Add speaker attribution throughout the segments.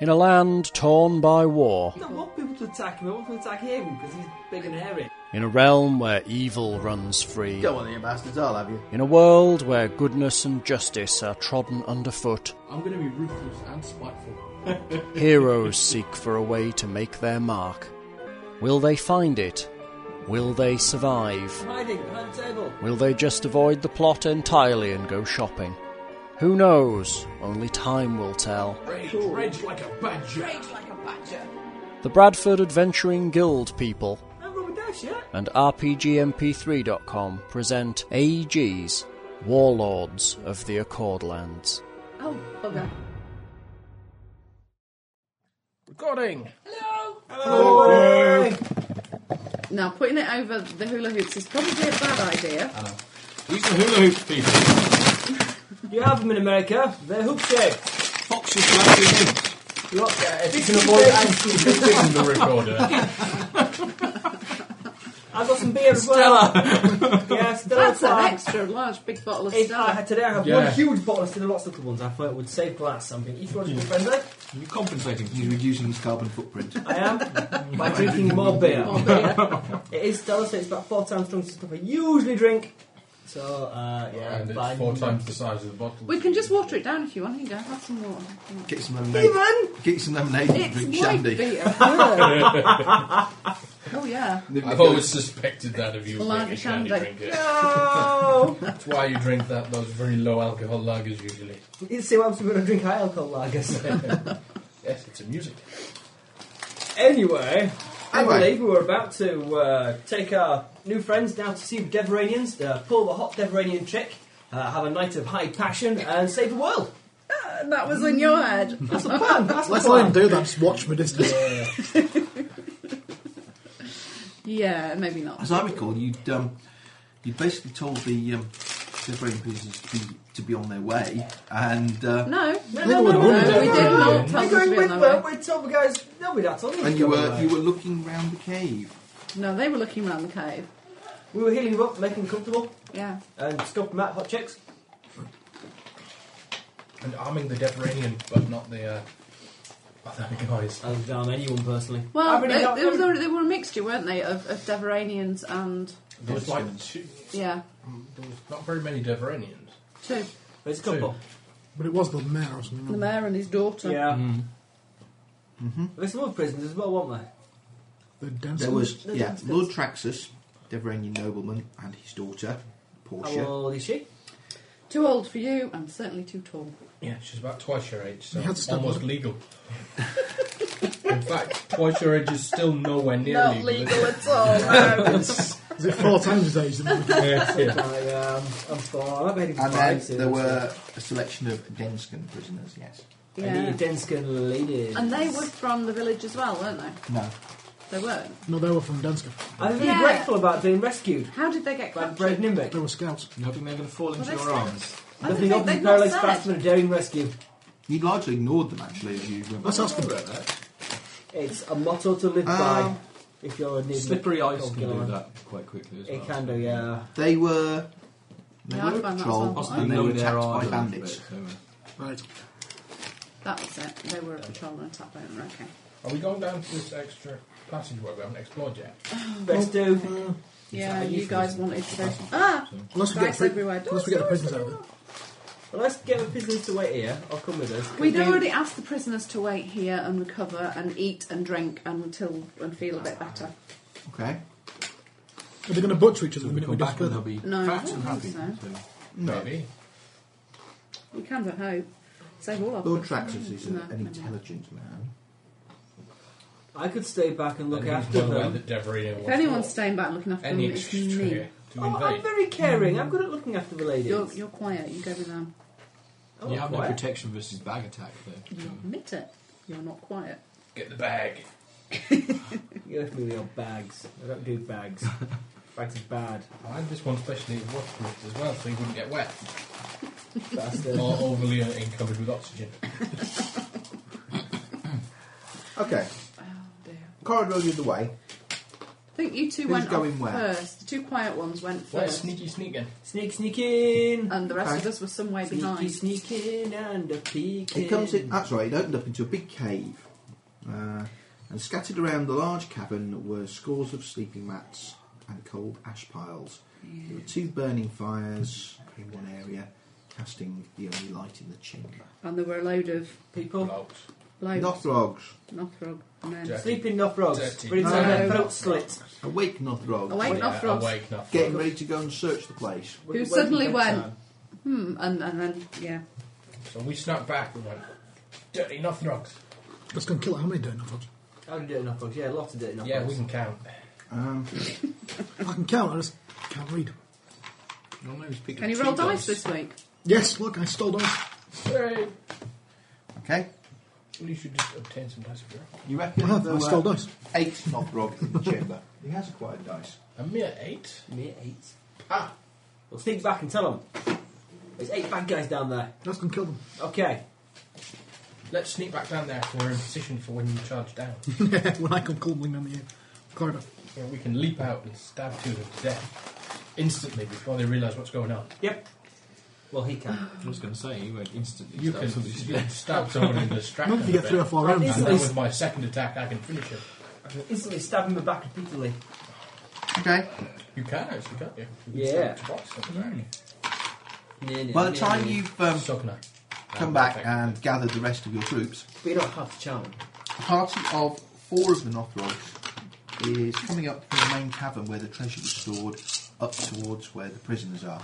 Speaker 1: in a land torn by war,
Speaker 2: I don't want people to attack him. I want them to attack him because he's big and hairy.
Speaker 1: in a realm where evil runs free,
Speaker 3: You don't want any bastards, I'll have you.
Speaker 1: in a world where goodness and justice are trodden underfoot,
Speaker 4: I'm going to be ruthless and spiteful.
Speaker 1: heroes seek for a way to make their mark. Will they find it? Will they survive?
Speaker 2: Hiding behind the table.
Speaker 1: Will they just avoid the plot entirely and go shopping? Who knows? Only time will tell.
Speaker 4: Rage, rage like a badger.
Speaker 5: Rage like a badger.
Speaker 1: The Bradford Adventuring Guild people
Speaker 2: I'm Robert Dash, yeah?
Speaker 1: and RPGMP3.com present AEG's Warlords of the Accordlands.
Speaker 5: Oh, bugger.
Speaker 4: Recording.
Speaker 5: Hello! Now, putting it over the hula hoops is probably a bad idea.
Speaker 4: These are hula hoop people.
Speaker 2: You have them in America. They're eh? hook shaped.
Speaker 4: Foxes flapping in.
Speaker 2: Look, uh, if you can avoid actually
Speaker 4: in the recorder.
Speaker 2: I've got some beer as well. yeah, Stella.
Speaker 5: That's an
Speaker 2: fine.
Speaker 5: extra large big bottle of
Speaker 2: If I
Speaker 5: Stella.
Speaker 2: had today, I have
Speaker 4: Yeah.
Speaker 2: one huge bottle instead of lots of little ones. I thought it would save glass. I'm being ecologically friendly.
Speaker 4: You're compensating.
Speaker 3: He's reducing his carbon footprint.
Speaker 2: I am by drinking more beer.
Speaker 4: Oh,
Speaker 2: it is Stella, so it's about four times strong as the stuff I usually drink. So uh, yeah,
Speaker 4: And
Speaker 2: by
Speaker 4: it's four times the size of the bottle.
Speaker 5: We can just water it down if you want. Here you go, have some water.
Speaker 3: Get some lemonade.
Speaker 2: even.
Speaker 3: Get some lemonade and drink
Speaker 5: It's white
Speaker 3: shandy.
Speaker 5: beer. oh, yeah.
Speaker 4: I've always suspected that of you.
Speaker 5: Lager
Speaker 4: British, how you
Speaker 5: shandy.
Speaker 4: drink it.
Speaker 2: No.
Speaker 4: That's why you drink that. Those very low alcohol lagers usually.
Speaker 2: you see, I'm going to drink high alcohol lagers.
Speaker 4: Yes, it's a music.
Speaker 2: Anyway, I
Speaker 3: Anyway.
Speaker 2: believe we were about to uh, take our new friends down to see the Deveranians, uh, pull the hot Deveranian trick, uh, have a night of high passion, and save the world.
Speaker 5: And that was in your head.
Speaker 2: That's the plan. That's the
Speaker 6: Let's let him
Speaker 2: plan.
Speaker 6: do that. Just watch from a distance.
Speaker 5: Yeah, maybe not.
Speaker 3: As I recall, you'd um, you basically told the um, separating pieces to be, to be on their way, and uh,
Speaker 5: No, no,
Speaker 6: no,
Speaker 5: no,
Speaker 6: no,
Speaker 5: no,
Speaker 6: no,
Speaker 5: we
Speaker 6: no,
Speaker 5: did
Speaker 6: no.
Speaker 5: not
Speaker 2: We're
Speaker 5: tell them to
Speaker 2: going
Speaker 5: be on
Speaker 2: with
Speaker 5: their
Speaker 2: them.
Speaker 5: way.
Speaker 2: We told the guys, no, we're not telling them
Speaker 3: and
Speaker 2: to
Speaker 3: you
Speaker 2: go
Speaker 3: were
Speaker 2: away.
Speaker 3: you were looking round the cave.
Speaker 5: No, they were looking round the cave.
Speaker 2: We were healing them up, making them comfortable,
Speaker 5: Yeah.
Speaker 2: and scoping them out, hot chicks.
Speaker 4: And arming the Deveranian, but not the uh, other guys.
Speaker 2: I don't harm anyone personally.
Speaker 5: Well,
Speaker 2: I've really
Speaker 5: they,
Speaker 2: got-
Speaker 5: they, was already, they were a mixture, weren't they, of, of Deveranians and,
Speaker 4: There was like two,
Speaker 5: yeah,
Speaker 4: there was not very many Deveranians.
Speaker 5: two.
Speaker 2: There's a couple.
Speaker 6: But it was the mayor or something.
Speaker 5: The mayor and his daughter.
Speaker 2: Yeah.
Speaker 4: Mm-hmm. Mm.
Speaker 2: There's some other prisoners as well, weren't there?
Speaker 6: The dancer.
Speaker 3: There was
Speaker 5: The
Speaker 3: yeah,
Speaker 5: downstairs.
Speaker 3: Lord Traxus, Deveranian nobleman, and his daughter
Speaker 2: How
Speaker 4: Oh,
Speaker 5: Oh,
Speaker 3: Portia.
Speaker 2: old is she?
Speaker 5: Too old for you and certainly too tall.
Speaker 4: Yeah, she's about twice your age, so
Speaker 6: You had to stop
Speaker 4: almost
Speaker 6: her.
Speaker 4: legal. In fact, twice your age is still nowhere near
Speaker 5: Not
Speaker 4: legal.
Speaker 5: legal at all. no.
Speaker 6: Is it four times his age? Then?
Speaker 4: Yeah, yeah.
Speaker 2: I, um, I'm four. I'm heading five
Speaker 3: And then
Speaker 2: soon,
Speaker 3: there
Speaker 2: so-
Speaker 3: were a selection of Denskin prisoners. Yes,
Speaker 2: Any
Speaker 5: yeah.
Speaker 2: Denskin ladies.
Speaker 5: And they were from the village as well, weren't they?
Speaker 3: no,
Speaker 5: They weren't.
Speaker 6: No, they were from Danska.
Speaker 2: I'm really
Speaker 5: Yeah.
Speaker 2: grateful about being rescued
Speaker 5: How did they get
Speaker 2: by
Speaker 5: captured?
Speaker 2: Brave Nimbic.
Speaker 6: They were scouts.
Speaker 4: You don't think they're going to fall into
Speaker 5: they
Speaker 4: your
Speaker 5: still-
Speaker 4: arms?
Speaker 5: I don't
Speaker 2: Nothing
Speaker 5: think
Speaker 2: else is
Speaker 5: they've not
Speaker 2: paralyzed
Speaker 5: said.
Speaker 2: faster than a daring rescue.
Speaker 3: you largely ignored them actually. As you went
Speaker 6: Let's
Speaker 3: by.
Speaker 6: ask them.
Speaker 2: It's a motto to live by
Speaker 3: Um,
Speaker 2: if you're a Nimbic.
Speaker 4: Slippery ice
Speaker 2: Oh,
Speaker 4: can
Speaker 2: go
Speaker 4: do
Speaker 2: on.
Speaker 4: that quite quickly as well.
Speaker 2: It can do, yeah.
Speaker 3: They were they
Speaker 5: Yeah, I
Speaker 3: were
Speaker 5: found that
Speaker 3: patrols
Speaker 5: sounds
Speaker 3: and they
Speaker 4: know
Speaker 3: were
Speaker 4: their
Speaker 3: attacked by
Speaker 4: arms a little
Speaker 3: bandits.
Speaker 4: bit, so,
Speaker 6: Right.
Speaker 5: That was it. They were a patrol and attack boat. Okay.
Speaker 4: uh, Are we going down to this extra passageway we haven't explored yet?
Speaker 2: Best do.
Speaker 5: Mm. Yeah, you guys wanted to go. Ah!
Speaker 6: Unless we
Speaker 5: Guys
Speaker 6: get, the pri-
Speaker 5: everywhere.
Speaker 6: unless we get the prisoners out of it.
Speaker 2: Well, let's get the prisoners to wait here. I'll come with us.
Speaker 5: We'd
Speaker 2: Can we-
Speaker 5: already asked the prisoners to wait here and recover and eat and drink until and feel a bit better.
Speaker 3: Okay,
Speaker 6: Are they going to butcher each other?
Speaker 4: We
Speaker 6: when
Speaker 4: come
Speaker 6: we
Speaker 4: back and they'll
Speaker 6: discover?
Speaker 4: be
Speaker 5: No, I
Speaker 4: fat
Speaker 5: don't
Speaker 4: and happy.
Speaker 5: think so.
Speaker 4: Maybe.
Speaker 5: We can but hope. Save all of
Speaker 3: Lord
Speaker 5: them.
Speaker 3: Traxus is
Speaker 5: No,
Speaker 3: a, an
Speaker 5: no.
Speaker 3: intelligent man.
Speaker 2: I could stay back and look
Speaker 4: And he's
Speaker 2: after
Speaker 4: well aware
Speaker 2: them.
Speaker 4: that Deverina
Speaker 5: If
Speaker 4: was
Speaker 5: anyone's
Speaker 4: not
Speaker 5: staying back looking after them,
Speaker 4: any
Speaker 5: it's me.
Speaker 4: extra to
Speaker 2: Oh, I'm
Speaker 4: invade.
Speaker 2: very caring. I'm good at looking after the ladies.
Speaker 5: You're, you're quiet. You go with um, them.
Speaker 2: Oh,
Speaker 4: You have no
Speaker 2: quiet.
Speaker 4: protection versus bag attack there.
Speaker 5: You admit it. You're not quiet.
Speaker 4: Get the bag.
Speaker 2: You left me with your bags. I don't do bags. bags is bad.
Speaker 4: I had this one specially waterproofed as well, so you wouldn't get wet
Speaker 2: Bastard.
Speaker 4: or overly uh, encumbered with oxygen.
Speaker 3: Okay,
Speaker 5: Oh dear.
Speaker 3: corridor the other way.
Speaker 5: think you two
Speaker 3: Who's
Speaker 5: went
Speaker 3: going
Speaker 5: off
Speaker 3: where?
Speaker 5: first. The two quiet ones went
Speaker 4: Where's
Speaker 5: first,
Speaker 4: Sneaky Sneaking?
Speaker 2: Sneak, sneaking.
Speaker 5: and the rest
Speaker 3: Okay.
Speaker 5: of us were somewhere
Speaker 2: Sneaky,
Speaker 5: behind.
Speaker 2: sneaking and a peeking.
Speaker 3: It comes in. That's right. It opened up into a big cave, uh, and scattered around the large cavern were scores of sleeping mats and cold ash piles. There were two burning fires in one area, casting the only light in the chamber.
Speaker 5: And there were a load of
Speaker 2: People
Speaker 4: Blokes.
Speaker 5: loads,
Speaker 3: Nothrogs,
Speaker 5: Nothrog, and then
Speaker 4: Jack.
Speaker 2: sleeping not frogs,
Speaker 4: Dirty.
Speaker 2: but it's
Speaker 3: No.
Speaker 2: on their throat slit.
Speaker 3: awake Nothrogs,
Speaker 5: Awake
Speaker 4: yeah,
Speaker 5: Nothrogs.
Speaker 4: Awake Nothrogs.
Speaker 3: getting ready to go and search the place.
Speaker 5: who suddenly went, hmm, and, and then yeah,
Speaker 4: So we snapped back and went, dirty Nothrogs.
Speaker 6: Let's go and kill it. How many don't know?
Speaker 2: How do dirty not frogs? Yeah, lots of dirty not
Speaker 4: Yeah, we
Speaker 2: frogs.
Speaker 4: can count.
Speaker 3: Um,
Speaker 6: I can count. I just can't read.
Speaker 3: normally we pick
Speaker 5: can
Speaker 3: up
Speaker 5: you roll
Speaker 3: two
Speaker 5: dice this week?
Speaker 6: Yes, look, I stole dice.
Speaker 4: Hooray!
Speaker 3: Okay,
Speaker 4: Well, you should just obtain some dice of your own.
Speaker 3: you
Speaker 6: I
Speaker 3: reckon
Speaker 6: have.
Speaker 3: there
Speaker 6: I
Speaker 3: were
Speaker 6: stole dice.
Speaker 3: eight Nothrogs in the chamber. He has acquired dice.
Speaker 4: A mere eight?
Speaker 2: Mere eight.
Speaker 4: Ah!
Speaker 2: Well, sneak back and tell them. There's eight bad guys down there.
Speaker 6: Let's go and kill them.
Speaker 2: Okay.
Speaker 4: Let's sneak back down there so we're in position for when you charge down.
Speaker 6: when I come crumbling down the uh, corridor.
Speaker 4: Yeah, we can leap out and stab two of them to death instantly before they realise what's going on.
Speaker 2: Yep. Well, he can.
Speaker 7: I was going to say, you won't instantly
Speaker 4: You
Speaker 7: stab
Speaker 4: can,
Speaker 7: somebody to
Speaker 4: you can
Speaker 7: death.
Speaker 4: stab someone and distract them.
Speaker 6: If you get
Speaker 4: a
Speaker 6: three or
Speaker 4: bit.
Speaker 6: four
Speaker 2: Well,
Speaker 6: rounds,
Speaker 2: this
Speaker 4: And
Speaker 6: out
Speaker 4: then
Speaker 6: of
Speaker 2: is-
Speaker 6: it.
Speaker 4: with my second attack, I can finish him.
Speaker 2: Instantly stab him in the back repeatedly.
Speaker 3: Okay.
Speaker 4: You can actually, can't you? you can
Speaker 2: Yeah.
Speaker 4: stab twice on the back.
Speaker 2: No, no,
Speaker 3: By the
Speaker 2: no,
Speaker 3: time
Speaker 2: no.
Speaker 3: you've um,
Speaker 4: So can I.
Speaker 3: come
Speaker 4: Um,
Speaker 3: back
Speaker 4: perfect.
Speaker 3: and gathered the rest of your troops,
Speaker 2: But you don't have to charm him.
Speaker 3: a party of four of the Nothrogs is coming up from the main cavern where the treasure was stored, up towards where the prisoners are.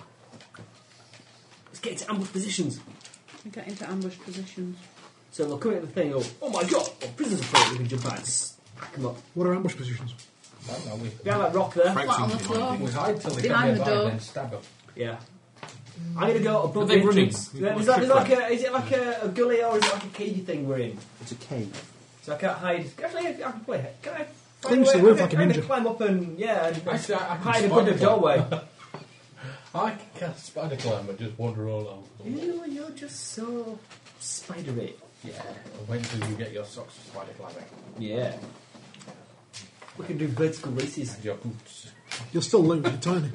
Speaker 2: Let's get into ambush positions.
Speaker 5: We Get into ambush positions.
Speaker 2: So they'll come into the thing and go, oh my god, the prisoners are free. We can jump out and smack them up.
Speaker 6: What are ambush positions?
Speaker 4: I don't know, we,
Speaker 2: We have that rock there.
Speaker 7: Frank's
Speaker 5: Flat on the
Speaker 7: thinking
Speaker 5: floor.
Speaker 7: like
Speaker 4: we hide till they
Speaker 5: Behind
Speaker 4: come
Speaker 5: the
Speaker 4: nearby
Speaker 5: door.
Speaker 4: and then stab them.
Speaker 2: Yeah. I'm gonna go above
Speaker 7: Are they
Speaker 2: the entrance.
Speaker 7: running?
Speaker 2: Is that, is that like a is it like a, a gully or is it like a cagey thing we're in?
Speaker 3: It's a cave.
Speaker 2: So I can't hide. Actually, I can play it. Can I?
Speaker 6: Cling
Speaker 2: find a
Speaker 6: to
Speaker 2: way-
Speaker 6: the roof
Speaker 2: I
Speaker 6: like a
Speaker 2: can- I
Speaker 6: ninja.
Speaker 2: can climb up and yeah, and
Speaker 4: Actually, I, I can
Speaker 2: hide in front
Speaker 4: spider
Speaker 2: of the
Speaker 4: climb.
Speaker 2: doorway.
Speaker 4: I can cast spider climb and just wander all over the wall.
Speaker 2: you, you're just so spidery.
Speaker 4: Yeah. Wait until you get your socks for spider climbing
Speaker 2: Yeah. We can do vertical races.
Speaker 4: and your boots.
Speaker 6: You'll still lose. You're tiny.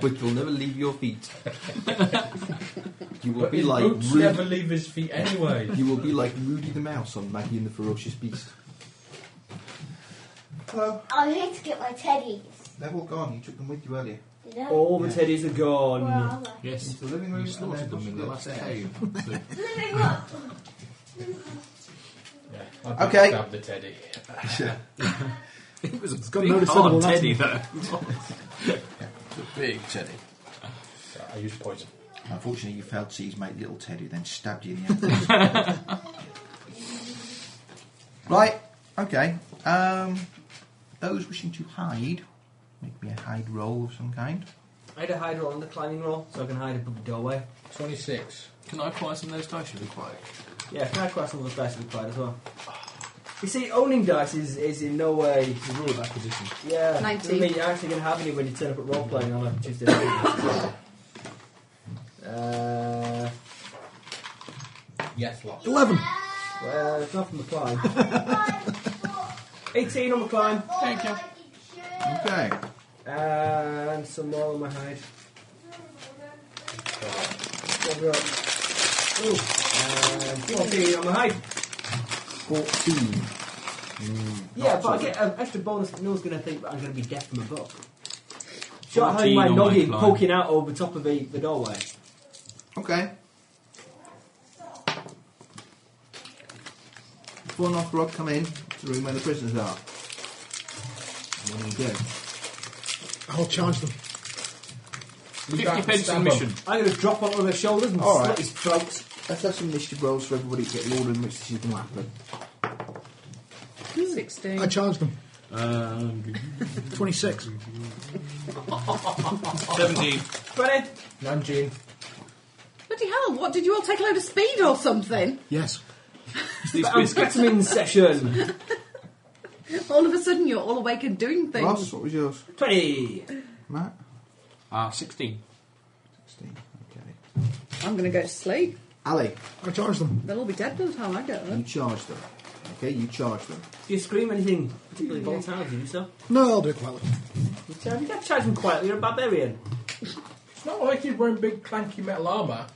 Speaker 3: Which will never leave your feet. you will
Speaker 4: But
Speaker 3: be
Speaker 4: his
Speaker 3: like
Speaker 4: boots
Speaker 3: Rudy,
Speaker 4: never leave his feet anyway.
Speaker 3: you will be like Rudy the Mouse on Maggie and the Ferocious Beast. Hello.
Speaker 8: I'm here to get my teddies.
Speaker 3: They're all gone. You took them with you earlier.
Speaker 8: Did I?
Speaker 2: All the teddies are gone.
Speaker 8: Where are
Speaker 7: that. Yes,
Speaker 3: Into the living room
Speaker 7: you
Speaker 3: and
Speaker 7: slaughtered
Speaker 3: then
Speaker 7: them in the last
Speaker 3: upstairs.
Speaker 7: cave. So-
Speaker 8: they? Living up.
Speaker 4: Yeah, I'd just
Speaker 3: Okay.
Speaker 4: Stab the teddy.
Speaker 7: it was a
Speaker 6: got
Speaker 7: big
Speaker 6: no discernible
Speaker 7: hard
Speaker 6: Latin.
Speaker 7: Oh, teddy, though. big teddy.
Speaker 4: So I use poison.
Speaker 3: Unfortunately, you failed to see his mate Little Teddy, then stabbed you in the ankles. right, okay. Um, those wishing to hide, make me a hide roll of some kind.
Speaker 2: I had a hide roll and a climbing roll, so I can hide above the doorway.
Speaker 4: Twenty-six.
Speaker 7: Can I acquire some of those dice you've acquired?
Speaker 2: Yeah, can I cross all the dice with pride as well? You see, owning dice is, is in no way
Speaker 7: The rule of acquisition.
Speaker 2: Yeah.
Speaker 5: 19.
Speaker 2: I mean, you're actually going to have any when you turn up at role playing on a Tuesday night. uh,
Speaker 4: Yes, lot.
Speaker 6: Eleven.
Speaker 2: well, it's not from the climb. 18 on the climb,
Speaker 8: Thank you.
Speaker 3: Okay.
Speaker 2: and some more on my hide. Cover up. Ooh, and 14 uh, on my hide.
Speaker 3: 14.
Speaker 7: Mm,
Speaker 2: Yeah, but I get an extra bonus. No one's going to think that I'm going to be deaf from above. Shot hiding
Speaker 7: 14
Speaker 2: my
Speaker 7: on my
Speaker 2: noggin
Speaker 7: climb.
Speaker 2: poking out over top of the, the doorway.
Speaker 3: Okay. Before Northrop come in to the room where the prisoners are. What do you do?
Speaker 6: I'll charge them.
Speaker 4: We
Speaker 7: 50
Speaker 4: can't
Speaker 7: pence
Speaker 4: stab
Speaker 7: admission.
Speaker 2: I'm going to drop onto their shoulders and
Speaker 3: All
Speaker 2: slit
Speaker 3: right.
Speaker 2: his throats.
Speaker 3: Let's have some initiative rolls for everybody to get the order in which this is going to happen.
Speaker 5: Sixteen.
Speaker 6: I charge them.
Speaker 7: Um,
Speaker 6: Twenty-six.
Speaker 7: 17.
Speaker 2: 20.
Speaker 4: Nanjing.
Speaker 5: Bloody hell! What did you all take a load of speed or something?
Speaker 6: Yes.
Speaker 7: It's these
Speaker 2: I'm
Speaker 7: biscuits.
Speaker 2: ketamine session.
Speaker 5: All of a sudden, you're all awake and doing things.
Speaker 3: Ross, what was yours?
Speaker 2: 20.
Speaker 3: Matt?
Speaker 7: Ah, 16.
Speaker 3: 16. Okay.
Speaker 5: I'm going to go to sleep.
Speaker 3: Ali,
Speaker 6: I charge them.
Speaker 5: They'll all be dead by the time I get
Speaker 3: you
Speaker 5: there.
Speaker 3: charge them. Okay, you charge them.
Speaker 2: Do you scream anything particularly volatile? Do you do so?
Speaker 6: No, I'll do it quietly.
Speaker 2: You tell- you gotta charge them quietly, you're a barbarian.
Speaker 4: It's not like he's wearing big clanky metal armour.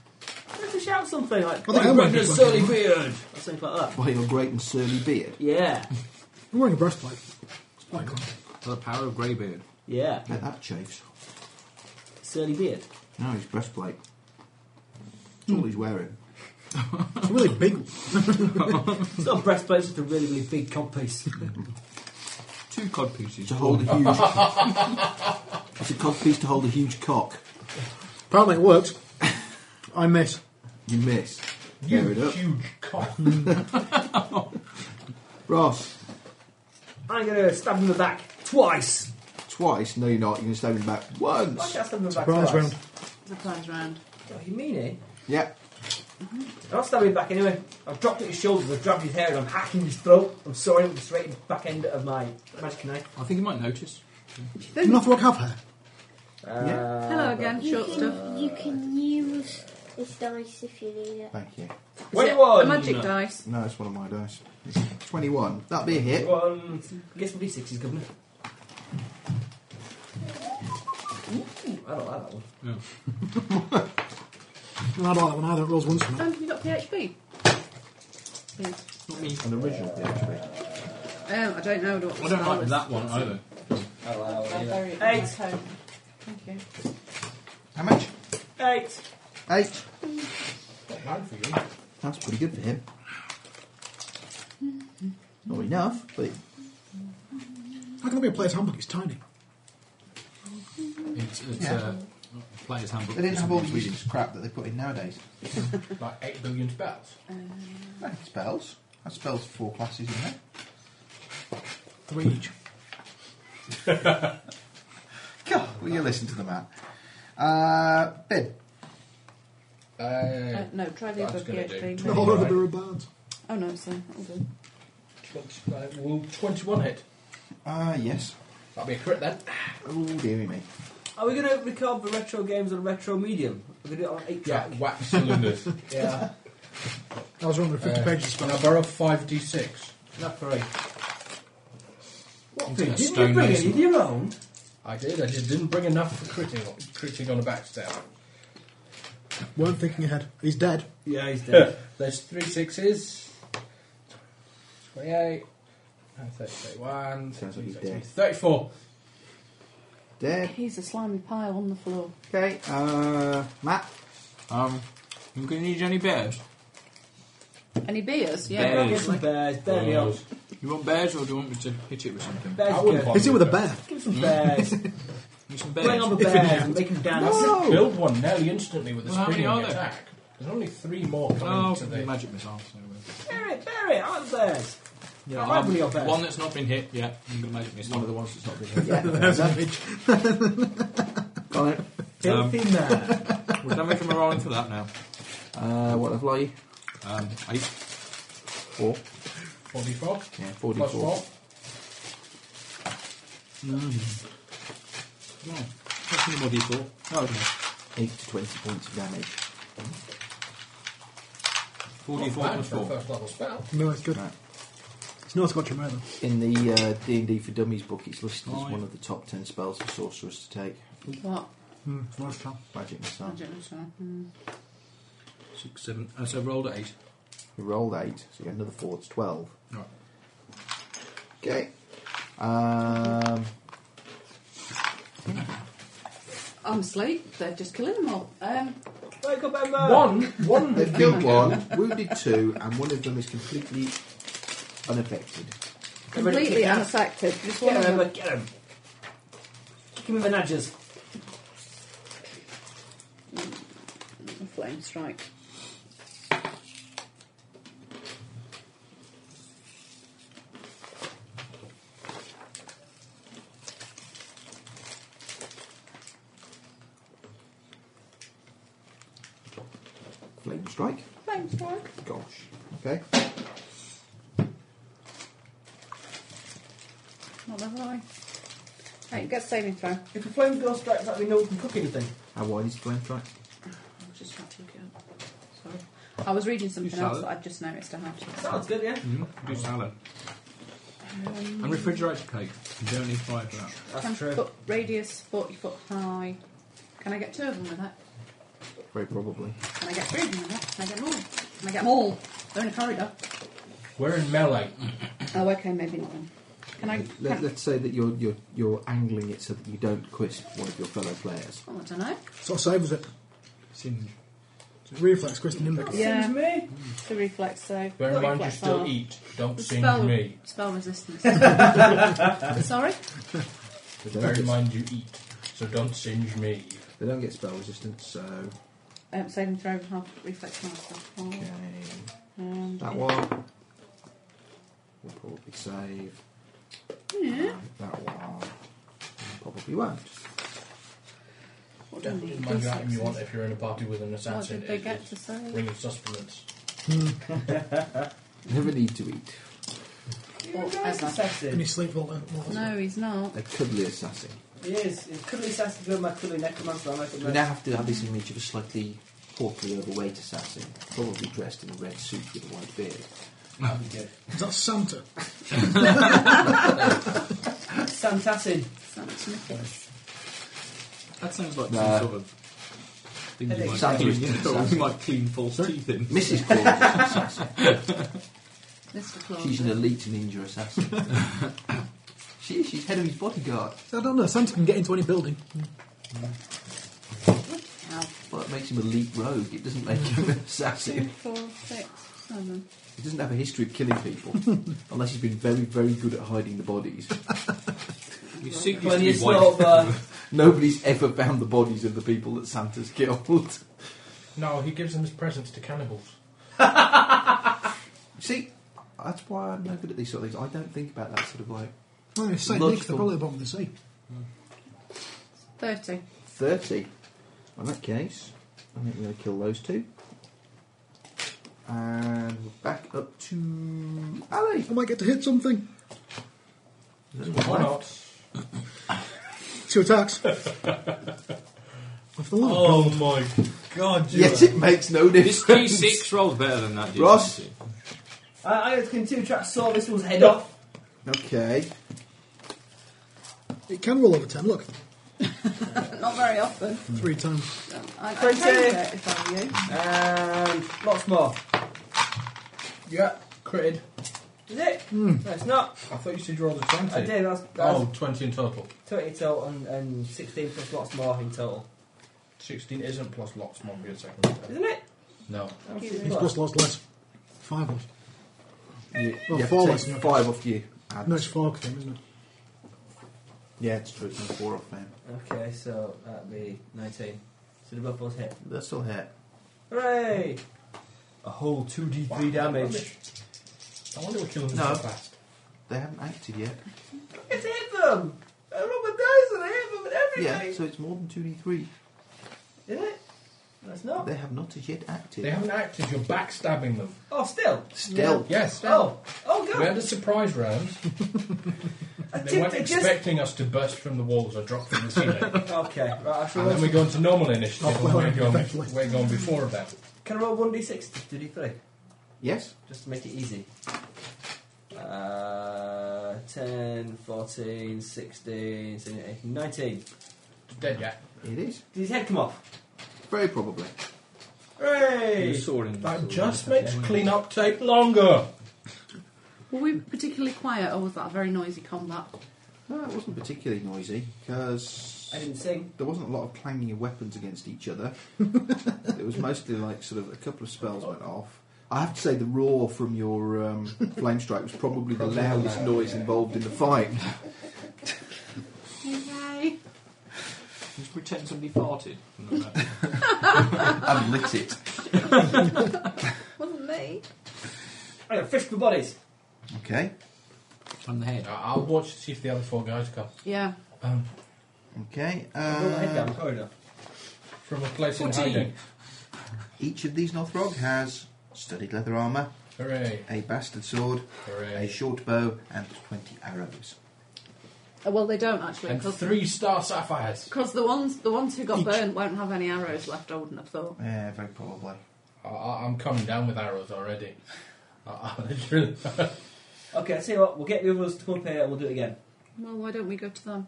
Speaker 2: You have to shout something like,
Speaker 6: I think I
Speaker 2: "Oh,
Speaker 6: won't
Speaker 2: Brendan
Speaker 6: be fucking
Speaker 2: Sully
Speaker 6: wrong."
Speaker 2: Beard! Or something like that.
Speaker 3: By your great and surly beard.
Speaker 2: Yeah,
Speaker 6: I'm wearing a breastplate. It's quite clean.
Speaker 7: For the power of Greybeard.
Speaker 2: yeah.
Speaker 3: Let that chafes.
Speaker 2: Surly Beard.
Speaker 3: No, his breastplate. That's all he's wearing.
Speaker 6: It's really big.
Speaker 2: It's not a breastplate, it's just a really, really big cod piece.
Speaker 7: Two cod pieces.
Speaker 3: To hold a huge. it's a codpiece to hold a huge cock.
Speaker 6: Apparently it works. I miss.
Speaker 3: You miss.
Speaker 4: You
Speaker 3: Fair enough.
Speaker 4: huge cock.
Speaker 3: Ross,
Speaker 2: I'm gonna stab him in the back twice.
Speaker 3: twice. No, you're not. You're going to stab him back
Speaker 2: Why
Speaker 3: once.
Speaker 2: should I stab him in the back
Speaker 6: Surprise
Speaker 2: twice?
Speaker 6: round.
Speaker 5: Surprise round.
Speaker 2: Oh, you mean it?
Speaker 3: Yep.
Speaker 2: I'll stab him back anyway. I've dropped at his shoulders, I've grabbed his hair, and I'm hacking his throat. I'm sawing him straight in the back end of my magic knife.
Speaker 7: I think you might notice.
Speaker 6: Northrock have hair.
Speaker 2: Uh,
Speaker 5: Hello again,
Speaker 8: You
Speaker 5: short stuff.
Speaker 8: can, you can use this dice if you need it.
Speaker 3: Thank you.
Speaker 5: Is it
Speaker 2: 21!
Speaker 5: A magic dice.
Speaker 3: No, it's one of my dice. 21. That'd be a hit.
Speaker 2: One. Guess my d6 is governor. Ooh, I don't like that one.
Speaker 6: No, I don't like that one either. It rolls once for me.
Speaker 5: And you got PHP? Yes.
Speaker 3: An original PHP.
Speaker 5: Um, I don't know what
Speaker 7: I don't like that one either.
Speaker 2: I don't like
Speaker 5: I'm very
Speaker 2: Eight.
Speaker 5: at home. Thank you.
Speaker 3: How much?
Speaker 2: Eight.
Speaker 3: Eight.
Speaker 4: Not bad for you.
Speaker 3: That's pretty good for him. Mm-hmm. Not enough, but it,
Speaker 6: How can I be a player's handbook? It's tiny.
Speaker 7: It's, it's
Speaker 3: Yeah.
Speaker 7: uh, player's handbook.
Speaker 3: they didn't have all the
Speaker 7: Reading.
Speaker 3: useless crap that they put in nowadays.
Speaker 4: Like 8 billion spells.
Speaker 3: No, spells. That spells four classes in there.
Speaker 6: Three each.
Speaker 3: God, will you listen to the man? Uh, Ben.
Speaker 5: Uh,
Speaker 4: Uh,
Speaker 5: no, try the
Speaker 4: That's
Speaker 5: other
Speaker 4: gonna
Speaker 5: PHP.
Speaker 4: do.
Speaker 6: The
Speaker 5: maybe.
Speaker 6: whole other beer of bards.
Speaker 5: Oh no, so that'll do.
Speaker 4: 20, uh, well, 21 hit.
Speaker 3: Ah, yes.
Speaker 4: That'll be a crit then.
Speaker 3: Oh, dearie me.
Speaker 2: Are we going to record the retro games on retro medium? We're going to do it on 8
Speaker 4: Yeah,
Speaker 2: track.
Speaker 4: wax cylinders. yeah.
Speaker 6: I was wrong with 50
Speaker 4: Uh,
Speaker 6: pages of
Speaker 4: Can I
Speaker 6: spells.
Speaker 4: borrow 5d6?
Speaker 2: Not for eight. What thing?
Speaker 7: Into a
Speaker 2: Didn't you
Speaker 7: stone
Speaker 2: bring any
Speaker 7: mason.
Speaker 2: of your own?
Speaker 4: I did, I just didn't bring enough for critting, on- critting on a backstab.
Speaker 6: Weren't thinking ahead. He's dead.
Speaker 2: Yeah, he's dead.
Speaker 4: There's three sixes. 28. uh, 31,
Speaker 3: Sounds like he's
Speaker 4: 32,
Speaker 3: dead.
Speaker 4: 34.
Speaker 3: Dead.
Speaker 5: He's a slimy pile on the floor.
Speaker 3: Okay, uh, Matt.
Speaker 7: Um, you gonna need any bears?
Speaker 5: Any beers?
Speaker 7: Bears.
Speaker 5: Yeah.
Speaker 2: Go get some bears. There we are.
Speaker 7: You want bears or do you want me to hit it with something?
Speaker 2: Bears
Speaker 4: I
Speaker 2: are
Speaker 4: wouldn't
Speaker 2: good.
Speaker 4: bother
Speaker 6: Hits it with a bear.
Speaker 2: Give some bears.
Speaker 7: You some bears?
Speaker 2: Bring on the bears and make them dance.
Speaker 4: Build one nearly instantly with a
Speaker 7: Well, how many
Speaker 4: springing
Speaker 7: are there?
Speaker 4: attack. There's only three more coming
Speaker 7: Oh,
Speaker 4: to the
Speaker 7: magic missile. So
Speaker 2: Bear it, bear it. I want bears. Yeah,
Speaker 7: uh,
Speaker 2: I like one of your bears.
Speaker 7: one that's not been hit yet. I'm gonna magic missile. One of the ones that's not been hit.
Speaker 3: Yeah,
Speaker 6: There's an image.
Speaker 3: got it.
Speaker 2: Filthy man.
Speaker 7: We're done making a rolling for that now.
Speaker 3: Uh, what level are you?
Speaker 7: Um, eight.
Speaker 3: Four.
Speaker 4: 44.
Speaker 3: Yeah,
Speaker 4: Plus
Speaker 3: 44.
Speaker 4: four.
Speaker 7: No, that's any more d4.
Speaker 3: Oh, okay. 8 to 20 points of damage.
Speaker 7: Four
Speaker 4: Not
Speaker 7: d4
Speaker 4: bad
Speaker 7: plus
Speaker 4: for a
Speaker 7: four.
Speaker 4: first level spell.
Speaker 6: No, it's good.
Speaker 3: Right.
Speaker 6: It's not Scotch and though.
Speaker 3: In the uh, D&D for Dummies book, it's listed
Speaker 7: Oh,
Speaker 3: as
Speaker 7: yeah.
Speaker 3: one of the top 10 spells for sorcerers to take.
Speaker 5: What?
Speaker 6: Hmm, it's nice time.
Speaker 3: Magic missile.
Speaker 5: I don't know. sorry. Hmm.
Speaker 7: Six, seven. Uh, so rolled at eight.
Speaker 3: You rolled 8, so you get another 4, it's 12.
Speaker 7: Right.
Speaker 3: Okay. Um,
Speaker 5: Honestly, they're just killing them all. Um,
Speaker 2: Wake up, Emma.
Speaker 4: One, one.
Speaker 3: they've killed one, wounded two, and one of them is completely unaffected.
Speaker 5: completely unaffected. Just one
Speaker 2: Get
Speaker 5: of
Speaker 2: him,
Speaker 5: them.
Speaker 2: Emma. Get him. Kick him in the nudges.
Speaker 5: A flame strike.
Speaker 3: Flame strike.
Speaker 5: Flame strike.
Speaker 3: Gosh. Okay.
Speaker 5: What level are we? Right, you get saving throw.
Speaker 2: If a flame girl strikes that, we know we can cook anything.
Speaker 3: How wide is the flame strike?
Speaker 5: I'll just try to look it up. Sorry. I was reading something
Speaker 7: You saw
Speaker 5: else
Speaker 7: it?
Speaker 5: that I'd just noticed I had.
Speaker 2: Sounds good, yeah.
Speaker 7: Mm, do salad. and refrigerated cake. You don't need fire for that.
Speaker 5: Ten
Speaker 2: That's true.
Speaker 5: foot radius, forty foot high. Can I get two of them with that?
Speaker 3: Very probably.
Speaker 5: Can I get three of them with that? Can I get them all? Can I get them all? They're in a corridor.
Speaker 4: We're in melee.
Speaker 5: Oh, okay, maybe not then. Can I?
Speaker 3: Let,
Speaker 5: Can,
Speaker 3: let's say that you're you're you're angling it so that you don't crisp one of your fellow players.
Speaker 5: oh, I don't know.
Speaker 6: Sort of saves it.
Speaker 7: Singe.
Speaker 6: It's reflex, Chris, and Nimbic.
Speaker 5: Yeah.
Speaker 2: Seems me.
Speaker 5: The reflex, so.
Speaker 4: Bear in
Speaker 5: not
Speaker 4: mind you
Speaker 5: reflex,
Speaker 4: still
Speaker 5: oh.
Speaker 4: eat. Don't singe
Speaker 5: Spell,
Speaker 4: me.
Speaker 5: spell resistance. Sorry?
Speaker 3: They
Speaker 4: Bear
Speaker 3: don't,
Speaker 4: in
Speaker 3: get,
Speaker 4: mind you eat. So don't singe me.
Speaker 3: they don't get spell resistance, so
Speaker 5: Um, saving throw and half reflex master. Oh,
Speaker 3: okay.
Speaker 5: um,
Speaker 3: that one will probably save.
Speaker 5: yeah.
Speaker 3: And that one probably won't.
Speaker 5: What do we
Speaker 4: Definitely
Speaker 5: need?
Speaker 4: mind your item you
Speaker 5: D6s.
Speaker 4: want if you're in a party with an
Speaker 5: What
Speaker 4: assassin.
Speaker 5: did they
Speaker 4: It
Speaker 5: get
Speaker 4: is
Speaker 5: to say?
Speaker 4: Ring of sustenance.
Speaker 3: Never need to eat.
Speaker 2: You're a nice
Speaker 5: Whatever.
Speaker 6: Can you
Speaker 2: assassin.
Speaker 6: sleep all that? all that-
Speaker 5: No, he's not.
Speaker 3: A cuddly assassin.
Speaker 2: He is. He's cuddly assassin. Good, my cuddly necromancer. I like it.
Speaker 3: We now have to have this image of a slightly portly, overweight assassin, probably dressed in a red suit with a white beard.
Speaker 6: Is that Santa?
Speaker 2: Santassin.
Speaker 5: That's Nicholas.
Speaker 7: That sounds like
Speaker 3: Nah.
Speaker 7: some sort of thing you
Speaker 2: Headache.
Speaker 7: might,
Speaker 3: Sounds
Speaker 7: clean,
Speaker 3: like
Speaker 7: you know, you might clean false teeth in.
Speaker 3: Mrs. Claus is an assassin.
Speaker 5: Mr. Claus.
Speaker 3: She's an elite ninja assassin. she, she's head of his bodyguard.
Speaker 6: I don't know. Santa can get into any building.
Speaker 5: Ow.
Speaker 3: Well, it makes him elite rogue. It doesn't make him an
Speaker 5: Two,
Speaker 3: assassin.
Speaker 5: four, six, seven.
Speaker 3: He doesn't have a history of killing people, unless he's been very, very good at hiding the bodies.
Speaker 7: You see, you
Speaker 2: Plenty of
Speaker 7: used to be white.
Speaker 2: sort of. Uh,
Speaker 3: Nobody's ever found the bodies of the people that Santa's killed.
Speaker 4: No, he gives them his presents to cannibals.
Speaker 3: See, that's why I'm no good at these sort of things. I don't think about that sort of like
Speaker 6: Oh, it's Saint Nick's,
Speaker 3: Logical.
Speaker 6: they're probably at the bottom of the sea.
Speaker 5: Thirty.
Speaker 3: 30. In that case, I think we're going to kill those two. And we're back up to Ali.
Speaker 6: I might get to hit something.
Speaker 4: Why not?
Speaker 6: Two attacks. Of the love of
Speaker 4: Oh
Speaker 6: God.
Speaker 4: my god, you
Speaker 3: Yes, it makes no
Speaker 7: This
Speaker 3: difference.
Speaker 7: D6 rolls better than that.
Speaker 3: Ross.
Speaker 7: D6.
Speaker 2: I, I got to continue trying to saw this one's head off.
Speaker 3: Okay.
Speaker 6: It can roll over ten. Look,
Speaker 5: Not very often.
Speaker 6: three times.
Speaker 5: I'd I'd
Speaker 2: Twenty.
Speaker 5: take it if I were you.
Speaker 2: And lots more.
Speaker 4: Yeah, critted.
Speaker 2: Is it? No, it's not.
Speaker 4: I thought you said you rolled a 20.
Speaker 2: I did. That's, that's
Speaker 7: Oh, 20 in total.
Speaker 2: 20 total and, and 16 plus lots more in total.
Speaker 4: 16 isn't plus lots more for your second attack.
Speaker 2: Isn't it?
Speaker 4: No.
Speaker 6: It's plus lost less. Five less.
Speaker 3: You,
Speaker 6: Well,
Speaker 3: you have
Speaker 6: four
Speaker 3: to
Speaker 6: less
Speaker 3: take
Speaker 6: than-
Speaker 3: five off you. Add-
Speaker 6: No, it's four of them, isn't it?
Speaker 3: Yeah, it's true. It's only four off them.
Speaker 2: Okay, so that'd be 19. So the buffalo's hit.
Speaker 3: They're still here.
Speaker 2: Hooray! A whole 2d3 damage.
Speaker 4: I wonder we're killing them
Speaker 3: No.
Speaker 4: so fast.
Speaker 3: They haven't acted yet.
Speaker 2: It's hit them! I rolled my dice and I hit them and
Speaker 3: Yeah,
Speaker 2: everything!
Speaker 3: so it's more than 2d3.
Speaker 2: Is it? No, it's not.
Speaker 3: They have not as yet acted.
Speaker 4: They haven't acted, you're backstabbing them.
Speaker 2: Oh, still.
Speaker 3: Still.
Speaker 4: Yes.
Speaker 2: Oh, oh
Speaker 4: We
Speaker 2: god!
Speaker 4: had a surprise round.
Speaker 2: I
Speaker 4: They
Speaker 2: tipped
Speaker 4: weren't
Speaker 2: it just.
Speaker 4: expecting us to burst from the walls or drop from the ceiling.
Speaker 2: Okay, right, I shall
Speaker 4: and then
Speaker 2: roll.
Speaker 4: we go into normal initiative and we're
Speaker 6: Exactly.
Speaker 4: going, we're going before that.
Speaker 2: Can I roll 1d6 to 2d3?
Speaker 3: Yes?
Speaker 2: Just to make it easy. Uh, 10, 14, 16, 17, 18, 19.
Speaker 4: Dead yet.
Speaker 3: It is.
Speaker 2: Did his head come off?
Speaker 3: Very probably.
Speaker 7: You
Speaker 2: Hooray!
Speaker 7: saw in
Speaker 4: That just makes clean-up take longer.
Speaker 5: Were we particularly quiet, or was that a very noisy combat?
Speaker 3: No, it wasn't particularly noisy because
Speaker 2: I didn't sing.
Speaker 3: there wasn't a lot of clanging of weapons against each other. it was mostly like sort of a couple of spells went off. I have to say the roar from your um, flame strike was probably the loudest noise involved in the fight.
Speaker 5: Yay!
Speaker 7: Just pretend somebody farted.
Speaker 3: and lit it.
Speaker 5: Wasn't me.
Speaker 2: I got fish for bodies.
Speaker 3: Okay,
Speaker 7: On the head.
Speaker 4: I- I'll watch to see if the other four guys come.
Speaker 5: Yeah.
Speaker 4: Um,
Speaker 3: okay.
Speaker 2: Roll my head down the
Speaker 3: Uh,
Speaker 2: corridor.
Speaker 4: from a place in
Speaker 7: 14.
Speaker 4: hiding.
Speaker 3: each of these Northrog has studded leather armour,
Speaker 4: Hooray.
Speaker 3: a bastard sword, a
Speaker 4: Hooray.
Speaker 3: short bow, and 20 arrows.
Speaker 5: Uh, Well, they don't actually,
Speaker 4: And
Speaker 5: because
Speaker 4: three star sapphires.
Speaker 5: the ones the ones who got
Speaker 6: Each.
Speaker 5: burnt won't have any arrows left. I wouldn't have thought.
Speaker 3: Yeah, very probably.
Speaker 4: I, I, I'm coming down with arrows already. I, I literally.
Speaker 2: Okay, I'll tell you what, we'll get the others to come up here and we'll do it again.
Speaker 5: Well, why don't we go to them?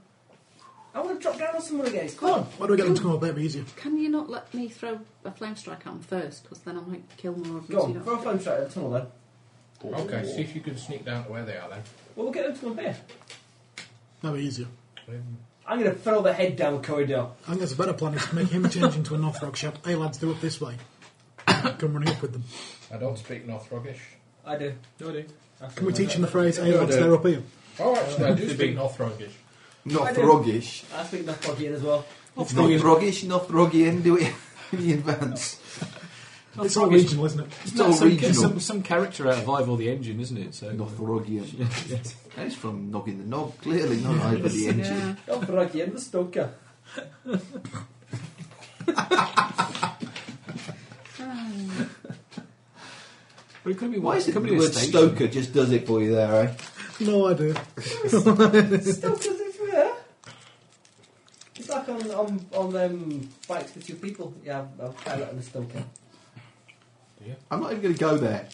Speaker 2: I want to drop down on someone again.
Speaker 6: Come on, why do we get them to come up? That'd be easier.
Speaker 5: Can you not let me throw a flame strike at them first? Because then I might kill more of them.
Speaker 2: Go
Speaker 5: so you
Speaker 2: on,
Speaker 5: don't
Speaker 2: throw a
Speaker 5: have
Speaker 2: phone straight at the tunnel then.
Speaker 4: okay, see if you can sneak down to where they are then.
Speaker 2: Well, we'll get them to come up here.
Speaker 6: That'd be easier.
Speaker 2: I'm going to throw the head down the corridor.
Speaker 6: I think that's a better plan is to make him change into a Northrog shot. Hey lads, do it this way. Come running up with them.
Speaker 4: I don't speak Northrogish.
Speaker 2: I do.
Speaker 7: No, I do.
Speaker 6: Can we teach him the phrase, hey
Speaker 3: Yeah, I
Speaker 6: lads,
Speaker 3: do.
Speaker 6: they're up here?
Speaker 4: Oh, actually, I do
Speaker 7: Did
Speaker 4: speak
Speaker 7: they-
Speaker 4: Northrogish.
Speaker 2: I
Speaker 3: Not
Speaker 2: do.
Speaker 3: rogish.
Speaker 2: I speak Northrogian as well.
Speaker 3: Not rogish, not rogian, do it in the advance.
Speaker 6: It's all regional, isn't it?
Speaker 3: It's
Speaker 7: No,
Speaker 3: all
Speaker 7: some,
Speaker 3: regional.
Speaker 7: Some, some character out of Ivor the Engine, isn't it? So
Speaker 3: Northrogian. That is from Noggin the Nog, clearly not over the
Speaker 5: to-
Speaker 3: engine.
Speaker 5: Yeah.
Speaker 2: Northrogian the stalker.
Speaker 5: Um,
Speaker 7: But it could be
Speaker 3: Why is it
Speaker 7: could
Speaker 3: the
Speaker 7: be a
Speaker 3: word
Speaker 7: station.
Speaker 3: stoker just does it for you there, eh?
Speaker 6: No idea.
Speaker 2: Stalkers everywhere. It's like on on on um, bikes with two people. Yeah, I've- I've tried that on the stalker.
Speaker 3: I'm not even going to go there.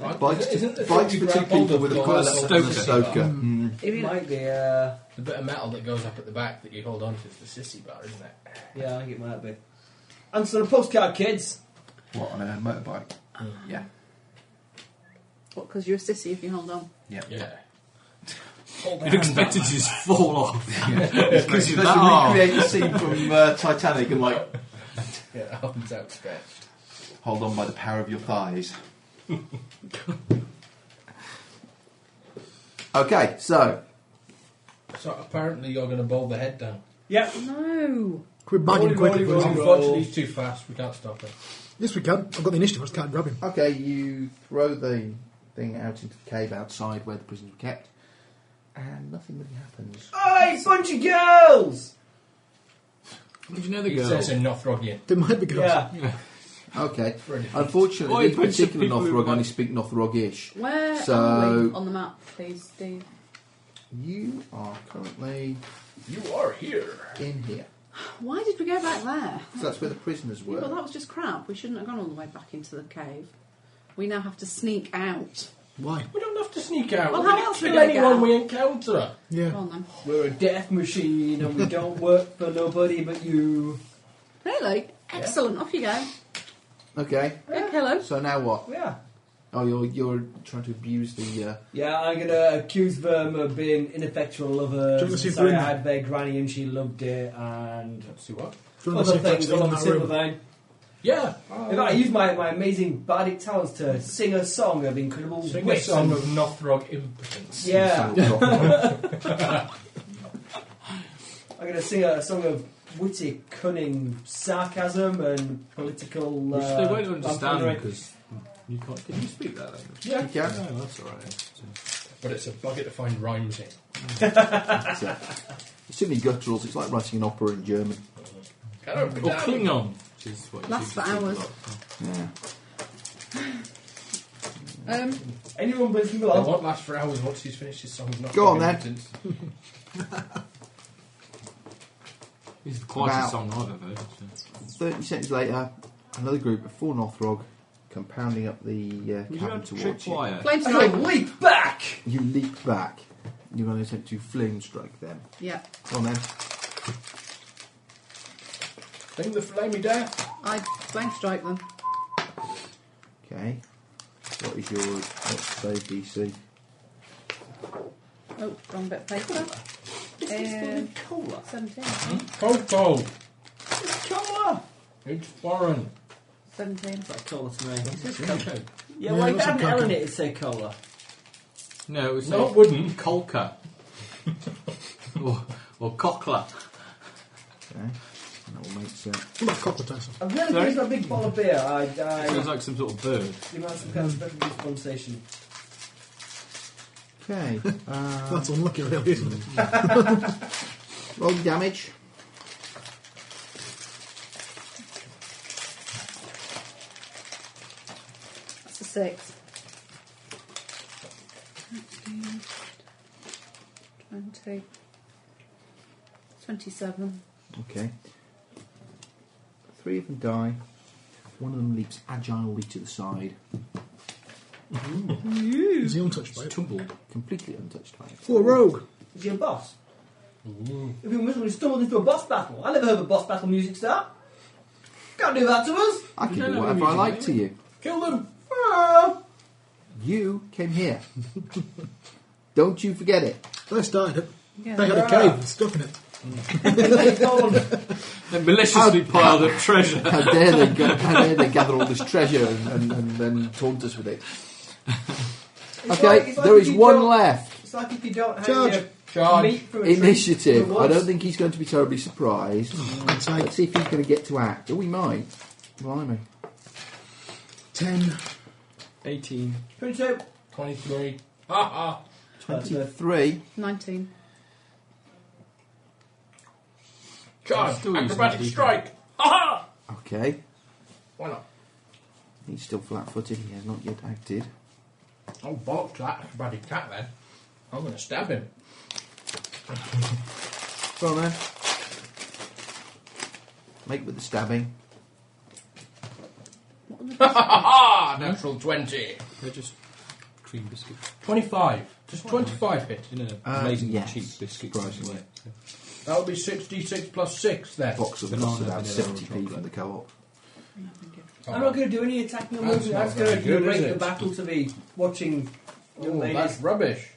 Speaker 4: Right?
Speaker 3: Bikes,
Speaker 4: Isn't the
Speaker 3: bikes
Speaker 4: thing
Speaker 3: for
Speaker 4: you
Speaker 3: two
Speaker 4: grab hold
Speaker 3: people
Speaker 4: of
Speaker 3: with a
Speaker 4: goes
Speaker 3: pilot
Speaker 4: up
Speaker 3: and a
Speaker 4: the
Speaker 3: stoker.
Speaker 4: bar?
Speaker 3: Mm.
Speaker 2: It might be. Uh,
Speaker 4: The bit of metal that goes up at the back that you hold on to is the sissy bar, isn't it?
Speaker 2: yeah, I think it might be. Answer the postcard, kids.
Speaker 3: What, on a motorbike? Yeah.
Speaker 5: what? Because you're a sissy if you hold on.
Speaker 4: Yeah. Hold
Speaker 7: You'd expect it to just fall off.
Speaker 3: Because you recreate the scene from uh, Titanic and like,
Speaker 4: Yeah, arms outstretched.
Speaker 3: hold on by the power of your thighs. okay, so
Speaker 4: So apparently you're going to bowl the head down.
Speaker 2: Yep.
Speaker 5: No.
Speaker 6: Quit bagging
Speaker 2: Rolly,
Speaker 6: quick.
Speaker 2: rolly,
Speaker 6: please.
Speaker 2: rolly.
Speaker 4: Unfortunately, he's too fast. We can't stop him.
Speaker 6: Yes, we can. I've got the initiative, I just can't grab him.
Speaker 3: Okay, you throw the thing out into the cave outside where the prisoners were kept, and nothing really happens.
Speaker 2: Hey, bunch of girls.
Speaker 7: Did you know the
Speaker 4: He
Speaker 7: girl?
Speaker 4: says in Northrogian.
Speaker 6: They might be girls.
Speaker 2: Yeah.
Speaker 3: Okay.
Speaker 4: Brilliant.
Speaker 7: Why
Speaker 3: Unfortunately,
Speaker 7: a
Speaker 3: these
Speaker 7: bunch of
Speaker 3: particular
Speaker 7: people who
Speaker 3: Northrog
Speaker 7: might-
Speaker 3: only speak Northrogish.
Speaker 5: Where are
Speaker 3: So-
Speaker 5: we on the map, please, Steve?
Speaker 3: You are currently
Speaker 4: You are here.
Speaker 3: in here.
Speaker 5: Why did we go back there?
Speaker 3: So that's where the prisoners
Speaker 5: Yeah, well,
Speaker 3: were.
Speaker 5: that was just crap. We shouldn't have gone all the way back into the cave. We now have to sneak out.
Speaker 6: Why?
Speaker 4: We don't have to sneak out.
Speaker 5: Well,
Speaker 4: we
Speaker 5: how
Speaker 4: don't
Speaker 5: else
Speaker 4: kill
Speaker 5: would I get
Speaker 4: anyone
Speaker 5: out?
Speaker 4: we encounter.
Speaker 5: Go
Speaker 6: Yeah.
Speaker 5: on then.
Speaker 2: We're a death machine and we don't work for nobody but you.
Speaker 5: Really? Excellent. Off you go.
Speaker 3: Okay,
Speaker 5: Get pillows.
Speaker 3: so now what?
Speaker 2: Yeah.
Speaker 3: Oh, you're, you're trying to abuse the. Uh,
Speaker 2: Yeah, I'm gonna accuse them of being ineffectual lovers.
Speaker 6: Do you want to see if
Speaker 2: Sorry,
Speaker 6: we're
Speaker 2: I
Speaker 6: in
Speaker 2: had their granny and she loved it, and
Speaker 4: Let's see what.
Speaker 6: Do you want to
Speaker 2: other
Speaker 6: see if that's
Speaker 2: things
Speaker 6: still
Speaker 2: along
Speaker 6: in
Speaker 2: the
Speaker 6: that
Speaker 2: similar
Speaker 6: room?
Speaker 2: vein.
Speaker 4: Yeah.
Speaker 2: In fact, I used my, my amazing bardic talents to sing a song of incredible
Speaker 4: Sing a
Speaker 2: wit.
Speaker 4: song of Northrog impotence.
Speaker 2: Yeah,
Speaker 3: sort of-
Speaker 2: I'm gonna sing a song of witty, cunning sarcasm and political.
Speaker 7: Which
Speaker 2: Uh,
Speaker 7: they won't understand
Speaker 2: buffoonery.
Speaker 7: because you can't. Can you speak that language?
Speaker 4: Yeah.
Speaker 3: yeah.
Speaker 7: No, that's all right.
Speaker 4: But it's a bugger to find rhymes in.
Speaker 3: So, it's too many gutturals. It's like writing an opera in German.
Speaker 4: Get
Speaker 7: Or Klingon, which is what you
Speaker 5: Lasts
Speaker 7: seem to
Speaker 5: for
Speaker 7: speak a
Speaker 5: hours.
Speaker 7: lot.
Speaker 3: Yeah.
Speaker 5: Um,
Speaker 2: Anyone blinking
Speaker 4: It
Speaker 2: along?
Speaker 4: won't last for hours once he's finished his song. of Northrog
Speaker 3: Go on, then.
Speaker 4: impotence.
Speaker 7: It's the quietest
Speaker 3: Wow.
Speaker 7: song I've ever heard. so.
Speaker 3: 30 seconds later, another group of four Northrog come pounding up the uh,
Speaker 7: Would you
Speaker 3: cabin
Speaker 7: have trip
Speaker 3: towards you.
Speaker 7: wire?
Speaker 5: flame
Speaker 2: I'm gonna
Speaker 5: strike.
Speaker 2: leap back.
Speaker 3: You leap back. You're going to attempt to flame strike them.
Speaker 5: Yeah.
Speaker 3: Come on then.
Speaker 4: Sing the flamey death.
Speaker 5: I flame strike them.
Speaker 3: Okay. What is your what's save DC?
Speaker 5: Oh, wrong bit of paper. Um,
Speaker 2: Cola.
Speaker 5: 17.
Speaker 4: Coco.
Speaker 2: Cola.
Speaker 4: It's foreign.
Speaker 5: 17.
Speaker 2: That's cola to me.
Speaker 4: Coco.
Speaker 2: Yeah,
Speaker 6: Yeah,
Speaker 2: well, if
Speaker 6: lots
Speaker 2: I had an L in
Speaker 6: of cola.
Speaker 2: it, it'd say cola.
Speaker 7: No, it's
Speaker 4: No,
Speaker 7: not
Speaker 4: it wouldn't.
Speaker 7: Colca. or, or Cochla.
Speaker 3: Okay. That will make sense.
Speaker 6: Come on, cockle tassel.
Speaker 2: I'm really
Speaker 7: Sorry?
Speaker 2: pleased with a big bottle of beer. I, I
Speaker 7: Sounds like some sort of bird.
Speaker 2: you might have some kind of special dispensation.
Speaker 3: Okay. Uh,
Speaker 6: That's unlucky, really, isn't it?
Speaker 3: roll damage.
Speaker 5: That's a 6. 20. 27.
Speaker 3: Okay. Three of them die. One of them leaps agilely to the side.
Speaker 6: Is he untouched by
Speaker 3: It's
Speaker 6: it?
Speaker 3: tumbled, completely untouched by it.
Speaker 6: Oh, a rogue!
Speaker 2: Is he a boss? If we miserably stumbled into a boss battle, I never heard of a boss battle music start. Can't do that to us.
Speaker 3: I can
Speaker 7: don't
Speaker 3: do
Speaker 7: know
Speaker 3: whatever
Speaker 7: who
Speaker 3: I
Speaker 7: you
Speaker 3: like
Speaker 7: are.
Speaker 3: to you.
Speaker 4: Kill them!
Speaker 2: Ah.
Speaker 3: You came here. Don't you forget it.
Speaker 6: They started it.
Speaker 5: Yeah.
Speaker 6: They had a cave with stuff in it.
Speaker 2: Go on.
Speaker 7: They maliciously piled up treasure.
Speaker 3: How dare they, go, how dare they gather all this treasure and, and, and then taunt us with it.
Speaker 2: It's like-
Speaker 3: Okay,
Speaker 2: it's like
Speaker 3: there
Speaker 2: if
Speaker 3: is
Speaker 2: you
Speaker 3: one
Speaker 2: don't-
Speaker 3: left.
Speaker 2: It's like if you don't have
Speaker 6: Charge.
Speaker 2: your
Speaker 4: Charge.
Speaker 2: meat from a tree
Speaker 3: Initiative.
Speaker 2: in the
Speaker 3: I don't
Speaker 2: woods.
Speaker 3: think he's going to be terribly surprised.
Speaker 6: I'd say
Speaker 3: Let's see if he's going to get to act. Oh, he might. Blimey.
Speaker 6: 10,
Speaker 7: 18.
Speaker 2: 22.
Speaker 4: 23. Ha ha!
Speaker 3: 23.
Speaker 5: 19.
Speaker 4: Charge!
Speaker 7: Still using
Speaker 4: Acrobatic
Speaker 7: that default.
Speaker 4: strike! Ha ha!
Speaker 3: Okay.
Speaker 4: Why not?
Speaker 3: He's still flat footed. He has not yet acted.
Speaker 4: I'll bollocks to that acrobatic cat then. I'm going to stab him.
Speaker 3: Go on then. Make with the stabbing.
Speaker 4: Ha ha! Ah, Natural 20.
Speaker 7: They're just cream biscuits.
Speaker 4: 25. Does 25 hit?
Speaker 7: You know,
Speaker 3: Uh,
Speaker 7: amazingly
Speaker 3: yes.
Speaker 7: cheap biscuits.
Speaker 3: Surprisingly.
Speaker 7: isn't it?
Speaker 4: That would be 6d6 plus 6 then.
Speaker 3: Box of
Speaker 7: Banana,
Speaker 3: nuts about
Speaker 7: vanilla,
Speaker 3: 70p
Speaker 7: chocolate.
Speaker 3: from the co op.
Speaker 2: I'm not going to do any attacking or
Speaker 4: That's
Speaker 2: movement.
Speaker 4: not
Speaker 2: That's going
Speaker 4: very
Speaker 2: to
Speaker 4: good,
Speaker 2: break
Speaker 4: is
Speaker 2: the
Speaker 4: it?
Speaker 2: battle to be watching young
Speaker 4: Oh, that's
Speaker 2: ladies.
Speaker 4: rubbish.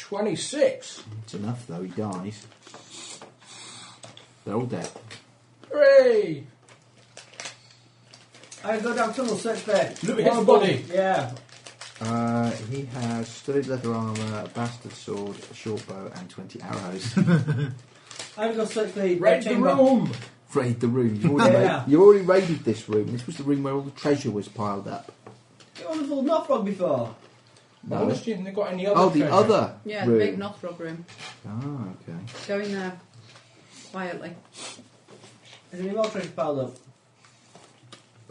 Speaker 4: 26.
Speaker 3: It's enough though, he dies. They're all dead.
Speaker 4: Hooray!
Speaker 2: I go down tunnel, search there.
Speaker 4: Look at his
Speaker 2: One
Speaker 4: body.
Speaker 2: ball. Yeah.
Speaker 3: Uh, he has studded leather armour, a bastard sword, a short bow, and 20 arrows.
Speaker 2: I'm going to search the
Speaker 4: Raid the
Speaker 2: chamber.
Speaker 4: room!
Speaker 3: Raid the room. You already,
Speaker 2: Yeah.
Speaker 3: ra- you already raided this room. This was the room where all the treasure was piled up.
Speaker 2: You want to full Nothrog before?
Speaker 4: I
Speaker 3: No.
Speaker 4: wonder if they've got any other
Speaker 3: Oh, the
Speaker 4: treasure.
Speaker 3: other
Speaker 5: Yeah, the
Speaker 3: room.
Speaker 5: big Northrog room.
Speaker 3: Ah, okay.
Speaker 5: Go in there quietly.
Speaker 2: Is there any more treasure piled up?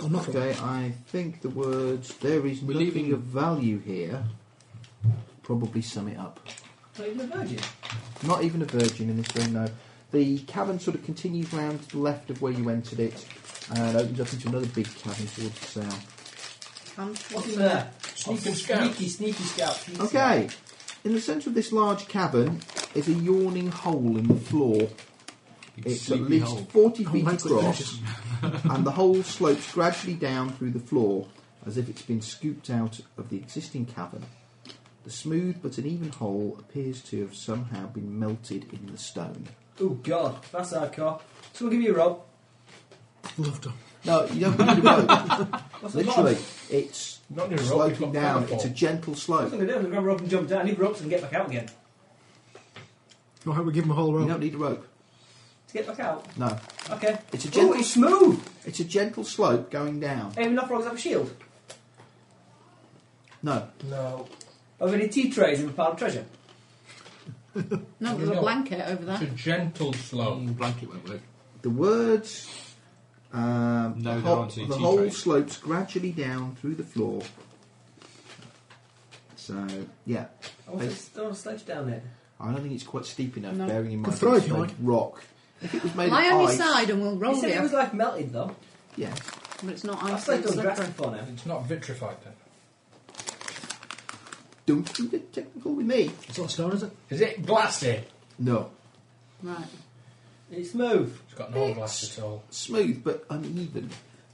Speaker 6: or nothing.
Speaker 3: Okay, I think the words "there is
Speaker 7: We're
Speaker 3: nothing
Speaker 7: leaving-
Speaker 3: of value here" probably sum it up.
Speaker 2: Not even a virgin.
Speaker 3: Not even a virgin in this room, no. The cavern sort of continues round to the left of where you entered it, and opens up into another big cavern towards the south.
Speaker 5: Come.
Speaker 2: What's in there?
Speaker 4: Sneak
Speaker 2: Oh,
Speaker 4: and scout.
Speaker 2: Sneaky, sneaky scout. sneaky scout.
Speaker 3: Okay, in the centre of this large cavern is a yawning hole in the floor.
Speaker 7: Big
Speaker 3: It's at
Speaker 7: sleepy
Speaker 3: least
Speaker 7: hole.
Speaker 3: 40
Speaker 6: Oh,
Speaker 3: feet
Speaker 6: mate, it
Speaker 3: across,
Speaker 6: finishes.
Speaker 3: and the hole slopes gradually down through the floor as if it's been scooped out of the existing cavern. The smooth but uneven hole appears to have somehow been melted in the stone.
Speaker 2: Oh god, that's hardcore. Someone give me a rope.
Speaker 6: Loved her.
Speaker 3: No, you don't need a rope.
Speaker 2: What's the
Speaker 3: Literally,
Speaker 2: bottom?
Speaker 3: it's
Speaker 4: Not near a rock, it's
Speaker 3: sloping
Speaker 4: got
Speaker 3: down.
Speaker 4: feather
Speaker 3: It's a
Speaker 4: fall.
Speaker 3: gentle
Speaker 2: What's
Speaker 3: slope.
Speaker 2: going to do? I'm going to grab a rope and jump down. I need ropes and get back out again.
Speaker 6: Oh, how we give him a whole row.
Speaker 3: You don't need a rope.
Speaker 2: To get back out.
Speaker 3: No,
Speaker 2: Okay.
Speaker 3: it's a
Speaker 2: Ooh,
Speaker 3: gentle.
Speaker 2: it's smooth.
Speaker 3: It's a gentle slope going down.
Speaker 2: Aiming Nothrog's have a shield.
Speaker 3: No,
Speaker 4: No.
Speaker 2: Are there any tea trays in the pile of treasure?
Speaker 5: No, there's a blanket over
Speaker 4: It's a
Speaker 5: there.
Speaker 4: gentle slope.
Speaker 7: Mm, blanket won't work.
Speaker 3: the words. Um,
Speaker 7: No,
Speaker 3: the
Speaker 7: there
Speaker 3: whole,
Speaker 7: aren't any
Speaker 3: the
Speaker 7: tea
Speaker 3: whole
Speaker 7: trays.
Speaker 3: slopes gradually down through the floor. So yeah,
Speaker 2: I want, to, I want to sledge oh, down it.
Speaker 3: I don't think it's quite steep enough.
Speaker 5: No.
Speaker 3: Bearing in mind
Speaker 6: throw
Speaker 3: it's
Speaker 6: if you
Speaker 3: made
Speaker 6: like.
Speaker 3: rock. If it was made
Speaker 5: Lie
Speaker 3: of
Speaker 5: on your
Speaker 3: ice,
Speaker 5: side and we'll
Speaker 7: Oh,
Speaker 2: You
Speaker 5: roll
Speaker 2: said it
Speaker 5: you.
Speaker 2: was like melted though.
Speaker 3: yeah,
Speaker 5: But it's not
Speaker 2: I've
Speaker 5: ice,
Speaker 2: sledged
Speaker 5: it's
Speaker 2: on grass
Speaker 5: slippery.
Speaker 2: before now.
Speaker 4: It's not vitrified then.
Speaker 3: don't be the technical with me.
Speaker 6: It's not stone, is it?
Speaker 4: Is it glassy?
Speaker 3: No,
Speaker 5: Right.
Speaker 2: It's smooth.
Speaker 4: It's got no glass at all.
Speaker 3: smooth but uneven.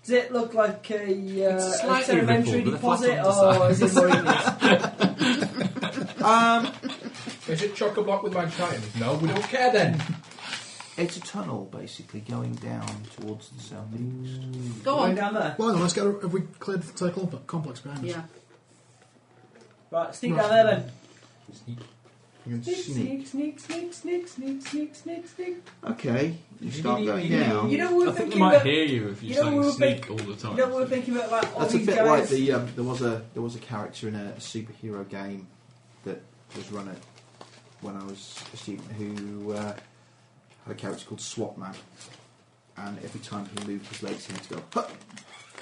Speaker 2: Does it look like a, uh,
Speaker 7: It's
Speaker 2: a
Speaker 7: slightly
Speaker 2: sedimentary
Speaker 7: rippled, but
Speaker 2: deposit,
Speaker 7: it's flat
Speaker 2: or is it more igneous?
Speaker 4: Is it chock a block with my titans? No, we don't care then.
Speaker 3: It's a tunnel basically going down towards the southeast.
Speaker 5: Go
Speaker 2: Going
Speaker 5: on.
Speaker 2: down there.
Speaker 6: Well, hang on, let's get a, have we cleared the circle complex- complex behind us?
Speaker 5: Yeah.
Speaker 2: Right, sneak down there then.
Speaker 7: Sneak.
Speaker 3: You can
Speaker 2: Sneak,
Speaker 3: sneak.
Speaker 2: sneak, sneak, sneak, sneak, sneak, sneak, sneak.
Speaker 3: Okay, you start going down.
Speaker 2: You know what we
Speaker 7: I
Speaker 2: were
Speaker 7: think they
Speaker 2: thinking
Speaker 7: might
Speaker 2: about?
Speaker 7: hear you if
Speaker 2: you
Speaker 7: you're
Speaker 2: know we
Speaker 7: saying
Speaker 2: were
Speaker 7: sneak
Speaker 2: think-
Speaker 7: all the time.
Speaker 2: You know what we were thinking about? Like, all
Speaker 3: That's a
Speaker 2: these
Speaker 3: bit
Speaker 2: guys.
Speaker 3: like the um, there was a there was a character in a superhero game that was run at when I was a student who uh, had a character called Swap Man, and every time he moved his legs, he had to go. "Huh."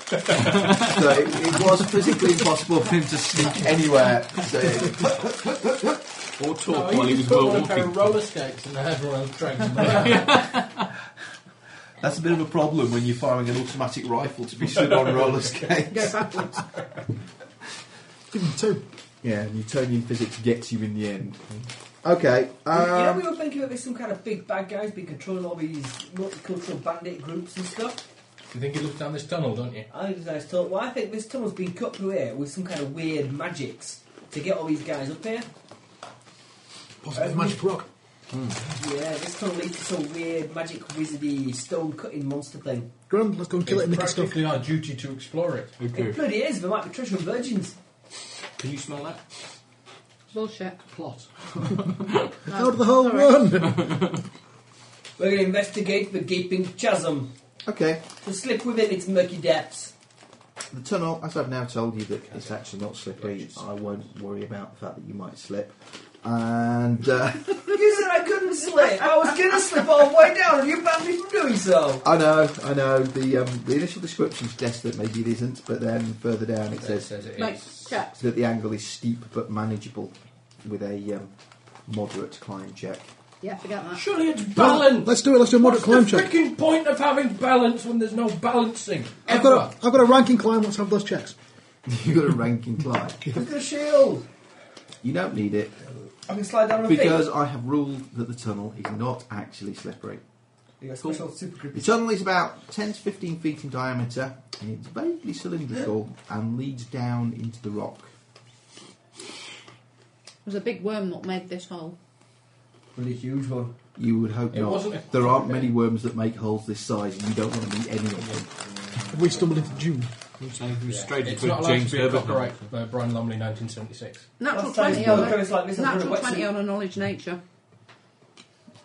Speaker 3: so it, it was physically impossible for him to sneak anywhere. So
Speaker 7: Or talk
Speaker 4: No,
Speaker 7: while
Speaker 4: you
Speaker 7: he was
Speaker 4: put
Speaker 7: well
Speaker 4: one of her
Speaker 7: walking.
Speaker 4: roller skates and everyone else drags him around.
Speaker 3: That's a bit of a problem when you're firing an automatic rifle to be stood on roller
Speaker 5: Go
Speaker 3: skates.
Speaker 5: backwards.
Speaker 6: Give him two.
Speaker 3: Yeah, Newtonian physics gets you in the end. Okay.
Speaker 2: you know,
Speaker 3: Um,
Speaker 2: we were thinking of it as some kind of big bad guy who's been controlling all these multicultural bandit groups and stuff.
Speaker 4: You think he looks down this tunnel, don't you?
Speaker 2: I just I thought, well, I think this tunnel's been cut through here with some kind of weird magics to get all these guys up here.
Speaker 6: Possibly the
Speaker 2: Um,
Speaker 6: magic rock.
Speaker 2: Yeah, this tunnel leads to some weird magic wizardy stone cutting monster thing.
Speaker 6: Graham, let's go and kill it and
Speaker 4: it's
Speaker 6: make it stuff.
Speaker 4: practically our duty to explore it.
Speaker 7: Okay.
Speaker 2: It bloody is. There might be treasure and virgins.
Speaker 7: Can you smell that?
Speaker 5: Bullshit.
Speaker 7: Plot.
Speaker 6: Out of the hole, run!
Speaker 2: We're going to investigate the gaping chasm
Speaker 3: okay.
Speaker 2: to slip within its murky depths.
Speaker 3: The tunnel, as I've now told you that it's actually not slippery, I won't worry about the fact that you might slip. And uh,
Speaker 2: You said I couldn't slip. I was going to slip all the way down, and you banned me from doing so.
Speaker 3: I know, I know, the um, the initial description suggests that maybe it isn't, but then further down it
Speaker 4: It
Speaker 3: says
Speaker 4: says it
Speaker 5: Mate,
Speaker 4: is.
Speaker 5: check.
Speaker 3: that the angle is steep but manageable with a um, moderate climb check.
Speaker 5: Yeah, forget that.
Speaker 4: Surely it's balance.
Speaker 6: Let's do it, let's do a moderate
Speaker 4: What's
Speaker 6: climb
Speaker 4: the
Speaker 6: check.
Speaker 4: freaking point of having balance when there's no balancing?
Speaker 6: I've
Speaker 4: Ever.
Speaker 6: got, a, I've got a ranking climb, let's have those checks.
Speaker 3: You've got a ranking climb.
Speaker 2: Look at the shield.
Speaker 3: You don't need it
Speaker 2: I can slide down on my
Speaker 3: because
Speaker 2: feet.
Speaker 3: I have ruled that the tunnel is not actually slippery.
Speaker 2: You got special super
Speaker 3: The
Speaker 2: grippy.
Speaker 3: tunnel is about 10 to 15 feet in diameter and it's vaguely cylindrical and leads down into the rock.
Speaker 5: There's a big worm that made this hole.
Speaker 2: Really huge one.
Speaker 3: You would hope
Speaker 4: It
Speaker 3: not.
Speaker 4: wasn't a-
Speaker 3: there aren't many worms that make holes this size, and you don't want to meet any of them.
Speaker 6: Have we stumbled into June?
Speaker 7: straight
Speaker 4: It's
Speaker 7: into
Speaker 4: not allowed
Speaker 7: James
Speaker 4: to be a
Speaker 7: Herbert.
Speaker 4: copyright by Brian Lumley, 1976.
Speaker 5: Natural
Speaker 2: Last time
Speaker 5: 20
Speaker 2: you
Speaker 5: on
Speaker 2: looked at us like this,
Speaker 5: a,
Speaker 2: I was
Speaker 5: natural
Speaker 2: really wet
Speaker 5: 20
Speaker 2: suit.
Speaker 5: on a knowledge nature.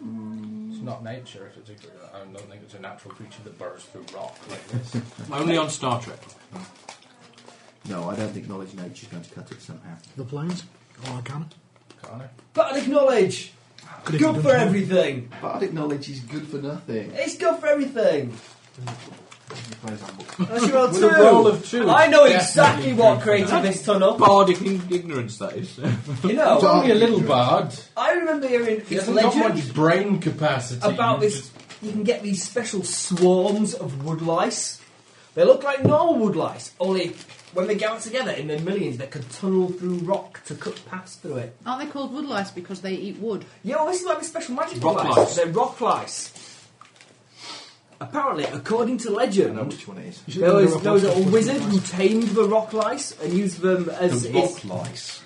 Speaker 4: It's not nature. If it's a, I don't think it's a natural creature that burrows through rock like this.
Speaker 7: Only on Star Trek.
Speaker 3: No, I don't think knowledge nature's going to cut it somehow.
Speaker 6: The planes? Oh, I can.
Speaker 4: Can't I?
Speaker 2: Bardic knowledge.
Speaker 6: Could
Speaker 2: Good
Speaker 6: have done
Speaker 2: for
Speaker 6: that.
Speaker 2: everything.
Speaker 3: Bardic knowledge is good for nothing.
Speaker 2: It's good for everything.
Speaker 3: It's
Speaker 2: That's your old
Speaker 7: With a roll of two.
Speaker 2: I know
Speaker 4: Definitely
Speaker 2: exactly
Speaker 4: good
Speaker 2: what
Speaker 4: for
Speaker 2: created
Speaker 4: that.
Speaker 2: this tunnel.
Speaker 7: Bardic in- ignorance, that is.
Speaker 2: You know,
Speaker 4: Only a little bard.
Speaker 2: I remember hearing
Speaker 4: He
Speaker 2: this
Speaker 4: hasn't got
Speaker 2: legend
Speaker 4: much brain capacity.
Speaker 2: about
Speaker 4: You
Speaker 2: this. You can get these special swarms of woodlice. They look like normal woodlice, only when they gather together in their millions, they can tunnel through rock to cut paths through it.
Speaker 5: Aren't they called woodlice because they eat wood?
Speaker 2: Yeah, well, this is like a special magic
Speaker 7: Rock
Speaker 2: lice.
Speaker 7: lice.
Speaker 2: They're rock lice. Apparently, according to
Speaker 3: I know
Speaker 2: legend,
Speaker 3: which one it is.
Speaker 6: You
Speaker 2: there
Speaker 6: shouldn't
Speaker 2: was,
Speaker 6: have
Speaker 2: there was
Speaker 6: done
Speaker 2: a
Speaker 6: that.
Speaker 2: wizard who tamed the rock lice and used them as
Speaker 7: The
Speaker 2: his.
Speaker 7: rock lice.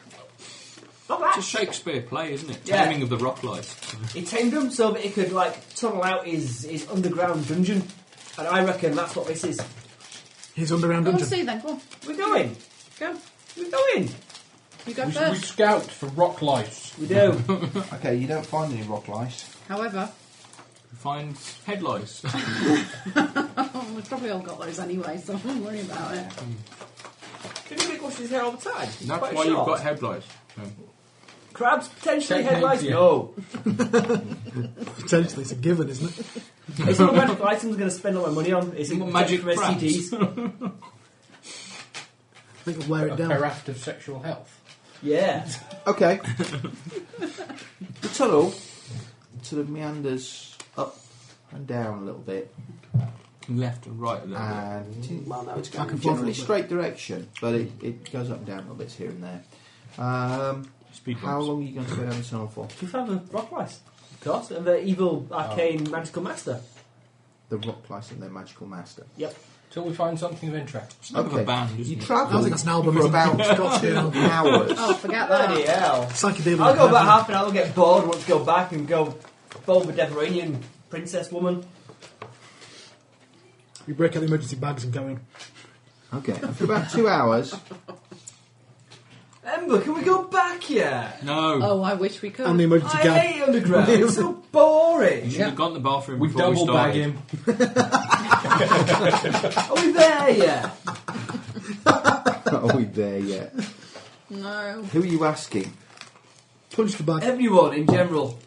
Speaker 2: Not
Speaker 7: It's a
Speaker 2: that.
Speaker 7: Shakespeare play, isn't it?
Speaker 2: Yeah.
Speaker 7: Taming of the Rock Lice.
Speaker 2: He tamed them so that he could like tunnel out his, his underground dungeon, and I reckon that's what this is.
Speaker 6: He's underground
Speaker 5: Go and
Speaker 6: dungeon.
Speaker 5: see then, go on.
Speaker 2: We're going.
Speaker 5: Go.
Speaker 2: We're going.
Speaker 5: You go
Speaker 4: We, we
Speaker 5: first.
Speaker 4: scout for rock lice.
Speaker 2: We do.
Speaker 3: Okay, you don't find any rock lice.
Speaker 5: However,
Speaker 7: Find head lice.
Speaker 5: we've probably all got those anyway, so I won't worry about it.
Speaker 2: Didn't he wash his hair all the time? He's
Speaker 7: That's
Speaker 2: quite
Speaker 7: why
Speaker 2: short.
Speaker 7: you've got head lice. Um,
Speaker 2: crabs potentially
Speaker 4: Check
Speaker 2: head
Speaker 4: head,
Speaker 2: lice.
Speaker 4: yeah.
Speaker 2: No,
Speaker 6: Potentially, it's a given, isn't it?
Speaker 2: it's not a magical item. I'm going to spend all my money on. It's a magic
Speaker 7: Magic
Speaker 2: for E
Speaker 7: crabs.
Speaker 2: STDs.
Speaker 6: I think it'll wear
Speaker 4: A
Speaker 6: it down.
Speaker 4: caraft of sexual health.
Speaker 2: Yeah.
Speaker 3: Okay. the tunnel sort of meanders up and down a little bit,
Speaker 7: Left and right a little
Speaker 3: Uh,
Speaker 7: bit.
Speaker 3: and well, no, it's
Speaker 6: Mm. Back
Speaker 3: going in a
Speaker 6: and forth a
Speaker 3: generally
Speaker 6: little bit.
Speaker 3: straight direction, but it, it goes up and down a little bit here and there. Um,
Speaker 7: Speed
Speaker 3: how
Speaker 7: bumps.
Speaker 3: long are you going to go down the tunnel for?
Speaker 2: We found the rock lice. Of course, and the evil
Speaker 7: Oh.
Speaker 2: arcane magical master.
Speaker 3: The rock lice and their magical master.
Speaker 2: Yep.
Speaker 4: Till we find something of interest.
Speaker 7: It's not
Speaker 3: Okay.
Speaker 7: a band, isn't
Speaker 3: You
Speaker 6: I
Speaker 7: it?
Speaker 6: think
Speaker 3: travel
Speaker 6: that's an album,
Speaker 3: for
Speaker 6: isn't it?
Speaker 3: about
Speaker 6: It's got to be an album.
Speaker 3: hours.
Speaker 5: Oh, forget
Speaker 2: Bloody
Speaker 5: that.
Speaker 2: hell.
Speaker 6: Psychedelic.
Speaker 2: Ah. I'll go about
Speaker 6: heaven.
Speaker 2: half an hour, get bored, want to go back and go bold with Deveranian princess woman.
Speaker 6: We break out the emergency bags and go in.
Speaker 3: Okay, after about two hours,
Speaker 2: Ember, can we go back yet?
Speaker 7: No.
Speaker 5: Oh, I wish we could.
Speaker 6: And the emergency
Speaker 2: I
Speaker 6: gag.
Speaker 2: hate underground. It's so boring.
Speaker 7: Should have gone to the bathroom
Speaker 4: We
Speaker 7: before
Speaker 4: double
Speaker 7: we
Speaker 4: bag
Speaker 7: started.
Speaker 4: him.
Speaker 2: Are we there yet?
Speaker 3: are we there yet?
Speaker 5: No.
Speaker 3: Who are you asking?
Speaker 6: Punch the bag.
Speaker 2: Everyone in general.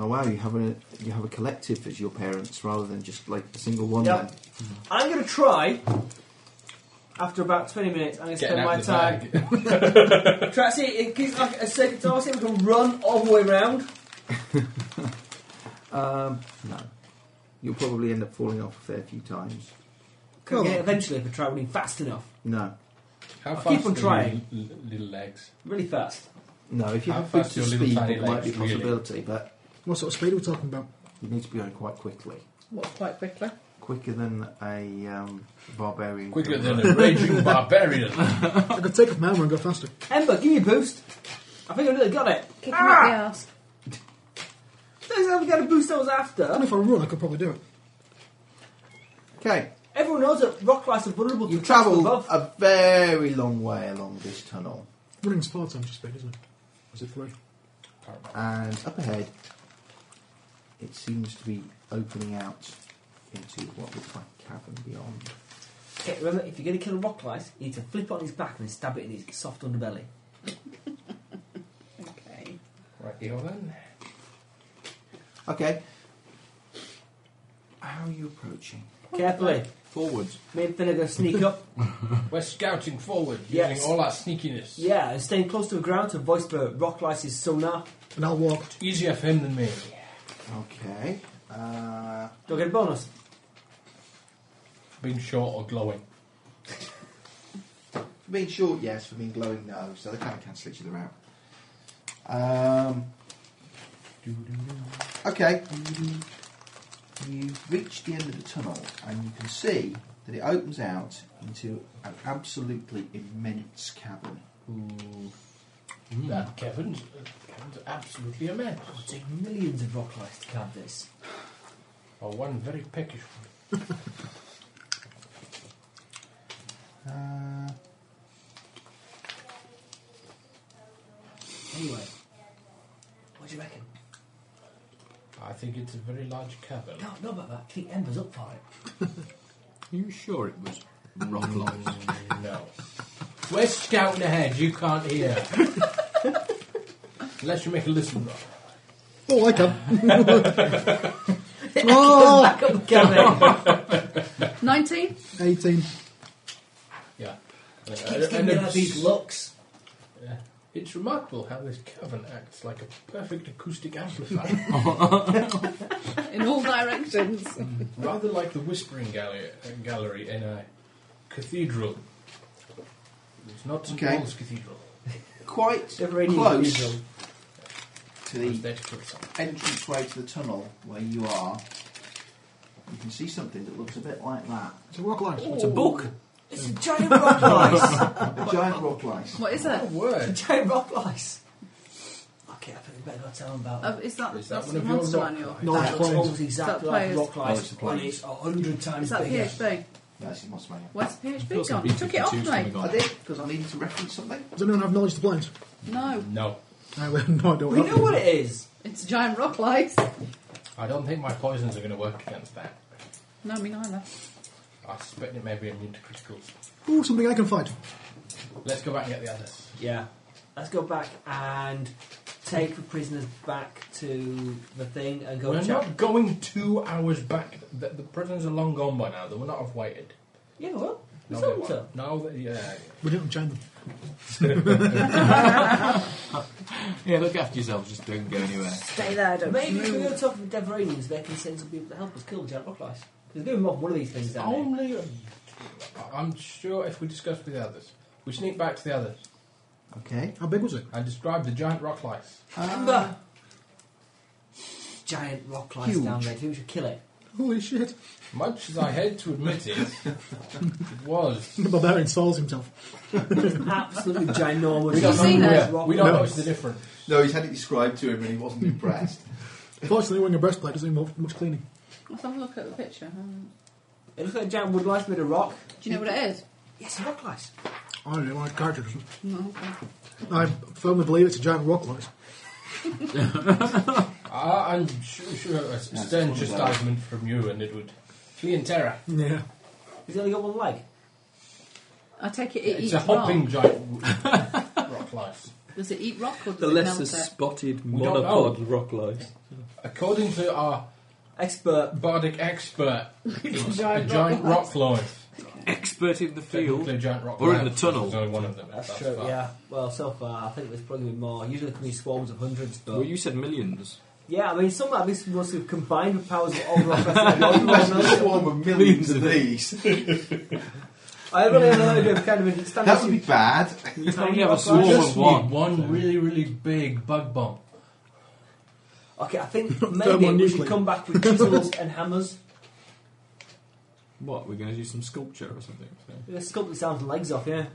Speaker 3: Oh wow, you have a you have a collective as your parents rather than just like a single one.
Speaker 2: Yep.
Speaker 3: Then.
Speaker 2: I'm going to try. After about 20 minutes, I'm going to
Speaker 4: Getting
Speaker 2: spend my
Speaker 4: out of the
Speaker 2: time.
Speaker 4: bag.
Speaker 2: Try to see, it gives like a circuit tower, see if we can run all the way around.
Speaker 3: Um, no. You'll probably end up falling off a fair few times.
Speaker 2: Can
Speaker 6: Well-
Speaker 2: get eventually if we're travelling fast enough.
Speaker 3: No.
Speaker 4: How
Speaker 2: I'll
Speaker 4: fast
Speaker 2: keep on
Speaker 4: are your
Speaker 2: trying.
Speaker 4: li- li- little legs?
Speaker 2: Really fast.
Speaker 3: No, if you
Speaker 4: How
Speaker 3: have good
Speaker 4: fast
Speaker 3: to
Speaker 4: your little
Speaker 3: speed,
Speaker 4: tiny
Speaker 3: it might be a
Speaker 4: legs, really?
Speaker 3: possibility, but
Speaker 6: What sort of speed are we talking about?
Speaker 3: you need to be going quite quickly.
Speaker 5: What, quite quickly?
Speaker 3: Quicker than a um, barbarian.
Speaker 4: Quicker
Speaker 3: can
Speaker 4: than
Speaker 3: run.
Speaker 4: a raging barbarian.
Speaker 6: I could take off my armour and go faster.
Speaker 2: Ember, give me a boost. I think I nearly got it.
Speaker 5: Kick him up the
Speaker 2: ah!
Speaker 5: arse.
Speaker 2: That's how we got a boost I was
Speaker 6: And
Speaker 2: after.
Speaker 6: if I run, I could probably do it.
Speaker 3: Okay,
Speaker 2: Everyone knows that rock lice are vulnerable to
Speaker 3: you've
Speaker 2: attacks from
Speaker 3: travelled
Speaker 2: above.
Speaker 3: a very long way along this tunnel,
Speaker 6: Running's four times your speed, isn't it? Was it three?
Speaker 3: and up ahead, it seems to be opening out into what looks like a cavern beyond.
Speaker 2: Okay, remember, if you're going to kill a rock lice, you need to flip it on his back and then stab it in his soft underbelly.
Speaker 5: Okay.
Speaker 4: right, you then.
Speaker 3: Okay, how are you approaching?
Speaker 2: Carefully.
Speaker 7: Forwards.
Speaker 2: Me and Finn are going to sneak up.
Speaker 4: We're scouting forward,
Speaker 2: Yes.
Speaker 4: using all our sneakiness.
Speaker 2: Yeah, and staying close to the ground to voice for rock lice's sonar.
Speaker 6: And I'll walk.
Speaker 4: Easier for him than me.
Speaker 3: Okay, uh,
Speaker 2: Do I get a bonus?
Speaker 4: Being short or glowing.
Speaker 3: for being short, yes. For being glowing, no. So they kind of cancel each other out. Um, Okay. You reach the end of the tunnel and you can see that it opens out into an absolutely immense cavern.
Speaker 4: That Kevin's, Kevin's absolutely immense.
Speaker 2: It'll take millions of rock lice to cab this.
Speaker 4: Or one very peckish one.
Speaker 3: Uh,
Speaker 2: Anyway, what do you reckon?
Speaker 4: I think it's a very large cavern.
Speaker 2: No, not about that. I think Ember's up for it.
Speaker 7: Are you sure it was wrong lights?
Speaker 4: Mm, no. We're scouting ahead, you can't hear. Unless you make a listen roll.
Speaker 6: Oh, I can.
Speaker 2: Come
Speaker 6: oh,
Speaker 2: back up, Kevin.
Speaker 5: 19?
Speaker 6: 18.
Speaker 4: Yeah. Uh,
Speaker 2: Keeps
Speaker 4: and
Speaker 2: giving me
Speaker 4: it's-
Speaker 2: like these looks.
Speaker 4: It's remarkable how this cavern acts like a perfect acoustic amplifier,
Speaker 5: In all directions.
Speaker 4: rather like the whispering gallery, uh, gallery in a cathedral. It's not St
Speaker 3: Okay.
Speaker 4: Paul's Cathedral.
Speaker 3: quite
Speaker 2: Never any
Speaker 3: close
Speaker 2: usual.
Speaker 3: to
Speaker 4: It's
Speaker 3: the
Speaker 4: there to put something.
Speaker 3: entranceway to the tunnel where you are. You can see something that looks a bit like that.
Speaker 6: It's a rock light.
Speaker 2: It's a book. It's a giant rock lice.
Speaker 3: A giant rock lice.
Speaker 5: What is it?
Speaker 4: What a word!
Speaker 2: a giant rock lice. Okay, I think we better not tell them about
Speaker 5: Uh,
Speaker 2: that.
Speaker 5: is that,
Speaker 4: Is that
Speaker 5: that's
Speaker 4: one of
Speaker 5: the
Speaker 4: your
Speaker 5: monster
Speaker 4: rock
Speaker 5: manual?
Speaker 4: lights?
Speaker 6: No, it's
Speaker 2: That looks
Speaker 6: planes.
Speaker 2: almost exactly
Speaker 5: that
Speaker 2: like
Speaker 5: players?
Speaker 2: rock
Speaker 3: Oh, it's
Speaker 2: lice,
Speaker 3: the
Speaker 2: and
Speaker 3: players.
Speaker 2: it's a hundred times
Speaker 5: Is that
Speaker 2: bigger.
Speaker 5: PHB?
Speaker 3: No, it's in Moss Manual.
Speaker 5: Where's the
Speaker 7: Feels
Speaker 5: PHB
Speaker 7: like
Speaker 5: gone? You took it off
Speaker 7: B52 's
Speaker 5: me.
Speaker 7: coming
Speaker 3: I
Speaker 7: on.
Speaker 3: did, because I needed to reference something.
Speaker 6: Does anyone have knowledge of the planes?
Speaker 5: No,
Speaker 4: No,
Speaker 6: I will no, I don't
Speaker 2: We know what it is.
Speaker 5: it's giant rock lights.
Speaker 4: I don't think my poisons are going to work against that.
Speaker 5: No, me neither.
Speaker 4: I suspect it may be immune to criticals.
Speaker 6: Ooh, something I can fight.
Speaker 4: Let's go back and get the others.
Speaker 2: Yeah. Let's go back and take the prisoners back to the thing and go
Speaker 4: We're
Speaker 2: chat.
Speaker 4: not going two hours back. The, the prisoners are long gone by now. They would not have waited.
Speaker 2: Yeah, well,
Speaker 4: No,
Speaker 2: it's
Speaker 4: they
Speaker 2: over.
Speaker 4: won't. no, they, yeah.
Speaker 6: We didn't chain them.
Speaker 7: Yeah, look after yourselves, just don't go anywhere.
Speaker 5: Stay there, don't
Speaker 2: Maybe if we go
Speaker 5: move.
Speaker 2: talk to the Deveranians, they can send some people to help us kill the giant rock lice. Because they're doing one of these things down there.
Speaker 4: Only, I'm sure if we discuss with the others, we sneak back to the others
Speaker 3: Okay.
Speaker 6: How big was it?
Speaker 4: and describe the giant rock lice.
Speaker 2: Amber! Giant rock lice
Speaker 3: Huge.
Speaker 2: down there, too. We should kill it.
Speaker 6: Holy shit.
Speaker 4: Much as I hate to admit it, it was.
Speaker 6: The barbarian soils himself.
Speaker 2: Absolutely ginormous.
Speaker 4: We don't,
Speaker 5: you seen
Speaker 4: know,
Speaker 5: it?
Speaker 4: we don't
Speaker 6: No.
Speaker 4: notice the difference.
Speaker 3: No, he's had it described to him and he wasn't impressed.
Speaker 6: Fortunately, wearing a breastplate doesn't involve much cleaning.
Speaker 5: Let's have a look at the picture. Um,
Speaker 2: It looks like a giant wood lice made of rock.
Speaker 5: Do you know what it is?
Speaker 2: Yes, a rock lice.
Speaker 6: I don't know, my character doesn't.
Speaker 5: No, okay.
Speaker 6: I firmly believe it's a giant rock light.
Speaker 4: I, I'm sure, sure a stern
Speaker 3: it's one of
Speaker 4: chastisement from you, and it would flee in terror.
Speaker 6: Yeah.
Speaker 2: He's only got one leg.
Speaker 5: I take it it
Speaker 4: it's
Speaker 5: eats
Speaker 4: a hopping
Speaker 5: rock.
Speaker 4: giant rock lice.
Speaker 5: Does it eat rock or does
Speaker 9: The
Speaker 5: it melt
Speaker 9: lesser
Speaker 5: it?
Speaker 9: spotted
Speaker 4: We don't
Speaker 9: monopod rock lice.
Speaker 4: According to our
Speaker 2: Expert.
Speaker 4: bardic expert, it's
Speaker 5: Giant
Speaker 4: a giant rock lice.
Speaker 9: Expert in the
Speaker 4: Technically
Speaker 9: field.
Speaker 4: a giant rock
Speaker 9: Or in
Speaker 4: lice,
Speaker 9: the
Speaker 4: but
Speaker 9: tunnel.
Speaker 4: There's only one of them.
Speaker 2: That's,
Speaker 4: thus
Speaker 2: true,
Speaker 4: far.
Speaker 9: uh,
Speaker 2: yeah. Well, so far, I think there's probably been more. Usually there can be swarms of hundreds, but...
Speaker 9: Well, you said millions.
Speaker 2: Yeah, I mean, somehow this must have combined with powers of all rock wrestling. all rock
Speaker 3: That's
Speaker 2: wrestling.
Speaker 3: one with millions of these.
Speaker 2: I have really no idea of kind of a standard.
Speaker 3: That would be bad.
Speaker 2: tiny
Speaker 9: only have a
Speaker 2: rock
Speaker 9: swarm
Speaker 2: wrestling.
Speaker 4: Just
Speaker 9: of one.
Speaker 4: need one really, really big bug bomb.
Speaker 2: Okay, I think maybe we
Speaker 6: Thermonuclear.
Speaker 2: should come back with chisels and hammers.
Speaker 7: What? We're going to do some sculpture or something. So.
Speaker 2: Let's sculpt this arms and legs off, yeah.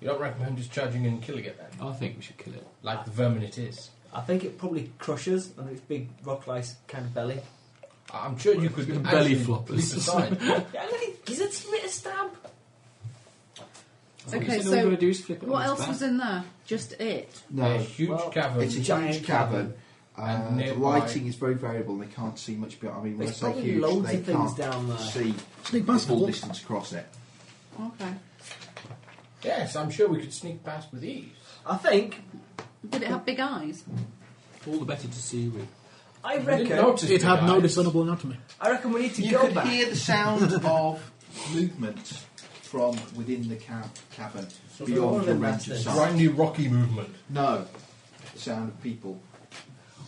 Speaker 4: You don't recommend just charging in and killing it then?
Speaker 7: I think we should kill it.
Speaker 4: Like the vermin it is.
Speaker 2: I think it probably crushes on its big rock lice kind of belly.
Speaker 4: I- I'm sure you could
Speaker 7: Good
Speaker 4: actually
Speaker 7: belly floppers.
Speaker 4: leap aside.
Speaker 2: Yeah, look at gizzards give it a stab.
Speaker 5: Okay,
Speaker 7: All
Speaker 5: so
Speaker 7: we're going to do is flip it
Speaker 5: What
Speaker 7: on
Speaker 5: else
Speaker 7: its
Speaker 5: was
Speaker 7: back.
Speaker 5: in there? Just it.
Speaker 4: A
Speaker 3: No,
Speaker 4: huge
Speaker 2: Well,
Speaker 4: cavern.
Speaker 3: it's a huge
Speaker 2: giant
Speaker 3: cavern. Uh,
Speaker 4: And
Speaker 3: the
Speaker 4: nearby-
Speaker 3: lighting is very variable and they can't see much beyond. I mean, when
Speaker 2: There's
Speaker 3: I say
Speaker 2: probably
Speaker 3: huge,
Speaker 2: loads
Speaker 3: they
Speaker 2: of things
Speaker 3: can't
Speaker 2: down there.
Speaker 3: see
Speaker 6: Sneak
Speaker 3: the
Speaker 6: past
Speaker 3: full
Speaker 6: it.
Speaker 3: distance across it.
Speaker 5: Okay.
Speaker 4: Yes, I'm sure we could sneak past with ease.
Speaker 2: I think,
Speaker 5: Did it have big eyes?
Speaker 7: All the better to see with.
Speaker 2: I
Speaker 4: I didn't
Speaker 2: reckon,
Speaker 4: notice
Speaker 6: It
Speaker 4: the
Speaker 6: had no
Speaker 4: eyes.
Speaker 6: discernible anatomy.
Speaker 2: I reckon we need to
Speaker 3: You
Speaker 2: go
Speaker 3: could
Speaker 2: back.
Speaker 3: hear the sound of movement from within the ca- cavern
Speaker 2: So
Speaker 3: beyond
Speaker 2: they're
Speaker 3: the
Speaker 2: all
Speaker 3: range of
Speaker 2: restless.
Speaker 3: sight.
Speaker 4: Grindy rocky movement.
Speaker 3: No, the sound of people.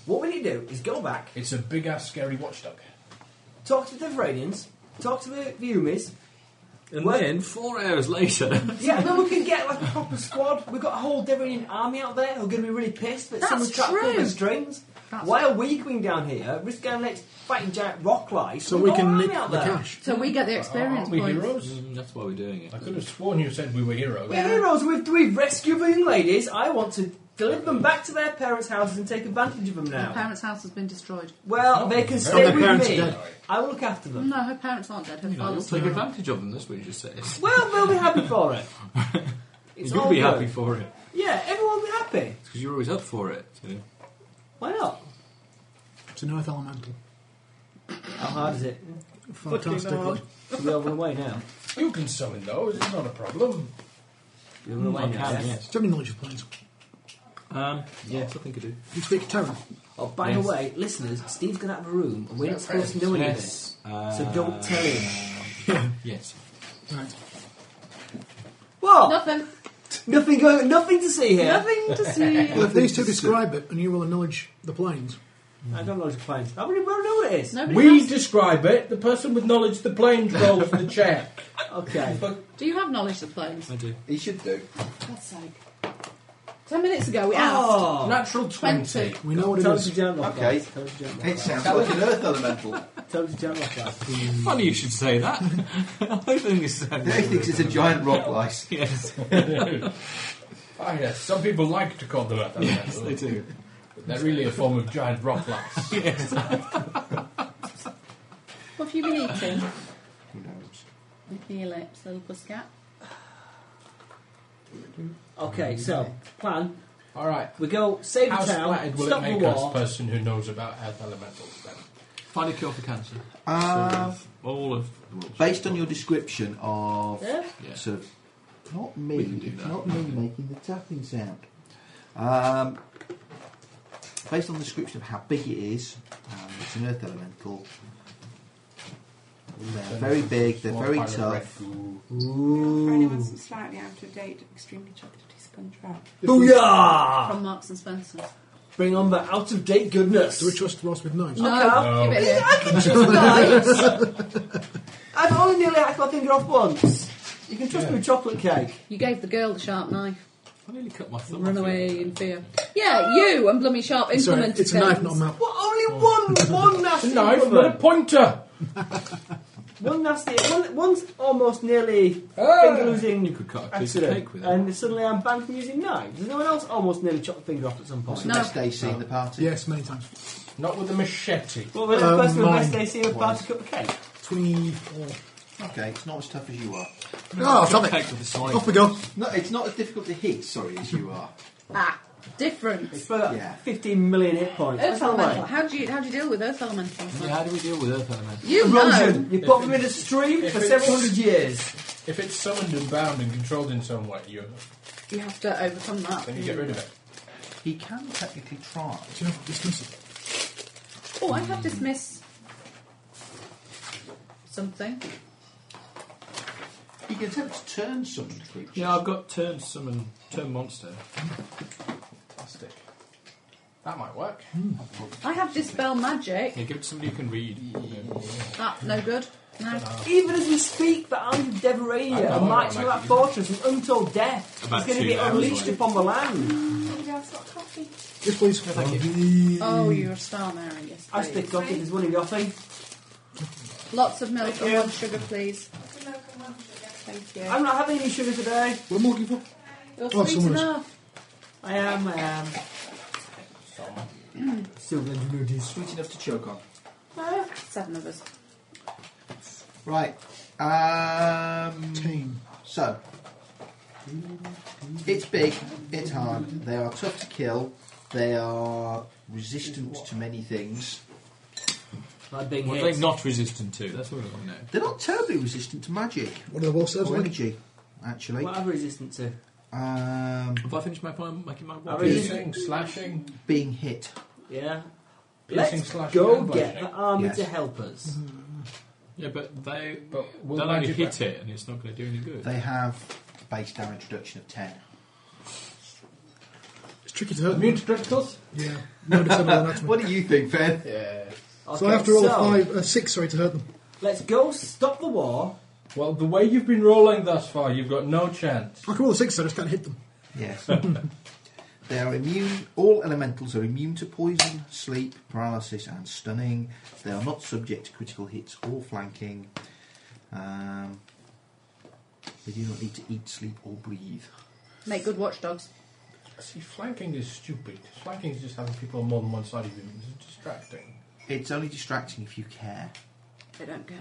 Speaker 2: What we need to do is go back,
Speaker 4: It's a big ass scary watchdog.
Speaker 2: talk to the Vranians, talk to the, the Umis.
Speaker 7: And
Speaker 2: Well-
Speaker 7: then four hours later,
Speaker 2: Yeah, and then we can get like a proper squad. We've got a whole Devranian army out there who are going to be really pissed that
Speaker 5: That's
Speaker 2: someone's trapped them
Speaker 5: true.
Speaker 2: with strings.
Speaker 5: That's-
Speaker 2: Why are we going down here, risking our necks fighting giant rock lice?
Speaker 6: So
Speaker 2: We've
Speaker 6: we
Speaker 2: got an
Speaker 6: can nick
Speaker 2: army out
Speaker 6: the
Speaker 2: there.
Speaker 6: cash.
Speaker 5: So we get the experience
Speaker 4: Aren't we
Speaker 5: points.
Speaker 4: heroes?
Speaker 7: Mm, that's why we're doing it.
Speaker 4: I could have sworn you said we were heroes.
Speaker 2: We're heroes. We've, we've rescued the young ladies. I want to deliver them back to their parents' houses and take advantage of them
Speaker 5: Her
Speaker 2: now.
Speaker 5: parents' house has been destroyed.
Speaker 2: Well, they can
Speaker 6: Oh,
Speaker 2: stay
Speaker 6: their
Speaker 2: with
Speaker 6: parents are
Speaker 2: me.
Speaker 6: dead.
Speaker 2: I will look after them.
Speaker 5: No, her parents aren't dead. Her
Speaker 7: You know,
Speaker 5: father's
Speaker 7: take
Speaker 5: dead.
Speaker 7: advantage of them. That's what you just said.
Speaker 2: Well, they'll be happy for it. It's
Speaker 7: You'll
Speaker 2: all
Speaker 7: be
Speaker 2: good.
Speaker 7: happy for it
Speaker 2: Yeah, everyone will be happy.
Speaker 7: because you're always up for it. So.
Speaker 2: Why not?
Speaker 6: It's an earth elemental.
Speaker 2: How hard is it?
Speaker 6: Fantastically.
Speaker 2: We all run away now.
Speaker 4: You can summon those, it's not a problem.
Speaker 2: We run away now.
Speaker 7: can,
Speaker 2: yes.
Speaker 6: Do
Speaker 7: yes.
Speaker 6: you have any knowledge of planes?
Speaker 7: Um, yes, I think I do.
Speaker 6: You speak Terran.
Speaker 2: Oh, by
Speaker 7: Yes.
Speaker 2: the way, listeners, Steve's going to have a room, and we're not supposed to know any of this.
Speaker 7: Yes. Uh,
Speaker 2: So don't tell him.
Speaker 7: Yes.
Speaker 6: Right.
Speaker 2: What?
Speaker 5: Nothing.
Speaker 2: nothing going. Nothing to see here.
Speaker 5: Nothing to see.
Speaker 6: Well, if these two describe it and you will acknowledge the planes,
Speaker 2: I don't know what planes. How many people know what it is?
Speaker 5: Nobody
Speaker 4: We
Speaker 5: else-
Speaker 4: describe it, the person with knowledge of the planes rolls the chair.
Speaker 2: Okay.
Speaker 5: Do you have knowledge of planes?
Speaker 7: I do.
Speaker 3: He should do.
Speaker 5: For God's sake. Ten minutes ago we asked.
Speaker 2: Oh.
Speaker 4: Natural 20.
Speaker 5: Twenty.
Speaker 6: we know what it
Speaker 2: Tell us
Speaker 6: is.
Speaker 2: your giant rock
Speaker 3: Okay.
Speaker 2: lights. Tell us your giant rock
Speaker 3: It
Speaker 2: lights.
Speaker 3: sounds like an earth elemental.
Speaker 2: Tell us your giant rock lights.
Speaker 7: Funny you should say that. I think this sounds.
Speaker 3: He thinks it's a giant rock lice.
Speaker 7: Yes,
Speaker 4: Ah, yes, some people like to call them that. don't
Speaker 7: yes,
Speaker 4: they?
Speaker 7: they do.
Speaker 4: They're really a form of giant rock lice.
Speaker 5: What have you been eating?
Speaker 3: Who knows?
Speaker 5: Licking your lips, little pussycat.
Speaker 2: Okay, so plan:
Speaker 4: All right.
Speaker 2: we go save
Speaker 4: How
Speaker 2: the town,
Speaker 4: splattered will it
Speaker 2: stop the
Speaker 4: make us,
Speaker 2: war.
Speaker 4: person who knows about earth elementals? Then?
Speaker 7: Find a cure for cancer.
Speaker 3: Uh,
Speaker 7: All of the world's
Speaker 3: based on your description of
Speaker 2: Yeah.
Speaker 7: Yeah.
Speaker 3: sort of not
Speaker 7: We
Speaker 3: me,
Speaker 7: can do
Speaker 3: it's
Speaker 7: that.
Speaker 3: not me making the tapping sound. Um, based on the description of how big it is, um, it's an earth elemental. They're very big. They're very
Speaker 4: Small pile of red
Speaker 3: tough.
Speaker 4: goo.
Speaker 10: For anyone that's slightly out of date, extremely chocolatey sponge wrap.
Speaker 2: Booyah!
Speaker 5: From Marks and Spencer's.
Speaker 2: Bring on the out-of-date goodness.
Speaker 6: Do we trust Ross with knives?
Speaker 5: No, give it here.
Speaker 2: I can trust guys. I've only nearly hacked my finger off once. You can trust me with chocolate cake.
Speaker 5: You gave the girl the sharp knife.
Speaker 7: I nearly cut my thumb.
Speaker 5: Run
Speaker 7: off
Speaker 5: away
Speaker 7: the other
Speaker 5: in
Speaker 7: day.
Speaker 5: fear. Yeah, you and blooming sharp
Speaker 6: Sorry,
Speaker 5: implement.
Speaker 6: it's a knife, not a map.
Speaker 2: What? Only one, one nasty
Speaker 4: Knife,
Speaker 2: woman.
Speaker 4: not a pointer.
Speaker 2: One nasty. One, one's almost nearly finger
Speaker 7: Ah. You
Speaker 2: losing
Speaker 7: could cut a piece of
Speaker 2: accident,
Speaker 7: cake with it.
Speaker 2: and suddenly I'm banned from using knives. Has anyone else almost nearly chopped a finger off at some point?
Speaker 3: What's the
Speaker 5: No.
Speaker 3: best AC in the party?
Speaker 6: Yes, many times.
Speaker 4: Not with a machete.
Speaker 2: Well, the next
Speaker 7: Oh,
Speaker 2: person with
Speaker 6: Um,
Speaker 2: the best AC in a party cup of cake.
Speaker 6: 24.
Speaker 3: Okay, it's not as tough as you are.
Speaker 6: Oh, damn it.
Speaker 7: Cake with a side.
Speaker 6: Off we go.
Speaker 3: No, it's not as difficult to hit. Sorry, as you are.
Speaker 5: Ah, different.
Speaker 2: It's about
Speaker 3: Yeah.
Speaker 2: 15 million hit points.
Speaker 5: Earth
Speaker 2: That's all
Speaker 5: elemental.
Speaker 2: right.
Speaker 5: How do you how do you deal with earth elemental?
Speaker 7: Yeah, how do we deal with earth elements?
Speaker 5: You know.
Speaker 2: Erosion. You put them in a stream
Speaker 4: if
Speaker 2: for
Speaker 4: it's-
Speaker 2: several hundred years.
Speaker 4: If it's summoned and bound and controlled in some way, you
Speaker 5: You have to overcome that.
Speaker 4: then you get rid of it.
Speaker 3: He can technically try.
Speaker 6: Do you know, dismiss it.
Speaker 5: Oh, I have dismiss something.
Speaker 3: He can attempt to turn summoned creatures.
Speaker 7: Yeah, I've got turn summon, turn monster.
Speaker 4: Plastic. That might work.
Speaker 5: I have dispel magic.
Speaker 7: Yeah, give it to somebody who can read. Yeah.
Speaker 5: That's no good. No.
Speaker 2: Even as we speak, the arms of
Speaker 7: I
Speaker 2: Deverania
Speaker 7: know,
Speaker 2: are marching
Speaker 7: I'm
Speaker 2: about
Speaker 7: actually-
Speaker 2: fortress and until death
Speaker 7: About
Speaker 2: is going to
Speaker 7: two
Speaker 2: be
Speaker 7: hours
Speaker 2: unleashed
Speaker 7: away.
Speaker 2: upon the land.
Speaker 10: Somebody else got coffee.
Speaker 6: Yes, please. Thank you.
Speaker 5: Oh, you're a star, Mary. Yes,
Speaker 2: I stick
Speaker 5: please.
Speaker 2: coffee, there's one in your thing.
Speaker 5: Lots of milk
Speaker 2: Thank
Speaker 5: and
Speaker 2: you.
Speaker 5: one sugar, please. Thank you.
Speaker 2: I'm not having any sugar today.
Speaker 6: We're walking for.
Speaker 5: You're
Speaker 6: Oh,
Speaker 5: sweet
Speaker 6: someone is-
Speaker 5: enough.
Speaker 2: I am, I am. Still going to do this.
Speaker 3: Sweet enough to choke on.
Speaker 5: Seven of us.
Speaker 3: Right. Um,
Speaker 6: Team.
Speaker 3: So, it's big, it's hard, they are tough to kill, they are resistant to many things.
Speaker 2: Like being
Speaker 7: What are
Speaker 2: hit.
Speaker 7: they not resistant to? That's what I want to know.
Speaker 3: They're not terribly resistant to magic
Speaker 6: One of the wolf serves
Speaker 3: or
Speaker 6: me.
Speaker 3: energy, actually.
Speaker 2: What are they resistant to?
Speaker 3: Um,
Speaker 7: Have I finished my poem? Making my
Speaker 2: I
Speaker 7: roll?
Speaker 2: really-
Speaker 4: Piercing, slashing,
Speaker 3: being hit.
Speaker 2: Yeah.
Speaker 4: piercing,
Speaker 2: Let's
Speaker 4: slashing,
Speaker 2: go
Speaker 4: and
Speaker 2: get
Speaker 4: slashing.
Speaker 2: the army
Speaker 3: Yes.
Speaker 2: to help us.
Speaker 7: Yeah, but they
Speaker 4: But will
Speaker 7: they'll only
Speaker 4: magic
Speaker 7: hit it, and it's not going to do any good.
Speaker 3: They have a base damage reduction of 10.
Speaker 6: It's tricky to hurt.
Speaker 4: Immune to criticals?
Speaker 6: Yeah. No, it's another one, that's me.
Speaker 3: What do you think, Ben?
Speaker 4: Yeah.
Speaker 6: So I have to roll a five, uh, six, sorry, to hurt them.
Speaker 2: Let's go stop the war.
Speaker 4: Well, the way you've been rolling thus far, you've got no chance.
Speaker 6: I can roll a six, so I just can't hit them.
Speaker 3: Yes. they are immune, all elementals are immune to poison, sleep, paralysis, and stunning. They are not subject to critical hits or flanking. Um, they do not need to eat, sleep, or breathe.
Speaker 5: Make good watchdogs.
Speaker 4: See, flanking is stupid. Flanking is just having people on more than one side of you. It's distracting.
Speaker 3: It's only distracting if you care.
Speaker 5: They don't care.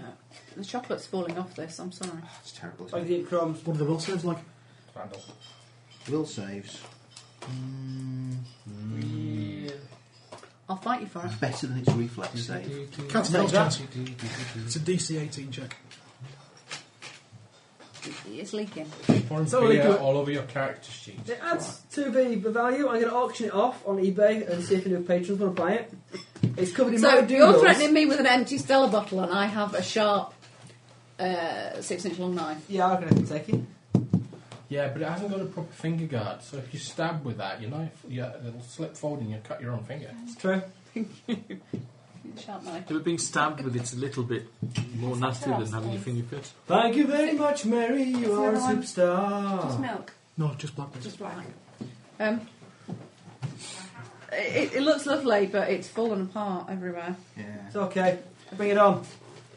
Speaker 5: The chocolate's falling off this. I'm sorry.
Speaker 3: That's terrible.
Speaker 2: Like
Speaker 3: Isn't it?
Speaker 2: the crumbs.
Speaker 6: One of the wolf serves like,
Speaker 4: Randall.
Speaker 3: Will saves. Mm,
Speaker 5: I'll fight you for it.
Speaker 3: better than its reflex save.
Speaker 6: can't spell chance. It's a DC 18 check.
Speaker 5: It's leaking.
Speaker 4: Pouring
Speaker 2: So
Speaker 4: beer
Speaker 2: they do it-
Speaker 4: all over your character sheet.
Speaker 2: It adds 2b the value. I'm going to auction it off on eBay and see if any patrons want to buy it. It's covered in
Speaker 5: So
Speaker 2: my
Speaker 5: you're
Speaker 2: doodles.
Speaker 5: threatening me with an empty Stella bottle, and I have a sharp uh, six-inch long knife.
Speaker 2: Yeah, I'm going to take it.
Speaker 4: Yeah, but it hasn't got a proper finger guard, so if you stab with that, your knife, yeah, it'll slip forward and you'll cut your own finger.
Speaker 2: It's true.
Speaker 5: Sharp knife.
Speaker 7: They were being stabbed with it's a little bit more nasty than having your finger cut.
Speaker 2: Thank you very much, Mary. You are a
Speaker 10: another one. Just
Speaker 2: superstar.
Speaker 10: milk.
Speaker 6: No, just black ones.
Speaker 10: Just black.
Speaker 5: Um, it, it looks lovely, but it's fallen apart everywhere.
Speaker 3: Yeah.
Speaker 2: It's okay. Bring it on.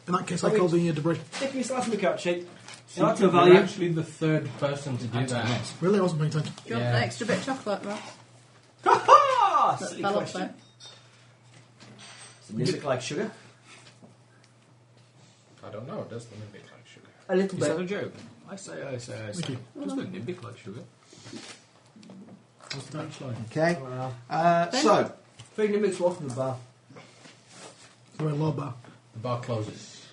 Speaker 6: In that case, I called in your debris.
Speaker 2: Stick your slash in the couch sheet. You'll have to
Speaker 4: You're
Speaker 2: value.
Speaker 4: actually the third person to do that.
Speaker 6: Really, I wasn't paying attention.
Speaker 5: Do you want
Speaker 4: Yeah.
Speaker 5: an extra bit of chocolate, Ross?
Speaker 2: Ha ha!
Speaker 5: That
Speaker 2: Silly
Speaker 5: fell off
Speaker 2: question.
Speaker 5: there.
Speaker 2: Does it look like sugar?
Speaker 4: I don't know, it does the mimic like sugar.
Speaker 2: A little
Speaker 7: Is that
Speaker 2: bit.
Speaker 7: a joke? I say, I say, I say. Doesn't it nibbic like sugar?
Speaker 4: What's the next line?
Speaker 3: Okay.
Speaker 2: Wow.
Speaker 3: Uh, so,
Speaker 2: Three nimbus water from the bar.
Speaker 6: Sorry, low bar.
Speaker 4: The bar closes.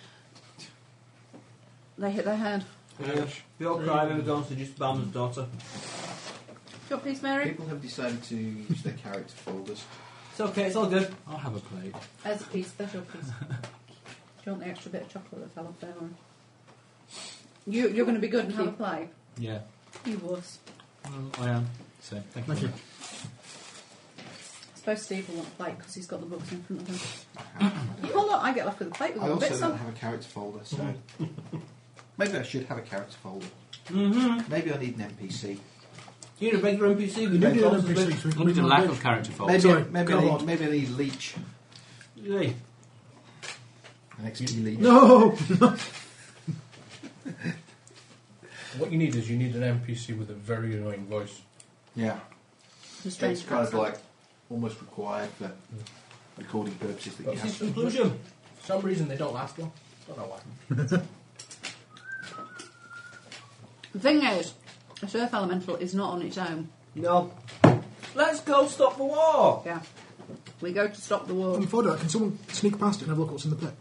Speaker 5: They hit their head.
Speaker 2: We all cry when we go and seduce Bam's daughter.
Speaker 5: Do you want a piece, Mary?
Speaker 3: people have decided to use their character folders.
Speaker 2: It's okay, it's all good.
Speaker 7: I'll have a plate.
Speaker 5: There's a piece, there's your piece. Do you want the extra bit of chocolate that fell off there? Or... You, you're going to be good and have a play.
Speaker 7: Yeah.
Speaker 5: You was.
Speaker 7: Well, I am. So, thank you.
Speaker 6: Thank you.
Speaker 5: I suppose Steve will want a plate because he's got the books in front of him. Yeah, well, look, I get left with a plate with
Speaker 3: I
Speaker 5: all the
Speaker 3: also
Speaker 5: bits
Speaker 3: don't
Speaker 5: on.
Speaker 3: have a character folder, so maybe I should have a character folder.
Speaker 2: Mm-hmm.
Speaker 3: Maybe I need an NPC.
Speaker 2: You need a regular NPC. We
Speaker 6: You
Speaker 2: need
Speaker 6: need an
Speaker 2: Thompson's
Speaker 6: NPC. so we
Speaker 7: I
Speaker 6: can
Speaker 7: need a
Speaker 6: read
Speaker 7: lack
Speaker 6: my
Speaker 7: of character faults.
Speaker 3: Maybe,
Speaker 6: sorry,
Speaker 3: maybe, I,
Speaker 6: God.
Speaker 3: need, maybe I need leech,
Speaker 2: bit. Hey.
Speaker 3: an XP leech.
Speaker 6: No!
Speaker 4: What you need is you need an NPC with a very annoying voice.
Speaker 3: Yeah,
Speaker 5: The strange
Speaker 3: it's kind of
Speaker 5: accent.
Speaker 3: like almost required for recording purposes that you
Speaker 4: What's his
Speaker 3: have.
Speaker 4: conclusion? For some reason they don't last long. Don't know why.
Speaker 5: The thing is, a surf elemental is not on its own.
Speaker 2: No. Let's go stop the war.
Speaker 5: Yeah. We go to stop the war.
Speaker 6: And before that, can someone sneak past it and have a look at what's in the plate?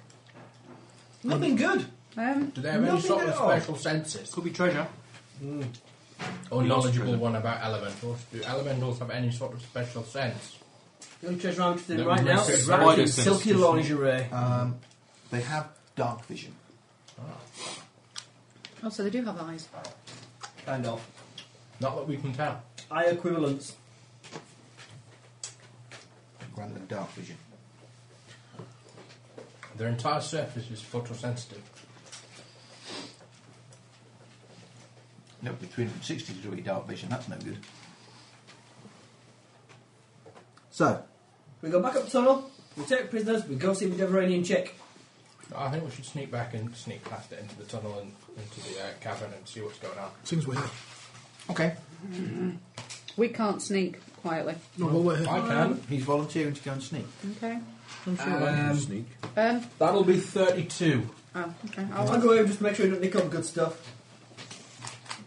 Speaker 2: Nothing good.
Speaker 5: Um,
Speaker 4: Do they have any
Speaker 2: Nothing
Speaker 4: sort
Speaker 2: at
Speaker 4: of
Speaker 2: all.
Speaker 4: special senses? Hmm.
Speaker 7: Could be treasure.
Speaker 4: Or knowledgeable
Speaker 7: treasure.
Speaker 4: one about elementals? Do elementals have any sort of special sense?
Speaker 2: The only treasure I'm interested in
Speaker 7: No,
Speaker 2: right
Speaker 7: no
Speaker 2: now
Speaker 7: sense.
Speaker 2: is
Speaker 7: Wider
Speaker 2: wrapped in
Speaker 7: sense,
Speaker 2: silky
Speaker 7: isn't it?
Speaker 2: lingerie.
Speaker 3: Um, they have dark vision.
Speaker 5: oh, so they do have eyes.
Speaker 2: Kind of.
Speaker 4: Not that we can tell.
Speaker 2: Eye equivalents.
Speaker 3: dark vision.
Speaker 4: Their entire surface is photosensitive.
Speaker 11: No, but 360 degree dark vision, that's no good.
Speaker 3: So,
Speaker 2: We go back up the tunnel, we take prisoners, we go see the Deveranian chick.
Speaker 4: I think we should sneak back and sneak past it into the tunnel and into the uh, cavern and see what's going on.
Speaker 6: Seems weird.
Speaker 3: Okay.
Speaker 5: We can't sneak quietly.
Speaker 6: No, well, we're here.
Speaker 4: I can.
Speaker 3: He's volunteering to go and sneak.
Speaker 5: Okay.
Speaker 4: Um,
Speaker 7: Sneak.
Speaker 5: Um,
Speaker 4: that'll be 32.
Speaker 5: oh, okay.
Speaker 2: I'll
Speaker 5: I'll,
Speaker 2: go over just to make sure we don't nick up good stuff.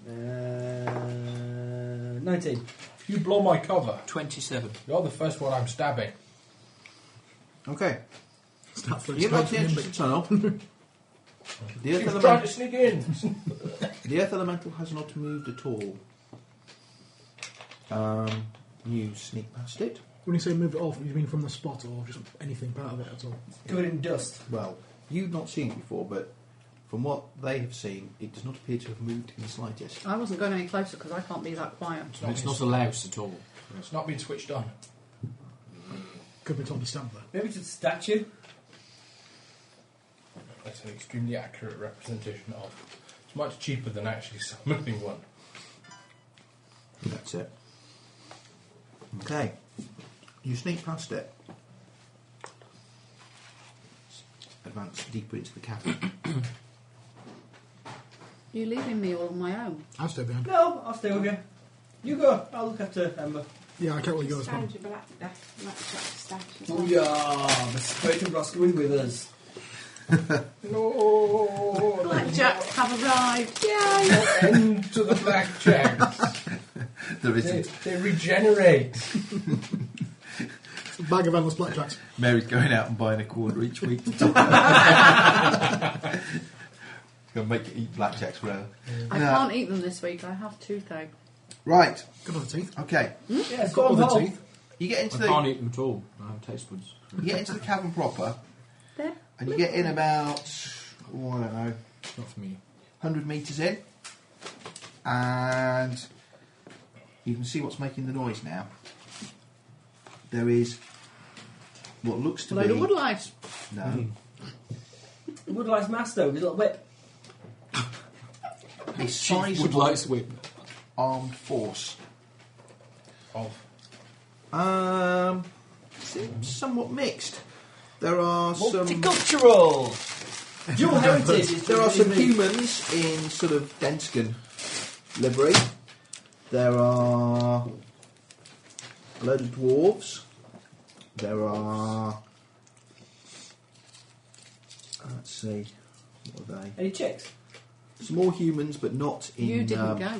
Speaker 2: Uh, 19.
Speaker 4: If you blow my cover,
Speaker 9: 27.
Speaker 4: you're the first one I'm stabbing.
Speaker 3: Okay.
Speaker 6: Start throwing
Speaker 3: You
Speaker 6: stones
Speaker 3: got the
Speaker 6: at him,
Speaker 3: entrance
Speaker 6: but-
Speaker 3: to the tunnel. the, earth
Speaker 4: He's trying to
Speaker 3: element,
Speaker 4: sneak in.
Speaker 3: the earth elemental has not moved at all. Um, you sneak past it.
Speaker 6: When you say move it off, you mean from the spot or just anything part of it at all?
Speaker 2: Covered in dust.
Speaker 3: Well, you've not seen it before, but from what they have seen, it does not appear to have moved in the slightest.
Speaker 5: I wasn't going any closer because I can't be that quiet.
Speaker 4: It's
Speaker 7: It's
Speaker 4: not,
Speaker 7: not a louse at all.
Speaker 4: it's not been switched on.
Speaker 6: Could be Tommy Stamper.
Speaker 2: Maybe it's a statue.
Speaker 4: That's an extremely accurate representation of. It's much cheaper than actually summoning one.
Speaker 3: That's it. Okay. You sneak past it. Advance deeper into the cavern.
Speaker 5: You leaving me all on my own?
Speaker 6: I've stayed behind.
Speaker 2: No, I'll stay with you. You go, I'll look after Ember.
Speaker 6: Yeah, I can't let you go as well.
Speaker 10: Statue, but that's that's- that's got the statue as well.
Speaker 2: We are the spirit of Roscoe is with us.
Speaker 5: Blackjack have arrived. Yay!
Speaker 4: End to the blackjacks.
Speaker 11: There
Speaker 4: they,
Speaker 11: isn't.
Speaker 4: they regenerate.
Speaker 6: Bag of endless blackjacks.
Speaker 11: Mary's going out and buying a quarter each week to top up. Gonna make it eat blackjacks forever.
Speaker 5: I can't eat them this week. I have toothache.
Speaker 3: Right.
Speaker 6: Good on the teeth.
Speaker 11: Okay.
Speaker 2: Yes, go
Speaker 6: Got
Speaker 2: on,
Speaker 6: the
Speaker 2: Paul.
Speaker 6: teeth.
Speaker 11: You get into
Speaker 7: I can't
Speaker 11: the
Speaker 7: eat them at all. I have taste buds.
Speaker 11: you get into the cavern proper,
Speaker 5: There.
Speaker 11: and you get in about oh, I don't know,
Speaker 7: Not for me.
Speaker 11: hundred meters in, and you can see what's making the noise now. There is what looks to
Speaker 5: Load
Speaker 11: be
Speaker 5: of woodlice.
Speaker 11: no.
Speaker 2: Woodlice Master with a little whip.
Speaker 11: a sizable
Speaker 7: Woodlights whip.
Speaker 11: armed force.
Speaker 4: Of
Speaker 3: Um, seems somewhat mixed. There are some.
Speaker 2: Multicultural! Dual heritage is
Speaker 3: There are some
Speaker 2: is me.
Speaker 3: humans in sort of Denskin livery. There are a load of dwarves. There are. Let's see. What are they?
Speaker 2: Any chicks?
Speaker 3: Some more humans, but not in.
Speaker 5: You didn't
Speaker 3: um,
Speaker 5: go.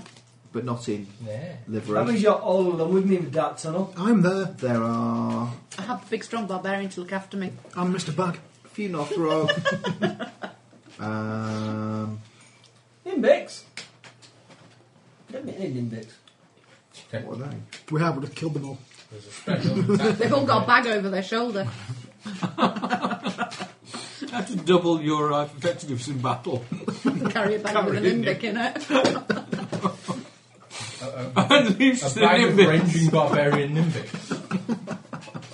Speaker 3: But not in
Speaker 4: yeah.
Speaker 2: That means
Speaker 3: livery.
Speaker 2: you're all alone with me in the dark tunnel.
Speaker 6: I'm there.
Speaker 3: There are
Speaker 5: I have the big strong barbarian to look after me.
Speaker 6: I'm Mr. Bag.
Speaker 3: a few Northrog. um,
Speaker 2: Nimbix. Don't meet any Nimbix.
Speaker 4: Okay.
Speaker 3: what are they?
Speaker 6: We have, would have killed them all.
Speaker 4: There's a special attack.
Speaker 5: They've all got a bag over their shoulder.
Speaker 7: You have to double your uh, effectiveness in battle.
Speaker 5: Carry a bag with an imbic in it.
Speaker 7: and leaves
Speaker 4: A
Speaker 7: the
Speaker 4: bag of
Speaker 7: nimbus.
Speaker 4: ranging barbarian nimbics.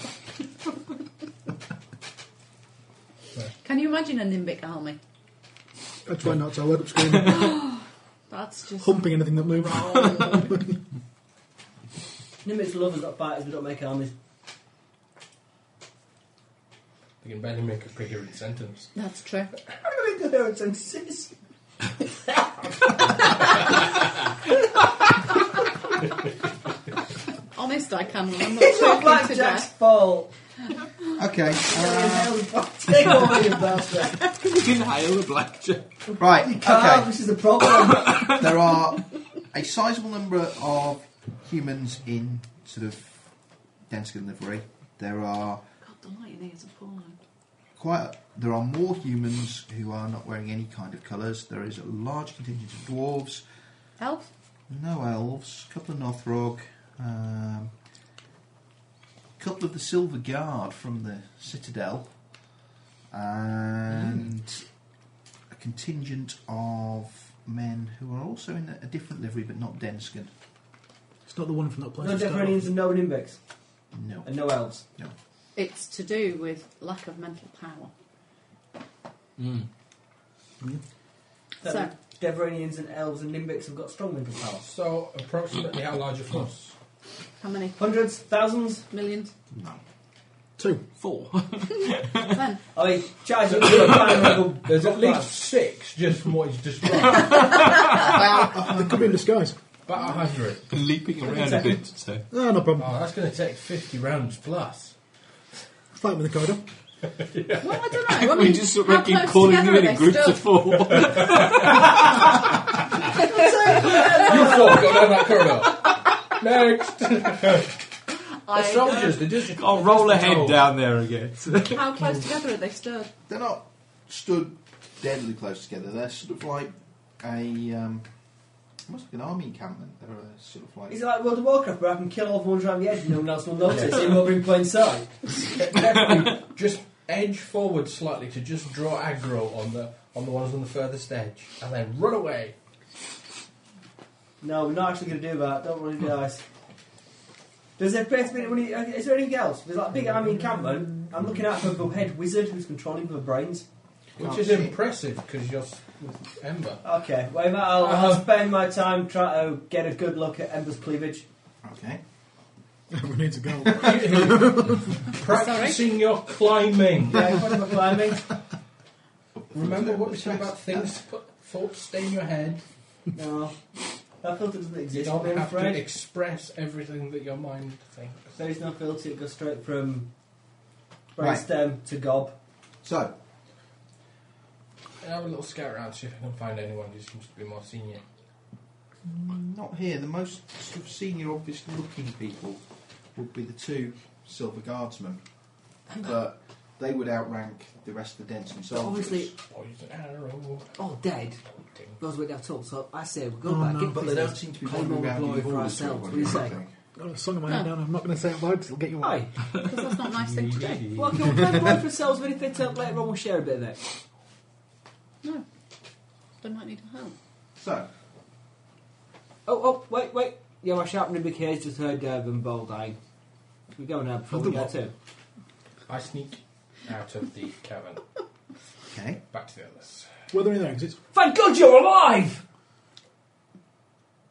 Speaker 5: Can you imagine a nimbic army?
Speaker 6: I try not to. I wake up screaming,
Speaker 5: That's just
Speaker 6: humping anything that moves.
Speaker 2: Nimbix love us, not fighters, we don't make armies.
Speaker 4: They can barely make a coherent sentence.
Speaker 5: that's true.
Speaker 2: I don't make coherent sentences.
Speaker 5: Honest, I can. when I'm not
Speaker 2: It's not
Speaker 5: talking to
Speaker 2: Blackjack's fault.
Speaker 3: Okay.
Speaker 2: Hell, Take over your bastard.
Speaker 7: Inhale the blackjack.
Speaker 11: Right.
Speaker 2: Ah,
Speaker 11: Okay.
Speaker 2: this is the problem.
Speaker 11: there are a sizable number of humans in sort of Denskin livery. There are
Speaker 5: God, the light in here is appalling.
Speaker 11: quite there are more humans who are not wearing any kind of colours. There is a large contingent of dwarves,
Speaker 5: Elf?
Speaker 11: no elves, a couple of Northrog, um, a couple of the Silver Guard from the Citadel, and a contingent of men who are also in a, a different livery but not Denskin.
Speaker 6: It's not the one from that place.
Speaker 2: no
Speaker 6: we started.
Speaker 2: Deveranians and no Nimbix.
Speaker 11: No.
Speaker 2: And no elves.
Speaker 11: No.
Speaker 5: It's to do with lack of mental power.
Speaker 7: Mm.
Speaker 5: So-
Speaker 2: Deveranians and elves and Nimbics have got strong mental power.
Speaker 4: So, approximately how large a force?
Speaker 5: How many?
Speaker 2: Hundreds, thousands.
Speaker 5: Millions?
Speaker 6: Two.
Speaker 9: Four.
Speaker 5: Then,
Speaker 2: Are they charging you a bang like a
Speaker 4: There's at
Speaker 2: rock
Speaker 4: least
Speaker 2: band?
Speaker 4: six, just from what he's described.
Speaker 6: They could be in disguise. Ah,
Speaker 4: About a hundred.
Speaker 7: Leaping around a bit, so.
Speaker 6: No, no problem.
Speaker 4: Oh, that's going to take 50 rounds plus.
Speaker 6: Fight with the corridor.
Speaker 5: well, I don't know. I
Speaker 7: we
Speaker 5: mean,
Speaker 7: just
Speaker 5: how
Speaker 7: sort of keep
Speaker 5: close
Speaker 7: calling
Speaker 5: together
Speaker 7: them in
Speaker 5: are
Speaker 7: a
Speaker 5: they
Speaker 7: group to
Speaker 5: stood?
Speaker 7: four.
Speaker 4: You four go down that corridor. Next.
Speaker 5: I
Speaker 4: They're
Speaker 5: don't-
Speaker 4: soldiers, they just.
Speaker 7: I'll roll ahead down there again.
Speaker 5: How close together are they stood?
Speaker 3: They're not stood deadly close together. They're sort of like a um, almost like an army encampment. They're a sort of like
Speaker 2: Is it like World of Warcraft where I can kill all the ones around the edge and no one else will notice? Even over in plain sight.
Speaker 4: Just edge forward slightly to just draw aggro on the on the ones on the furthest edge, and then run away.
Speaker 2: No, we're not actually going to do that. Don't
Speaker 4: Hmm.
Speaker 2: worry, guys. Does there appear to be any, uh, is there anything else? There's like a big army encampment. I'm looking out for the head wizard who's controlling the brains.
Speaker 4: Which
Speaker 3: Can't
Speaker 4: is
Speaker 3: see.
Speaker 4: impressive because you're s- Ember.
Speaker 2: Okay, wait, I'll,
Speaker 4: Uh-huh.
Speaker 2: I'll spend my time trying to get a good look at Ember's cleavage.
Speaker 3: okay.
Speaker 6: we need to go.
Speaker 4: Practicing your climbing.
Speaker 2: Yeah, what am I climbing?
Speaker 4: Remember what we said about things to put thoughts stay in your head.
Speaker 2: No. That filter doesn't
Speaker 4: You
Speaker 2: exist,
Speaker 4: don't
Speaker 2: I'm
Speaker 4: have to
Speaker 2: afraid.
Speaker 4: express everything that your mind thinks.
Speaker 2: There is no filter, it goes straight from
Speaker 3: Right.
Speaker 2: brainstem to gob.
Speaker 3: So
Speaker 4: Have a little scout around, see if I can find anyone who seems to be more senior.
Speaker 3: not here. The most sort of senior, obvious looking people would be the two silver guardsmen, but they would outrank the rest of the Denton soldiers.
Speaker 2: obviously-
Speaker 4: Or use an arrow.
Speaker 2: All Oh, dead.
Speaker 4: Ding.
Speaker 2: Those were at all, so I say we
Speaker 6: go Oh, back, no. get
Speaker 3: But they don't seem to be
Speaker 2: Claim all
Speaker 3: wandering
Speaker 2: the
Speaker 3: around
Speaker 2: glory
Speaker 3: in
Speaker 2: for
Speaker 3: hordes or
Speaker 2: ourselves, what do you
Speaker 3: anything.
Speaker 2: say?
Speaker 6: Got a song in my head down. I'm not going to say it loud 'cause it'll get you
Speaker 2: Aye.
Speaker 6: away.
Speaker 5: Because that's not a nice thing to do.
Speaker 2: Well, can we claim glory for ourselves, but if they turn up later on, we'll share a bit of it.
Speaker 5: No. They might need help.
Speaker 3: So
Speaker 2: Oh, oh, wait, wait. Yeah, my sharp nimbic ears just heard uh, them bowl dying. We go now before we get to.
Speaker 4: I sneak out of the cavern.
Speaker 3: okay,
Speaker 4: Back to the others.
Speaker 6: Were there any other exits?
Speaker 2: Thank God you're alive!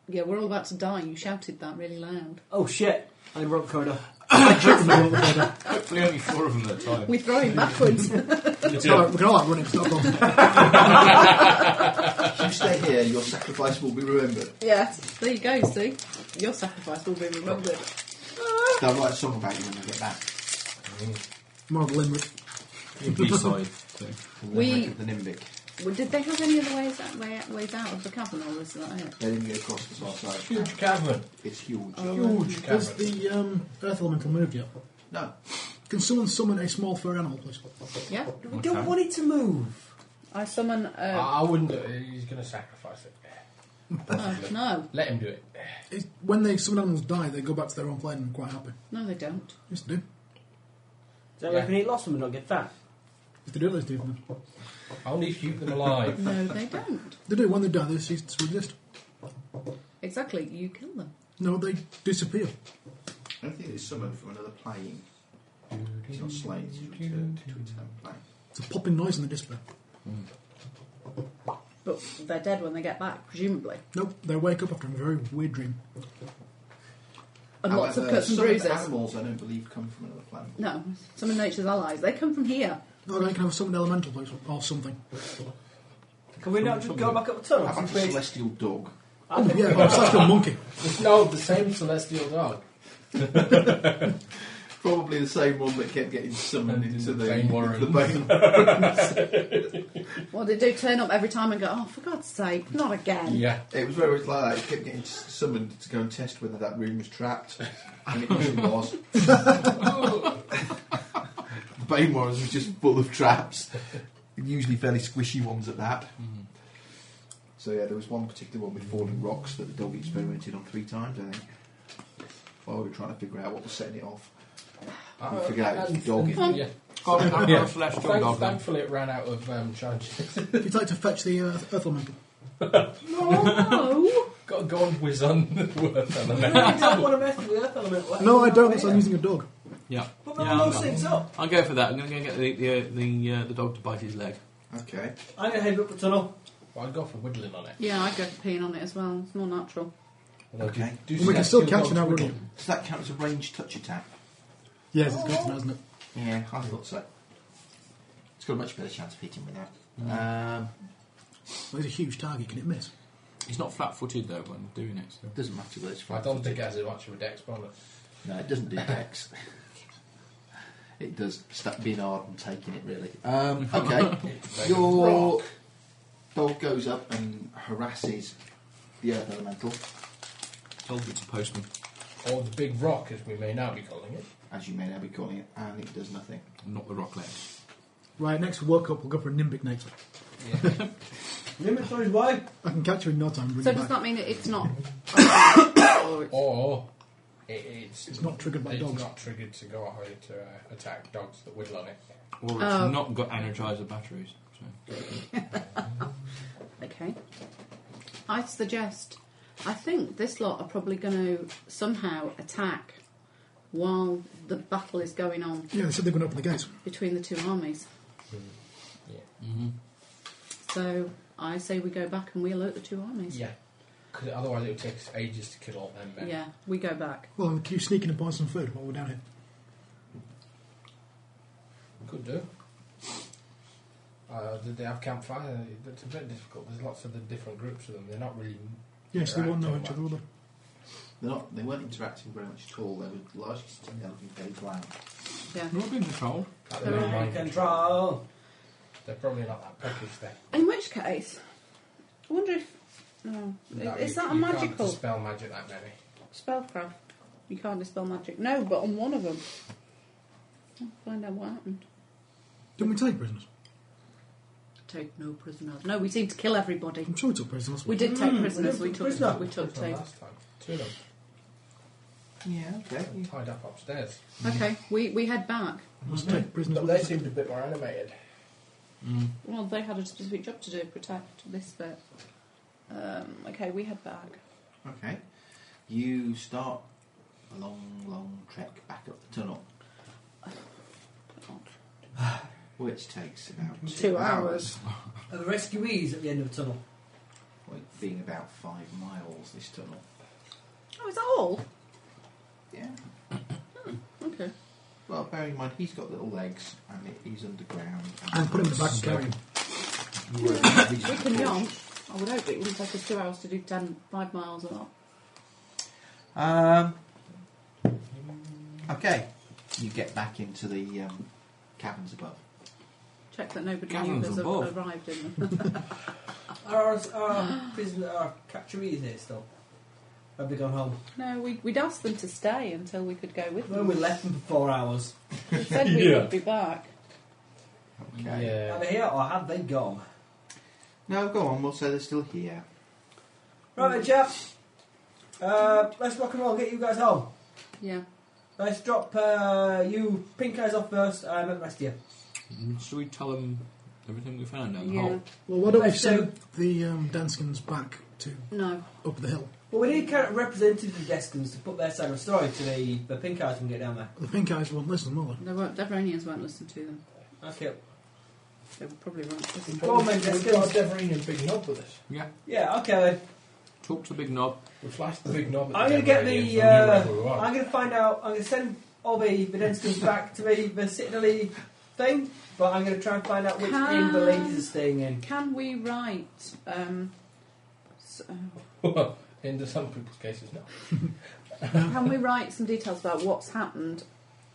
Speaker 5: Yeah, we're all about to die. You shouted that really loud.
Speaker 2: Oh shit! I'm in the wrong corridor.
Speaker 7: Hopefully, only four of them at a time.
Speaker 5: We throw him backwards.
Speaker 6: It's all right, we can all outrun it. It's not a problem.
Speaker 3: if you stay here, your sacrifice will be remembered.
Speaker 5: yes. There you go, see? Your sacrifice will be remembered.
Speaker 3: They'll write a song about you when they get back.
Speaker 6: More of a limerick.
Speaker 7: B-side. So.
Speaker 3: And
Speaker 5: We-
Speaker 3: the wreck of the Nimbic.
Speaker 5: Well, did they have any other ways out, way, ways out of the cavern, or was that it?
Speaker 3: They didn't get across the far side.
Speaker 4: Huge cavern.
Speaker 3: It's huge.
Speaker 2: Oh.
Speaker 4: Huge
Speaker 6: Has
Speaker 4: cavern.
Speaker 6: the um, Earth Elemental moved yet?
Speaker 3: No,
Speaker 6: Can someone summon a small fur animal, please?
Speaker 5: Yeah.
Speaker 2: We don't want it to move.
Speaker 5: I summon. Uh,
Speaker 4: I I wouldn't do it. He's going to sacrifice it.
Speaker 5: no, no,
Speaker 4: Let him do it.
Speaker 6: It's, when they summon animals die, they go back to their own plane and I'm quite happy.
Speaker 5: no, they don't.
Speaker 6: Yes, they do.
Speaker 2: So
Speaker 4: Yeah.
Speaker 2: I can eat lots of them and not get fat.
Speaker 6: If they do, they do.
Speaker 4: I only keep them alive.
Speaker 5: No, they don't.
Speaker 6: They do. When they die, they cease to exist.
Speaker 5: Exactly. You kill them.
Speaker 6: No, they disappear.
Speaker 3: I don't think it's summoned from another plane. It's not slain, it's returned to its home plane.
Speaker 6: It's a popping noise and they disappear.
Speaker 5: But they're dead when they get back, presumably.
Speaker 6: Nope, they wake up after a very weird dream.
Speaker 5: And lots of
Speaker 3: However,
Speaker 5: cuts and
Speaker 3: some of the
Speaker 5: bruises.
Speaker 3: animals, I don't believe, come from another planet.
Speaker 5: No, some of nature's allies. They come from here.
Speaker 6: Oh, they can have something elemental, please, or something.
Speaker 2: Can we not just go back up the
Speaker 3: How
Speaker 2: tunnel?
Speaker 3: about a
Speaker 2: Since we-
Speaker 3: celestial dog?
Speaker 2: I think-
Speaker 6: Yeah, or a celestial monkey.
Speaker 4: no, the same celestial dog.
Speaker 3: Probably the same one that kept getting summoned
Speaker 4: And in
Speaker 3: into
Speaker 4: the
Speaker 3: the,
Speaker 4: Bane Warren.
Speaker 3: the Bane.
Speaker 5: Well, they do turn up every time and go, oh, for God's sake, not again.
Speaker 4: Yeah.
Speaker 3: It was very much like that. It kept getting s- summoned to go and test whether that room was trapped, and it usually was. Bane Warrens was just full of traps, usually fairly squishy ones at that. Mm-hmm. So yeah, there was one particular one with falling rocks that the dog experimented on three times, I think. While we were trying to figure out what was setting it off, we
Speaker 4: Ah.
Speaker 3: figured out it was the dog.
Speaker 4: Yeah.
Speaker 7: Oh, I'm
Speaker 4: Yeah.
Speaker 7: a celestial
Speaker 4: Thank-
Speaker 7: dog then.
Speaker 4: thankfully, it ran out of um, charges.
Speaker 6: If you'd like to fetch the uh, Earth Elemental.
Speaker 5: No.
Speaker 4: Got a gold whiz on the worth
Speaker 2: I don't want to mess with the earth element.
Speaker 6: No, I don't, because I'm using a dog.
Speaker 7: Yeah.
Speaker 2: But Double
Speaker 9: I'm
Speaker 2: those
Speaker 9: not-
Speaker 2: things up.
Speaker 9: I'll go for that. I'm going to go get the the uh, the, uh, the dog to bite his leg.
Speaker 3: Okay.
Speaker 2: I'm going to head up the tunnel.
Speaker 4: Well, I'd go for whittling on it.
Speaker 5: Yeah, I'd go for peeing on it as well. It's more natural.
Speaker 4: Although
Speaker 3: Okay.
Speaker 4: Do,
Speaker 6: we can still catch
Speaker 4: catch
Speaker 6: it now, wouldn't we?
Speaker 3: Does that count as a ranged touch attack?
Speaker 6: Yes, it's got to, hasn't it?
Speaker 3: Yeah, I thought so. It's got a much better chance of hitting with that.
Speaker 4: Mm.
Speaker 3: Um,
Speaker 6: Well, it's a huge target. Can it miss?
Speaker 9: He's not flat-footed though when doing it. So.
Speaker 3: doesn't matter whether it's
Speaker 4: I
Speaker 3: flat.
Speaker 4: don't think it has much of a dex bonus.
Speaker 3: No, it doesn't do dex. it does stop being hard and taking it really. Um, okay, your dog goes up and harasses the earth elemental
Speaker 9: Told you to post me.
Speaker 4: Or the big rock, as we may now be calling it.
Speaker 3: as you may now be calling it, and it does nothing.
Speaker 9: Not the rock leg.
Speaker 6: Right, next World Cup, we'll go for a Nimbic next.
Speaker 2: Limit for his wife.
Speaker 6: I can catch her in no time. Bring
Speaker 5: So
Speaker 6: her
Speaker 5: does
Speaker 6: back.
Speaker 5: that mean that it's not? or it's-
Speaker 4: Or it, it's
Speaker 6: It's not triggered by
Speaker 4: it's
Speaker 6: dogs.
Speaker 4: not triggered to go high to uh, attack dogs that whittle on it.
Speaker 9: Or it's
Speaker 5: Oh.
Speaker 9: not got energizer batteries. So.
Speaker 5: Okay. I suggest. I think this lot are probably going to somehow attack while the battle is going on
Speaker 6: Yeah, they said they're going to open the gates.
Speaker 5: between the two armies.
Speaker 4: Yeah,
Speaker 5: So I say we go back and we alert the two armies.
Speaker 4: yeah. 'Cause otherwise it would take us ages to kill all them men.
Speaker 5: Yeah, we go back.
Speaker 6: Well, and can you sneak in and buy some food while we're down here?
Speaker 4: Could do. Uh, did they have campfire? It's a bit difficult. There's lots of the different groups of them. They're not really.
Speaker 6: Yes, they won't know
Speaker 4: Right,
Speaker 6: each other, will they?
Speaker 3: They're not. They weren't interacting very much at all. They were largely sitting there looking very bland.
Speaker 5: Yeah.
Speaker 9: We're not being controlled.
Speaker 4: like,
Speaker 5: They're
Speaker 4: really
Speaker 5: all
Speaker 4: mind controlled.
Speaker 2: Control.
Speaker 4: They're probably not that peckish then.
Speaker 5: In which case, I wonder if. No. is
Speaker 4: you-
Speaker 5: that a
Speaker 4: you can't
Speaker 5: magical
Speaker 4: dispel magic that many.
Speaker 5: spellcraft? You can't dispel magic. No, but on one of them. I'll find out what happened.
Speaker 6: Didn't we take prisoners?
Speaker 5: Take no prisoners. No, we seem to kill everybody.
Speaker 6: I'm sure we took prisoners.
Speaker 5: We did take
Speaker 2: Mm,
Speaker 5: prisoners.
Speaker 2: we
Speaker 5: We
Speaker 2: did
Speaker 5: took.
Speaker 2: prisoner.
Speaker 5: We took
Speaker 4: From
Speaker 5: two.
Speaker 4: last time, two of them
Speaker 3: Yeah. Okay.
Speaker 4: tied up upstairs.
Speaker 5: Okay, we, we head back.
Speaker 6: Let's take prisoners.
Speaker 4: But
Speaker 6: with
Speaker 4: they
Speaker 6: us.
Speaker 4: seemed a bit more animated.
Speaker 5: Well, they had a specific job to do, protect this bit. Um, okay, we head back.
Speaker 3: Okay. You start a long, long trek back up the tunnel,
Speaker 5: Oh,
Speaker 3: which takes about two,
Speaker 5: Two hours.
Speaker 2: Are the rescuees at the end of the tunnel?
Speaker 3: Well, it being about five miles, this tunnel.
Speaker 5: Oh, is that all?
Speaker 3: Yeah.
Speaker 5: Okay.
Speaker 3: Well, bearing in mind he's got little legs and it, he's underground.
Speaker 6: And put him in the back and carry him.
Speaker 3: You won't have
Speaker 5: We
Speaker 3: reason to
Speaker 5: can
Speaker 3: push.
Speaker 5: yawn. I would hope it wouldn't take us two hours to do ten, five miles or not.
Speaker 3: Um, okay. You get back into the um, cabins above.
Speaker 5: Check that nobody
Speaker 9: Gallons
Speaker 5: knew
Speaker 9: above.
Speaker 5: has arrived in them.
Speaker 2: Are our, are our prisoner, our capturees here still? Have they gone home?
Speaker 5: no, we, we'd asked them to stay until we could go with
Speaker 2: When
Speaker 5: them.
Speaker 2: we left them for four hours.
Speaker 5: We said we
Speaker 9: Yeah.
Speaker 5: would be back.
Speaker 3: Okay.
Speaker 2: Are they here or have they gone?
Speaker 3: No, go on. We'll say they're still here.
Speaker 2: Right then, chaps. Uh, let's rock and roll. Get you guys home.
Speaker 5: Yeah.
Speaker 2: Let's drop uh, you pink eyes off first. I'm at the rest of you.
Speaker 9: Mm, Should we tell them everything we found down the
Speaker 5: Yeah.
Speaker 9: hole?
Speaker 6: Well, why don't we
Speaker 2: Let's
Speaker 6: send the um, Danskins back to
Speaker 5: No.
Speaker 6: up the hill?
Speaker 2: Well, we need kind of representatives of Deskins to put their side of the story to the, the pink eyes when we get down there.
Speaker 6: The pink eyes won't listen, will
Speaker 5: The Ro- Deveranians won't listen to them.
Speaker 2: Okay.
Speaker 5: They would probably won't listen.
Speaker 2: Go on, then,
Speaker 4: We've got a
Speaker 2: Deskins.
Speaker 4: Deveranian big knob with us.
Speaker 9: Yeah.
Speaker 2: Yeah, okay then.
Speaker 9: Talk to Big Knob.
Speaker 4: We flashed the big knob. At
Speaker 2: I'm going
Speaker 4: the
Speaker 2: to get
Speaker 4: Deveranian
Speaker 2: the.
Speaker 4: so
Speaker 2: Uh,
Speaker 4: we knew where we were.
Speaker 2: I'm going to find out. I'm going to send Obi the Denskins back to be the Citadel thing, but I'm going to try and find out which
Speaker 5: Can-
Speaker 2: inn the ladies are staying in.
Speaker 5: Can we write? Um, s- uh,
Speaker 4: In some people's cases, no.
Speaker 5: can we write some details about what's happened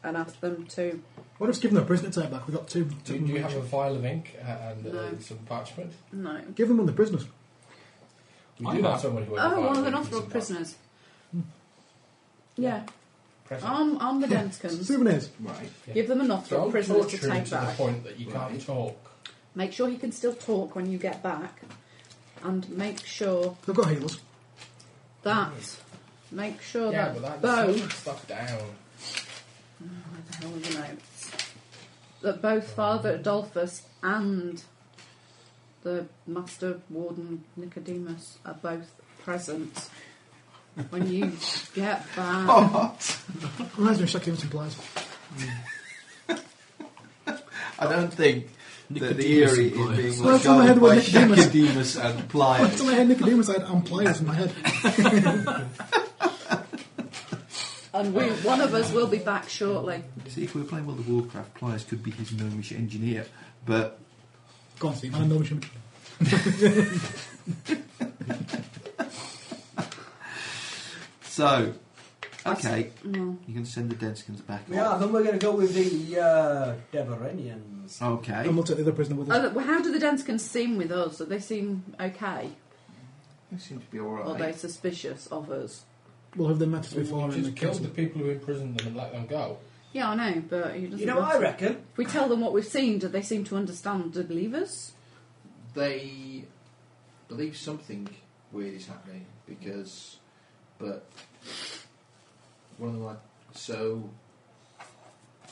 Speaker 5: and ask them to?
Speaker 6: they? What if given a prisoner take back? We've got two.
Speaker 4: Do,
Speaker 6: two
Speaker 4: do you
Speaker 6: each.
Speaker 4: have a vial of ink uh, and uh,
Speaker 5: No.
Speaker 4: some parchment?
Speaker 5: No.
Speaker 6: Give them on the prisoners.
Speaker 4: We
Speaker 9: I
Speaker 4: do
Speaker 9: have.
Speaker 4: have someone who has a
Speaker 5: Oh,
Speaker 4: vial
Speaker 5: one of the
Speaker 4: ink and some
Speaker 5: Northrop
Speaker 4: par-
Speaker 5: prisoners. Yeah,
Speaker 4: Pressure.
Speaker 5: arm, arm the Denskins.
Speaker 6: Souvenirs.
Speaker 3: Right.
Speaker 5: Give them a Northrop
Speaker 4: Don't
Speaker 5: prisoners to
Speaker 4: torture him
Speaker 5: take
Speaker 4: to
Speaker 5: back.
Speaker 4: the point that you
Speaker 3: Right.
Speaker 4: can't talk.
Speaker 5: Make sure he can still talk when you get back, and make sure
Speaker 6: They've got healers.
Speaker 5: that make sure
Speaker 4: yeah,
Speaker 5: that,
Speaker 4: but
Speaker 5: Bo.
Speaker 4: that's stuff down.
Speaker 5: Where the hell are the notes? That both Father Adolphus and the Master Warden Nicodemus are both present when you get back.
Speaker 6: Reminds me of Shaquille Pliers.
Speaker 3: I don't think that the
Speaker 6: Nicodemus
Speaker 3: Eerie
Speaker 6: and Pliers.
Speaker 3: is being
Speaker 6: Well,
Speaker 3: well,
Speaker 6: that's on the head
Speaker 3: guarded by
Speaker 6: with
Speaker 3: Nicodemus
Speaker 6: Nicodemus.
Speaker 3: and Pliers.
Speaker 6: That's in my head, Nicodemus. I had and players in my head.
Speaker 5: And we, one of us will be back shortly.
Speaker 3: See, if we were playing World of Warcraft, Pliers could be his gnomish engineer, but
Speaker 6: Go on, Steve. I know we should.
Speaker 3: so okay,
Speaker 2: Mm.
Speaker 5: No.
Speaker 3: you can send the Denskins back.
Speaker 2: Yeah, then we're going to go with the uh, Deverenians.
Speaker 3: Okay.
Speaker 6: And we'll take the other prisoner with us.
Speaker 5: Other- well, Uh, how do the Denskins seem with us? Do they seem okay?
Speaker 3: They seem to be
Speaker 5: Or are they
Speaker 3: alright.
Speaker 5: suspicious of us?
Speaker 6: We'll have them met us before
Speaker 4: We
Speaker 6: in the
Speaker 4: Oh, just killed the
Speaker 6: council.
Speaker 4: people who imprisoned them and let them go.
Speaker 5: Yeah, I know, but it doesn't
Speaker 2: You know what
Speaker 5: matter.
Speaker 2: I reckon?
Speaker 5: If we tell them what we've seen, do they seem to understand the believers?
Speaker 11: They believe something weird is happening because, but one of them like, so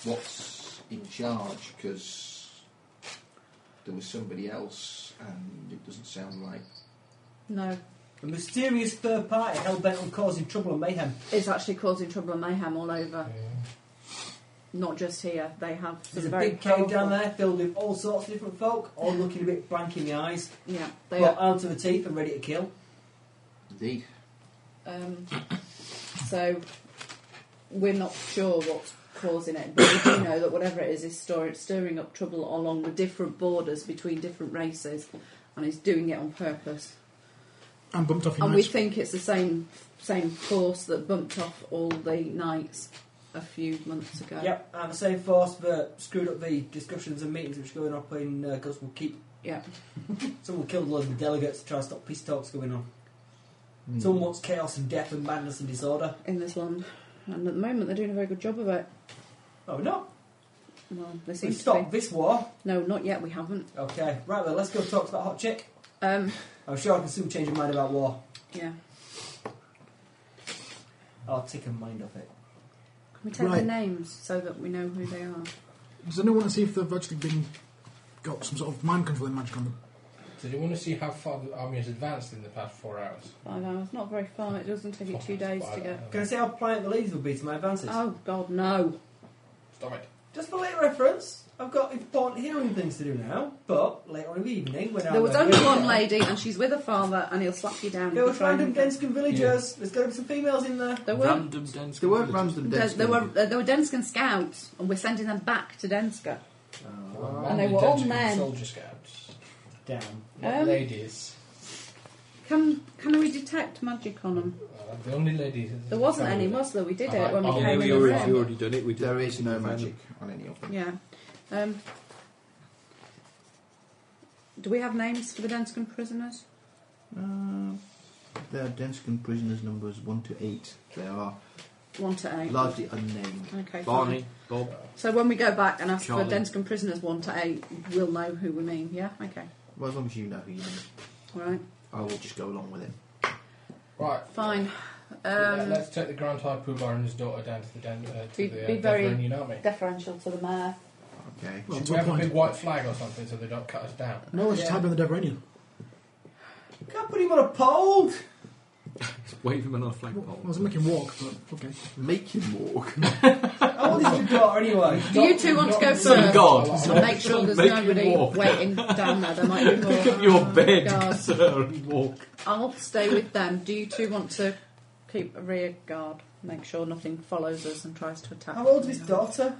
Speaker 11: what's in charge? Because there was somebody else, and it doesn't sound like
Speaker 5: No.
Speaker 2: The mysterious third party hell bent on causing trouble and mayhem.
Speaker 5: It's actually causing trouble and mayhem all over. Not just here. They have
Speaker 2: There's
Speaker 5: some
Speaker 2: a
Speaker 5: very
Speaker 2: big cave
Speaker 5: powerful-
Speaker 2: down there filled with all sorts of different folk, all looking a bit blank in the eyes,
Speaker 5: Yeah, they
Speaker 2: but
Speaker 5: are.
Speaker 2: armed to the teeth and ready to kill.
Speaker 11: indeed.
Speaker 5: Um, so we're not sure what's causing it, but we do know that whatever it is is stir- stirring up trouble along the different borders between different races, and it's doing it on purpose.
Speaker 6: And bumped off your
Speaker 5: And we
Speaker 6: knights.
Speaker 5: think it's the same same force that bumped off all the knights a few months ago.
Speaker 2: Yep, and the same force that screwed up the discussions and meetings which were going up in uh, Gospel Keep.
Speaker 5: Yep.
Speaker 2: Someone killed loads of delegates to try and stop peace talks going on.
Speaker 3: Hmm.
Speaker 4: Hmm.
Speaker 2: Someone wants chaos and death and madness and disorder.
Speaker 5: in this land. And at the moment, they're doing a very good job of it.
Speaker 2: Oh, we're not.
Speaker 5: Well, they seem
Speaker 2: We
Speaker 5: to
Speaker 2: stopped this war.
Speaker 5: be. No, not yet. We haven't.
Speaker 2: Okay, right then, let's go talk to that hot chick.
Speaker 5: Um,
Speaker 2: I'm sure I can soon change your mind about war.
Speaker 5: yeah.
Speaker 2: I'll take a mind off it.
Speaker 5: Can we take
Speaker 6: Right.
Speaker 5: their names so that we know who they are?
Speaker 6: Does anyone want to see if they've actually been got some sort of mind controlling magic on them?
Speaker 4: Did you want to see how far the army has advanced in the past four hours?
Speaker 5: Five hours. Not very far. It doesn't take you two
Speaker 4: Four hours,
Speaker 5: days to
Speaker 4: five
Speaker 5: get.
Speaker 4: hours.
Speaker 2: Can I see how pliant the ladies will be to my advances?
Speaker 5: Oh God, no.
Speaker 4: Stop it.
Speaker 2: Just for later reference, I've got important hearing things to do now, but later in the evening when
Speaker 5: There
Speaker 2: I'm
Speaker 5: was
Speaker 2: at
Speaker 5: only
Speaker 2: work-
Speaker 5: one lady, and she's with her father, and he'll slap you down.
Speaker 2: There
Speaker 5: if
Speaker 2: were
Speaker 5: you try
Speaker 2: random
Speaker 5: and get-
Speaker 2: Denskin villagers. There's got to be some females in there.
Speaker 5: There were.
Speaker 7: Random dense.
Speaker 3: They weren't random
Speaker 5: There,
Speaker 3: Denskins.
Speaker 5: there were uh, there were Denskin scouts, and we're sending them back to Denska. And they
Speaker 4: Manly
Speaker 5: were all
Speaker 4: Dungeon
Speaker 5: men.
Speaker 4: Soldier scouts.
Speaker 2: Damn.
Speaker 4: Not
Speaker 5: Um,
Speaker 4: ladies.
Speaker 5: Can can we detect magic on them?
Speaker 4: Uh, the only ladies.
Speaker 5: There wasn't any, was there? We did it when we
Speaker 4: Oh,
Speaker 5: came
Speaker 7: we
Speaker 5: in. the
Speaker 7: already,
Speaker 5: room.
Speaker 7: we already done it. We did.
Speaker 3: There is no magic on any of them.
Speaker 5: Yeah. Um, do we have names for the Denskin prisoners?
Speaker 3: Uh, their Denskin prisoners numbers one to eight. They are
Speaker 5: One to eight.
Speaker 3: largely unnamed.
Speaker 5: Okay. fine.
Speaker 7: Barney, Bob,
Speaker 5: So when we go back and ask
Speaker 7: Charlie.
Speaker 5: for Denskin prisoners one to eight, we'll know who we mean. Yeah. Okay.
Speaker 3: Well, as long as you know who you mean,
Speaker 5: Right.
Speaker 3: I will just go along with it.
Speaker 4: Right.
Speaker 5: Fine.
Speaker 4: Let-
Speaker 5: Um,
Speaker 4: Let's take the Grand High Poobah and his daughter down to the den, uh, to
Speaker 5: Be-
Speaker 4: the uh,
Speaker 5: be very-
Speaker 4: Deveranian army.
Speaker 5: deferential to the mayor.
Speaker 3: Okay.
Speaker 6: Well,
Speaker 4: Should
Speaker 6: to
Speaker 4: we
Speaker 6: a
Speaker 4: have a
Speaker 6: point.
Speaker 4: big white flag or something so they don't cut us down?
Speaker 6: No, let's just
Speaker 2: Yeah.
Speaker 6: type in the Deveranian.
Speaker 2: Can't put him on a pole.
Speaker 7: just wave him on a
Speaker 6: Well, I
Speaker 7: flagpole.
Speaker 6: was making walk, but okay.
Speaker 3: Make him walk.
Speaker 2: I want his daughter anyway.
Speaker 5: Do you two want to go
Speaker 9: Oh
Speaker 4: Some
Speaker 5: first?
Speaker 7: God.
Speaker 5: To make sure there's
Speaker 7: Make him
Speaker 5: nobody
Speaker 7: walk.
Speaker 5: waiting down there. There might be more.
Speaker 7: Pick up your
Speaker 5: Oh,
Speaker 7: bed,
Speaker 5: God.
Speaker 7: sir, and walk.
Speaker 5: I'll stay with them. Do you two want to keep a rear guard? Make sure nothing follows us and tries to attack.
Speaker 2: How old is his daughter?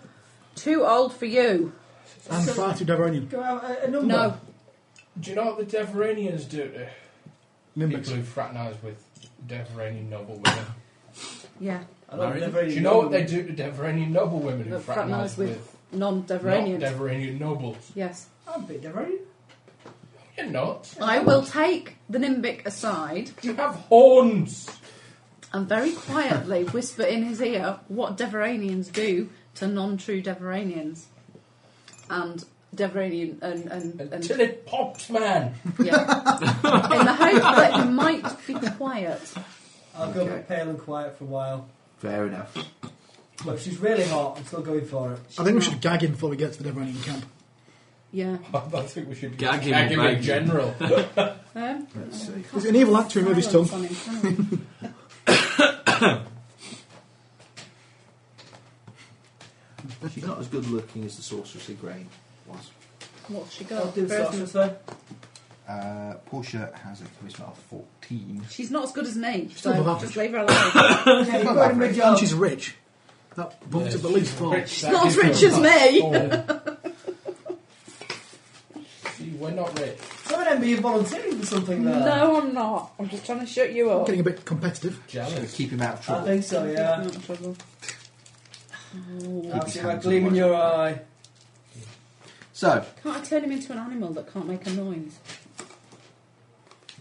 Speaker 5: Too old for you.
Speaker 6: And far too Deveranian.
Speaker 2: Do I have uh, a, a number?
Speaker 5: No.
Speaker 4: Do you know what the Deveranians do to people
Speaker 6: Mimbics.
Speaker 4: who fraternise with Deveranian noblewomen?
Speaker 5: Yeah.
Speaker 2: I don't
Speaker 7: Marion?
Speaker 2: know very
Speaker 4: Do you know what they do to Deveranian noblewomen who
Speaker 5: That
Speaker 4: fraternise
Speaker 5: fraternise
Speaker 4: with,
Speaker 5: with non
Speaker 4: not
Speaker 5: Deveranians.
Speaker 4: Deveranian nobles?
Speaker 5: Yes.
Speaker 2: I'm a bit Deveranian.
Speaker 4: You're not.
Speaker 5: I will take the Nimbic aside
Speaker 4: You have horns.
Speaker 5: and very quietly whisper in his ear what Deveranians do to non true Deveranians. And Deveranian and. and, and
Speaker 4: Until it pops, man.
Speaker 5: yeah. in the hope that he might be quiet.
Speaker 2: I'll go a
Speaker 3: Okay.
Speaker 2: bit pale and quiet for a while.
Speaker 3: Fair enough.
Speaker 2: Look, she's really hot. I'm still going for it.
Speaker 6: I think we should gag him before we get to the Deveranian camp.
Speaker 5: Yeah.
Speaker 4: I don't think we should
Speaker 7: Gag him,
Speaker 4: in
Speaker 7: mate.
Speaker 4: general.
Speaker 5: Um,
Speaker 3: Let's see.
Speaker 6: He's an evil actor who moves his tongue.
Speaker 5: silence on him, can't
Speaker 3: She's not as good looking as the sorceressy grain. was.
Speaker 5: What's she
Speaker 2: I'll
Speaker 5: got?
Speaker 2: do
Speaker 5: Charisma.
Speaker 2: Sarsa's then.
Speaker 3: Uh, Portia has a charisma of 14.
Speaker 5: She's not as good as me,
Speaker 6: She's
Speaker 5: so
Speaker 6: above average.
Speaker 5: just leave her alone.
Speaker 2: Yeah, you've got a mid job.
Speaker 6: And she's rich. That bumps up at least four.
Speaker 5: She's not as rich as me.
Speaker 4: See, we're not rich.
Speaker 2: Some of them be volunteering for something there.
Speaker 5: No, I'm not. I'm just trying to shut you up.
Speaker 6: Getting a bit competitive.
Speaker 3: To
Speaker 4: Jealous.
Speaker 3: keep him out of
Speaker 2: I
Speaker 3: trouble.
Speaker 2: think so, yeah.
Speaker 5: Not in trouble.
Speaker 2: I see that gleam in your eye.
Speaker 3: So,
Speaker 5: Can't I turn him into an animal that can't make a noise?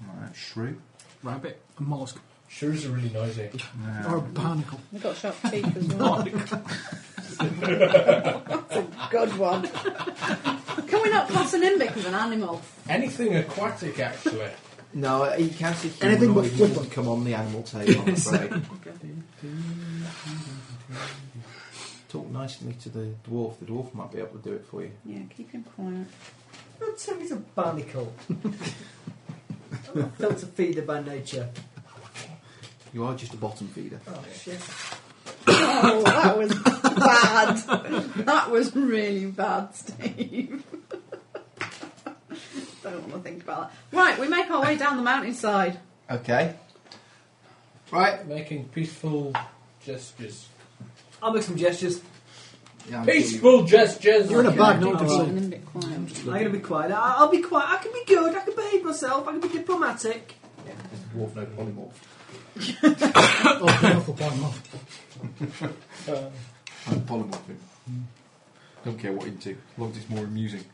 Speaker 3: uh, shrew.
Speaker 7: Rabbit.
Speaker 6: A mollusk.
Speaker 4: Shrews are really noisy.
Speaker 3: Uh,
Speaker 6: Or a
Speaker 3: Oh,
Speaker 6: barnacle.
Speaker 5: They've got sharp teeth as well. That's a good one. Can we not class an imbic as an animal?
Speaker 4: Anything aquatic, actually.
Speaker 3: No, uh, he counts as
Speaker 6: Anything but
Speaker 3: humanoid, he
Speaker 6: flip
Speaker 3: doesn't come on the animal table, I'm afraid.
Speaker 5: Okay.
Speaker 3: Talk nicely to the dwarf. The dwarf might be able to do it for you.
Speaker 5: Yeah, keep him quiet.
Speaker 2: Don't tell me he's a barnacle. I'm not filter feeder by nature.
Speaker 3: You are just a bottom feeder.
Speaker 2: Oh, shit.
Speaker 5: Oh, that was bad. That was really bad, Steve. Don't want to think about that. Right, we make our way down the mountainside.
Speaker 3: Okay. Right.
Speaker 4: Making peaceful gestures.
Speaker 2: I'll make some gestures.
Speaker 3: Yeah, I'm
Speaker 4: Peaceful gestures!
Speaker 6: You're in a Oh, bad
Speaker 5: Keep
Speaker 6: night,
Speaker 5: an
Speaker 6: so
Speaker 5: imbic quiet.
Speaker 2: I'm going to be quiet. I- I'll be quiet. I can be good. I can behave myself. I can be diplomatic.
Speaker 3: giving you- There's a dwarf, no polymorph.
Speaker 6: oh, powerful point off.
Speaker 4: Uh,
Speaker 3: I'm polymorphing. Don't care what into, as long as it's more amusing.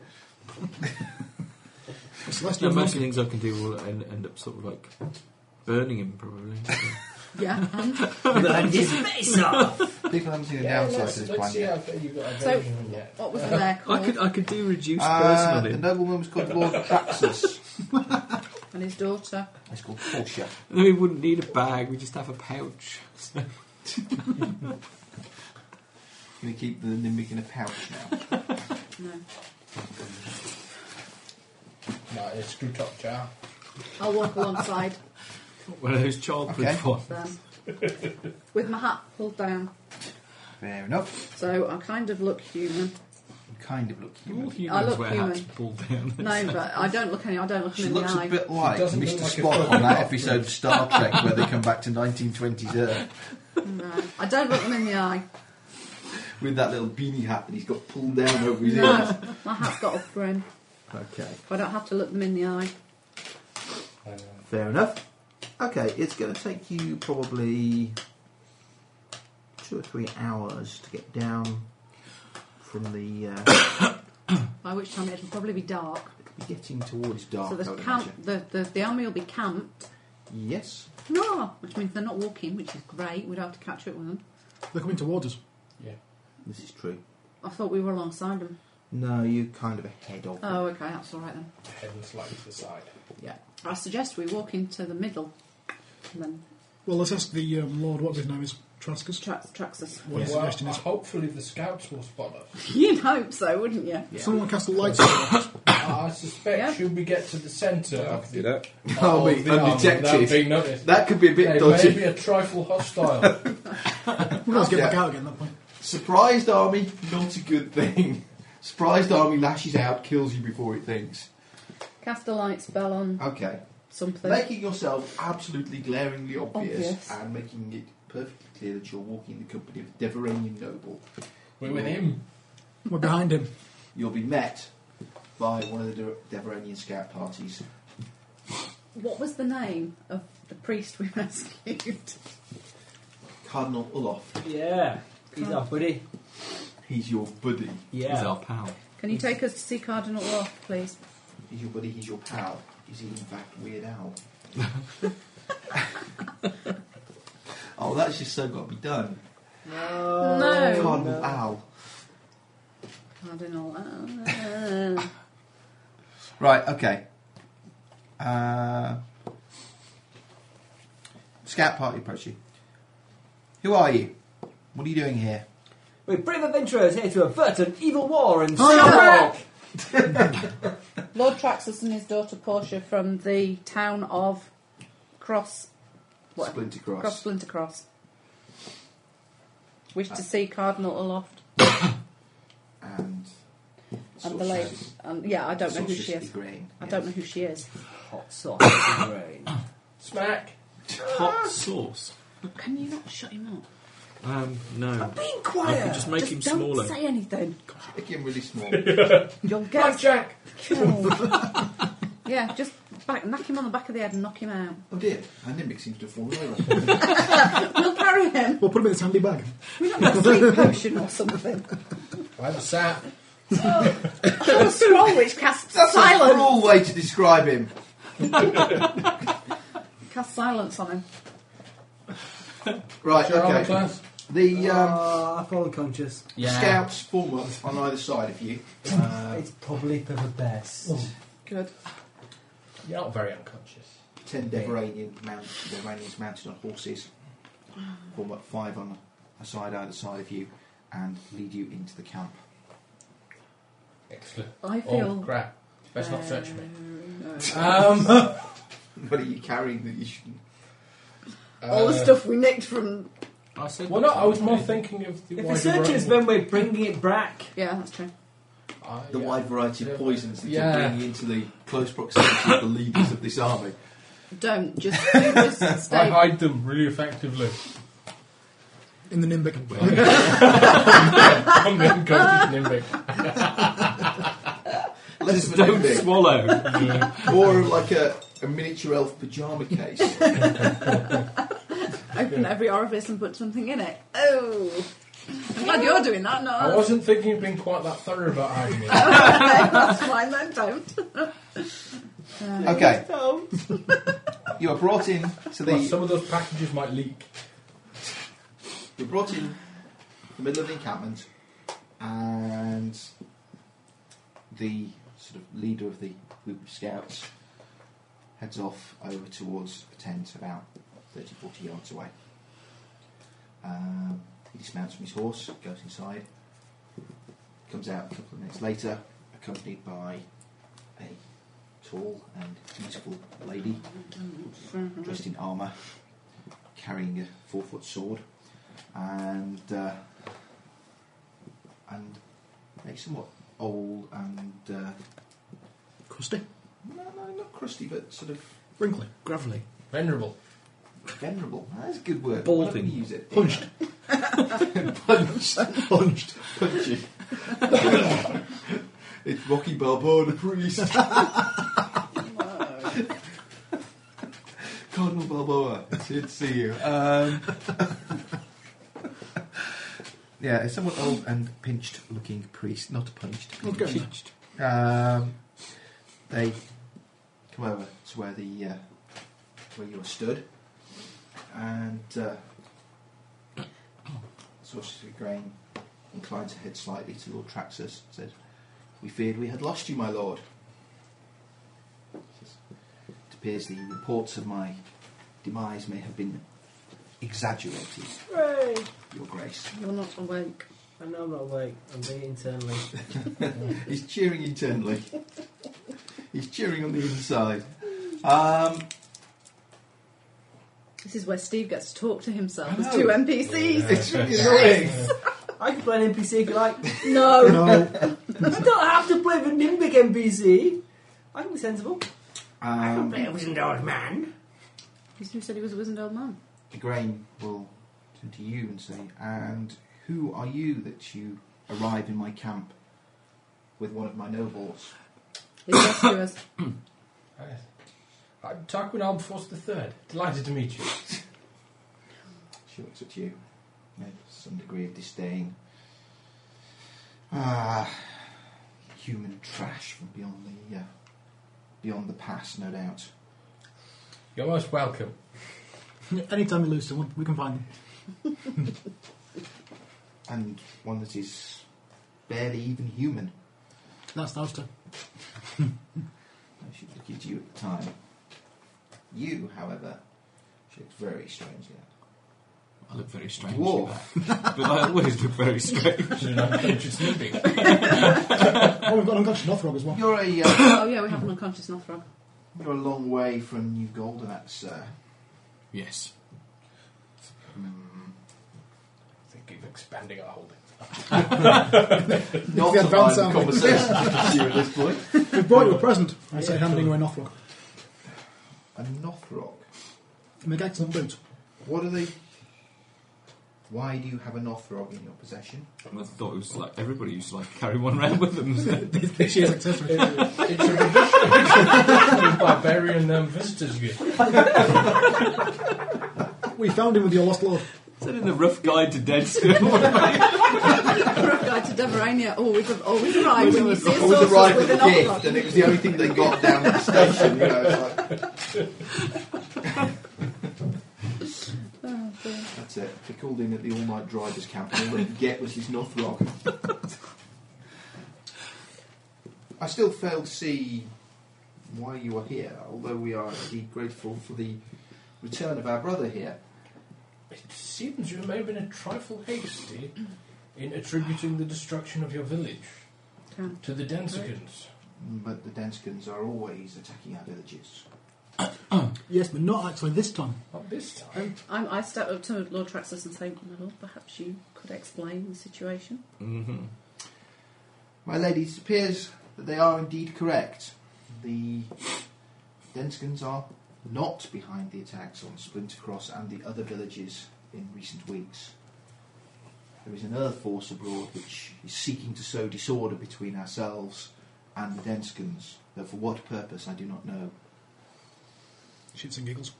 Speaker 6: Celestial
Speaker 9: Yeah, most
Speaker 6: monkey.
Speaker 9: things I can do will end, end up sort of like burning him, probably.
Speaker 5: Yeah. and-
Speaker 2: Burn his face off.
Speaker 3: People haven't seen a
Speaker 4: yeah,
Speaker 3: downside
Speaker 4: let's,
Speaker 3: to this
Speaker 4: let's
Speaker 3: plan
Speaker 4: see
Speaker 3: yet.
Speaker 4: how good you've got a
Speaker 5: So-
Speaker 4: version yet.
Speaker 5: What was the there
Speaker 9: I
Speaker 5: called?
Speaker 9: could, I could do reduced
Speaker 3: Uh, the
Speaker 9: personally.
Speaker 3: nobleman was called Lord Traxus.
Speaker 5: And his daughter.
Speaker 3: It's called Portia.
Speaker 9: No, we wouldn't need a bag. We just have a pouch. So,
Speaker 3: Going to keep the Nimbic in a pouch now.
Speaker 5: No.
Speaker 4: No, it's a screw top jar.
Speaker 5: I'll walk alongside
Speaker 9: one of those childproof
Speaker 3: Okay.
Speaker 9: ones.
Speaker 5: them with my hat pulled down.
Speaker 3: Fair enough.
Speaker 5: So I kind of look human.
Speaker 3: You kind of look
Speaker 9: All
Speaker 3: human.
Speaker 9: humans
Speaker 5: look
Speaker 9: wear hats
Speaker 5: human.
Speaker 9: pulled down.
Speaker 5: No, but I don't look any. I don't look
Speaker 3: She
Speaker 5: him in the
Speaker 3: looks a
Speaker 5: eye.
Speaker 3: bit like
Speaker 4: doesn't
Speaker 3: Mr.
Speaker 4: look like a
Speaker 3: Spock on that
Speaker 4: photograph.
Speaker 3: episode of Star Trek where they come back to uh, 1920s Earth
Speaker 5: No, I don't look him in the eye.
Speaker 3: with that little beanie hat that he's got pulled down over his ears.
Speaker 5: No, my hat's got a brim.
Speaker 3: Okay.
Speaker 5: I don't have to look them in the eye.
Speaker 4: Uh,
Speaker 3: Fair enough. Okay, it's going to take you probably two or three hours to get down from the. Uh,
Speaker 5: By which time it'll probably be dark.
Speaker 3: it'll be getting towards dark.
Speaker 5: so
Speaker 3: I
Speaker 5: the
Speaker 3: would
Speaker 5: camp,
Speaker 3: imagine.
Speaker 5: the, the the army will be camped.
Speaker 3: Yes.
Speaker 5: No, which means they're not walking, which is great. We'd have to catch up with them.
Speaker 6: They're coming towards us.
Speaker 4: yeah.
Speaker 3: This is true.
Speaker 5: I thought we were alongside them.
Speaker 3: No, you're kind of ahead of. them.
Speaker 5: Oh, okay, that's all right then.
Speaker 4: Head and slightly to the side.
Speaker 3: Yeah.
Speaker 5: I suggest we walk into the middle, and then
Speaker 6: Well, let's ask the um, Lord, what's his name is? Traskus?
Speaker 5: tra- tracks us.
Speaker 6: What his
Speaker 4: well,
Speaker 6: suggestion is.
Speaker 4: hopefully the scouts will spot us.
Speaker 5: You'd hope so, wouldn't you?
Speaker 6: Someone cast a light spell.
Speaker 4: I I suspect
Speaker 5: Yeah.
Speaker 4: should we get to the centre of the,
Speaker 3: Oh,
Speaker 4: of the army without
Speaker 3: undetected.
Speaker 4: being noticed,
Speaker 3: That could be a bit
Speaker 4: they may
Speaker 3: dodgy.
Speaker 4: be a trifle hostile.
Speaker 6: We'll have to get
Speaker 3: Yeah.
Speaker 6: back out again at that point.
Speaker 3: Surprised army, not a good thing. Surprised army lashes out, kills you before it thinks.
Speaker 5: Cast a light spell on
Speaker 3: Okay.
Speaker 5: something.
Speaker 3: Making yourself absolutely glaringly obvious,
Speaker 5: Obvious.
Speaker 3: and making it perfectly clear that you're walking in the company of a Deveranian noble,
Speaker 4: We're with him.
Speaker 6: We're behind him.
Speaker 3: you'll be met by one of the De- Deveranian scout parties.
Speaker 5: What was the name of the priest we rescued?
Speaker 3: Cardinal Ulof,
Speaker 2: Yeah. He's our buddy.
Speaker 3: he's your buddy.
Speaker 2: Yeah.
Speaker 9: He's our pal.
Speaker 5: Can you take us to see Cardinal Roth, please?
Speaker 3: He's your buddy, he's your pal. Is he in fact Weird Al? oh, that's just so got to be done.
Speaker 5: Oh, no.
Speaker 3: Cardinal Al.
Speaker 5: Cardinal. uh,
Speaker 3: Right, okay. Uh, scout party approach you. Who are you? What are you doing here?
Speaker 2: We're brave adventurers here to avert an evil war and
Speaker 5: Hiya!
Speaker 2: stop war.
Speaker 5: Lord Traxus and his daughter Portia from the town of Cross. What?
Speaker 3: Splinter Cross.
Speaker 5: Cross Splinter Cross. Wish to see Cardinal Aloft.
Speaker 3: And
Speaker 5: And the lady. Um, yeah, I don't know who
Speaker 2: Sausage
Speaker 5: she is.
Speaker 2: de grain,
Speaker 5: I don't know who she is.
Speaker 2: Hot sauce and grain. Smack.
Speaker 9: Hot sauce.
Speaker 5: Can you not shut him up?
Speaker 9: Um, no. I'm
Speaker 2: being
Speaker 9: I could just make him
Speaker 5: don't
Speaker 9: smaller.
Speaker 5: say anything.
Speaker 3: Make him really small.
Speaker 5: You'll get
Speaker 2: Jack.
Speaker 5: killed. yeah, just back, knock him on the back of the head and knock him out.
Speaker 3: Oh dear, our Nimbic seems to have fallen over.
Speaker 5: We'll carry him.
Speaker 6: We'll put him in his handy bag.
Speaker 5: We don't have a sleep potion or something.
Speaker 4: I have a sap.
Speaker 5: Have a scroll which casts
Speaker 3: That's a
Speaker 5: silence.
Speaker 3: cruel way to describe him.
Speaker 5: Cast silence on him.
Speaker 3: Right,
Speaker 4: Your armour
Speaker 3: okay.
Speaker 4: class.
Speaker 3: The um,
Speaker 2: Uh, I'm unconscious.
Speaker 3: scouts form up on either side of you. Uh,
Speaker 2: It's probably for the best.
Speaker 5: Good.
Speaker 4: You're not very unconscious.
Speaker 3: ten Deveranian mount, Deveranians mounted on horses form up five on a side either side of you and lead you into the camp.
Speaker 4: Excellent.
Speaker 5: I
Speaker 4: Oh,
Speaker 5: feel. Uh,
Speaker 4: crap. Best not search me.
Speaker 5: very-
Speaker 4: Um,
Speaker 3: What are you carrying that you shouldn't?
Speaker 5: All
Speaker 2: Uh,
Speaker 5: the stuff we nicked from.
Speaker 9: I said
Speaker 4: uh, Well, no, I was more thinking of the
Speaker 2: If
Speaker 4: wider
Speaker 2: the searches, then
Speaker 4: world.
Speaker 2: we're bringing it back.
Speaker 5: Yeah, that's true.
Speaker 4: Ah,
Speaker 3: The
Speaker 4: yeah.
Speaker 3: wide variety of poisons that
Speaker 4: Yeah.
Speaker 3: you're bringing into the close proximity of the leaders of this army.
Speaker 5: Don't just do this.
Speaker 4: I
Speaker 5: Stay.
Speaker 4: hide them really effectively.
Speaker 6: In the Nimbic.
Speaker 4: I'm going to go to
Speaker 3: Less of a
Speaker 9: Don't
Speaker 3: Nimbic,
Speaker 9: swallow.
Speaker 3: more of like a, a miniature elf pyjama case.
Speaker 5: Open every orifice and put something in it. Oh, I'm glad you're doing that. No,
Speaker 4: I wasn't thinking of being quite that thorough about hiding it.
Speaker 5: that's fine. Then don't.
Speaker 3: Okay,
Speaker 5: Don't.
Speaker 3: you are brought in to
Speaker 4: Well,
Speaker 3: the
Speaker 4: some of those packages might leak.
Speaker 3: You're brought in the middle of the encampment, and the sort of leader of the group of scouts heads off over towards a tent about 30 40 yards away. Um, he dismounts from his horse, goes inside, comes out a couple of minutes later, accompanied by a tall and beautiful lady dressed in armour, carrying a four foot sword, and uh, and a somewhat old and uh,
Speaker 6: Crusty.
Speaker 3: no, no, not crusty, but sort of
Speaker 6: Wrinkly.
Speaker 9: Gravelly.
Speaker 4: Venerable.
Speaker 3: venerable. That's a good word. Why
Speaker 9: Balding.
Speaker 3: don't we use it.
Speaker 6: Punched.
Speaker 3: punched, punched, punchy. it's Rocky Balboa, the priest. Cardinal Balboa, it's here to see you. Um, yeah, a somewhat old and pinched-looking priest, not punched,
Speaker 6: What's going on?
Speaker 3: pinched. Um, they come over to where the uh, where you are stood, and uh, Sausage of Grain inclines her head slightly to Lord Traxus and says, We feared we had lost you, my lord. Says, It appears the reports of my demise may have been exaggerated,
Speaker 2: Hooray!
Speaker 3: Your Grace.
Speaker 5: You're not awake.
Speaker 2: I know I'm not awake. I'm being internally.
Speaker 3: He's cheering internally, he's cheering on the inside. Um,
Speaker 5: This is where Steve gets to talk to himself
Speaker 3: I
Speaker 5: as
Speaker 3: know.
Speaker 5: two NPCs.
Speaker 3: it's really annoying.
Speaker 2: I can play an NPC if you like.
Speaker 5: No.
Speaker 6: No.
Speaker 2: I don't have to play the Nimbic NPC. I can be sensible.
Speaker 3: Um,
Speaker 2: a wizened old man.
Speaker 5: He's who said he was a wizened old man.
Speaker 3: the grain will turn to you and say, And who are you that you arrive in my camp with one of my nobles?
Speaker 5: He rescued us.
Speaker 4: Yes. I'm Tarquin Almforce III. Delighted to meet you.
Speaker 3: She looks at you with some degree of disdain. Ah, human trash from beyond the uh, beyond the pass, no doubt.
Speaker 4: You're most welcome.
Speaker 6: Anytime we lose someone, we can find them.
Speaker 3: And one that is barely even human.
Speaker 6: That's Alistair.
Speaker 3: She looked at you at the time. You, however, she looked very strangely at.
Speaker 9: I look very strange.
Speaker 3: Dwarf.
Speaker 9: with that. but I always look very strange.
Speaker 6: Oh, we've got an unconscious Northrog as well.
Speaker 3: You're a uh,
Speaker 5: Oh yeah, we have an unconscious Northrog.
Speaker 3: You're a long way from New Goldenat, sir.
Speaker 9: yes.
Speaker 3: Hmm.
Speaker 4: I think he's expanding our holdings.
Speaker 3: Not
Speaker 6: the
Speaker 3: a
Speaker 6: advance
Speaker 3: violent
Speaker 6: army.
Speaker 3: conversation with you at this point.
Speaker 6: We've brought you a present. I say, handing away Northrock.
Speaker 3: A Nothrock.
Speaker 6: You make excellent boots.
Speaker 3: What are they? Why do you have a Nothrog in your possession?
Speaker 7: I thought it was like everybody used to like carry one around with them.
Speaker 6: This year's accessory.
Speaker 4: It's a tradition of barbarian um, visitors. You.
Speaker 6: we found him with your lost love.
Speaker 7: Is that in the rough guide to dead still?
Speaker 5: Guide to Deverania Oh, always, always arrived when you see a
Speaker 3: Always
Speaker 5: sorcerer
Speaker 3: arrived
Speaker 5: with
Speaker 3: with a
Speaker 5: an
Speaker 3: gift, and
Speaker 5: oblong.
Speaker 3: it was the only thing they got down at the station. You know, it's like,
Speaker 5: Oh, dear.
Speaker 3: that's it. They called in at the all-night drivers' camp, and all they could get was this Northrog. I still fail to see why you are here, although we are indeed grateful for the return of our brother here.
Speaker 4: It seems you may have been a trifle hasty in attributing the destruction of your village
Speaker 5: Can.
Speaker 4: to the Densikins.
Speaker 3: But the Denskins are always attacking our villages.
Speaker 6: Yes, but not actually this time.
Speaker 4: Not this time.
Speaker 5: Um, I'm, I step up to Lord Traxxas and say, My lord, perhaps you could explain the situation.
Speaker 7: mm-hmm.
Speaker 3: My ladies, it appears that they are indeed correct. The Denskins are not behind the attacks on Splintercross and the other villages in recent weeks. There is another force abroad which is seeking to sow disorder between ourselves and the Denskins, though for what purpose I do not know.
Speaker 6: Shits and giggles.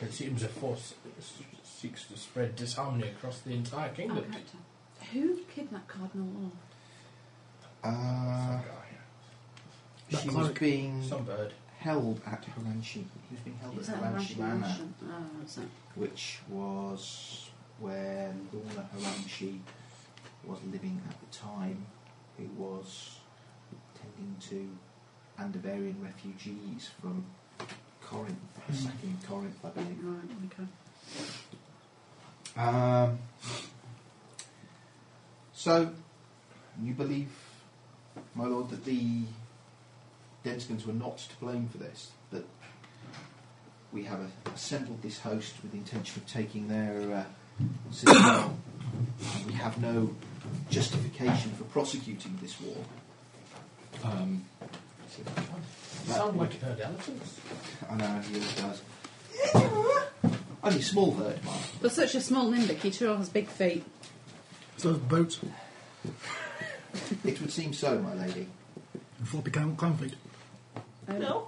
Speaker 4: It seems a force s- seeks to spread disharmony across the
Speaker 5: Our
Speaker 4: entire kingdom.
Speaker 5: character. Who kidnapped Cardinal Law?
Speaker 3: Uh,
Speaker 4: That guy.
Speaker 6: That
Speaker 3: Ah, she was
Speaker 6: cleric.
Speaker 3: being
Speaker 4: Some bird.
Speaker 3: held at Haranchi. She was being held
Speaker 5: Is
Speaker 3: at Haranchi
Speaker 5: that Russian?
Speaker 3: Manor.
Speaker 5: Russian? Oh, is that-
Speaker 3: which was where Lorna Haramshi was living at the time, who was tending to Andavarian refugees from Corinth, sacking Corinth, I believe.
Speaker 5: Right, okay.
Speaker 3: Um, so, you believe, my lord, that the Denskins were not to blame for this, that we have assembled this host with the intention of taking their uh, citadel, and we have no justification for prosecuting this war.
Speaker 7: um,
Speaker 4: You sound like a herd elephants.
Speaker 3: I know, he always does. Only small hurt, Mark.
Speaker 5: For such a small limbic, he sure has big feet.
Speaker 6: So those boots
Speaker 3: It would seem so, my lady.
Speaker 6: and floppy clown, clown feet.
Speaker 5: Um,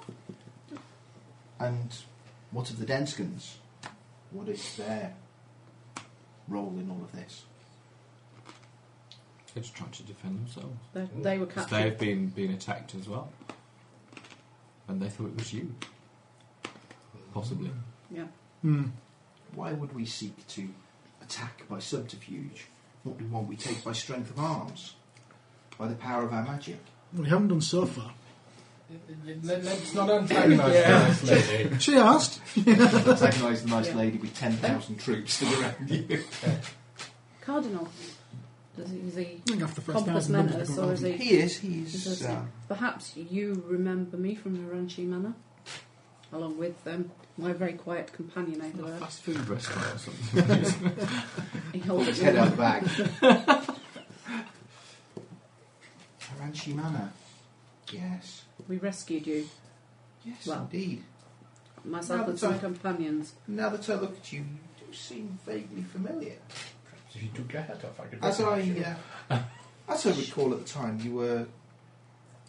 Speaker 3: And what of the Denskins? What is their role in all of this?
Speaker 7: they're just trying to defend themselves.
Speaker 5: They, they were
Speaker 7: 'Cause
Speaker 5: captured.
Speaker 7: They have been being attacked as well, and they thought it was you, possibly.
Speaker 5: Yeah.
Speaker 6: Hmm.
Speaker 3: Why would we seek to attack by subterfuge? What we want we take by strength of arms, by the power of our magic.
Speaker 6: We haven't done so far.
Speaker 4: Let, us not antagonise this lady.
Speaker 6: She asked.
Speaker 3: Antagonise the nice
Speaker 5: Yeah.
Speaker 3: lady with 10,000 troops still around you.
Speaker 5: Cardinal. Does he, is he,
Speaker 6: I think after the first
Speaker 5: Compass
Speaker 6: thousand numbers
Speaker 5: Mentis,
Speaker 6: become
Speaker 5: or
Speaker 6: relevant.
Speaker 5: is he-
Speaker 3: He is, he
Speaker 5: does
Speaker 3: is.
Speaker 5: he-
Speaker 3: Uh,
Speaker 5: Perhaps you remember me from Haranchi Manor, along with um, my very quiet companion,
Speaker 7: A
Speaker 5: Adela.
Speaker 4: Oh,
Speaker 7: fast food restaurant or something.
Speaker 5: He
Speaker 3: pulled
Speaker 5: holds
Speaker 3: his
Speaker 5: it
Speaker 3: head
Speaker 5: with-
Speaker 3: out of the bag. Haranchi Manor. Yes.
Speaker 5: We rescued you,
Speaker 3: Yes,
Speaker 5: Well,
Speaker 3: indeed.
Speaker 5: myself
Speaker 3: No,
Speaker 5: and some
Speaker 3: sorry.
Speaker 5: companions.
Speaker 3: Now that I look at you, you do seem vaguely familiar.
Speaker 4: If you took your hat off, I could.
Speaker 3: As I,
Speaker 4: recognise you.
Speaker 3: uh, as I recall at the time, you were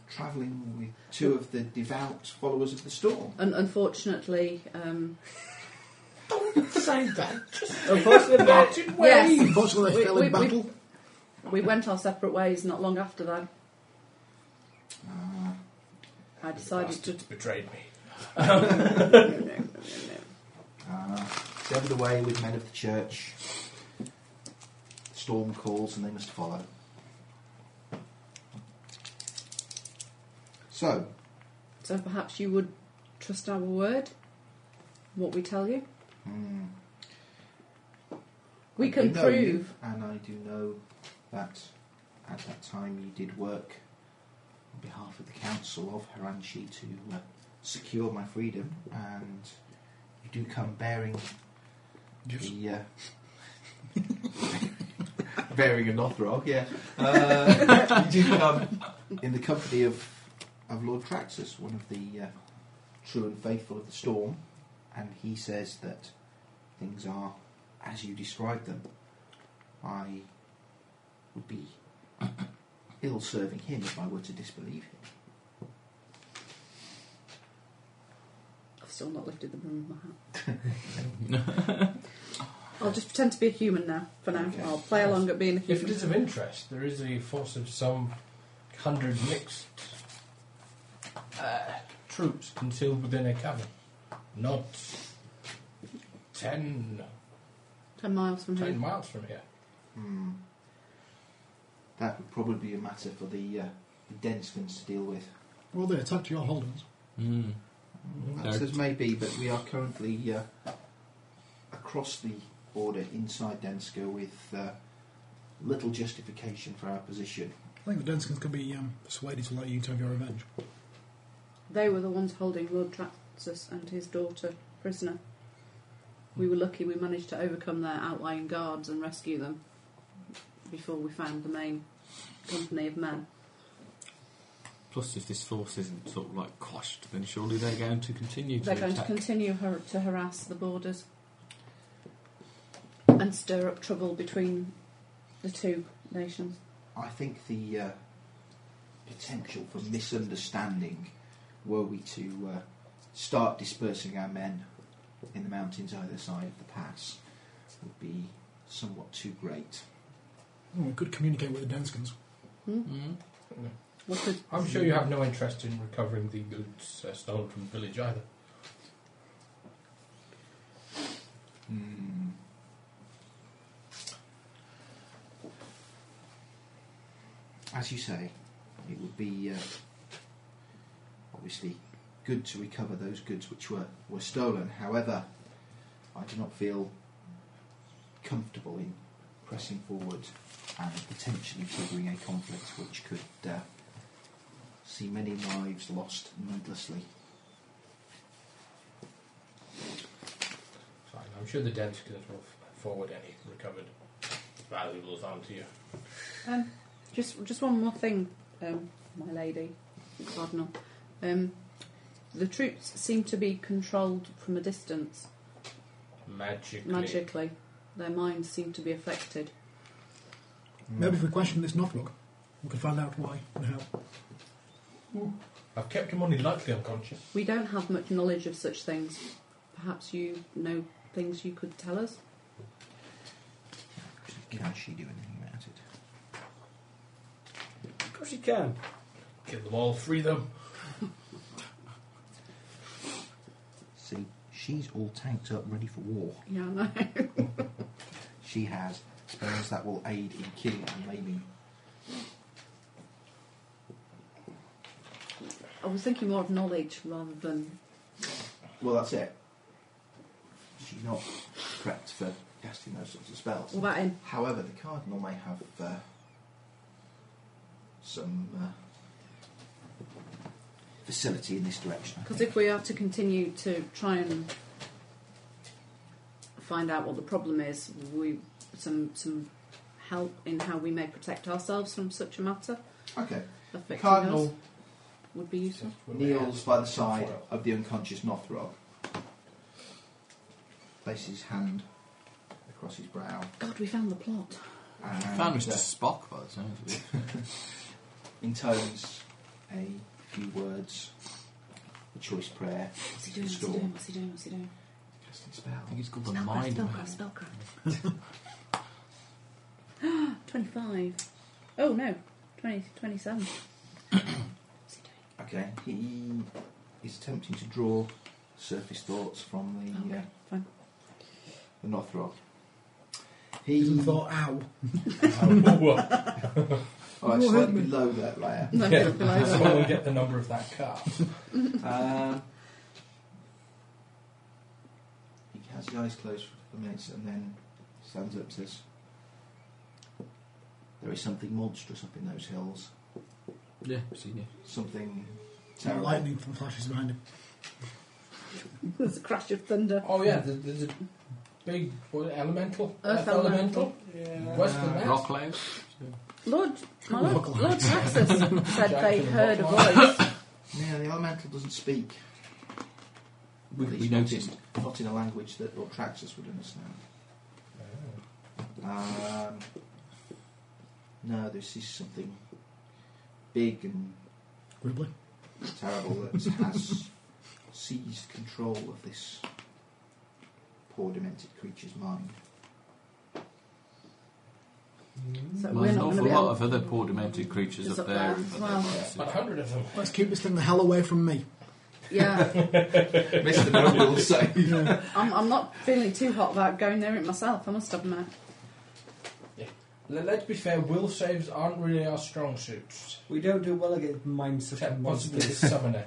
Speaker 3: travelling with two of the devout followers of the storm.
Speaker 5: Un- unfortunately, um,
Speaker 4: say that. Unfortunately, that's it.
Speaker 5: yes,
Speaker 6: Unfortunately, they fell in battle.
Speaker 5: we went our separate ways not long after that.
Speaker 3: Ah,
Speaker 5: I decided to.
Speaker 4: Bastards betrayed me.
Speaker 5: No, no, no, no, no.
Speaker 3: ah. it's ever the way with men of the church. The storm calls and they must follow. So,
Speaker 5: So perhaps you would trust our word, what we tell you.
Speaker 3: hmm,
Speaker 5: We
Speaker 3: I do
Speaker 5: can
Speaker 3: know you,
Speaker 5: prove
Speaker 3: and I do know that at that time you did work on behalf of the Council of Haranchi to uh, secure my freedom, and you do come bearing the uh, bearing a Northrog, yeah. Uh, you do come in the company of, of Lord Traxus, one of the uh, true and faithful of the storm, and he says that things are as you described them. I would be ill serving him if I were to disbelieve him.
Speaker 5: I've still not lifted the brim of my hat. I'll just pretend to be a human now. For now, I'll play along at being a
Speaker 4: If
Speaker 5: human.
Speaker 4: it is of interest, there is a force of some hundred mixed uh, troops concealed within a cavern. Not ten,
Speaker 5: Ten miles from here.
Speaker 4: ten miles from here.
Speaker 3: Hmm. That would probably be a matter for the uh, Denskins to deal with.
Speaker 6: Well, they attacked your holdings.
Speaker 7: Mm.
Speaker 3: That says maybe, but we are currently uh, across the border inside Densko with uh, little justification for our position.
Speaker 6: I think the Denskins could be um, persuaded to let you to have your revenge.
Speaker 5: They were the ones holding Lord Traxus and his daughter prisoner. We were lucky we managed to overcome their outlying guards and rescue them before we found the main company of men.
Speaker 7: Plus, if this force isn't sort of like quashed, then surely they're going to continue to
Speaker 5: They're going to
Speaker 7: attack.
Speaker 5: continue har- to harass the borders and stir up trouble between the two nations.
Speaker 3: I think the uh, potential for misunderstanding, were we to uh, start dispersing our men in the mountains either side of the pass, would be somewhat too great.
Speaker 6: Oh, we could communicate with the Denskins.
Speaker 7: Mm.
Speaker 5: We could
Speaker 4: I'm sure you have no interest in recovering the goods uh, stolen from the village either.
Speaker 3: Hmm. As you say, it would be uh, obviously good to recover those goods which were, were stolen. However, I do not feel comfortable in pressing forward and potentially triggering a conflict which could uh, see many lives lost needlessly.
Speaker 4: Fine. I'm sure the Denskins will f- forward any recovered valuables onto you.
Speaker 5: Um, just, just one more thing, um, my lady, Cardinal. Um, the troops seem to be controlled from a distance
Speaker 4: Magically.
Speaker 5: magically. Their minds seem to be affected.
Speaker 6: Maybe if we question this Northrog, we could find out why and how.
Speaker 4: I've kept him only lightly unconscious.
Speaker 5: We don't have much knowledge of such things. Perhaps you know things you could tell us.
Speaker 3: Can she do anything about it?
Speaker 2: Of course you can.
Speaker 4: Kill them all, free them.
Speaker 3: See, she's all tanked up, ready for war.
Speaker 5: Yeah, I know.
Speaker 3: She has spells that will aid in killing and maiming.
Speaker 5: I was thinking more of knowledge rather than.
Speaker 3: Well, that's it. She's not prepped for casting those sorts of spells.
Speaker 5: What about him?
Speaker 3: However, the cardinal may have uh, some uh, facility in this direction. I
Speaker 5: Because
Speaker 3: think.
Speaker 5: if we are to continue to try and find out what the problem is, we some some help in how we may protect ourselves from such a matter
Speaker 3: okay, the
Speaker 5: affecting us
Speaker 3: cardinal
Speaker 5: would be useful.
Speaker 3: kneels by the side of the unconscious Nothrog, places his hand across his brow,
Speaker 5: God, we found the plot.
Speaker 3: and
Speaker 7: Found Mr.
Speaker 3: uh,
Speaker 7: Spock by the sounds of it.
Speaker 3: intones a few words, a choice prayer,
Speaker 5: What's he
Speaker 3: the
Speaker 5: doing? What's
Speaker 3: storm,
Speaker 5: he doing? What's he doing? What's he doing?
Speaker 3: casting
Speaker 7: I think
Speaker 3: spell.
Speaker 7: it's called the Mind Man.
Speaker 5: spellcraft. Twenty-five. Oh no, 20, 27. What's he doing?
Speaker 3: Okay, he is attempting to draw surface thoughts from the
Speaker 5: Okay,
Speaker 3: uh,
Speaker 5: fine.
Speaker 3: the Northrog.
Speaker 6: He
Speaker 3: He
Speaker 6: even thought, ow.
Speaker 4: Whoa.
Speaker 3: oh, it's slightly below that layer.
Speaker 5: No,
Speaker 4: Yeah.
Speaker 5: below that.
Speaker 4: That's when we get the number of that car.
Speaker 3: Um, he has his eyes closed for a couple of minutes and then stands up and says, There is something monstrous up in those hills.
Speaker 7: Yeah, seen it.
Speaker 3: Something terrible.
Speaker 6: Lightning from flashes behind him.
Speaker 5: There's a crash of thunder.
Speaker 4: Oh yeah, there's, there's a Big what, elemental.
Speaker 5: Earth elemental.
Speaker 4: Yeah. Worse
Speaker 6: Ah, Uh,
Speaker 4: than that.
Speaker 7: Rock layer.
Speaker 5: Lord, my Lord,
Speaker 7: Rock
Speaker 5: Lord Taxus said
Speaker 7: Jack
Speaker 5: they
Speaker 7: and
Speaker 5: heard a
Speaker 7: Rock
Speaker 5: voice.
Speaker 3: Yeah, the elemental doesn't speak.
Speaker 7: We-
Speaker 3: At
Speaker 7: we
Speaker 3: least not
Speaker 7: noticed.
Speaker 3: in- Not in a language that Rotraxus would understand. Um, no, this is something big and
Speaker 6: Gribbly.
Speaker 3: terrible that has seized control of this poor demented creature's mind.
Speaker 5: So
Speaker 7: Well,
Speaker 5: we're not going
Speaker 7: there's an
Speaker 5: to
Speaker 7: awful
Speaker 5: be
Speaker 7: lot
Speaker 5: able.
Speaker 7: of other poor demented creatures
Speaker 5: It's up
Speaker 7: up there.
Speaker 5: there as
Speaker 7: at
Speaker 5: well.
Speaker 7: their
Speaker 4: A
Speaker 7: prices.
Speaker 4: hundred of them.
Speaker 6: Let's keep this thing the hell away from me.
Speaker 5: Yeah,
Speaker 3: Mr. Noble will say.
Speaker 6: Yeah.
Speaker 5: I'm, I'm not feeling too hot about going near it myself. I must admit.
Speaker 4: Let, let's be fair, will saves aren't really our strong suits.
Speaker 2: We don't do well against mindset
Speaker 4: Except
Speaker 2: and
Speaker 4: possibly the
Speaker 2: monsters.
Speaker 4: summoner.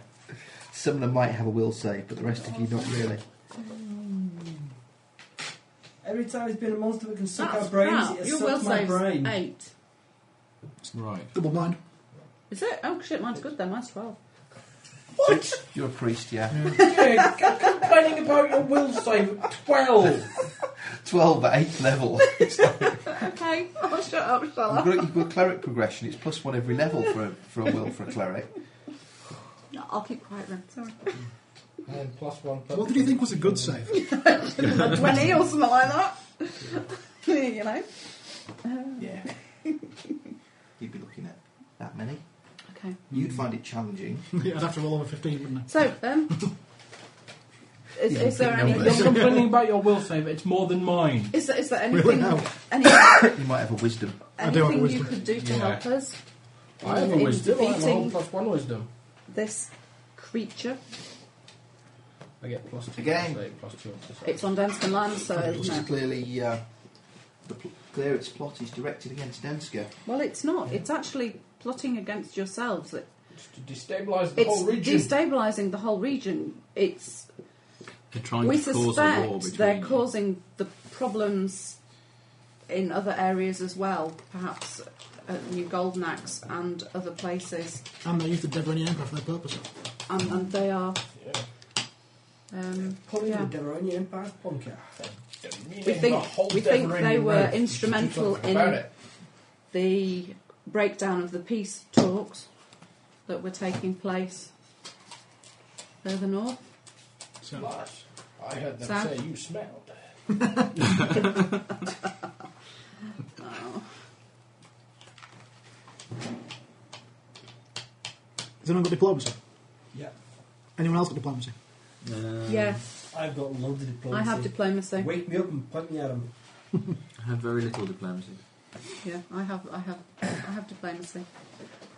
Speaker 11: Some of them might have a will save, but the rest of you not really.
Speaker 2: Every time he's been a monster, we can suck
Speaker 5: That's
Speaker 2: our brains.
Speaker 5: crap.
Speaker 2: It
Speaker 5: Your
Speaker 2: sucked
Speaker 5: will
Speaker 2: my
Speaker 5: saves
Speaker 2: brain.
Speaker 5: eight.
Speaker 7: Right.
Speaker 6: Double blind.
Speaker 5: Is it? Oh shit, mine's good then. Mine's twelve.
Speaker 11: You're a priest, yeah.
Speaker 4: yeah, c- complaining about your will save at twelve.
Speaker 11: 12 at 8th level.
Speaker 5: Okay, I'll Oh, shut up, shall
Speaker 11: You've
Speaker 5: I?
Speaker 11: got, you've got cleric progression, it's plus 1 every level for a, for a will for a cleric.
Speaker 5: No, I'll keep quiet then. Sorry.
Speaker 4: And plus one. Plus
Speaker 6: What did you think was a good save?
Speaker 5: A Twenty or something like that. you know.
Speaker 3: Yeah. You'd be looking at that many.
Speaker 5: Okay.
Speaker 3: You'd find it challenging.
Speaker 6: Yeah, I'd have to roll over 15, wouldn't I?
Speaker 5: So then, is, is there any?
Speaker 4: You're complaining about your will save. It's more than mine.
Speaker 5: Is there, is there
Speaker 6: Really?
Speaker 5: anything?
Speaker 6: No.
Speaker 5: Any,
Speaker 11: You might have a wisdom.
Speaker 6: I do have
Speaker 5: anything
Speaker 6: a
Speaker 5: you
Speaker 6: wisdom.
Speaker 5: could do to
Speaker 4: Yeah.
Speaker 5: help us?
Speaker 4: I have a
Speaker 5: in
Speaker 4: wisdom. I have a whole
Speaker 5: defeating
Speaker 4: plus one wisdom.
Speaker 5: this creature.
Speaker 4: I get plus two.
Speaker 3: Again.
Speaker 4: plus eight, plus two. plus eight.
Speaker 5: It's on Dunstan land, so
Speaker 3: It's
Speaker 5: isn't it?
Speaker 3: clearly uh, the pl- cleric's plot is directed against Denska.
Speaker 5: Well, it's not. It's actually plotting against yourselves. It-
Speaker 4: It's to destabilise the
Speaker 5: It's
Speaker 4: whole region.
Speaker 5: destabilising the whole region. It's
Speaker 7: They're trying
Speaker 5: we
Speaker 7: to cause a war
Speaker 5: suspect
Speaker 7: between.
Speaker 5: they're
Speaker 7: you.
Speaker 5: causing the problems in other areas as well, perhaps at New Golden Axe and other places,
Speaker 6: And they used the Deveranian Empire for their purpose.
Speaker 5: and, and they are.
Speaker 4: Yeah.
Speaker 5: Um,
Speaker 2: Pulling
Speaker 5: yeah.
Speaker 2: the Deveronian Empire's podcast.
Speaker 5: We think we think they were instrumental
Speaker 4: Something about
Speaker 5: in
Speaker 4: it.
Speaker 5: the breakdown of the peace talks that were taking place further north.
Speaker 6: So,
Speaker 4: Plus, I heard them
Speaker 5: Sam?
Speaker 4: say you smelled.
Speaker 6: has anyone got diplomacy?
Speaker 2: Yeah.
Speaker 6: Anyone else got diplomacy?
Speaker 5: yeah,
Speaker 2: I've got loads of
Speaker 7: um,
Speaker 2: diplomacy.
Speaker 5: I have diplomacy.
Speaker 2: Wake me up and point me at him.
Speaker 7: I have very little diplomacy.
Speaker 5: Yeah, I have, I have, I have diplomacy.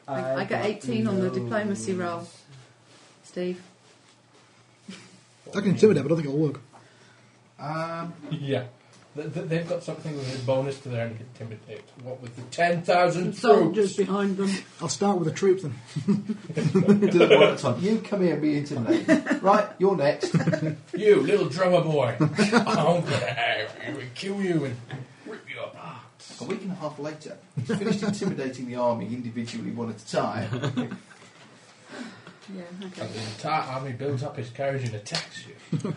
Speaker 5: I, I got 18 on the diplomacy roll. Steve,
Speaker 6: I can intimidate, but I don't think it'll work.
Speaker 3: Um,
Speaker 4: Yeah. Th- th- They've got something with a bonus to their intimidate. What with the 10,000 troops?
Speaker 5: soldiers behind them.
Speaker 6: I'll start with the troops then.
Speaker 11: Do it one at a time. You come here and be intimidated. Right, you're next.
Speaker 4: You, little drummer boy. I'm going to have you and kill you and rip you apart.
Speaker 3: a week and a half later, he's finished intimidating the army individually one at a time.
Speaker 5: Yeah,
Speaker 4: And
Speaker 5: okay.
Speaker 4: the entire army builds up his courage and attacks you.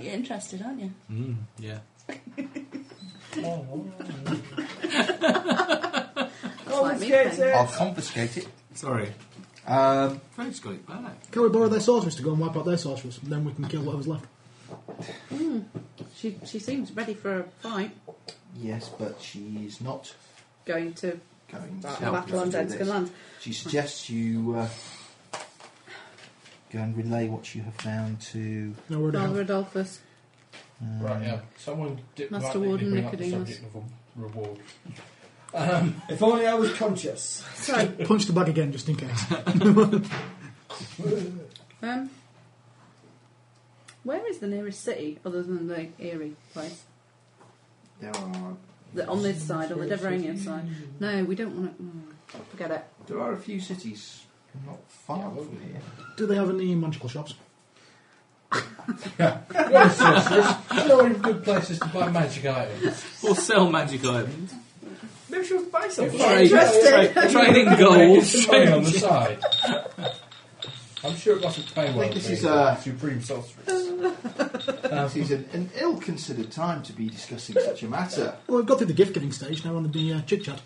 Speaker 10: You're interested, aren't you?
Speaker 7: Mm, yeah.
Speaker 4: Oh,
Speaker 5: That's like me.
Speaker 2: Confiscate
Speaker 5: playing.
Speaker 2: it.
Speaker 11: I'll confiscate it.
Speaker 7: Sorry.
Speaker 11: Um,
Speaker 7: Frank's got it back.
Speaker 6: Can we borrow their sorcerers to go and wipe out their sorcerers? Then we can kill whatever's left.
Speaker 5: She, she seems ready for a fight.
Speaker 3: yes, but she's not
Speaker 5: Going to
Speaker 3: going to help
Speaker 5: battle
Speaker 3: you
Speaker 5: on
Speaker 3: do this.
Speaker 5: Denskin land.
Speaker 3: She suggests you uh, go and relay what you have found to.
Speaker 6: No word
Speaker 5: Father
Speaker 6: of
Speaker 5: Adolphus.
Speaker 3: Um,
Speaker 4: right, yeah. Someone
Speaker 5: Master
Speaker 4: diplomatically
Speaker 5: Warden
Speaker 4: bring up the
Speaker 5: Nicodemus.
Speaker 4: subject of a reward.
Speaker 2: If only I was conscious.
Speaker 5: So,
Speaker 6: hell. Punch the bag again, just in case.
Speaker 5: um, where is the nearest city other than the Erie place?
Speaker 3: There are
Speaker 5: The, on this side, on the Deveranian side. No, we don't want to. Mm, forget it.
Speaker 3: there are a few cities not far
Speaker 4: Yeah, well,
Speaker 3: from here.
Speaker 6: Do they have any magical shops?
Speaker 4: Yes, yes, yes. You know any good places to buy magic items?
Speaker 7: Or sell magic items.
Speaker 2: Maybe she was buy something.
Speaker 7: Trade, trade, trade in
Speaker 4: Make
Speaker 7: gold.
Speaker 4: some money on the side. I'm sure it wasn't pay well.
Speaker 3: this
Speaker 4: being
Speaker 3: is, uh,
Speaker 4: Supreme Sorceress.
Speaker 3: This is an, an ill-considered time to be discussing such a matter.
Speaker 6: Well, we've got through the gift giving stage, now we're on the uh, chit chat.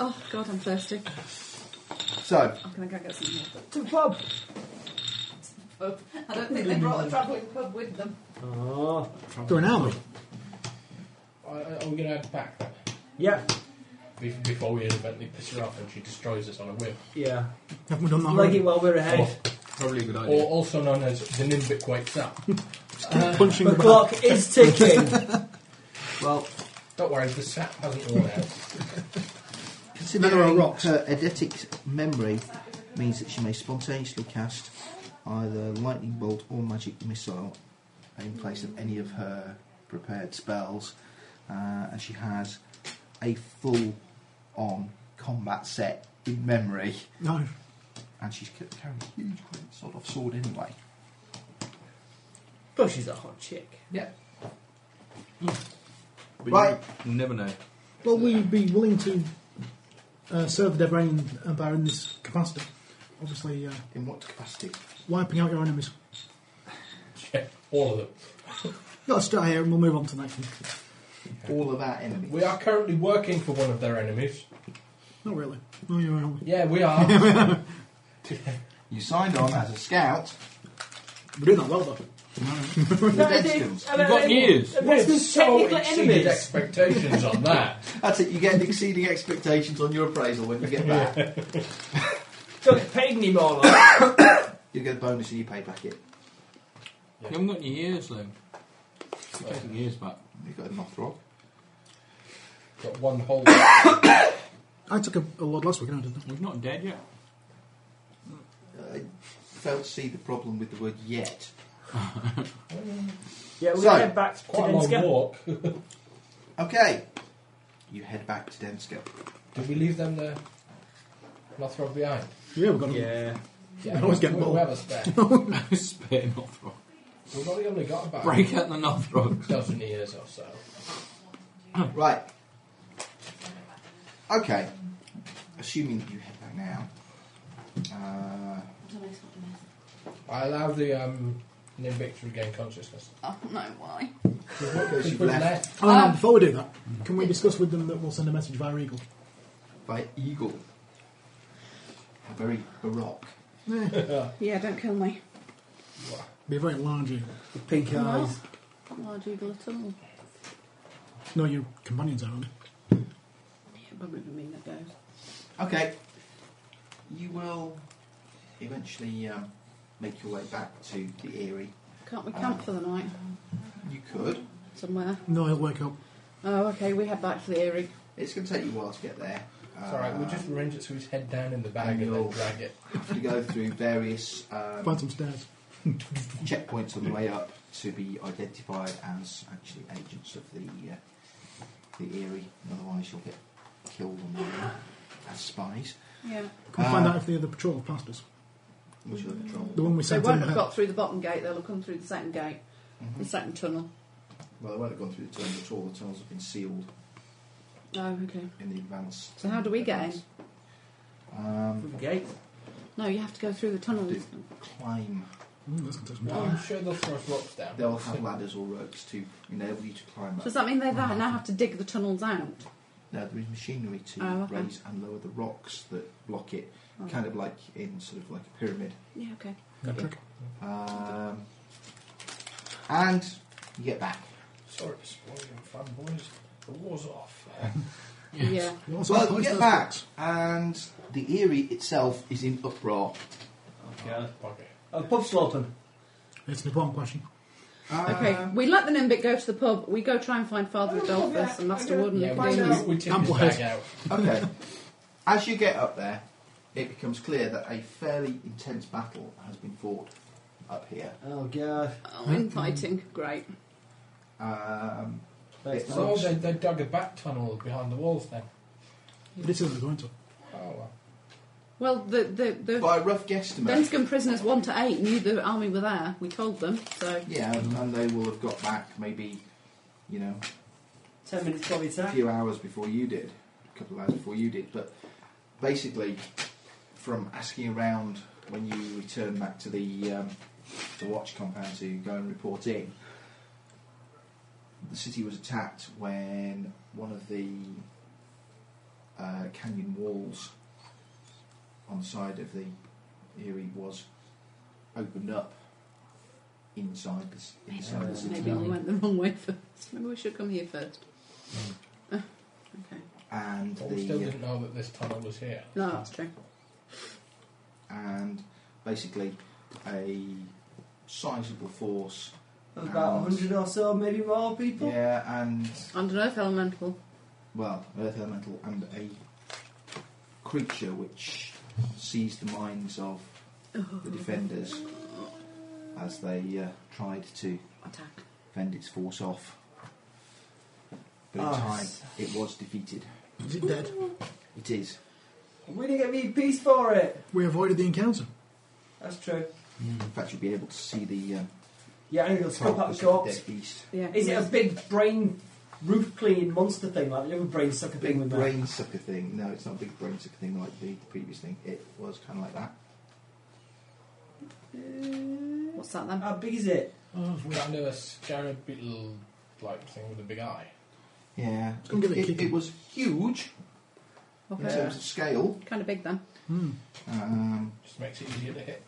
Speaker 5: Oh god, I'm thirsty.
Speaker 3: So,
Speaker 5: I'm gonna go get some water.
Speaker 2: To the pub.
Speaker 5: Pub. I don't think they brought the travelling pub with them.
Speaker 2: Oh.
Speaker 6: They're an army.
Speaker 4: Are, are we going to add back that?
Speaker 2: Yeah,
Speaker 4: Be- Before we inadvertently piss her off and she destroys us on a whim.
Speaker 2: yeah.
Speaker 6: Haven't we done that
Speaker 2: Leg it
Speaker 6: already?
Speaker 2: while we're ahead.
Speaker 7: Probably a good
Speaker 4: Or
Speaker 7: idea.
Speaker 4: also known as the Nimbic wakes up.
Speaker 6: Punching
Speaker 2: The
Speaker 6: the
Speaker 2: clock is ticking.
Speaker 3: well,
Speaker 4: Don't worry, the sap hasn't worn out.
Speaker 3: considering
Speaker 6: rocks.
Speaker 3: her eidetic memory means that she may spontaneously cast either lightning bolt or magic missile in place of any of her prepared spells, uh, and she has a full-on combat set in memory,
Speaker 6: No.
Speaker 3: and she's ca- carrying a huge sort of sword anyway.
Speaker 2: But she's a hot chick.
Speaker 7: Yeah. But
Speaker 3: Right.
Speaker 7: You never know.
Speaker 6: Well, will you be willing to uh, serve the Devranian Empire in this capacity? Obviously, uh,
Speaker 3: In what capacity?
Speaker 6: wiping out your enemies.
Speaker 4: Yeah, all of them.
Speaker 6: Let's start here and we'll move on to the next one.
Speaker 3: All of our enemies.
Speaker 4: We are currently working for one of their enemies.
Speaker 6: Not really. No, you're wrong.
Speaker 4: Yeah, we are.
Speaker 3: You signed on as a scout.
Speaker 6: We're doing that well, though.
Speaker 3: with
Speaker 2: No,
Speaker 3: dead
Speaker 2: they-
Speaker 3: skills.
Speaker 7: You've
Speaker 4: Um,
Speaker 7: got years.
Speaker 4: We've
Speaker 2: What's
Speaker 4: so
Speaker 2: technical
Speaker 4: exceeded
Speaker 2: enemies?
Speaker 4: expectations on that.
Speaker 3: That's it. You get exceeding expectations on your appraisal when you get back.
Speaker 2: Don't get paid anymore. Like.
Speaker 3: you get a bonus in your pay packet.
Speaker 7: You haven't got your years though. You're taking years back.
Speaker 3: You've got a Nothrog.
Speaker 4: Got one whole.
Speaker 6: I took a, a lot last week, and I didn't.
Speaker 7: We're not dead yet.
Speaker 3: I failed Uh, to see the problem with the word yet.
Speaker 2: Yeah, we're
Speaker 3: So,
Speaker 2: gonna head back to
Speaker 4: Quite a long
Speaker 2: Denska.
Speaker 4: walk.
Speaker 3: Okay. You head back to Denska.
Speaker 4: Did we leave them there? Nothrog behind.
Speaker 6: Yeah, we've got a
Speaker 2: Yeah.
Speaker 4: Yeah,
Speaker 6: always get
Speaker 4: we, we
Speaker 6: more.
Speaker 4: have a spare.
Speaker 7: Spare Northrop.
Speaker 4: We've only, only got about
Speaker 7: Break out the Northrop.
Speaker 4: a dozen years or so.
Speaker 3: Right. Okay. Assuming that you head back now. Uh,
Speaker 4: I allow the um, Nimbic to regain consciousness.
Speaker 5: I don't know why.
Speaker 3: because you've
Speaker 4: We've
Speaker 3: left
Speaker 6: Oh, no, before we do that, can we discuss with them that we'll send a message via Eagle?
Speaker 3: by Eagle. A very baroque.
Speaker 5: Yeah, don't kill me.
Speaker 6: Be a very large Eagle.
Speaker 2: The pink
Speaker 5: I'm not.
Speaker 2: eyes.
Speaker 5: Not large eagle at all.
Speaker 6: No, your companions are, aren't they?
Speaker 5: Yeah, probably the mean that goes.
Speaker 3: Okay. You will eventually um, make your way back to the Eyrie.
Speaker 5: Can't we camp for the night
Speaker 3: You could.
Speaker 5: somewhere?
Speaker 6: No, he'll wake up.
Speaker 5: Oh, okay, we head back to the Erie.
Speaker 3: It's going to take you a while to get there. Uh,
Speaker 4: It's alright, we'll just arrange it so he's head down in the bag and then
Speaker 3: You'll-
Speaker 4: drag it.
Speaker 3: have to go through various
Speaker 6: Find
Speaker 3: um,
Speaker 6: some stairs.
Speaker 3: checkpoints on the way up to be identified as actually agents of the uh, the Eyrie. Otherwise, you'll get killed on the way as spies.
Speaker 5: Yeah.
Speaker 6: Can we find
Speaker 3: Uh,
Speaker 6: out if the other patrol have passed us?
Speaker 3: Which are the trouble.
Speaker 6: The one we
Speaker 5: They
Speaker 6: sent
Speaker 5: won't
Speaker 6: in.
Speaker 5: have
Speaker 6: uh,
Speaker 5: got through the bottom gate, they'll have come through the second gate, the
Speaker 3: Mhm.
Speaker 5: second tunnel.
Speaker 3: Well, they won't have gone through the tunnels at all. The tunnels have been sealed
Speaker 5: Oh, okay.
Speaker 3: in the advance.
Speaker 5: So how do we get in?
Speaker 2: Through
Speaker 3: Um,
Speaker 2: the gate.
Speaker 5: No, you have to go through the tunnels.
Speaker 3: Do- climb.
Speaker 6: Mm, that's gonna take some
Speaker 4: No,
Speaker 6: time.
Speaker 4: I'm sure they'll throw us ropes down.
Speaker 3: They'll have ladders or ropes to enable you to climb up.
Speaker 5: Does that mean they that now have to dig the tunnels out?
Speaker 3: Now there is machinery to
Speaker 5: Oh, okay. Oh.
Speaker 3: raise and lower the rocks that block it, kind of like in sort of like a pyramid.
Speaker 5: Yeah, okay.
Speaker 6: Good trick.
Speaker 3: Um, and you get back.
Speaker 4: Sorry for spoiling fun, boys. The war's off.
Speaker 5: Yeah.
Speaker 6: You also
Speaker 3: Well,
Speaker 6: have
Speaker 3: you get
Speaker 6: those
Speaker 3: back,
Speaker 6: books.
Speaker 3: and the Erie itself is in uproar.
Speaker 2: Yeah.
Speaker 4: Bugger.
Speaker 2: Uh, pub slopping.
Speaker 6: It's an important question.
Speaker 5: Okay,
Speaker 3: Uh,
Speaker 5: we let the Nimbic go to the pub. We go try and find Father Adolphus and Master Warden
Speaker 4: Yeah,
Speaker 5: and
Speaker 4: we,
Speaker 5: Nicodemus.
Speaker 4: we, we tip his
Speaker 6: Ample
Speaker 4: bag
Speaker 6: head.
Speaker 4: out.
Speaker 3: Okay. As you get up there, it becomes clear that a fairly intense battle has been fought up here.
Speaker 2: Oh god.
Speaker 5: Oh, infighting. Great.
Speaker 3: Um,
Speaker 2: Thanks,
Speaker 4: So
Speaker 2: man.
Speaker 4: they, they dug a back tunnel behind the walls then.
Speaker 6: This isn't going to.
Speaker 4: Oh well.
Speaker 5: Well, the, the, the
Speaker 3: by a rough guesstimate,
Speaker 5: Denscombe prisoners 1 to 8 knew the army were there. We told them, so...
Speaker 3: yeah, and, and they will have got back maybe, you know,
Speaker 2: Ten minutes probably
Speaker 3: a
Speaker 2: attack.
Speaker 3: few hours before you did, a couple of hours before you did, but basically, from asking around when you returned back to the um, the watch compound to go and report in. The city was attacked when one of the uh, canyon walls on the side of the Erie was opened up inside the, c- inside the city.
Speaker 5: Maybe we went the wrong way first. Maybe we should come here first. Uh, okay.
Speaker 3: And
Speaker 4: Well, we
Speaker 3: the uh,
Speaker 4: still didn't know that this tunnel was here.
Speaker 5: No, that's true.
Speaker 3: and basically a sizable force.
Speaker 2: There's about
Speaker 3: and-
Speaker 2: 100 or so, maybe more people.
Speaker 3: Yeah, and
Speaker 5: Under Earth Elemental.
Speaker 3: well, earth elemental and a creature which seized the minds of
Speaker 2: Oh.
Speaker 3: the defenders as they uh, tried to
Speaker 5: Attack.
Speaker 3: fend its force off. But in
Speaker 2: Ah,
Speaker 3: time,
Speaker 2: s-
Speaker 3: it was defeated.
Speaker 6: Is it dead?
Speaker 3: It is.
Speaker 2: We didn't get any peace for it.
Speaker 6: We avoided the encounter.
Speaker 2: That's true.
Speaker 3: In fact, you'll be able to see the um,
Speaker 2: Yeah, I need to scope out
Speaker 3: carcass
Speaker 2: the
Speaker 3: of the
Speaker 2: corpse.
Speaker 3: dead beast.
Speaker 5: Yeah.
Speaker 2: Is it a big brain root clean monster thing like the other brain sucker thing
Speaker 3: Big
Speaker 2: with that?
Speaker 3: brain sucker thing. No, it's not a big brain sucker thing like the previous thing. It was kind of like that.
Speaker 5: What's that then?
Speaker 2: How big is it?
Speaker 5: Oh,
Speaker 4: We found a scarab beetle like thing with a big eye.
Speaker 3: Yeah,
Speaker 6: gonna give it a
Speaker 3: it,
Speaker 6: kick.
Speaker 3: it was huge in
Speaker 5: Okay.
Speaker 3: terms of scale.
Speaker 5: Kind of big then.
Speaker 3: Um,
Speaker 4: Just makes it easier to hit.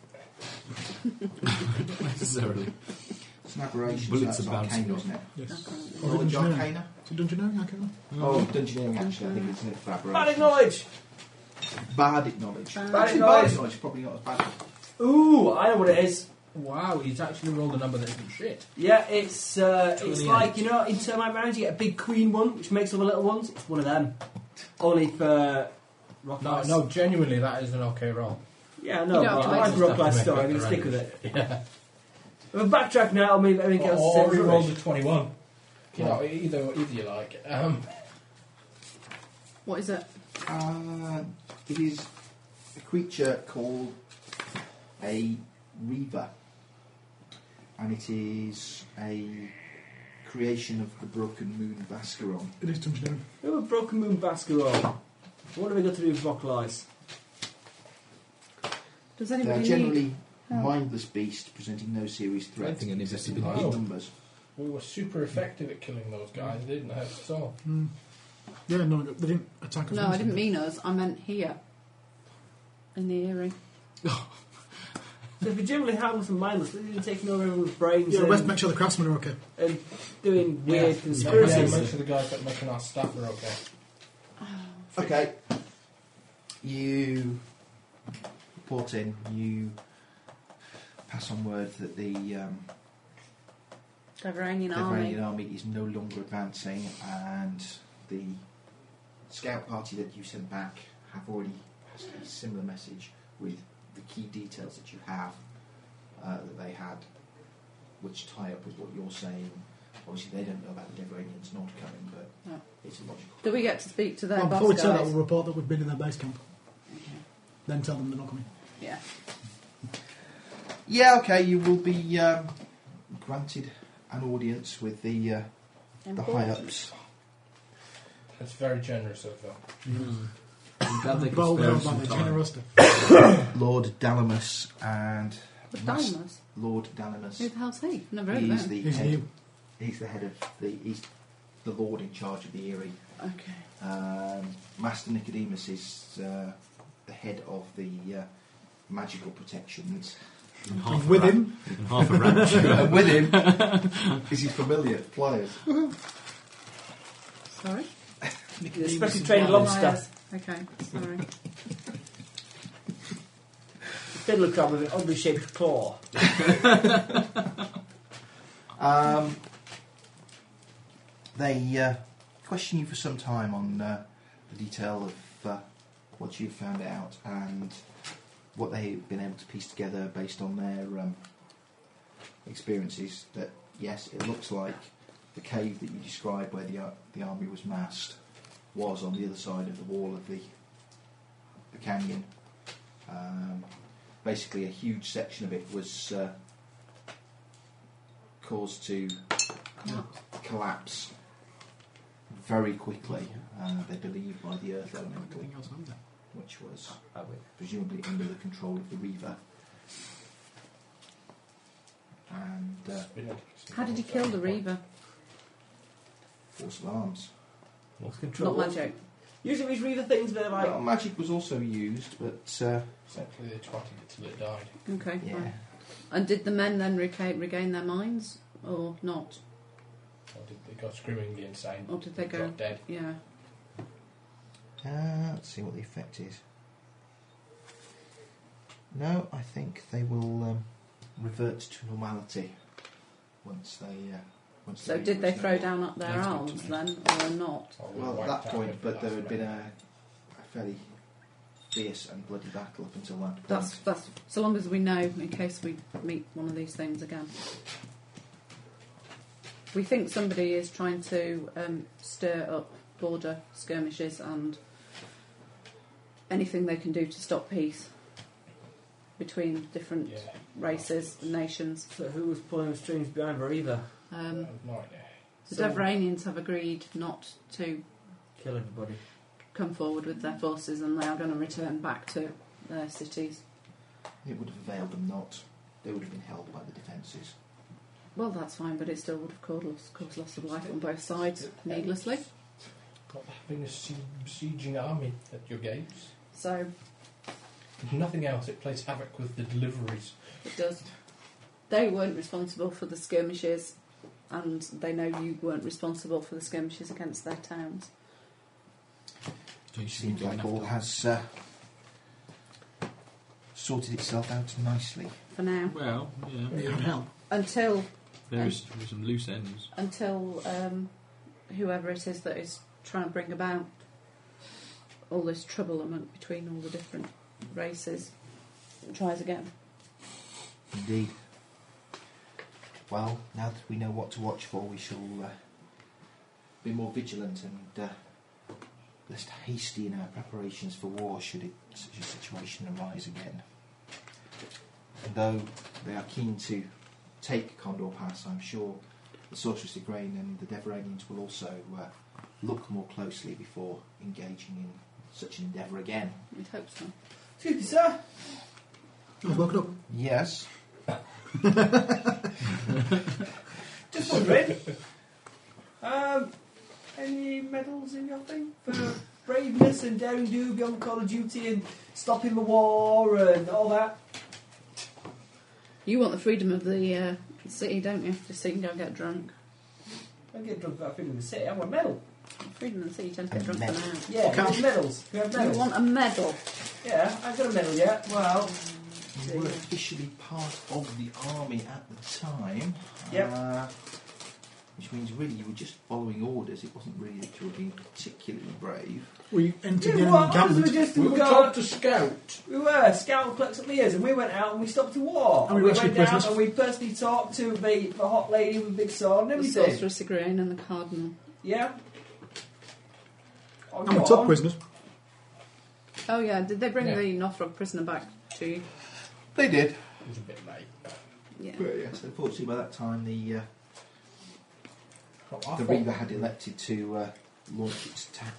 Speaker 7: necessarily.
Speaker 3: it's an aberration.
Speaker 7: Bullets
Speaker 3: so that's
Speaker 7: are bouncing
Speaker 3: arcana,
Speaker 7: off.
Speaker 3: isn't it?
Speaker 6: Yes.
Speaker 5: Okay.
Speaker 6: Or
Speaker 3: Knowledge
Speaker 6: dungeoneering.
Speaker 3: arcana.
Speaker 6: So don't you know? Okay.
Speaker 3: Oh, dungeoneering actually. I think it's an
Speaker 2: Bad
Speaker 3: aberration.
Speaker 2: knowledge!
Speaker 3: Bardic knowledge.
Speaker 5: Bardic
Speaker 3: Actually,
Speaker 2: knowledge.
Speaker 3: bardic knowledge is probably not as bad.
Speaker 2: Ooh, I know what it is.
Speaker 4: Wow, he's actually rolled a number that isn't shit.
Speaker 2: Yeah, it's uh, it's
Speaker 4: 28.
Speaker 2: like you know in termite rounds you get a big queen one which makes all the little ones. It's one of them, only for rock
Speaker 4: No,
Speaker 2: lice.
Speaker 4: no, genuinely, that is an okay roll.
Speaker 2: Yeah, no,
Speaker 5: You don't
Speaker 2: I
Speaker 5: have to
Speaker 2: like
Speaker 5: make
Speaker 2: rock lice
Speaker 4: stuff to
Speaker 2: story.
Speaker 4: make
Speaker 2: I'm
Speaker 4: it
Speaker 2: gonna stick with it.
Speaker 4: Yeah.
Speaker 2: If I backtrack now, I mean everything
Speaker 4: Or,
Speaker 2: else
Speaker 4: or
Speaker 2: is
Speaker 4: he
Speaker 2: rubbish.
Speaker 4: rolled a 21. You know, either, either you like. Um,
Speaker 5: What is it?
Speaker 3: Uh, it is a creature called a reaver, and it is a creation of the broken moon Vascaron.
Speaker 6: It is dungeoneering.
Speaker 2: Who a broken moon basket on? What are we going to do with rock lice?
Speaker 5: Does
Speaker 3: They are
Speaker 5: anybody need?
Speaker 3: generally
Speaker 5: help?
Speaker 3: mindless beasts presenting no serious
Speaker 7: I
Speaker 3: threat
Speaker 7: don't think any of this has
Speaker 3: in
Speaker 7: been
Speaker 3: large
Speaker 4: used.
Speaker 3: numbers.
Speaker 4: we were super effective at killing those guys, didn't they? So,
Speaker 6: Mm. Yeah, no, they didn't attack us.
Speaker 5: No,
Speaker 6: once,
Speaker 5: I didn't
Speaker 6: did
Speaker 5: mean us. I meant here. In the earring.
Speaker 2: So if you're generally harmless and mindless, they're just taking over everyone's brains
Speaker 6: they? Yeah, let's
Speaker 2: and,
Speaker 6: make sure the craftsmen are okay.
Speaker 2: and doing
Speaker 4: yeah,
Speaker 2: weird
Speaker 4: yeah,
Speaker 2: conspiracies.
Speaker 4: make sure the guys that making our staff are okay.
Speaker 3: Okay. You report in, you pass on word that the um,
Speaker 5: Devranian army.
Speaker 3: Devranian army is no longer advancing and the scout party that you sent back have already passed a similar message with the key details that you have uh, that they had, which tie up with what you're saying. Obviously, they don't know about the Devranians not coming, but
Speaker 5: No.
Speaker 3: it's a logical.
Speaker 5: Do we get to speak to their
Speaker 6: Well,
Speaker 5: boss
Speaker 6: before we tell that,
Speaker 5: guys?
Speaker 6: we'll report that we've been in their base camp.
Speaker 5: Okay.
Speaker 6: Then tell them they're not coming.
Speaker 5: Yeah.
Speaker 3: Yeah, okay, you will be um, granted an audience with the uh, the high ups.
Speaker 4: That's very generous of them.
Speaker 7: I'm glad they could
Speaker 6: Well
Speaker 7: spare
Speaker 6: done
Speaker 7: us
Speaker 6: by
Speaker 7: some
Speaker 6: the
Speaker 7: time.
Speaker 6: generosity.
Speaker 3: Lord Dalamus and
Speaker 5: But
Speaker 3: Mas-
Speaker 5: Dimas?
Speaker 3: Lord Dalamus.
Speaker 5: Who the hell's he? Never heard of
Speaker 3: He's
Speaker 5: him.
Speaker 3: the
Speaker 6: He's
Speaker 3: head.
Speaker 6: new.
Speaker 3: He's the head of the. He's the lord in charge of the Erie.
Speaker 5: Okay.
Speaker 3: Um, Master Nicodemus is uh, the head of the uh, magical protections.
Speaker 7: And half a
Speaker 6: with
Speaker 7: rat-
Speaker 6: him,
Speaker 7: and half a ranch.
Speaker 3: and with him is his familiar players.
Speaker 5: Sorry?
Speaker 2: The specially trained lobster.
Speaker 5: Okay, sorry.
Speaker 2: Fiddler crab with an oddly shaped claw.
Speaker 3: Um, they uh, question you for some time on uh, the detail of uh, what you found out and what they've been able to piece together based on their um, experiences. That yes, it looks like the cave that you described, where the ar- the army was massed, was on the other side of the wall of the the canyon. Um, basically, a huge section of it was. Uh, caused to collapse very quickly. Uh, they believe by the earth elemental,
Speaker 7: Anything else on there?
Speaker 3: which was presumably under the control of the Reaver. and uh,
Speaker 5: How did you kill the Reaver?
Speaker 3: force of arms.
Speaker 5: Not magic.
Speaker 2: Usually these reader things they're like.
Speaker 3: Well, magic was also used, but uh,
Speaker 4: Essentially, they twatted it till it died.
Speaker 5: Okay.
Speaker 3: yeah,
Speaker 5: fine. And did the men then reca- regain their minds or not?
Speaker 4: Or did they go screamingly insane?
Speaker 5: Or did they go-
Speaker 4: Dropped dead.
Speaker 5: Yeah.
Speaker 3: Uh, let's see what the effect is. No, I think they will um, revert to normality once they. Uh, once
Speaker 5: So
Speaker 3: they
Speaker 5: did they
Speaker 3: reach
Speaker 5: throw
Speaker 3: normal.
Speaker 5: down up their
Speaker 3: That's good
Speaker 5: arms
Speaker 3: to know.
Speaker 5: then or not?
Speaker 4: Or were
Speaker 3: Well, at
Speaker 4: wiped
Speaker 3: that
Speaker 4: out
Speaker 3: point,
Speaker 4: with the
Speaker 3: but there
Speaker 4: last
Speaker 3: had been
Speaker 4: breath.
Speaker 3: a, a fairly fierce and bloody battle up until that point.
Speaker 5: That's that's so long as we know in case we meet one of these things again. We think somebody is trying to um, stir up border skirmishes and anything they can do to stop peace between different
Speaker 4: Yeah.
Speaker 5: races and nations.
Speaker 2: So who was pulling the strings behind Reaver?
Speaker 5: Um,
Speaker 4: No idea.
Speaker 5: the
Speaker 2: So-
Speaker 5: Devranians have agreed not to
Speaker 2: Kill everybody.
Speaker 5: come forward with their forces and they are going to return back to their cities.
Speaker 3: It would have availed them not. They would have been held by the defences.
Speaker 5: Well, that's fine, but it still would have caused loss, caused loss of life on both sides needlessly.
Speaker 4: Not having a sie- besieging army at your gates.
Speaker 5: So
Speaker 4: If nothing else, it plays havoc with the deliveries.
Speaker 5: it does. They weren't responsible for the skirmishes, and they know you weren't responsible for the skirmishes against their towns.
Speaker 7: So you
Speaker 3: It
Speaker 7: should
Speaker 3: seems
Speaker 7: be
Speaker 3: like
Speaker 7: doing
Speaker 3: all
Speaker 7: that.
Speaker 3: has uh, sorted itself out nicely.
Speaker 5: For now,
Speaker 9: Well, yeah.
Speaker 6: Can't help.
Speaker 5: until
Speaker 9: There's some loose ends.
Speaker 5: until um, whoever it is that is trying to bring about all this trouble among, between all the different races tries again.
Speaker 3: Indeed. Well, now that we know what to watch for, we shall uh, be more vigilant and uh, less hasty in our preparations for war should it, such a situation arise again. And though they are keen to take Condor Pass, I'm sure the Sorceress Igraine and the Deveranians will also uh, look more closely before engaging in such an endeavour again.
Speaker 5: We'd hope so.
Speaker 2: Excuse me, sir.
Speaker 6: I was woken up.
Speaker 3: Yes.
Speaker 2: Just wondering. um, any medals in your thing for braveness and daring do beyond Call of Duty and stopping the war and all that?
Speaker 5: You want the freedom of the uh, city, don't you? Just so you can go and get drunk.
Speaker 2: I get drunk about freedom of the city. I want a medal.
Speaker 5: Freedom of the city, you tend to
Speaker 3: A
Speaker 5: get drunk
Speaker 3: medal.
Speaker 5: for now.
Speaker 2: Yeah, there's medals. We have medals.
Speaker 5: You want a medal?
Speaker 2: Yeah, I've got a medal yet. Well,
Speaker 3: You were officially part of the army at the time.
Speaker 2: Yep.
Speaker 3: Uh, which means really you were just following orders. It wasn't really that you were being particularly brave.
Speaker 6: We
Speaker 2: you
Speaker 6: entered the
Speaker 2: know
Speaker 6: enemy
Speaker 2: what? Ours were
Speaker 6: encampment.
Speaker 2: just
Speaker 4: We
Speaker 2: we
Speaker 4: were
Speaker 2: were,
Speaker 4: told to scout.
Speaker 2: we were scout clerks at Lears and we went out and we stopped a war.
Speaker 6: And we
Speaker 2: we
Speaker 6: rescued
Speaker 2: went down
Speaker 6: prisoners.
Speaker 2: and we personally talked to the, the hot lady with the big sword and
Speaker 5: The
Speaker 2: everything.
Speaker 5: sorceress Igraine and the cardinal.
Speaker 2: Yeah. Oh,
Speaker 6: And we
Speaker 2: go
Speaker 6: took
Speaker 2: on.
Speaker 6: prisoners.
Speaker 5: Oh yeah, did they bring
Speaker 4: Yeah.
Speaker 5: the Northrop prisoner back to you?
Speaker 3: They did.
Speaker 4: It was a bit late.
Speaker 5: Yeah.
Speaker 3: But yes, unfortunately by that time the, uh,
Speaker 4: Not our
Speaker 3: the
Speaker 4: fault.
Speaker 3: Reaver had elected to uh, launch its attack.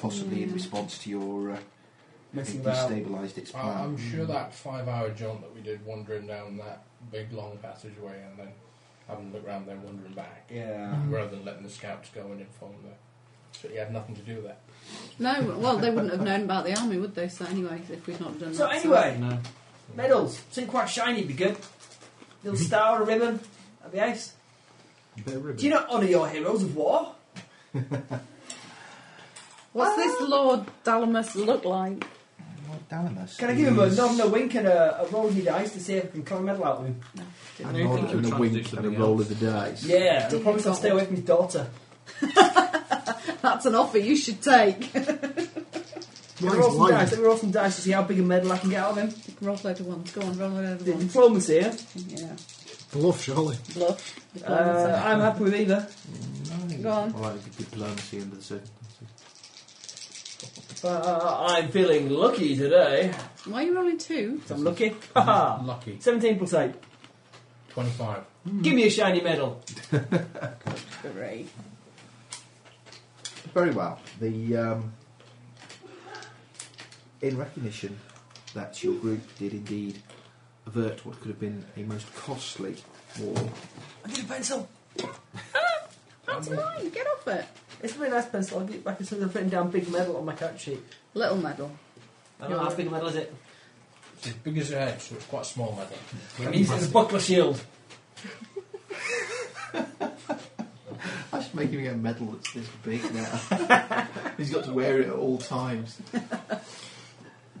Speaker 3: Possibly in
Speaker 5: Yeah.
Speaker 3: response to your uh,
Speaker 2: Hmm. Messing about. Uh,
Speaker 3: destabilised its
Speaker 4: I-
Speaker 3: plan.
Speaker 4: I'm sure that five-hour jaunt that we did, wandering down that big long passageway and then having a look round, then wandering back,
Speaker 2: Yeah.
Speaker 4: rather than letting the scouts go and inform them. So you had nothing to do with that.
Speaker 5: No, well they wouldn't have known about the army, would they? So anyway, if we'd not done
Speaker 2: So
Speaker 5: that.
Speaker 2: anyway,
Speaker 9: No.
Speaker 2: medals. Something quite shiny would be good. Little star and a ribbon. That'd be nice. Do you not honour your heroes of war?
Speaker 5: what's
Speaker 2: Ah.
Speaker 5: this Lord Dalamus look like?
Speaker 3: Lord Dalamus
Speaker 2: Can I give him a
Speaker 3: is-
Speaker 2: nod and a wink and a, a roll of the dice to see if I can climb a medal out of him?
Speaker 3: a
Speaker 9: I don't
Speaker 3: nod
Speaker 9: think you were
Speaker 3: and a
Speaker 9: trying to do
Speaker 3: wink and a
Speaker 9: something
Speaker 3: roll
Speaker 9: else.
Speaker 3: of the dice?
Speaker 2: Yeah, I promise I'll stay away from his daughter.
Speaker 5: That's an offer you should take.
Speaker 2: Can I
Speaker 6: Mine's
Speaker 2: roll some
Speaker 6: lying.
Speaker 2: dice? Let me roll some dice to see how big a medal I can get out of him.
Speaker 5: roll load of ones. Go on, roll load of
Speaker 2: The
Speaker 5: ones.
Speaker 2: diplomacy here.
Speaker 5: Yeah.
Speaker 6: Bluff, surely.
Speaker 5: Bluff. Diplomacy.
Speaker 2: Uh, I'm happy with either.
Speaker 5: Go on.
Speaker 3: Well, that is a diplomacy under the circumstances.
Speaker 2: Uh, I'm feeling lucky today.
Speaker 5: Why are you rolling two?
Speaker 2: 'Cause I'm lucky. Haha.
Speaker 4: Lucky.
Speaker 2: 17 plus 8.
Speaker 4: Twenty-five.
Speaker 2: Give me a shiny medal.
Speaker 5: Three.
Speaker 3: Very well. The um, in recognition that your group did indeed
Speaker 12: avert what could have been a most costly war.
Speaker 2: I need a pencil.
Speaker 5: That's mine. Get off it.
Speaker 2: It's a really nice pencil. I'll get it back as soon as I've written down big medal on my count sheet.
Speaker 5: Little medal.
Speaker 2: I don't know how big a medal is it?
Speaker 4: It's as big as your head, so it's quite a small medal.
Speaker 2: It means it's a buckler shield.
Speaker 3: I should make him get a medal that's this big now. He's got to wear it at all times.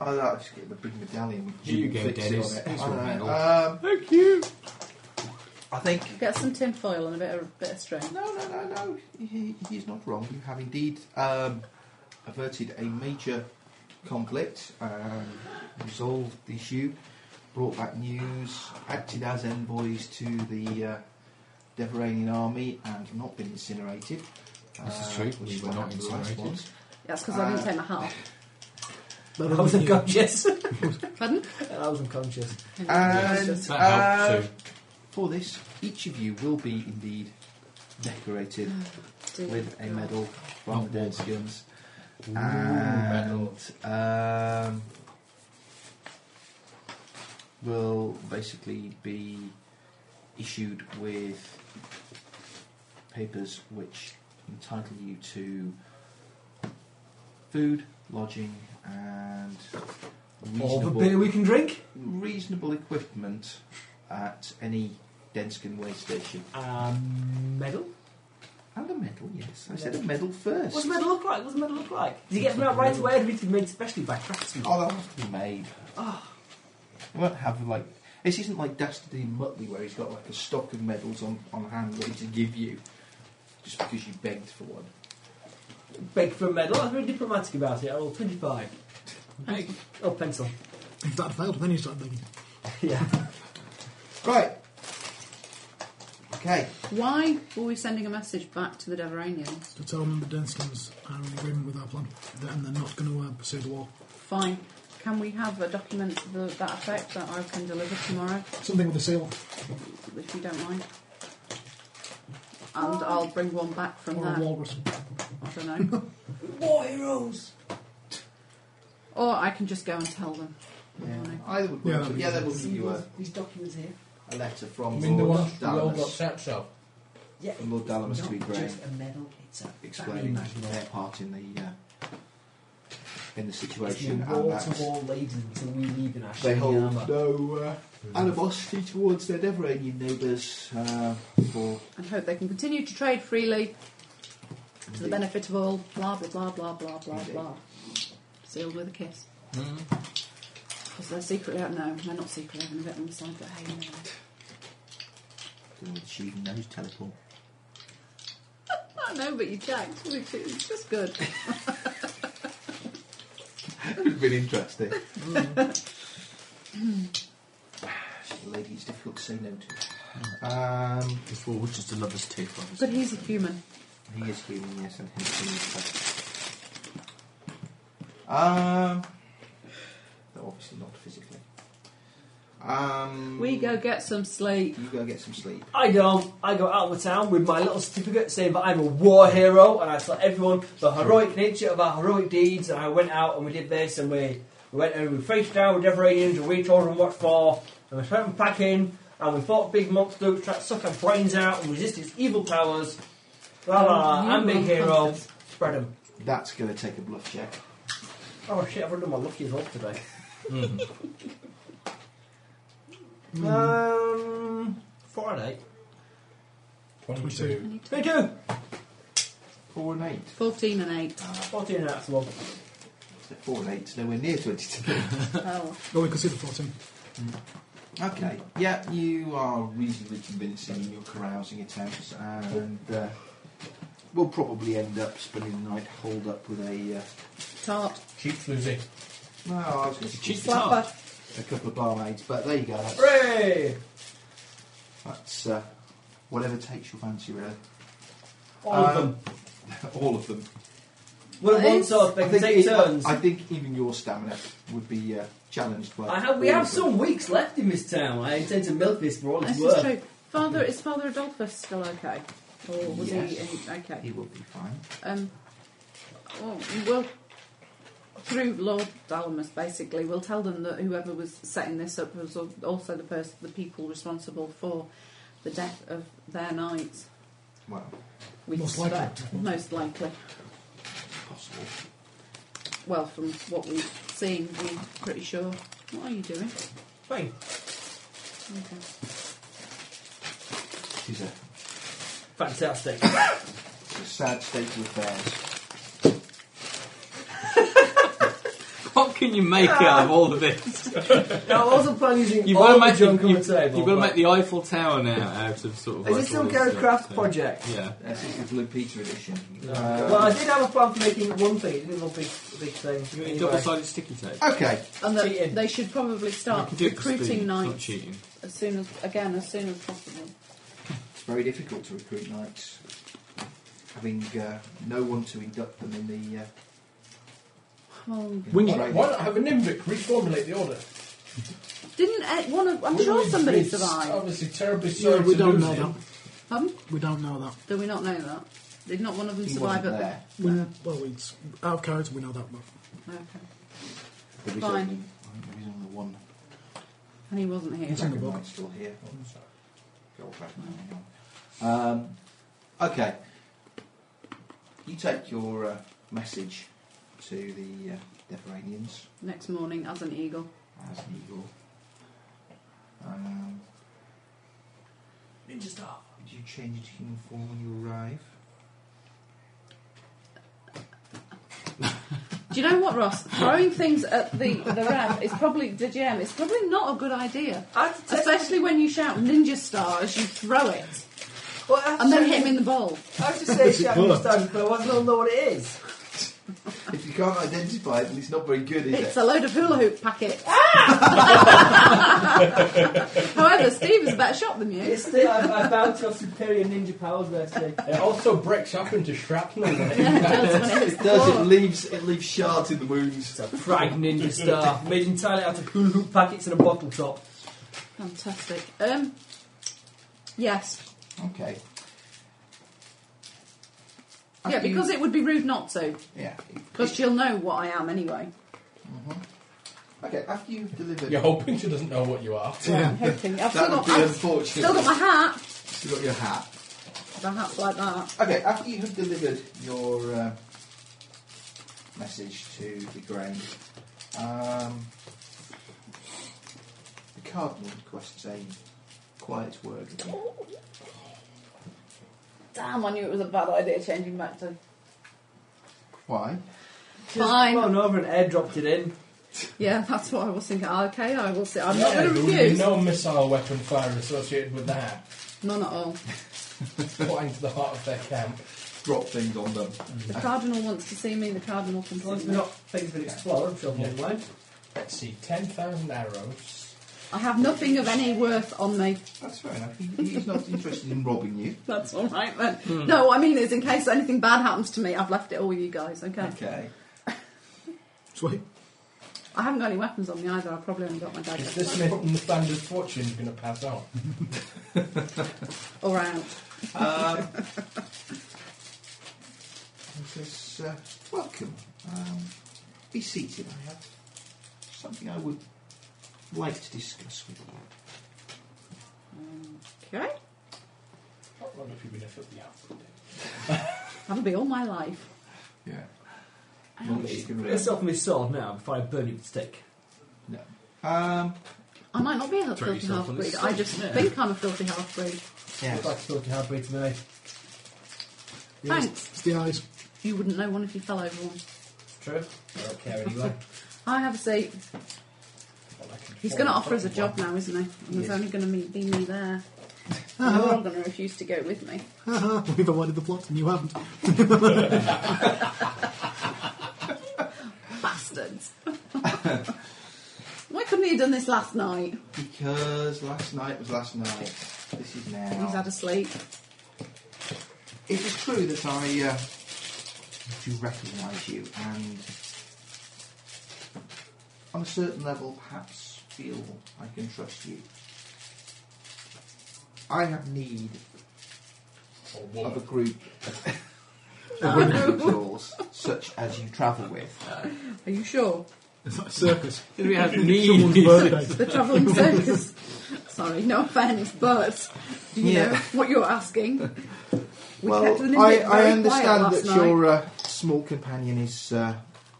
Speaker 3: I will just get the big medallion with
Speaker 7: You
Speaker 3: Jim
Speaker 7: go,
Speaker 3: Fitz on
Speaker 7: Dennis.
Speaker 3: it.
Speaker 7: Here's
Speaker 3: I
Speaker 7: your
Speaker 3: know.
Speaker 7: medal.
Speaker 3: Um, Thank you. I think
Speaker 5: Get some tin foil and a bit of bit of string.
Speaker 3: No, no, no, no. He, he's not wrong. You have indeed um, averted a major conflict, um, resolved the issue, brought back news, acted as envoys to the uh, Deveranian army, and not been incinerated.
Speaker 7: This is
Speaker 3: uh,
Speaker 7: true.
Speaker 3: which
Speaker 7: We
Speaker 3: is
Speaker 7: were
Speaker 3: what
Speaker 7: not
Speaker 3: happened to the last
Speaker 7: incinerated.
Speaker 3: ones.
Speaker 5: That's because I didn't take my hat off.
Speaker 2: I was unconscious.
Speaker 5: Pardon?
Speaker 2: I was unconscious.
Speaker 5: uh,
Speaker 3: And
Speaker 7: That helped
Speaker 3: um,
Speaker 7: too.
Speaker 3: for this, each of you will be indeed decorated with a medal from the Deadskins. And um, will basically be issued with papers which entitle you to food, lodging, and
Speaker 2: All the
Speaker 3: reasonable
Speaker 2: beer we can drink.
Speaker 3: reasonable equipment at any Denskin way station.
Speaker 2: Um, medal.
Speaker 3: And a medal, yes. I said a medal first.
Speaker 2: What's the medal look like? What's the medal look like? Did you get them out right away? Or did it made especially by craftsmen?
Speaker 3: Oh, they'll have to be made. They won't have like. This isn't like Dastardly Muttley where he's got like a stock of medals on, on hand ready to give you just because you begged for one.
Speaker 2: Beg for a medal. I was very diplomatic about it. I rolled twenty-five.
Speaker 5: Big.
Speaker 2: Oh, pencil.
Speaker 6: If that failed, then you start begging.
Speaker 2: Yeah.
Speaker 3: Right. Okay.
Speaker 5: Why were we sending a message back to the Deveranians?
Speaker 6: To tell them the Denskins are in agreement with our plan, and they're not going to uh, pursue the war.
Speaker 5: Fine. Can we have a document to the, that effect that I can deliver tomorrow,
Speaker 6: Something with a seal.
Speaker 5: if you don't mind? And I'll bring one back from
Speaker 6: Or
Speaker 5: there.
Speaker 6: a walrus.
Speaker 5: I don't know.
Speaker 2: War heroes.
Speaker 5: or I can just go and tell them.
Speaker 3: Yeah.
Speaker 5: Morning.
Speaker 3: Either would
Speaker 6: Yeah,
Speaker 3: work.
Speaker 6: that'd be
Speaker 3: Yeah, they will give
Speaker 2: See
Speaker 3: you uh, a,
Speaker 2: these- these documents here.
Speaker 3: a letter
Speaker 4: I
Speaker 3: from
Speaker 4: mean, the
Speaker 3: Lord
Speaker 4: ones we all got
Speaker 3: Dallamas
Speaker 4: saps of.
Speaker 2: Yeah.
Speaker 3: And Lord Dallamas
Speaker 2: it's
Speaker 3: to be
Speaker 2: not
Speaker 3: brave.
Speaker 2: just a medal. It's a
Speaker 3: explaining
Speaker 2: badge.
Speaker 3: their part in the uh, in the
Speaker 2: It's
Speaker 3: situation
Speaker 2: been
Speaker 3: and
Speaker 2: wall to
Speaker 3: that
Speaker 2: wall laden until we leave in our
Speaker 3: they
Speaker 2: shiny
Speaker 3: hold
Speaker 2: armour.
Speaker 3: no uh, animosity towards their Deveranian neighbours uh, for
Speaker 5: And hope they can continue to trade freely to the
Speaker 3: Indeed.
Speaker 5: benefit of all. Blah, blah, blah, blah, blah, blah,
Speaker 3: Indeed. Mm-hmm.
Speaker 5: blah. Sealed with a kiss. Because they're secretly out. No, they're not secretly having a bit on the side, but hey, no.
Speaker 3: achieving those teleport.
Speaker 5: I know, but you jacked, which is just good.
Speaker 3: It's been interesting. She's a Mm. lady it's difficult to say no to. Um,
Speaker 13: This war was just a lover's tiff.
Speaker 5: But he's a human.
Speaker 3: he is human, yes, and he's human. Um, though obviously not physically. Um,
Speaker 5: We go get some sleep.
Speaker 3: You go get some sleep.
Speaker 2: I don't. I go out of the town with my little certificate saying that I'm a war hero, and I tell everyone the heroic nature of our heroic deeds. And I went out and we did this, and we, we went and we faced down with Deveranians, and we told them what for, and we sent them packing, and we fought big monsters, who tried to suck our brains out, and resisted its evil powers. Blah
Speaker 3: uh,
Speaker 2: blah.
Speaker 5: And
Speaker 2: I'm
Speaker 5: you
Speaker 2: big
Speaker 5: will
Speaker 2: hero.
Speaker 5: hunt us.
Speaker 2: Spread them.
Speaker 3: That's going to take a bluff check.
Speaker 2: Oh shit! I've done my lucky as well today. Um, four and eight.
Speaker 6: Twenty-two.
Speaker 2: Twenty-two.
Speaker 3: Four and eight.
Speaker 5: 14 and 8.
Speaker 2: Fourteen and that's the one.
Speaker 3: So Four and eight's nowhere near 22.
Speaker 5: Oh.
Speaker 6: Oh, we consider 14.
Speaker 3: okay. Yeah, you are reasonably convincing in your carousing attempts, and uh, we'll probably end up spending the night holed up with a. Uh,
Speaker 5: Tart.
Speaker 4: Cheap floozy.
Speaker 3: no, I was going to
Speaker 7: Cheap
Speaker 5: Slapper.
Speaker 7: tart.
Speaker 3: a couple of barmaids, but there you go. That's,
Speaker 2: Hooray!
Speaker 3: that's uh, whatever takes your fancy, really.
Speaker 2: All of
Speaker 3: Um,
Speaker 2: them.
Speaker 3: All of them.
Speaker 2: Well,
Speaker 5: That
Speaker 2: one
Speaker 5: is-
Speaker 2: sort, they can take
Speaker 3: e-
Speaker 2: turns.
Speaker 3: I think even your stamina would be uh, challenged by.
Speaker 2: I have, we
Speaker 3: all
Speaker 2: have
Speaker 3: of them.
Speaker 2: some weeks left in this town. I intend to milk this
Speaker 3: Oh,
Speaker 2: for all it's
Speaker 5: This
Speaker 2: worth.
Speaker 5: is true. Father, is Father Adolphus still okay? Or was
Speaker 3: Yes.
Speaker 5: he. In, okay.
Speaker 3: He will be fine.
Speaker 5: Um, well, we'll oh, through Lord Dalamus, basically, we'll tell them that whoever was setting this up was al- also the person, the people responsible for the death of their knights.
Speaker 3: Well,
Speaker 5: we
Speaker 6: Most
Speaker 5: suspect. Most likely.
Speaker 3: possible.
Speaker 5: Well, from what we've seen, we're pretty sure. What are you doing?
Speaker 4: Fine.
Speaker 5: Okay.
Speaker 3: It is a,
Speaker 4: Fantastic.
Speaker 3: it's a sad state of affairs.
Speaker 7: What can you make out of all of this?
Speaker 2: Now, I wasn't planning using
Speaker 7: You've
Speaker 2: all
Speaker 7: got to
Speaker 2: the
Speaker 7: make
Speaker 2: junk on
Speaker 7: you,
Speaker 2: the table.
Speaker 7: have got to
Speaker 2: but-
Speaker 7: make the Eiffel Tower now out of sort of.
Speaker 2: Is
Speaker 7: like
Speaker 2: this still
Speaker 7: all this
Speaker 2: Gareth
Speaker 7: stuff,
Speaker 2: Craft
Speaker 7: so-
Speaker 2: project?
Speaker 7: Yeah.
Speaker 3: This is the Blue Peter edition.
Speaker 2: uh, well,
Speaker 6: Uh,
Speaker 2: I did have a plan for making it one thing. It didn't look big, big thing. Anyway.
Speaker 7: Double-sided sticky tape.
Speaker 3: okay,
Speaker 5: And that
Speaker 2: Cheating.
Speaker 5: they should probably
Speaker 7: You
Speaker 5: start
Speaker 7: can do it for speed,
Speaker 5: recruiting
Speaker 7: it's
Speaker 5: knights
Speaker 7: Not cheating.
Speaker 5: as soon as, again, as soon as possible.
Speaker 3: it's very difficult to recruit knights, having uh, no one to induct them in the. Uh,
Speaker 5: Well,
Speaker 3: in
Speaker 6: Wing
Speaker 3: the
Speaker 6: it.
Speaker 3: trade.
Speaker 4: Why not have a Nimbic reformulate the order?
Speaker 5: didn't eh, one of? I'm
Speaker 4: Would
Speaker 5: sure
Speaker 4: we
Speaker 5: somebody
Speaker 4: be
Speaker 5: survived.
Speaker 4: Obviously, terribly sorry
Speaker 6: Yeah, we
Speaker 4: to
Speaker 6: don't
Speaker 4: lose
Speaker 6: know
Speaker 4: him.
Speaker 6: that.
Speaker 5: Um,
Speaker 6: We don't know that.
Speaker 5: do we not know that? Did not one of them
Speaker 3: He
Speaker 5: survive
Speaker 3: wasn't
Speaker 5: at
Speaker 3: there.
Speaker 6: We, well, it's out of character. We know that. But
Speaker 5: the? Okay,
Speaker 3: The result-
Speaker 5: Fine.
Speaker 3: I think there is only one
Speaker 5: and he wasn't here.
Speaker 6: It's in the
Speaker 3: Dragon
Speaker 6: book.
Speaker 3: Knight's still here. Oh, sorry. Go off that now, hang on. Um, okay. You take your uh, message to the uh, Deveranians
Speaker 5: Next morning, as an eagle.
Speaker 3: as an eagle. Um,
Speaker 2: Ninja Star.
Speaker 3: did you change into human form when you arrive?
Speaker 5: Do you know what, Ross? Throwing things at the the ramp is probably the GM. It's probably not a good idea,
Speaker 2: I had to test-
Speaker 5: especially when you shout "Ninja Star" as you throw it,
Speaker 2: well, I have to
Speaker 5: and then
Speaker 2: say-
Speaker 5: hit him in the bowl.
Speaker 2: I have to say,
Speaker 6: it
Speaker 2: Shaq
Speaker 6: worked?
Speaker 2: Mustang, but I wasn't all know what it is.
Speaker 3: if you can't identify it, then it's not very good, is
Speaker 5: It's
Speaker 3: it?
Speaker 5: a load of hula hoop packets.
Speaker 3: Ah!
Speaker 5: However, Steve is a better shot than you.
Speaker 2: It's the, I, I bowed to your superior ninja powers there, so
Speaker 4: It also breaks up into shrapnel. when it-
Speaker 5: Yeah, it does when it hits
Speaker 3: It does.
Speaker 5: the
Speaker 3: It leaves. It leaves shards in the wounds.
Speaker 2: It's a frag ninja star, made entirely out of hula hoop packets and a bottle top.
Speaker 5: floor. Fantastic. Um, yes,
Speaker 3: Okay.
Speaker 5: yeah,
Speaker 3: Have you-
Speaker 5: because it would be rude not to,
Speaker 3: yeah.
Speaker 5: because she'll know what I am anyway.
Speaker 3: Okay. After you've delivered,
Speaker 4: You're hoping she doesn't know what you are.
Speaker 5: Well, I'm hoping.
Speaker 3: that
Speaker 5: I've still
Speaker 3: would
Speaker 5: got,
Speaker 3: be
Speaker 5: I've
Speaker 3: unfortunate.
Speaker 5: still got my hat.
Speaker 3: You got your hat.
Speaker 5: The hat's like that.
Speaker 3: Okay, after you have delivered your uh, message to the Grand, um, the Cardinal requests a quiet word. with you.
Speaker 5: Damn, I knew it was a bad idea changing back to.
Speaker 3: Why?
Speaker 2: Just
Speaker 5: Fine.
Speaker 2: flown over and airdropped it in.
Speaker 5: Yeah, that's what I was thinking. Okay, I will see. I'm not
Speaker 4: Yeah,
Speaker 5: going to
Speaker 4: there would be
Speaker 5: refuse.
Speaker 4: no missile weapon fire associated with that.
Speaker 5: None at all.
Speaker 4: Flying to the heart of their camp.
Speaker 3: Drop things on them.
Speaker 5: The cardinal wants to see me. The cardinal can
Speaker 2: As long
Speaker 5: see
Speaker 2: as we're
Speaker 5: me.
Speaker 2: not things that explode, I'm sure
Speaker 4: Yeah.
Speaker 2: one line.
Speaker 4: Let's see, 10,000 arrows.
Speaker 5: I have nothing of any worth on me.
Speaker 3: That's fair enough. He, he's not interested in robbing you.
Speaker 5: That's all right then. No, what I mean is, in case anything bad happens to me, I've left it all with you guys. Okay.
Speaker 3: Okay.
Speaker 6: sweet.
Speaker 5: I haven't got any weapons on me either. I probably haven't got my
Speaker 4: Is this
Speaker 5: dagger.
Speaker 4: making the Thunder's fortune going to pass on?
Speaker 5: All right.
Speaker 3: Um, he says, uh, Welcome. Um, be seated. I have something I would like to discuss with you.
Speaker 5: Okay.
Speaker 4: I wonder if you've been a filthy outfit.
Speaker 5: That'll be all my life.
Speaker 3: Yeah.
Speaker 2: It's off my sword now before I burn you with a stick.
Speaker 3: No. Um,
Speaker 5: I might not be a
Speaker 7: Throw
Speaker 5: filthy
Speaker 7: yourself
Speaker 5: half
Speaker 7: on the
Speaker 5: breed. I just think I'm a filthy half breed.
Speaker 3: yeah.
Speaker 2: It's like talking halfway to the knife.
Speaker 5: Thanks.
Speaker 6: It's the eyes.
Speaker 5: You wouldn't know one if you fell over one.
Speaker 4: True. I don't care anyway.
Speaker 5: I have a seat.
Speaker 4: Well, I can
Speaker 5: He's
Speaker 4: afford
Speaker 5: going to
Speaker 4: a
Speaker 5: offer us a
Speaker 4: fucking
Speaker 5: job
Speaker 4: one.
Speaker 5: now, isn't he? And there's
Speaker 3: Yes.
Speaker 5: only going to be me there. And You're all going to refuse to go with me.
Speaker 6: Haha, We've avoided the plot, and you haven't.
Speaker 5: Bastards. Why couldn't he have done this last night?
Speaker 3: Because last night was last night. This is now.
Speaker 5: He's had a sleep.
Speaker 3: It is true that I uh, do recognise you and, on a certain level, perhaps feel I can trust you. I have need
Speaker 4: Or
Speaker 3: of a
Speaker 4: woman.
Speaker 3: group the winter tools, such as you travel with.
Speaker 5: Are you sure?
Speaker 6: It's like a circus.
Speaker 5: We have
Speaker 6: Someone's
Speaker 5: knees.
Speaker 6: birthday.
Speaker 5: The travelling circus. Sorry, no offence, but do you
Speaker 3: Yeah.
Speaker 5: know what you're asking? We
Speaker 3: well,
Speaker 5: kept them in
Speaker 3: I,
Speaker 5: it very
Speaker 3: I understand
Speaker 5: quiet
Speaker 3: that
Speaker 5: last
Speaker 3: your
Speaker 5: night.
Speaker 3: uh, small companion is uh,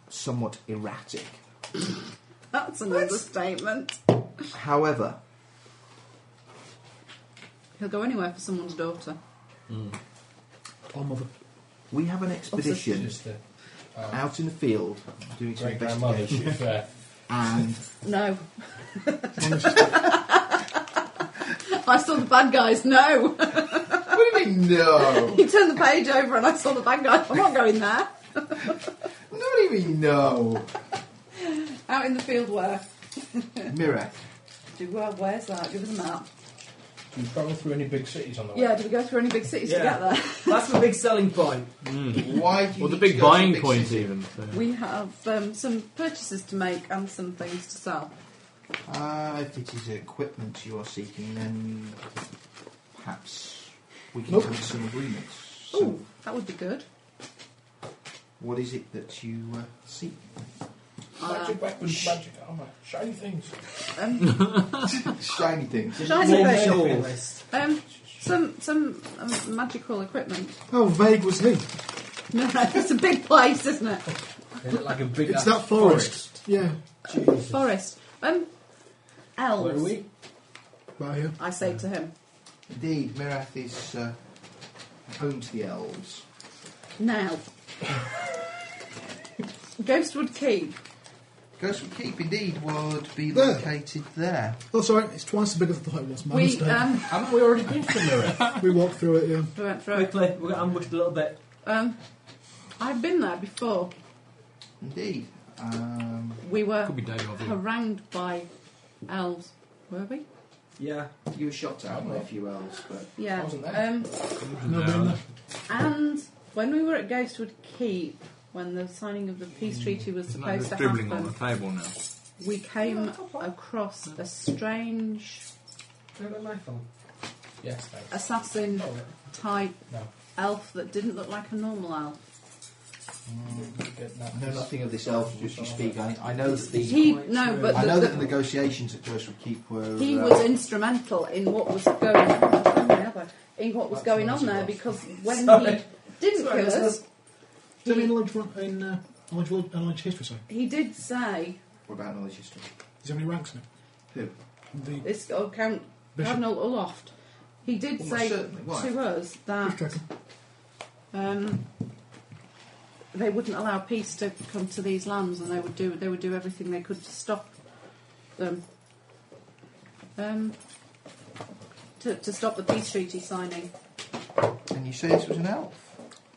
Speaker 3: somewhat erratic.
Speaker 5: That's an understatement.
Speaker 3: However,
Speaker 5: He'll go anywhere for someone's daughter.
Speaker 6: Our mother.
Speaker 3: we have an
Speaker 4: It's
Speaker 3: expedition
Speaker 4: just a uh,
Speaker 3: out in the field doing some
Speaker 4: great grandmother.
Speaker 3: investigation,
Speaker 4: She's uh,
Speaker 3: and
Speaker 5: No. I saw the bad guys. No.
Speaker 3: what do you mean no?
Speaker 5: You turned the page over and I saw the bad guys. I'm not going there.
Speaker 3: What do you mean no?
Speaker 5: Out in the field where?
Speaker 3: Mireth,
Speaker 5: Do well, where's that? Give us a map.
Speaker 4: do you travel through any big cities on the way?
Speaker 5: Yeah, do we go through any big cities to
Speaker 2: Yeah.
Speaker 5: get there?
Speaker 2: That's my big selling point.
Speaker 3: why do you
Speaker 7: Or the
Speaker 3: need
Speaker 7: big
Speaker 3: to go to a
Speaker 7: buying
Speaker 3: big
Speaker 7: point,
Speaker 3: city?
Speaker 7: even. So.
Speaker 5: We have um, some purchases to make and some things to sell.
Speaker 3: Uh, if it is equipment you are seeking, then perhaps we can
Speaker 6: Nope.
Speaker 3: come to some agreements. So
Speaker 5: Ooh, that would be good.
Speaker 3: what is it that you uh, seek?
Speaker 5: Uh,
Speaker 4: Magic weapons, magic armor, shiny things.
Speaker 5: um,
Speaker 3: Shiny things.
Speaker 5: shall I say
Speaker 2: Warm
Speaker 5: that?
Speaker 2: shawls.
Speaker 5: um, some some um, magical equipment.
Speaker 6: How vague was he?
Speaker 5: No, it's a big place, isn't it?
Speaker 4: Is it like a big?
Speaker 6: It's
Speaker 4: ass
Speaker 6: that forest. Yeah.
Speaker 5: Forest. Um, elves.
Speaker 4: Where are we?
Speaker 6: Right here.
Speaker 5: I say to him,
Speaker 3: Indeed, Mirath is uh, home to the elves.
Speaker 5: now. Ghostwood Keep.
Speaker 3: Ghostwood Keep, indeed, would be
Speaker 6: There.
Speaker 3: located there.
Speaker 6: Oh, sorry, it's twice as big as I thought it was. My
Speaker 5: We
Speaker 6: mistake.
Speaker 5: um,
Speaker 4: Haven't we already been to Mirror?
Speaker 6: we walked through it, yeah.
Speaker 5: we went through it.
Speaker 2: Quickly, we're going to ambush a little bit.
Speaker 5: Um, I've been there before.
Speaker 3: Indeed. Um,
Speaker 5: We were
Speaker 7: Could be Dagobah.
Speaker 5: harangued by elves, were we?
Speaker 2: Yeah.
Speaker 3: you were shot at by a few elves, but
Speaker 5: Yeah.
Speaker 4: I wasn't there.
Speaker 5: Um,
Speaker 6: No, been there.
Speaker 5: And when we were at Ghostwood Keep, when the signing of the peace treaty was
Speaker 7: Isn't that
Speaker 5: supposed
Speaker 7: just
Speaker 5: to
Speaker 7: dribbling on
Speaker 5: happen,
Speaker 7: the table now?
Speaker 5: we came across a strange
Speaker 2: Can I have my phone?
Speaker 4: yes, thanks.
Speaker 5: assassin
Speaker 4: Oh,
Speaker 5: type
Speaker 4: No.
Speaker 5: elf that didn't look like a normal elf.
Speaker 3: I know nothing of this elf as you speak. I, I know that the
Speaker 5: He no, but
Speaker 3: I know
Speaker 5: the,
Speaker 3: that the
Speaker 5: the,
Speaker 3: negotiations at Ghostwood Keep were.
Speaker 5: he
Speaker 3: uh,
Speaker 5: was instrumental in what was going on, in what was
Speaker 4: That's
Speaker 5: going
Speaker 4: nice
Speaker 5: on there
Speaker 4: of us.
Speaker 5: because when
Speaker 2: Sorry.
Speaker 5: he didn't
Speaker 2: Sorry,
Speaker 5: kill
Speaker 2: that's
Speaker 5: us,
Speaker 6: Is there any
Speaker 5: he,
Speaker 6: knowledge from- in uh, knowledge, knowledge history, sorry?
Speaker 5: he did say
Speaker 3: What about knowledge history?
Speaker 6: Is there any ranks in it?
Speaker 3: Who?
Speaker 6: The
Speaker 5: this oh, Count
Speaker 6: Bishop.
Speaker 5: Cardinal Aloft. He did
Speaker 3: Almost
Speaker 5: say
Speaker 3: certainly. Why?
Speaker 5: to us that
Speaker 6: Chief Dragon.
Speaker 5: um, they wouldn't allow peace to come to these lands, and they would do they would do everything they could to stop them. Um, to, to stop the peace treaty signing.
Speaker 3: And you say this was an elf?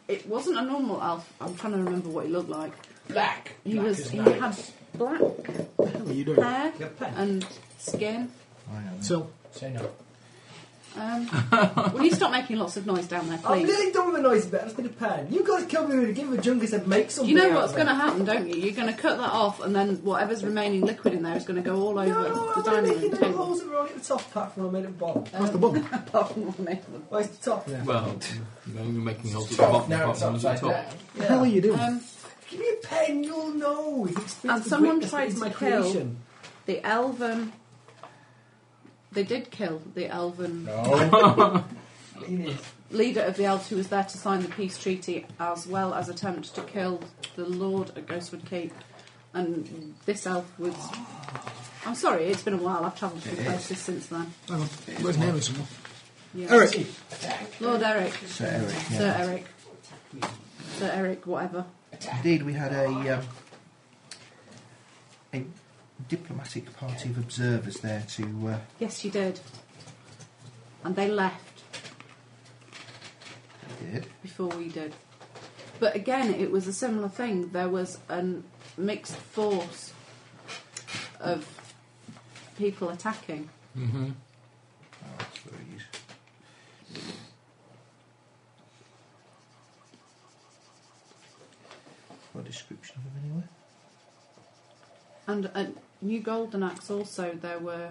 Speaker 5: It wasn't a normal elf. I'm trying to remember what he looked like.
Speaker 4: Black.
Speaker 5: He
Speaker 4: Black
Speaker 5: was
Speaker 4: as
Speaker 5: he
Speaker 4: night.
Speaker 5: had black
Speaker 6: What are you doing?
Speaker 5: hair
Speaker 2: Your pen.
Speaker 5: and skin.
Speaker 3: I know.
Speaker 6: So,
Speaker 4: Say no.
Speaker 5: Um, will you stop making lots of noise down
Speaker 4: Oh,
Speaker 5: there,
Speaker 2: I'm
Speaker 5: please?
Speaker 2: getting done with the noise bit. I just need a pen. You guys killed me with a game of jungle and make something.
Speaker 5: You know
Speaker 2: out
Speaker 5: what's
Speaker 2: of it.
Speaker 5: going to happen, don't you? You're going to cut that off, and then whatever's remaining liquid in there is going to go all over
Speaker 2: No,
Speaker 5: the
Speaker 2: I'm gonna
Speaker 5: dining
Speaker 2: make you
Speaker 5: room
Speaker 2: little
Speaker 5: table.
Speaker 2: holes that were only at the top apart from I made at the bottom.
Speaker 6: that's the book.
Speaker 5: Apart from one end of them.
Speaker 2: Where's the top? Yeah.
Speaker 7: Well, you're making holes at the bottom,
Speaker 4: Now it's
Speaker 7: bottom, and the
Speaker 4: upside
Speaker 7: top.
Speaker 4: down.
Speaker 6: What the hell are you doing?
Speaker 5: Um,
Speaker 2: Give me a pen, you'll know. It's expensive
Speaker 5: And someone
Speaker 2: witness,
Speaker 5: tried
Speaker 2: it's
Speaker 5: to
Speaker 2: my
Speaker 5: kill-
Speaker 2: creation.
Speaker 5: the elven. They did kill the elven
Speaker 4: No.
Speaker 2: It is.
Speaker 5: leader of the elves who was there to sign the peace treaty, as well as attempt to kill the lord at Ghostwood Keep. And this elf was. I'm sorry, it's been a while. I've travelled through places since then.
Speaker 6: Hang on. Where's my name somewhere?
Speaker 5: Yeah.
Speaker 6: Eric.
Speaker 5: Lord Eric,
Speaker 3: Sir Eric. yeah.
Speaker 5: Sir Eric, Sir Eric, whatever.
Speaker 3: Indeed, we had a um, a diplomatic party of observers there to. Uh,
Speaker 5: Yes, you did. And they left
Speaker 3: did
Speaker 5: before we did. But again, it was a similar thing. There was a mixed force of people attacking.
Speaker 7: Mm-hmm.
Speaker 3: oh, that's very useful. Got a description of them anyway.
Speaker 5: And at New Golden Axe also, there were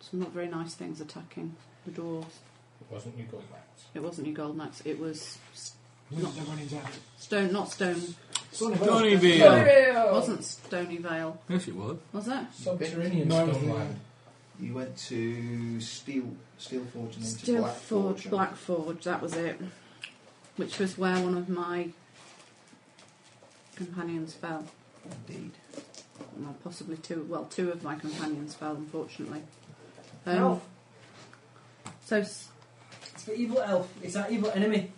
Speaker 5: some not very nice things attacking the dwarves.
Speaker 4: it wasn't you going back.
Speaker 5: It wasn't New Golden Axe, it was s-
Speaker 6: Not the runnings out.
Speaker 5: Stone, not Stone.
Speaker 6: Stony
Speaker 7: Vale. Stony Vale.
Speaker 2: Oh.
Speaker 5: It wasn't Stony Vale.
Speaker 7: Yes, it was.
Speaker 5: Was it?
Speaker 4: Subterranean
Speaker 3: No,
Speaker 4: stone
Speaker 3: no.
Speaker 4: line.
Speaker 3: You went to Steel Steel Forge and then to
Speaker 5: Steel
Speaker 3: Black Forge.
Speaker 5: Forge, Black Forge, that was it. Which was where one of my companions fell.
Speaker 3: Indeed.
Speaker 5: Well, possibly two, well, two of my companions fell, unfortunately. Um,
Speaker 2: Elf.
Speaker 5: So s-
Speaker 2: It's the evil elf. It's our evil enemy.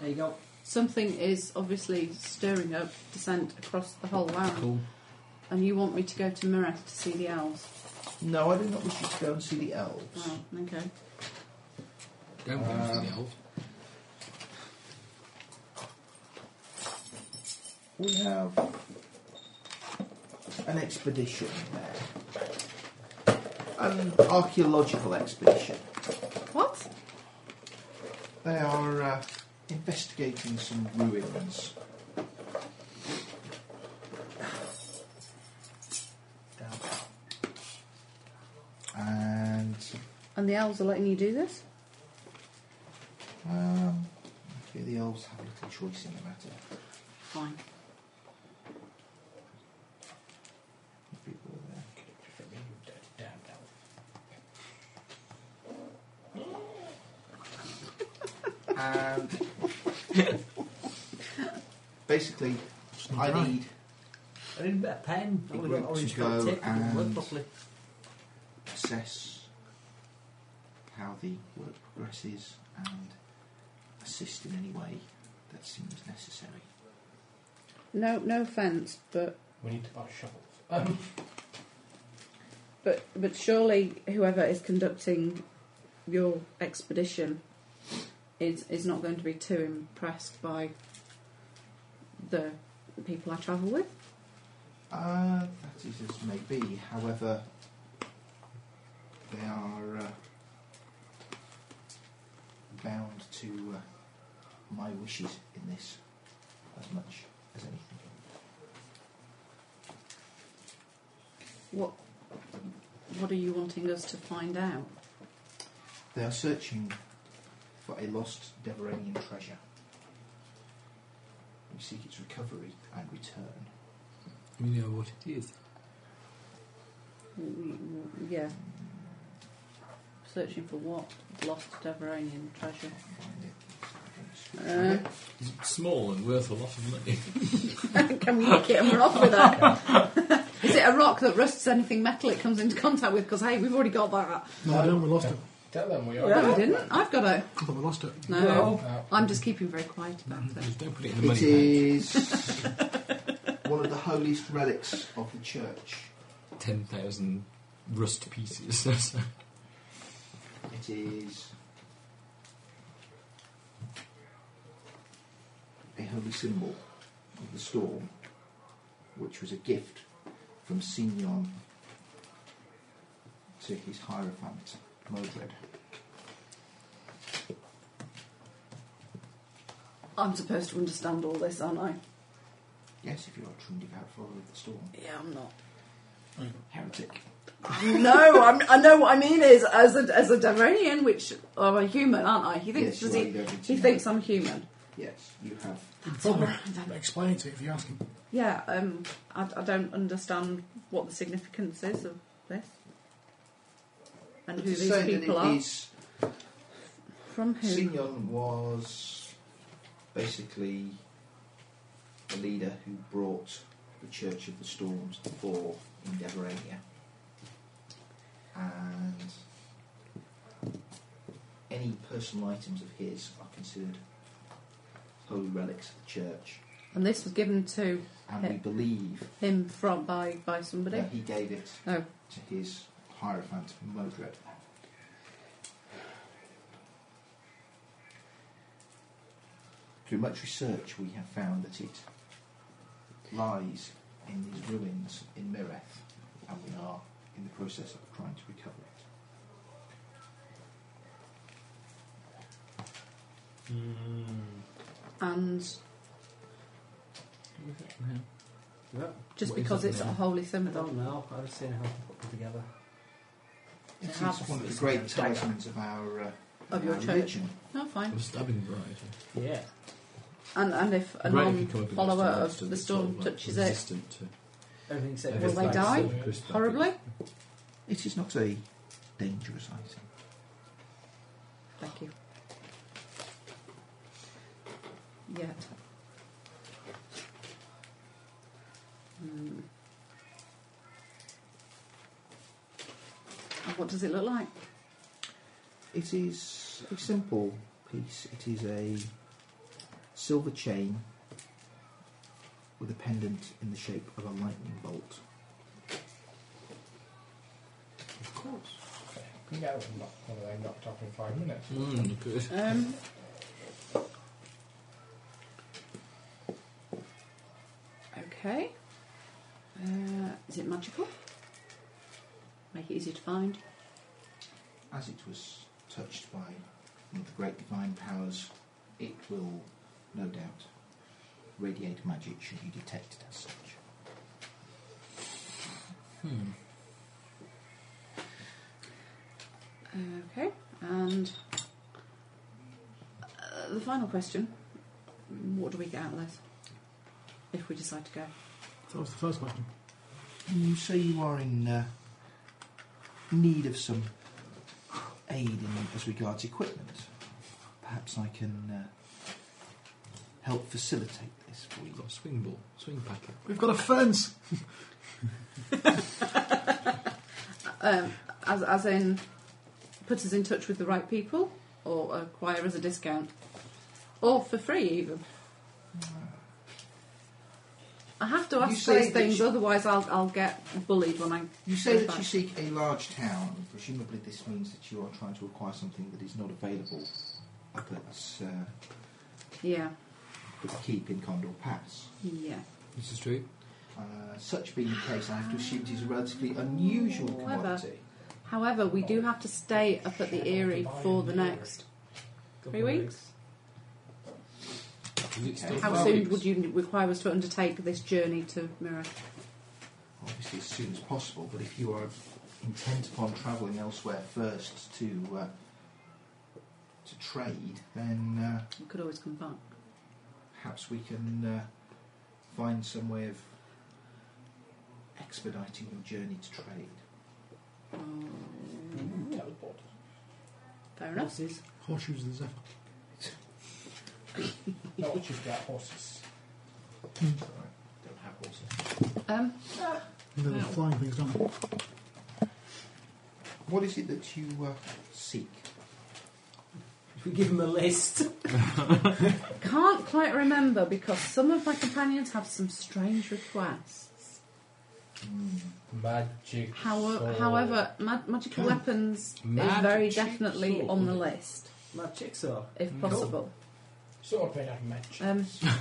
Speaker 2: There you go.
Speaker 5: something is obviously stirring up dissent across the whole land.
Speaker 7: Cool.
Speaker 5: And you want me to go to Mireth to see the elves?
Speaker 3: No, I did not wish you to go and see the elves.
Speaker 5: Oh, okay.
Speaker 7: Don't go
Speaker 3: Um,
Speaker 2: Uh,
Speaker 7: for the elf.
Speaker 3: We have an expedition there. An archaeological expedition.
Speaker 5: What?
Speaker 3: They are uh, investigating some ruins. And
Speaker 5: And the elves are letting you do this?
Speaker 3: um, I feel the elves have little choice in the matter.
Speaker 5: Fine.
Speaker 3: People are there.
Speaker 4: Damn elf.
Speaker 3: and basically, I
Speaker 2: Right.
Speaker 3: need
Speaker 2: I need a bit of pen. I
Speaker 3: It
Speaker 2: want to get
Speaker 3: wants
Speaker 2: orange
Speaker 3: to go
Speaker 2: pen tape. I can
Speaker 3: and-
Speaker 2: work properly.
Speaker 3: assess how the work progresses and assist in any way that seems necessary.
Speaker 5: No, no offence, but
Speaker 4: We need to buy shovels. Um,
Speaker 5: But but surely whoever is conducting your expedition is is not going to be too impressed by the people I travel with.
Speaker 3: Uh, that is as may be. However, they are uh, bound to uh, my wishes in this as much as anything.
Speaker 5: What what are you wanting us to find out?
Speaker 3: They are searching for a lost Deveranian treasure. We seek its recovery and return.
Speaker 7: We know what it is.
Speaker 5: Mm, mm, Yeah, searching for what lost Deveranian treasure. Uh,
Speaker 7: It's small and worth a lot of money.
Speaker 5: can we knock it and we're off with that? is it a rock that rusts anything metal it comes into contact with? Because hey, we've already got that.
Speaker 6: No, I don't. We lost it.
Speaker 4: tell them we are.
Speaker 5: No, I Oh, didn't. I've got it.
Speaker 6: I thought we lost it.
Speaker 5: No.
Speaker 4: Well,
Speaker 5: I'm just keeping very quiet about it.
Speaker 7: Just don't put it in the
Speaker 3: It
Speaker 7: money bag.
Speaker 3: is one of the holiest relics of the church.
Speaker 7: 10,000 rust pieces.
Speaker 3: It is a holy symbol of the storm, which was a gift from Signon to his Hierophant, Modred.
Speaker 5: I'm supposed to understand all this, aren't I?
Speaker 3: Yes, if you're a true devout follower of the storm.
Speaker 5: Yeah, I'm not.
Speaker 3: Heretic.
Speaker 5: no, I'm, I know what I mean is as a as a Devranian, which I'm a human, aren't I? He
Speaker 3: Yes,
Speaker 5: thinks
Speaker 3: you
Speaker 5: does
Speaker 3: are,
Speaker 5: he,
Speaker 3: you don't need to
Speaker 5: he
Speaker 3: know.
Speaker 5: thinks I'm human.
Speaker 3: Yes, you have.
Speaker 5: That's all
Speaker 6: Probably
Speaker 5: right then.
Speaker 6: explains it if you ask him.
Speaker 5: Yeah, um, I, I don't understand what the significance is of this and who
Speaker 3: It's
Speaker 5: these
Speaker 3: said that
Speaker 5: people
Speaker 3: it
Speaker 5: are.
Speaker 3: is-
Speaker 5: From who?
Speaker 3: Signon was basically a leader who brought the Church of the Storms to fore in Deverania. And any personal items of his are considered holy relics of the Church.
Speaker 5: And this was given to
Speaker 3: And we
Speaker 5: Yeah.
Speaker 3: believe
Speaker 5: him from by by somebody.
Speaker 3: that he gave it
Speaker 5: Oh,
Speaker 3: to his Hierophant Modred. Through much research, we have found that it lies in these ruins in Mireth, and we are in the process of trying to recover it.
Speaker 2: Mm.
Speaker 5: and just
Speaker 7: What is
Speaker 5: because
Speaker 7: that
Speaker 5: it's a
Speaker 7: now?
Speaker 5: holy
Speaker 2: I don't
Speaker 5: symbol,
Speaker 2: know. I've seen how to put them together.
Speaker 5: It
Speaker 3: It
Speaker 5: has-
Speaker 3: is one of the great talismans of our uh,
Speaker 5: of your church.
Speaker 3: Religion.
Speaker 5: No, fine.
Speaker 7: I'm stabbing variety.
Speaker 2: Yeah.
Speaker 5: And, and if a
Speaker 7: Right, if you come up against
Speaker 5: non-follower
Speaker 7: a
Speaker 5: of
Speaker 7: monster
Speaker 5: the
Speaker 7: that's
Speaker 5: storm
Speaker 7: sort of, like,
Speaker 5: touches it,
Speaker 7: resistant to
Speaker 2: Everything except
Speaker 5: will they
Speaker 7: everything
Speaker 5: die
Speaker 7: except crystal.
Speaker 5: horribly?
Speaker 3: It is not a dangerous item.
Speaker 5: Thank you. Yet. Hmm. And what does it look like?
Speaker 3: It is a simple piece. It is a silver chain with a pendant in the shape of a lightning bolt.
Speaker 4: Of course. Can get out and knock one of them knocked off in five minutes.
Speaker 7: Mm, good.
Speaker 5: Um, okay. Uh, is it magical? Make it easy to find.
Speaker 3: As it was touched by one of the great divine powers, it will no doubt radiate magic should you detect it as such.
Speaker 5: Okay, and uh, the final question: What do we get out of this if we decide to go?
Speaker 6: That was the first question.
Speaker 3: You say you are in uh, need of some aid in, as regards equipment. Perhaps I can uh, help facilitate this for
Speaker 7: We've
Speaker 3: you.
Speaker 7: got a swing ball, swing packet.
Speaker 6: We've got a fence.
Speaker 5: Um, as, as in, put us in touch with the right people, or acquire us a discount, or for free even. I have to
Speaker 3: You
Speaker 5: ask
Speaker 3: say that
Speaker 5: these things,
Speaker 3: you-
Speaker 5: otherwise I'll, I'll get bullied when I.
Speaker 3: You say
Speaker 5: go
Speaker 3: that
Speaker 5: back.
Speaker 3: you seek a large town, and presumably this means that you are trying to acquire something that is not available up at uh,
Speaker 5: Yeah,
Speaker 3: the keep in Condor Pass.
Speaker 5: yeah.
Speaker 7: This is true.
Speaker 3: Uh, such being the case, I have to assume it is a relatively unusual
Speaker 5: Clever.
Speaker 3: commodity.
Speaker 5: However, we do have to stay up at the Eyrie for the next three weeks.
Speaker 7: Is it still
Speaker 3: Okay.
Speaker 5: How
Speaker 7: five
Speaker 5: soon
Speaker 7: weeks?
Speaker 5: would you require us to undertake this journey to Mirror?
Speaker 3: Obviously, as soon as possible, but if you are intent upon travelling elsewhere first to uh, to trade, then uh,
Speaker 5: We could always come back.
Speaker 3: perhaps we can uh, find some way of expediting your journey to trade.
Speaker 4: Teleport.
Speaker 5: Fair enough.
Speaker 4: Horses.
Speaker 6: Horseshoes of the Zephyr.
Speaker 4: Not what you've got, horses.
Speaker 3: Don't have horses.
Speaker 5: Um,
Speaker 6: And
Speaker 5: Oh.
Speaker 6: then the flying things, don't they?
Speaker 3: What is it that you uh, seek?
Speaker 2: If we give him a list.
Speaker 5: Can't quite remember because some of my companions have some strange requests.
Speaker 4: Magic.
Speaker 5: However,
Speaker 4: sword.
Speaker 5: however ma- magical weapons is
Speaker 7: Magic
Speaker 5: very definitely
Speaker 7: sword.
Speaker 5: on the list,
Speaker 2: My jigsaw.
Speaker 5: if possible.
Speaker 4: Sword made out of magic.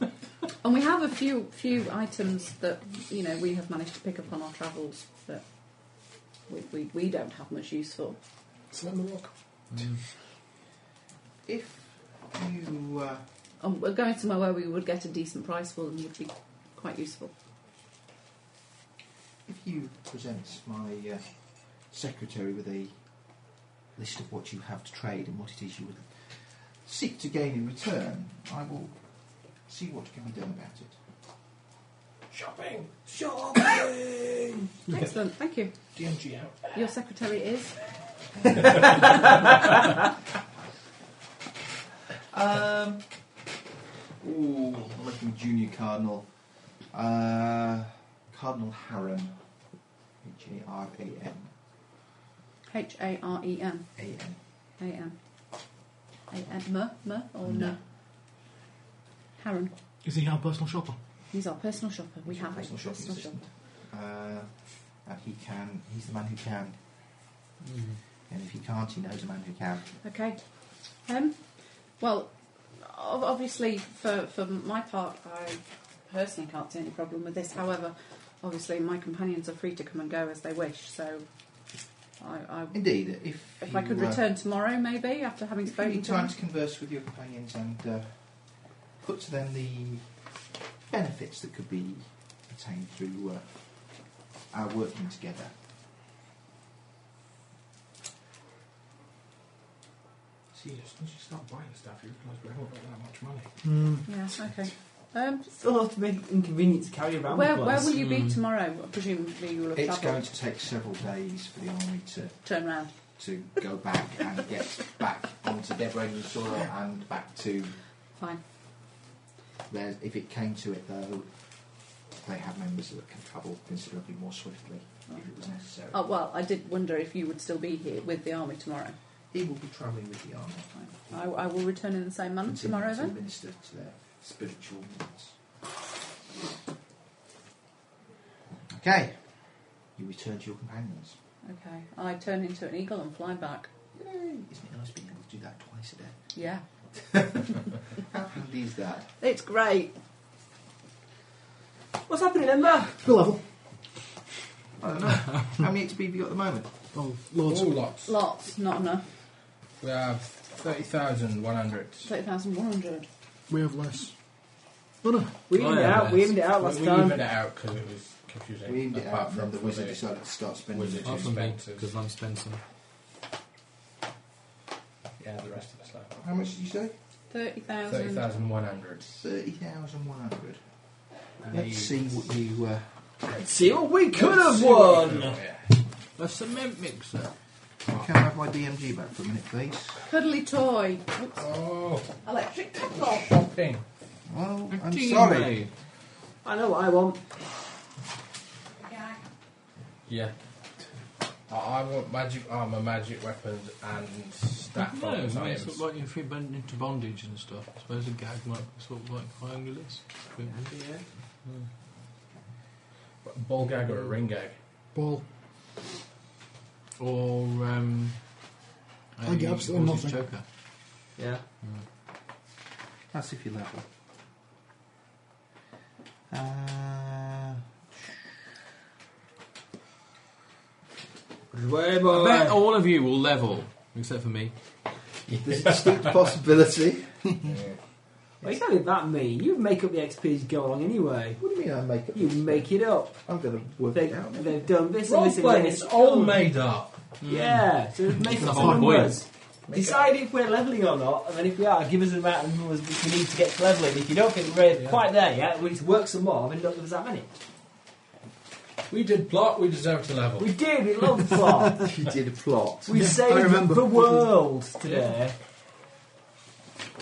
Speaker 5: Um, and we have a few few items that you know we have managed to pick up on our travels that we, we, we don't have much use for.
Speaker 6: Slam the rock.
Speaker 3: If you uh,
Speaker 5: And Um, we're going somewhere where we would get a decent price for them would be quite useful.
Speaker 3: if you present my uh, secretary with a list of what you have to trade and what it is you would seek to gain in return, I will see what can be done about it.
Speaker 4: Shopping! Shopping!
Speaker 5: Excellent, thank you.
Speaker 4: DMG out.
Speaker 5: Your secretary is
Speaker 3: Um, ooh, I'm looking junior cardinal, uh, Cardinal Harran, H A R A N
Speaker 5: H A R E N.
Speaker 3: A N.
Speaker 5: I am. I am. Oh, M, M
Speaker 3: No.
Speaker 5: or no? Harren.
Speaker 6: Is he our personal shopper?
Speaker 5: He's our personal shopper. We
Speaker 3: He's our
Speaker 5: have a
Speaker 3: personal shopping
Speaker 5: personal shopper.
Speaker 3: assistant. Uh, and he can. He's the man who can.
Speaker 5: Mm.
Speaker 3: And if he can't, he knows a man who can.
Speaker 5: Okay. Um, well, ob- obviously, for, for my part, I personally can't see any problem with this. However, obviously, my companions are free to come and go as they wish, so I, I,
Speaker 3: Indeed, if
Speaker 5: if I
Speaker 3: you,
Speaker 5: could
Speaker 3: uh,
Speaker 5: return tomorrow, maybe, after having
Speaker 3: if you
Speaker 5: spoken
Speaker 3: need
Speaker 5: to
Speaker 3: time
Speaker 5: them.
Speaker 3: to converse with your companions and uh, put to them the benefits that could be attained through uh, our working together.
Speaker 14: See, as soon as you start buying stuff, you realise we haven't got that much money.
Speaker 5: Yeah, okay. Um,
Speaker 2: Still have to make it inconvenient to carry around.
Speaker 5: where,
Speaker 2: with
Speaker 5: where
Speaker 2: us.
Speaker 5: will you be tomorrow? Presumably you will have
Speaker 3: Mm. It's going
Speaker 5: travelled.
Speaker 3: to take several days for the army to,
Speaker 5: Turn round.
Speaker 3: to go back and get back onto Debrain's soil and back to
Speaker 5: Fine.
Speaker 3: their. If it came to it, though, they have members that can travel considerably more swiftly if it was necessary.
Speaker 5: Oh, well, I did wonder if you would still be here with the army tomorrow.
Speaker 3: He will be travelling with the army.
Speaker 5: I, I will return in the same month
Speaker 3: Continue
Speaker 5: tomorrow
Speaker 3: to
Speaker 5: then.
Speaker 3: minister to their spiritual needs. Okay. You return to your companions.
Speaker 5: Okay. I turn into an eagle and fly back.
Speaker 3: Yay! Isn't it nice being able to do that twice a day?
Speaker 5: Yeah.
Speaker 3: How handy is that?
Speaker 5: It's great.
Speaker 2: What's happening, Emma?
Speaker 6: Skill level.
Speaker 3: I don't know. How many XP have you got at the moment?
Speaker 6: Oh, Lord.
Speaker 4: Oh, lots.
Speaker 5: Lots, not enough.
Speaker 4: We have 30,100.
Speaker 5: 30,100.
Speaker 6: We have less. Oh, no.
Speaker 2: We evened it out. We evened it out
Speaker 4: We-
Speaker 2: last
Speaker 4: we
Speaker 2: time.
Speaker 4: evened it out because it was confusing.
Speaker 3: We aimed it
Speaker 4: apart
Speaker 3: out,
Speaker 4: from
Speaker 3: and the
Speaker 4: for
Speaker 3: wizard decided to start spending
Speaker 4: wizard
Speaker 3: it.
Speaker 7: Apart from me,
Speaker 4: expenses.
Speaker 7: because I'm Spencer.
Speaker 4: Yeah, the rest of us now.
Speaker 3: How much did you say?
Speaker 5: 30,000.
Speaker 4: 30,100.
Speaker 3: 30,100.
Speaker 4: And
Speaker 3: Let's
Speaker 4: you-
Speaker 3: see what you. Uh,
Speaker 2: See what we could
Speaker 4: Let's
Speaker 2: have
Speaker 4: see what we
Speaker 2: won.
Speaker 4: can do, yeah.
Speaker 14: A cement mixer.
Speaker 3: can I have my DMG back for a minute, please?
Speaker 5: Cuddly toy. Oops.
Speaker 4: Oh,
Speaker 5: Electric kettle.
Speaker 4: shopping.
Speaker 3: Well,
Speaker 14: A
Speaker 3: I'm
Speaker 14: tea
Speaker 3: sorry.
Speaker 14: made.
Speaker 2: I know what I want.
Speaker 4: Yeah. I, I want magic armour, magic weapons, and staff
Speaker 14: No,
Speaker 4: bonus
Speaker 14: it's
Speaker 4: items.
Speaker 14: like if you've been into bondage and stuff. I suppose a gag might be sort of like high on your list.
Speaker 4: A Ball gag or a ring gag.
Speaker 6: Ball.
Speaker 14: Or, um.
Speaker 6: I get
Speaker 14: a
Speaker 6: absolutely
Speaker 14: horse's
Speaker 6: nothing.
Speaker 14: Choker.
Speaker 2: Yeah.
Speaker 3: That's if you level. Uh,
Speaker 2: Way
Speaker 14: I bet
Speaker 2: oh,
Speaker 14: all of you will level, except for me.
Speaker 3: there's a distinct possibility.
Speaker 2: Well, you can't be that mean. You make up the XP as you go along anyway.
Speaker 3: What do you mean I make it?
Speaker 2: You make it up.
Speaker 3: I'm going to work
Speaker 2: They,
Speaker 3: it out.
Speaker 2: they've done this and
Speaker 4: Role
Speaker 2: this and
Speaker 4: playing,
Speaker 2: this. Mm.
Speaker 4: it's all made up.
Speaker 2: Yeah, so make
Speaker 14: That's the
Speaker 2: up
Speaker 14: whole
Speaker 2: some
Speaker 14: point.
Speaker 2: numbers. Decide if we're levelling or not, and then if we are, give us the amount of numbers which we need to get to levelling. If you don't think we're
Speaker 4: Yeah.
Speaker 2: quite there yet, we need to work some more, and don't give us that many.
Speaker 4: We did plot, we deserve to level.
Speaker 2: We did, we loved plot.
Speaker 3: You did a plot.
Speaker 2: We saved
Speaker 6: I remember.
Speaker 2: the world today.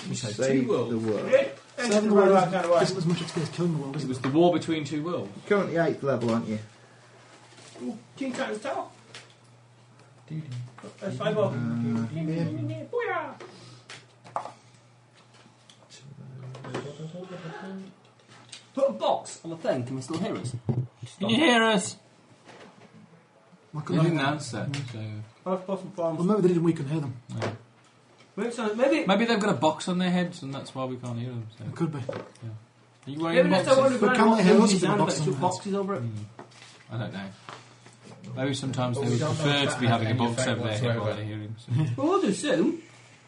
Speaker 3: You
Speaker 14: saved
Speaker 3: saved
Speaker 14: two worlds.
Speaker 3: the world.
Speaker 2: Good. Thanks for
Speaker 6: Seven
Speaker 2: the
Speaker 6: worlds
Speaker 2: right kind of way.
Speaker 6: isn't as much XP as killing the world,
Speaker 14: It
Speaker 6: is it?
Speaker 14: was the war between two worlds.
Speaker 3: Currently eighth level, aren't you?
Speaker 2: Ooh, King Titan's Tower. That's five more. Booyah! Put a box on the thing. Can we still hear us?
Speaker 14: Can you hear us?
Speaker 6: Why couldn't
Speaker 7: You
Speaker 6: I-
Speaker 7: didn't answer, so.
Speaker 2: Five puff and
Speaker 6: Well,
Speaker 2: farms.
Speaker 6: maybe they didn't. We can hear them.
Speaker 14: uh,
Speaker 2: Maybe, so- maybe,
Speaker 7: Maybe they've got a box on their heads and that's why we can't hear them. So.
Speaker 6: It could be.
Speaker 7: Are you wearing
Speaker 2: maybe next
Speaker 7: boxes?
Speaker 2: time I wonder if
Speaker 6: But
Speaker 2: I
Speaker 6: can
Speaker 2: want
Speaker 6: they hear
Speaker 2: to
Speaker 6: us
Speaker 2: do
Speaker 6: with the
Speaker 2: sound
Speaker 6: box
Speaker 2: effects
Speaker 6: on
Speaker 2: with
Speaker 6: our heads?
Speaker 2: boxes over it.
Speaker 7: Hmm. I don't know. Maybe sometimes
Speaker 4: Well,
Speaker 7: they
Speaker 4: we
Speaker 7: would
Speaker 4: don't know if
Speaker 7: prefer
Speaker 4: that
Speaker 7: to be
Speaker 4: had
Speaker 7: having a
Speaker 4: any
Speaker 7: box
Speaker 4: effect
Speaker 7: over their head while
Speaker 4: whatsoever.
Speaker 7: they're hearing. So.
Speaker 2: Well, we'll do soon.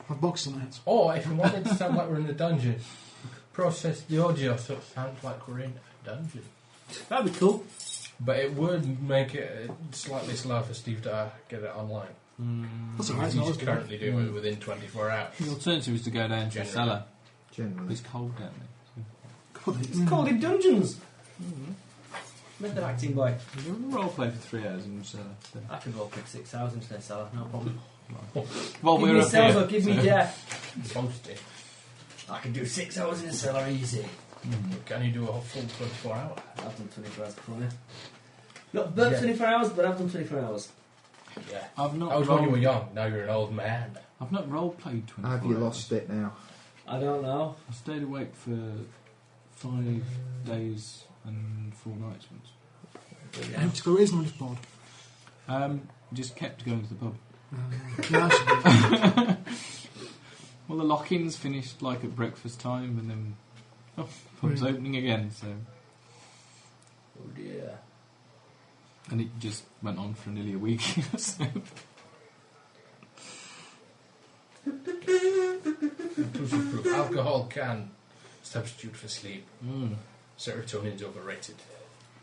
Speaker 6: Have boxes on their heads.
Speaker 4: Or if you wanted to sound like we're in a dungeon, process the audio so it sounds like we're in a dungeon.
Speaker 2: That'd be cool.
Speaker 4: But it would make it slightly slower for Steve to uh, get it online.
Speaker 6: That's all right.
Speaker 4: He's
Speaker 6: it's not as good. Mm.
Speaker 4: currently doing it within 24 hours.
Speaker 7: Hmm. The alternative is to go down to the
Speaker 4: Generally.
Speaker 7: cellar.
Speaker 3: Generally.
Speaker 7: It's cold down there.
Speaker 6: God, it's-
Speaker 2: It's called in dungeons. Method acting boy.
Speaker 7: Did you role play for three hours in the cellar? So.
Speaker 2: I could roll pick six hours into their cellar, no problem.
Speaker 7: Well,
Speaker 2: give
Speaker 7: Oh, we're
Speaker 2: me
Speaker 7: up
Speaker 2: cells
Speaker 7: here.
Speaker 2: or give me death.
Speaker 4: Posted.
Speaker 2: I can do six hours in the cellar easy.
Speaker 7: hmm.
Speaker 4: Can you do a full 24 hours?
Speaker 2: I've done 24 hours before now. Not burnt
Speaker 4: Yeah.
Speaker 2: 24 hours, but I've done 24 hours.
Speaker 4: Yeah.
Speaker 7: I've not.
Speaker 4: That was when you
Speaker 7: role-
Speaker 4: were young, now you're an old man.
Speaker 7: I've not role played twenty.
Speaker 3: Have you lost it now?
Speaker 2: I don't know.
Speaker 7: I stayed awake for five days and four nights once.
Speaker 6: I need to go. Isn't just bored.
Speaker 7: Um, just kept going to the pub.
Speaker 6: Uh, Yeah, I should do.
Speaker 7: Well, the lock-ins finished like at breakfast time, and then oh, pub's
Speaker 6: Right.
Speaker 7: opening again. So,
Speaker 2: Oh dear.
Speaker 7: and it just went on for nearly a week. so.
Speaker 4: Inclusive proof. Alcohol can substitute for sleep.
Speaker 7: mm.
Speaker 4: Serotonin's overrated.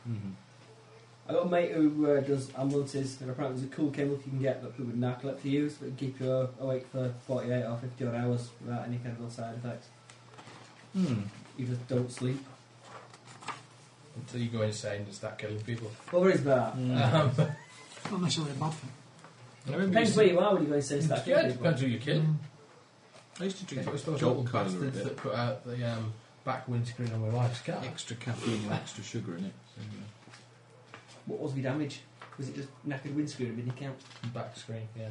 Speaker 7: mhm.
Speaker 2: I got a mate who uh, does ambulances. There apparently there's a cool chemical you can get that people with narcolepsy use that can keep you uh, awake for 48 or 50 odd hours without any kind of ill side effects.
Speaker 4: Hmm.
Speaker 2: You just don't sleep.
Speaker 4: Until you go insane and start killing people.
Speaker 2: Well, there is that.
Speaker 4: Um,
Speaker 6: Mm. Not necessarily a bad thing.
Speaker 4: no,
Speaker 2: It depends where you are when you go insane and start
Speaker 4: Yeah,
Speaker 2: killing
Speaker 4: it
Speaker 2: people.
Speaker 4: depends who you kill.
Speaker 9: I used to drink
Speaker 4: If it was those
Speaker 7: Jolt
Speaker 4: little
Speaker 7: colour a
Speaker 4: bastards
Speaker 7: bit.
Speaker 4: that put out the um, back windscreen on my wife's car.
Speaker 7: Extra caffeine and extra sugar in it. So, uh,
Speaker 2: What was the damage? Was it just knackered windscreen and didn't count?
Speaker 4: Back screen, yeah.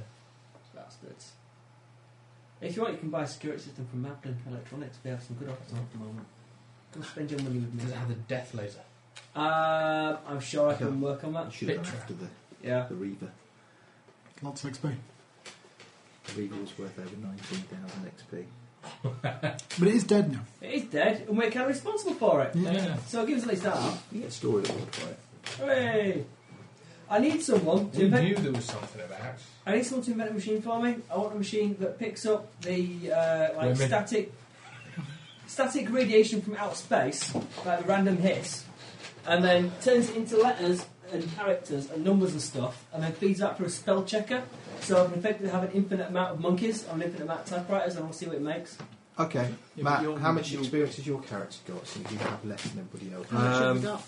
Speaker 2: Bastards. If you want, you can buy a security system from Mapton Electronics. They have some good offers on at the moment. Go spend your money with
Speaker 4: Does
Speaker 2: me.
Speaker 4: it have a death laser?
Speaker 2: Um, I'm sure I can work on
Speaker 3: I
Speaker 2: that.
Speaker 3: should have
Speaker 4: Picture.
Speaker 3: after the,
Speaker 2: Yeah.
Speaker 3: the Reaver.
Speaker 6: Lots of XP.
Speaker 3: The Reaver was worth over 19,000 XP.
Speaker 6: But it is dead now.
Speaker 2: It is dead, and we're kind of responsible for it.
Speaker 9: Yeah.
Speaker 2: So give us at least half.
Speaker 3: You get a story award for it.
Speaker 2: Hooray! I need someone to
Speaker 4: We
Speaker 2: invent.
Speaker 4: knew there was something about.
Speaker 2: I need someone to invent a machine for me. I want a machine that picks up the uh, like
Speaker 4: Women.
Speaker 2: static, static radiation from outer space, like a random hiss, and then turns it into letters and characters and numbers and stuff, and then feeds that through a spell checker. So I can effectively have an infinite amount of monkeys and an infinite amount of typewriters, and I'll see what it makes.
Speaker 3: Okay,
Speaker 7: Yeah, but
Speaker 3: Matt,
Speaker 7: you're-
Speaker 3: how much
Speaker 7: you're-
Speaker 3: experience has your character got since you have less than everybody else?
Speaker 5: How much have
Speaker 7: Um,
Speaker 5: we got?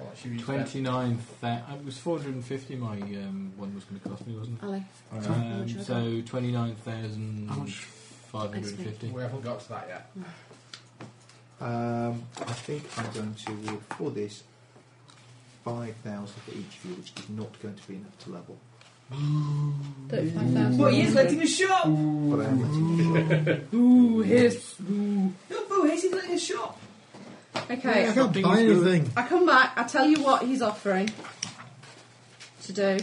Speaker 4: Well, she was-
Speaker 7: 29 tha- it was 450 my um, one was going to cost me, wasn't it?
Speaker 5: Ali.
Speaker 3: Oh,
Speaker 7: Um,
Speaker 5: much have I
Speaker 7: so
Speaker 6: How much?
Speaker 7: 29,550.
Speaker 4: We haven't got to that yet.
Speaker 3: Um, I think I'm going to award for this 5,000 for each of you, which is not going to be enough to level.
Speaker 5: 35,000.
Speaker 2: But he is letting us shop.
Speaker 3: But I am letting you try.
Speaker 5: Ooh, hiss. Ooh.
Speaker 2: No, boo, he's letting us shop.
Speaker 5: Okay.
Speaker 6: I can't buy anything.
Speaker 5: I come back, I tell you what he's offering to do.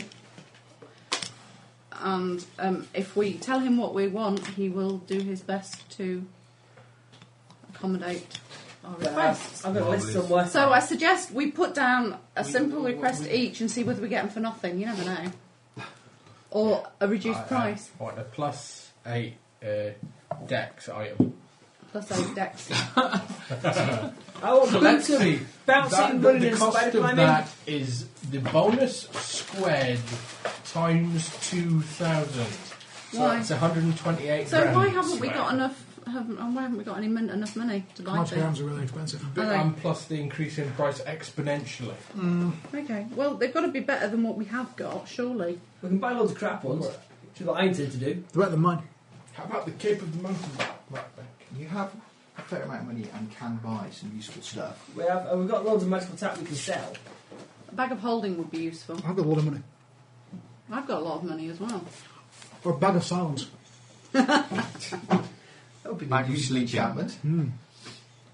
Speaker 5: And um, if we tell him what we want, he will do his best to accommodate our
Speaker 2: But I've,
Speaker 5: requests.
Speaker 2: I've got a list somewhere.
Speaker 5: So I suggest we put down a
Speaker 9: We-
Speaker 5: simple
Speaker 9: we-
Speaker 5: request
Speaker 9: we-
Speaker 5: each and see whether we get them for nothing. You never know. Or a reduced
Speaker 4: I- I
Speaker 5: price,
Speaker 4: want a plus eight uh, dex item.
Speaker 5: plus eight decks.
Speaker 2: I want
Speaker 4: So
Speaker 2: boo
Speaker 4: let's
Speaker 2: to
Speaker 4: see.
Speaker 2: bouncing,
Speaker 4: That- the,
Speaker 2: running,
Speaker 4: the
Speaker 2: and
Speaker 4: cost
Speaker 2: spider
Speaker 4: of
Speaker 2: climbing.
Speaker 4: that is the bonus squared times 2,000. So
Speaker 5: Why?
Speaker 4: that's 128
Speaker 5: So
Speaker 4: grand
Speaker 5: why haven't we
Speaker 4: squared.
Speaker 5: got enough? Haven't, why haven't we got any mon- enough money to buy
Speaker 6: Magic
Speaker 5: things?
Speaker 6: items are really expensive.
Speaker 4: But,
Speaker 5: Hello.
Speaker 4: um, plus the increase in price exponentially.
Speaker 5: Okay. Well, they've got to be better than what we have got, surely.
Speaker 2: We can buy loads of crap ones, which is what I intend to do.
Speaker 6: They're better than mine.
Speaker 4: How about the Cape of the Mountain Back?
Speaker 11: You have a fair amount of money and can buy some useful stuff.
Speaker 2: We have, and we've got loads of magical tap we can sell.
Speaker 5: A bag of holding would be useful.
Speaker 6: I've got a lot of money.
Speaker 5: I've got a lot of money as well.
Speaker 6: Or a bag of silence.
Speaker 11: That would be
Speaker 3: Bag
Speaker 11: an
Speaker 3: of
Speaker 11: useful
Speaker 3: sleeping.
Speaker 11: enchantment.
Speaker 6: Hmm.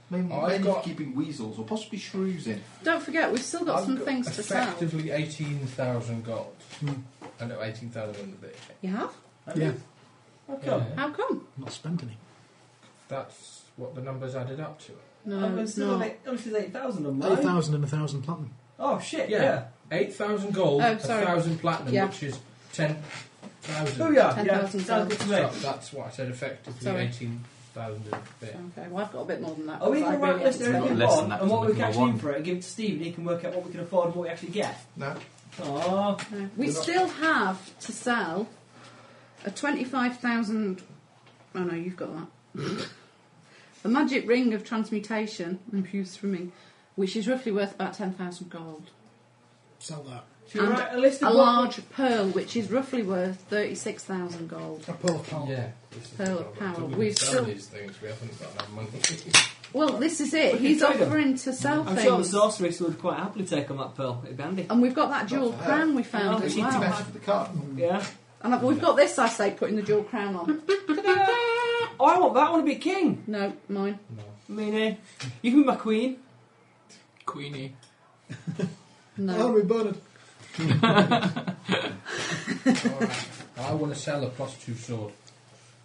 Speaker 11: Maybe,
Speaker 4: I've
Speaker 11: maybe
Speaker 4: got-
Speaker 11: keeping weasels or possibly shrews in.
Speaker 5: Don't forget, we've still got some things to sell. Hmm.
Speaker 4: Effectively 18,000 gold. I know 18,000 in the bit.
Speaker 5: You have?
Speaker 6: Yeah,
Speaker 2: How come?
Speaker 5: How come?
Speaker 6: not spent any.
Speaker 4: That's what the numbers added up to.
Speaker 5: Uh, No,
Speaker 2: I'm
Speaker 5: it's
Speaker 2: still
Speaker 5: not.
Speaker 2: like, oh, she's 8,000 on
Speaker 6: Eight
Speaker 2: mine.
Speaker 6: thousand and a thousand platinum.
Speaker 2: Oh, shit,
Speaker 4: Yeah.
Speaker 2: yeah.
Speaker 4: 8,000 gold,
Speaker 5: Oh, sorry.
Speaker 4: 1,000 platinum,
Speaker 5: Yeah.
Speaker 4: which is 10,000.
Speaker 2: Oh, yeah, yeah.
Speaker 5: 10,000
Speaker 2: Sounds good to me.
Speaker 4: So that's what I said effectively
Speaker 5: Sorry.
Speaker 4: 18,000 and a bit.
Speaker 5: Okay, well, I've got a bit more than that.
Speaker 2: Are we
Speaker 5: 'cause
Speaker 2: going
Speaker 5: I
Speaker 2: to write a
Speaker 5: really
Speaker 2: list of
Speaker 5: haven't
Speaker 7: We've
Speaker 2: everything
Speaker 7: got
Speaker 2: we
Speaker 5: spent
Speaker 7: less
Speaker 2: want
Speaker 7: than that
Speaker 2: and what
Speaker 7: because
Speaker 2: we
Speaker 7: we've
Speaker 2: can
Speaker 7: got
Speaker 2: actually in
Speaker 7: one.
Speaker 2: for it and give it to Steve and he can work out what we can afford and what we actually get?
Speaker 11: No?
Speaker 2: Oh,
Speaker 5: it. No. We still have to sell a 25,000. Oh no, you've got that. a magic ring of transmutation, infused swimming, which is roughly worth about 10,000 gold.
Speaker 6: Sell that.
Speaker 2: should we
Speaker 5: And
Speaker 2: write a list of
Speaker 5: A
Speaker 2: what-
Speaker 5: large pearl, which is roughly worth 36,000 gold.
Speaker 6: A pearl of power.
Speaker 4: Yeah. this is the
Speaker 5: Pearl
Speaker 4: problem.
Speaker 5: power.
Speaker 4: Until we
Speaker 5: We've
Speaker 4: sell
Speaker 5: still-
Speaker 4: these things, we haven't got enough money.
Speaker 5: Well, this is
Speaker 2: We
Speaker 5: it.
Speaker 2: can
Speaker 5: He's
Speaker 2: trade 'em.
Speaker 5: offering to sell
Speaker 2: I'm
Speaker 5: things. Oh.
Speaker 2: sure the sorceress would quite happily take on that pearl. It'd be handy.
Speaker 5: And we've got that dual
Speaker 11: Not for her.
Speaker 5: crown we
Speaker 2: Oh,
Speaker 5: found as
Speaker 11: It's wow.
Speaker 5: well.
Speaker 11: better for the card.
Speaker 2: Yeah.
Speaker 5: And I've- we've got this, I say, putting the dual crown on.
Speaker 2: Oh, I want that one to be king.
Speaker 5: No, mine.
Speaker 2: I mean, eh, you can be my queen.
Speaker 9: Queenie.
Speaker 5: No.
Speaker 6: I'll be Bernard.
Speaker 4: Alright. I want to sell a plus two sword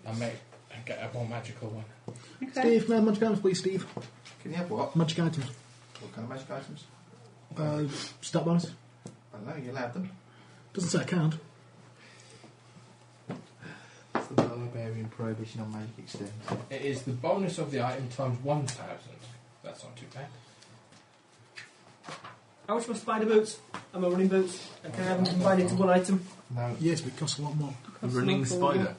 Speaker 4: and make and get a more magical one.
Speaker 5: Okay.
Speaker 6: Steve, can I have uh, magic items, please, Steve?
Speaker 11: Can you have what?
Speaker 6: Magic items.
Speaker 11: What kind of magic items?
Speaker 6: Uh, stat bonus.
Speaker 11: I don't know, you allowed them.
Speaker 6: Doesn't say I can't.
Speaker 11: It's the barbarian prohibition on magic extends.
Speaker 4: It is the bonus of the item times 1,000. That's not too bad.
Speaker 2: How much for spider boots? I and my running boots. And can I have them combined into one item?
Speaker 3: No.
Speaker 6: Yes, but it costs a lot more.
Speaker 2: Costs a Running lot more. spider.
Speaker 5: A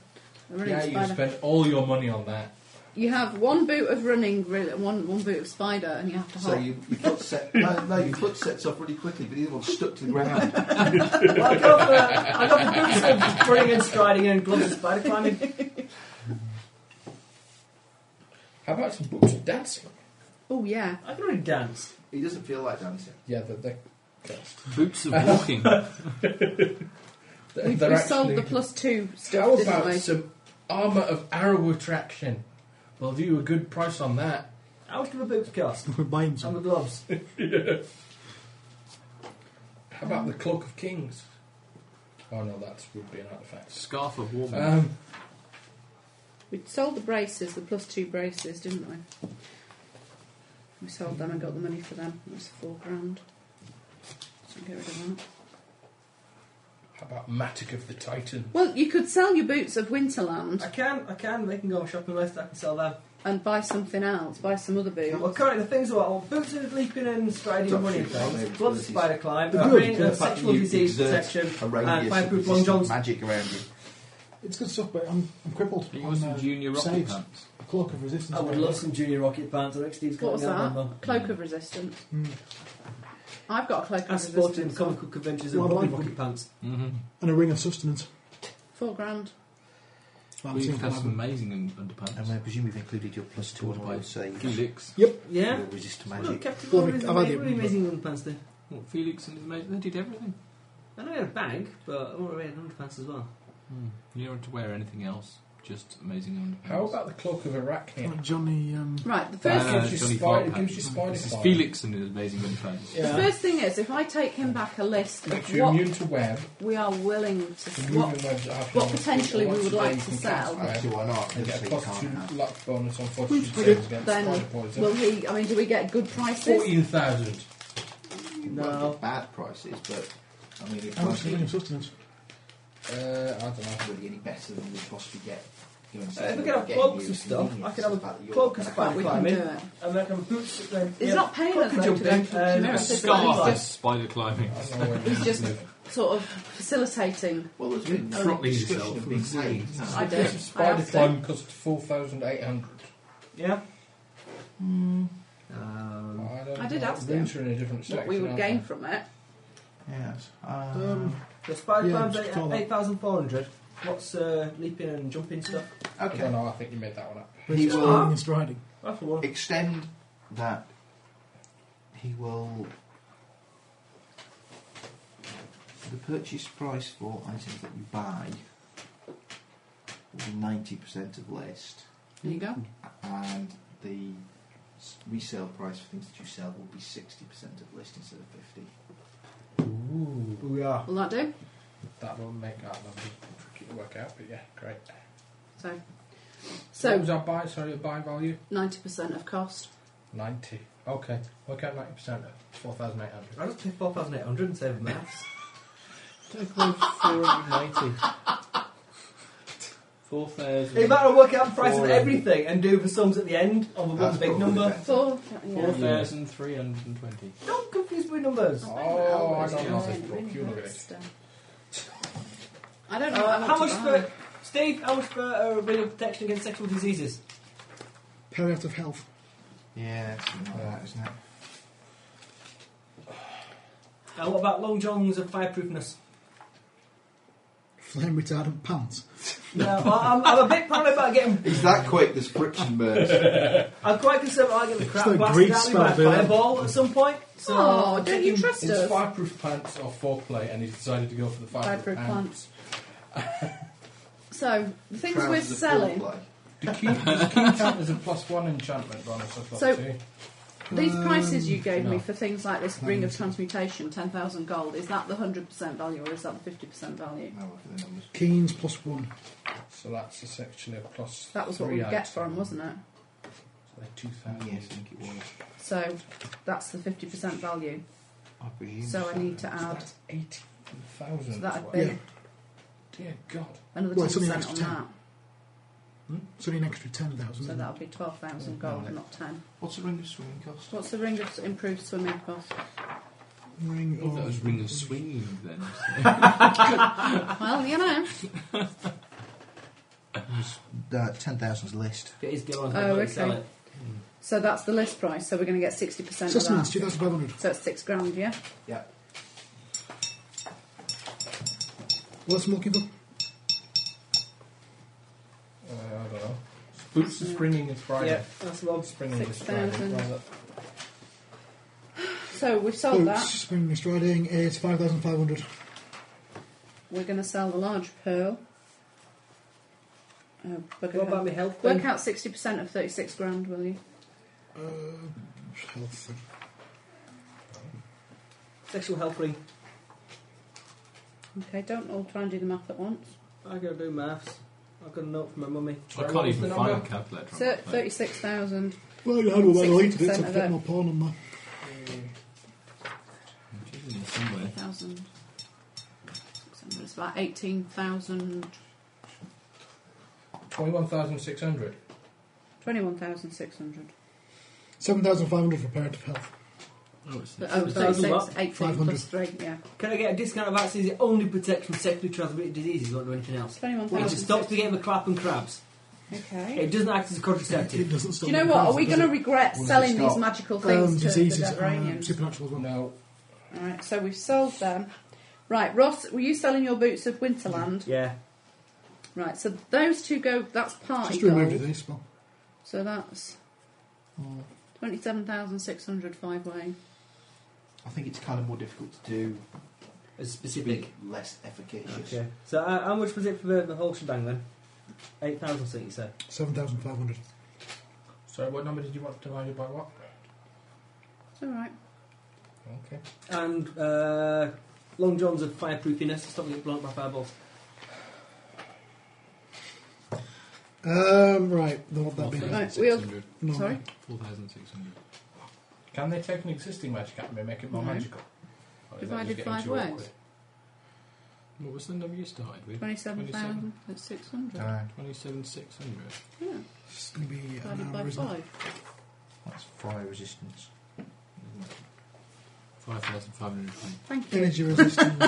Speaker 5: running
Speaker 4: yeah, you
Speaker 5: spider.
Speaker 4: spend all your money on that.
Speaker 5: You have one boot of running, re- one one boot of spider, and you have to
Speaker 3: So
Speaker 5: hop.
Speaker 3: you, you foot set. No, no, your foot sets off really quickly, but the other one's stuck to the ground.
Speaker 2: Well, I got the, I got the boots of running and striding and gloves of spider climbing.
Speaker 4: How about some books of dancing?
Speaker 5: Oh yeah.
Speaker 2: I can already dance.
Speaker 3: He doesn't feel like dancing.
Speaker 4: Yeah, they're, they're,
Speaker 7: Boots of walking.
Speaker 5: We,
Speaker 4: they're
Speaker 5: we sold the
Speaker 4: actually-
Speaker 5: plus two
Speaker 4: How
Speaker 5: stuff, didn't
Speaker 4: about
Speaker 5: we?
Speaker 4: some armour of arrow attraction? We'll do you a good price on that.
Speaker 2: How much do the boots cost?
Speaker 6: We're buying some.
Speaker 2: And the gloves.
Speaker 4: How about the Cloak of Kings? Oh no, that would be an artifact.
Speaker 7: Scarf of warmth.
Speaker 4: Um,
Speaker 5: We sold the braces, the plus two braces, didn't we? We sold them and got the money for them. It was four grand. So get rid of that.
Speaker 4: how about Matic of the Titan?
Speaker 5: Well, you could sell your boots of Winterland
Speaker 2: I can, I can. They can go on shopping list. I can sell them.
Speaker 5: and buy something else, buy some other
Speaker 2: Well,
Speaker 5: boots.
Speaker 2: currently the things are well, boots of leaping and striding and
Speaker 3: Don't
Speaker 2: running
Speaker 3: shoot my
Speaker 2: things,
Speaker 3: neighbour's
Speaker 2: gloves of
Speaker 3: abilities.
Speaker 2: spider climb,
Speaker 6: They're
Speaker 2: a
Speaker 6: good.
Speaker 2: ring
Speaker 3: The
Speaker 2: of
Speaker 3: fact that
Speaker 2: sexual
Speaker 3: you
Speaker 2: disease
Speaker 3: exert
Speaker 2: protection,
Speaker 3: a
Speaker 2: and
Speaker 3: radius of
Speaker 2: fireproof Uh, long
Speaker 3: resistant
Speaker 2: johns.
Speaker 3: magic around you.
Speaker 6: It's good stuff, but I'm, I'm crippled.
Speaker 7: You
Speaker 6: I'm,
Speaker 7: want some
Speaker 6: uh,
Speaker 7: junior rocket
Speaker 6: saves.
Speaker 7: pants?
Speaker 6: A cloak of resistance.
Speaker 2: I would love some junior rocket pants. I think Steve's got
Speaker 5: What was
Speaker 2: me on
Speaker 5: that?
Speaker 2: one,
Speaker 5: Cloak of resistance.
Speaker 6: Mm.
Speaker 5: I've got a cloak
Speaker 2: though. I
Speaker 5: of
Speaker 2: support him
Speaker 5: resistance.
Speaker 2: comic book conventions
Speaker 6: Well,
Speaker 2: and
Speaker 6: I
Speaker 2: probably
Speaker 6: like
Speaker 2: rocket
Speaker 6: them.
Speaker 2: pants.
Speaker 7: Mm-hmm.
Speaker 6: And a ring of sustenance.
Speaker 5: Four grand.
Speaker 6: That
Speaker 7: Well, you
Speaker 6: seems
Speaker 7: have
Speaker 6: like-
Speaker 7: some amazing un-
Speaker 3: And
Speaker 7: underpants.
Speaker 3: I presume you've included your plus two on all saves.
Speaker 7: Felix.
Speaker 2: Yeah.
Speaker 3: Your resist
Speaker 2: I've not
Speaker 3: magic.
Speaker 2: kept it
Speaker 6: Well,
Speaker 2: all
Speaker 6: I've
Speaker 2: these
Speaker 6: had
Speaker 2: ama-
Speaker 6: it.
Speaker 2: really amazing young pants there.
Speaker 7: What, Felix and his mates, they did everything.
Speaker 2: I know I had a bag, but I want to wear underpants as well.
Speaker 7: Hmm. You don't have to wear anything else, just amazing underpants.
Speaker 4: How about the Cloak of Arachnia?
Speaker 6: Like Johnny. Um,
Speaker 5: Right, the
Speaker 7: Uh,
Speaker 5: first
Speaker 4: It gives you spider-
Speaker 7: Johnny
Speaker 4: it
Speaker 7: Farquhar.
Speaker 4: gives you spider
Speaker 7: This is
Speaker 4: climb.
Speaker 7: Felix and his amazing underpants.
Speaker 5: the
Speaker 4: Yeah.
Speaker 5: first thing is if I take him back a list of
Speaker 4: Makes you
Speaker 5: what
Speaker 4: immune to web.
Speaker 5: we are willing to
Speaker 4: Immune
Speaker 5: what
Speaker 4: to webs that happen
Speaker 5: what
Speaker 4: once-
Speaker 5: potentially we
Speaker 4: once
Speaker 5: would
Speaker 4: a day
Speaker 5: like
Speaker 4: you
Speaker 5: to
Speaker 4: can
Speaker 5: sell.
Speaker 4: cast
Speaker 3: Actually,
Speaker 4: web
Speaker 3: why not?
Speaker 4: And
Speaker 3: Obviously,
Speaker 4: get a
Speaker 3: you
Speaker 4: plus two
Speaker 3: can't have.
Speaker 4: luck bonus on fortune
Speaker 6: Who's
Speaker 4: saves against
Speaker 5: then
Speaker 4: spider poison.
Speaker 5: will he I mean do we get good prices?
Speaker 4: Fourteen thousand.
Speaker 3: Well,
Speaker 2: No.
Speaker 3: bad prices, but I mean, it
Speaker 6: how much is a ring of
Speaker 3: can't
Speaker 6: sustenance?
Speaker 4: Uh, I don't know.
Speaker 3: really any better than we possibly get. You
Speaker 2: Uh,
Speaker 3: know,
Speaker 2: if we
Speaker 3: we're
Speaker 2: could have
Speaker 3: getting
Speaker 2: cloaks
Speaker 3: you
Speaker 2: and stuff,
Speaker 3: convenience
Speaker 2: I could
Speaker 3: and
Speaker 2: have a
Speaker 3: the fact that you're
Speaker 2: cloak and
Speaker 3: gonna
Speaker 2: spider
Speaker 3: have
Speaker 5: We
Speaker 3: to
Speaker 5: can
Speaker 2: climbing.
Speaker 5: do it.
Speaker 2: And then I can boots. Then,
Speaker 5: It's not paying
Speaker 2: cloak
Speaker 5: us,
Speaker 2: and
Speaker 5: though, to go
Speaker 2: jumping, Uh,
Speaker 5: to
Speaker 2: and
Speaker 5: Chimera.
Speaker 7: Scarf
Speaker 5: Like-
Speaker 7: is spider climbing.
Speaker 4: I don't know where
Speaker 5: He's just
Speaker 4: live.
Speaker 5: sort of facilitating.
Speaker 3: Well, there's been no
Speaker 7: Throttling
Speaker 3: discussion
Speaker 7: yourself
Speaker 3: of being
Speaker 7: from
Speaker 3: paid.
Speaker 7: the
Speaker 3: no.
Speaker 5: I
Speaker 4: Because
Speaker 5: did.
Speaker 4: of
Speaker 5: I
Speaker 4: Spider
Speaker 5: asked
Speaker 4: climb
Speaker 5: him.
Speaker 4: cost four thousand eight hundred.
Speaker 2: Yeah.
Speaker 3: Um,
Speaker 4: I, don't
Speaker 5: I did
Speaker 4: know.
Speaker 5: ask him
Speaker 4: Winter in a different
Speaker 5: what
Speaker 4: section.
Speaker 5: we would
Speaker 4: aren't
Speaker 5: gain
Speaker 4: I?
Speaker 5: from it.
Speaker 3: yes. Um,
Speaker 6: Um,
Speaker 2: The spider
Speaker 6: Yeah,
Speaker 2: climb's
Speaker 6: just
Speaker 2: eight-
Speaker 6: follow that.
Speaker 2: 8,400. What's uh, leaping and jumping stuff?
Speaker 4: I don't
Speaker 3: okay.
Speaker 4: know. I think you made that one up.
Speaker 6: Ring of
Speaker 3: will-
Speaker 6: sustenance and striding.
Speaker 2: That's the one.
Speaker 3: Extend that. He will. The purchase price for items that you buy will be ninety percent of list,
Speaker 5: There you go.
Speaker 3: and the s- resale price for things that you sell will be sixty percent of list instead of fifty.
Speaker 4: Ooh,
Speaker 2: We are.
Speaker 5: Will that do?
Speaker 4: that will make that number tricky to work out. But yeah, great.
Speaker 5: So,
Speaker 4: what was
Speaker 5: so
Speaker 4: our buy? Sorry, buy value
Speaker 5: ninety percent of cost.
Speaker 4: ninety. Okay, work out ninety percent of four thousand eight hundred.
Speaker 2: I just pay 4,800 and save them
Speaker 4: Take away four hundred ninety.
Speaker 7: Four thousand.
Speaker 2: If I work out the price
Speaker 7: Four
Speaker 2: of
Speaker 7: and-
Speaker 2: everything and do the sums at the end of the one
Speaker 3: That's
Speaker 2: big
Speaker 3: probably
Speaker 2: number,
Speaker 3: better.
Speaker 5: Four.
Speaker 7: Four
Speaker 5: Yeah.
Speaker 7: thousand three hundred and twenty.
Speaker 2: don't confuse me with numbers. Uh,
Speaker 4: Oh, I
Speaker 5: Always
Speaker 4: don't know
Speaker 5: do.
Speaker 4: this book. You look at it.
Speaker 5: um, I don't know.
Speaker 2: Uh,
Speaker 5: what I
Speaker 2: how
Speaker 5: want
Speaker 2: much
Speaker 5: to buy.
Speaker 2: for Steve? How much for a uh, ring of protection against sexual diseases?
Speaker 6: Perry out of health.
Speaker 3: Yeah, something like that, isn't it?
Speaker 2: Uh, what about long johns and fireproofness?
Speaker 6: Flame retardant pants.
Speaker 2: No, I- I'm, I'm a bit paranoid about getting.
Speaker 3: He's that quick. There's friction burns.
Speaker 2: I'm quite concerned about getting the crap
Speaker 6: It's no
Speaker 2: blasted
Speaker 6: great
Speaker 2: out of me
Speaker 6: spell,
Speaker 2: by a
Speaker 6: do they?
Speaker 2: fireball at some point. So
Speaker 5: Oh,
Speaker 2: I'm
Speaker 5: don't you
Speaker 2: thinking-
Speaker 5: trust
Speaker 4: It's
Speaker 5: us?
Speaker 4: fireproof pants or foreplay, and he's decided to go for the
Speaker 5: Fireproof
Speaker 4: fireproof,
Speaker 5: plants. So the things we're
Speaker 3: Trousers are
Speaker 5: selling,
Speaker 3: full of
Speaker 4: The key, the key enchantment is a plus one enchantment bonus. I've got
Speaker 5: So-
Speaker 4: too.
Speaker 5: these prices you gave me
Speaker 4: Uh, no.
Speaker 5: for things like this ring of transmutation, ten thousand gold, is that the hundred percent value or is that the fifty percent value?
Speaker 3: play. No, look at the numbers.
Speaker 6: Keynes plus one.
Speaker 4: So that's essentially a plus.
Speaker 5: That was what
Speaker 4: three
Speaker 5: we'd get
Speaker 4: item.
Speaker 5: for them, wasn't it?
Speaker 4: So they're 2,000.
Speaker 3: Yes, I think it was.
Speaker 5: So that's the fifty percent value.
Speaker 3: I presume.
Speaker 5: So I need to add.
Speaker 4: That's 80,000.
Speaker 5: So that'd
Speaker 4: Well,
Speaker 5: be
Speaker 6: Yeah.
Speaker 4: Dear God.
Speaker 5: another
Speaker 6: Well,
Speaker 5: ten
Speaker 6: it's only
Speaker 5: percent on
Speaker 6: extra
Speaker 5: that.
Speaker 6: It's only an extra 10,000.
Speaker 5: So
Speaker 6: isn't it?
Speaker 5: that'll be twelve thousand gold, not ten.
Speaker 3: What's a ring of swimming cost?
Speaker 5: What's the ring of improved swimming cost?
Speaker 6: Ring
Speaker 7: I thought Oh, that
Speaker 6: of-
Speaker 7: was Ring of Swinging then.
Speaker 5: well, you know.
Speaker 3: The Uh, ten thousands list.
Speaker 2: It is Gilron's
Speaker 5: Oh, okay. So that's the list price. So we're going to get sixty percent of
Speaker 6: Six
Speaker 5: that.
Speaker 6: months, 2,500.
Speaker 5: So it's six grand, yeah.
Speaker 3: Yeah.
Speaker 6: What's I'm looking for?
Speaker 4: Uh, I don't know. Boots is springing is Friday.
Speaker 2: Yeah, that's Rob.
Speaker 4: Springing is
Speaker 5: Six
Speaker 4: Friday.
Speaker 5: thousand.
Speaker 4: Well,
Speaker 5: So we've sold
Speaker 6: Boots,
Speaker 5: that.
Speaker 6: spring and striding is 5,500.
Speaker 5: We're going to sell the large pearl. Oh, we're
Speaker 2: What
Speaker 5: gonna-
Speaker 2: about my health
Speaker 5: Work
Speaker 2: thing?
Speaker 5: out sixty percent of thirty-six grand, will you?
Speaker 6: Uh, health.
Speaker 2: Sexual health ring.
Speaker 5: Okay, don't all try and do the math at once.
Speaker 2: I gotta do maths. I got a note from my mummy.
Speaker 7: I
Speaker 2: What
Speaker 7: can't
Speaker 2: was
Speaker 7: even
Speaker 2: the
Speaker 7: find a
Speaker 2: number?
Speaker 7: calculator. on
Speaker 5: So
Speaker 7: my phone.
Speaker 5: thirty-six thousand.
Speaker 6: Well, you had all that
Speaker 5: 60%
Speaker 6: deleted it, so
Speaker 5: of
Speaker 6: I've
Speaker 5: it.
Speaker 6: got my pawn on my.
Speaker 7: Which is in somewhere.
Speaker 5: thousand. It's about eighteen thousand,
Speaker 4: 21,600.
Speaker 5: twenty-one thousand six hundred.
Speaker 6: 7,500 for palliative health.
Speaker 7: Oh, it's
Speaker 5: Oh,
Speaker 2: Six
Speaker 5: 36,
Speaker 2: thousand what?
Speaker 5: 18 plus 3, yeah.
Speaker 2: Can I get a discount of vaccines? It only protects from sexually transmitted diseases, won't do anything else. It
Speaker 5: 21,000.
Speaker 2: just stops the game of clap and crabs.
Speaker 5: Okay.
Speaker 2: It doesn't act as a
Speaker 6: It
Speaker 2: contraceptive.
Speaker 6: doesn't
Speaker 5: Do
Speaker 6: stop
Speaker 5: you know
Speaker 6: the
Speaker 5: what? Are
Speaker 6: price,
Speaker 5: we
Speaker 6: does
Speaker 5: going to
Speaker 6: it?
Speaker 5: regret
Speaker 3: Well,
Speaker 5: selling
Speaker 3: it's
Speaker 5: these
Speaker 3: not.
Speaker 5: magical things
Speaker 6: Um,
Speaker 5: to
Speaker 6: diseases,
Speaker 5: the
Speaker 6: um,
Speaker 5: Devranians?
Speaker 6: supernatural as well.
Speaker 4: No.
Speaker 5: Alright, so we've sold them. Right, Ross, were you selling your boots of Winterland?
Speaker 2: Yeah.
Speaker 5: Right, so those two go, that's party
Speaker 6: Just removed it,
Speaker 5: gold.
Speaker 6: they spell.
Speaker 5: So that's 27,600 five way.
Speaker 11: I think it's kind of more difficult to do,
Speaker 2: It's
Speaker 11: to
Speaker 2: specific.
Speaker 11: be less efficacious.
Speaker 2: Okay. So uh, how much was it for the, the whole shebang then? 8,000 something you said.
Speaker 6: 7,500.
Speaker 4: Sorry, what number did you want divided by what?
Speaker 5: It's alright.
Speaker 4: Okay.
Speaker 2: And uh, Long John's of fireproofiness to stop getting blown up by fireballs.
Speaker 6: Um, right, then what that be?
Speaker 5: Right, we'll-
Speaker 7: 4,600.
Speaker 6: No.
Speaker 5: Sorry?
Speaker 7: 4,600.
Speaker 4: Can they take an existing magic item and make it more
Speaker 5: No.
Speaker 4: magical? Or is that
Speaker 5: Divided
Speaker 4: just getting
Speaker 5: five
Speaker 4: too
Speaker 5: ways.
Speaker 4: awkward?
Speaker 7: What was the number you started with?
Speaker 5: 27,600.
Speaker 7: 27,600.
Speaker 5: Yeah,
Speaker 6: It's going to be uh, an
Speaker 5: divided
Speaker 6: hour,
Speaker 5: by
Speaker 6: isn't it?
Speaker 5: 5.
Speaker 11: That's fire resistance.
Speaker 7: 5,520.
Speaker 5: Thank you.
Speaker 6: Energy resistance.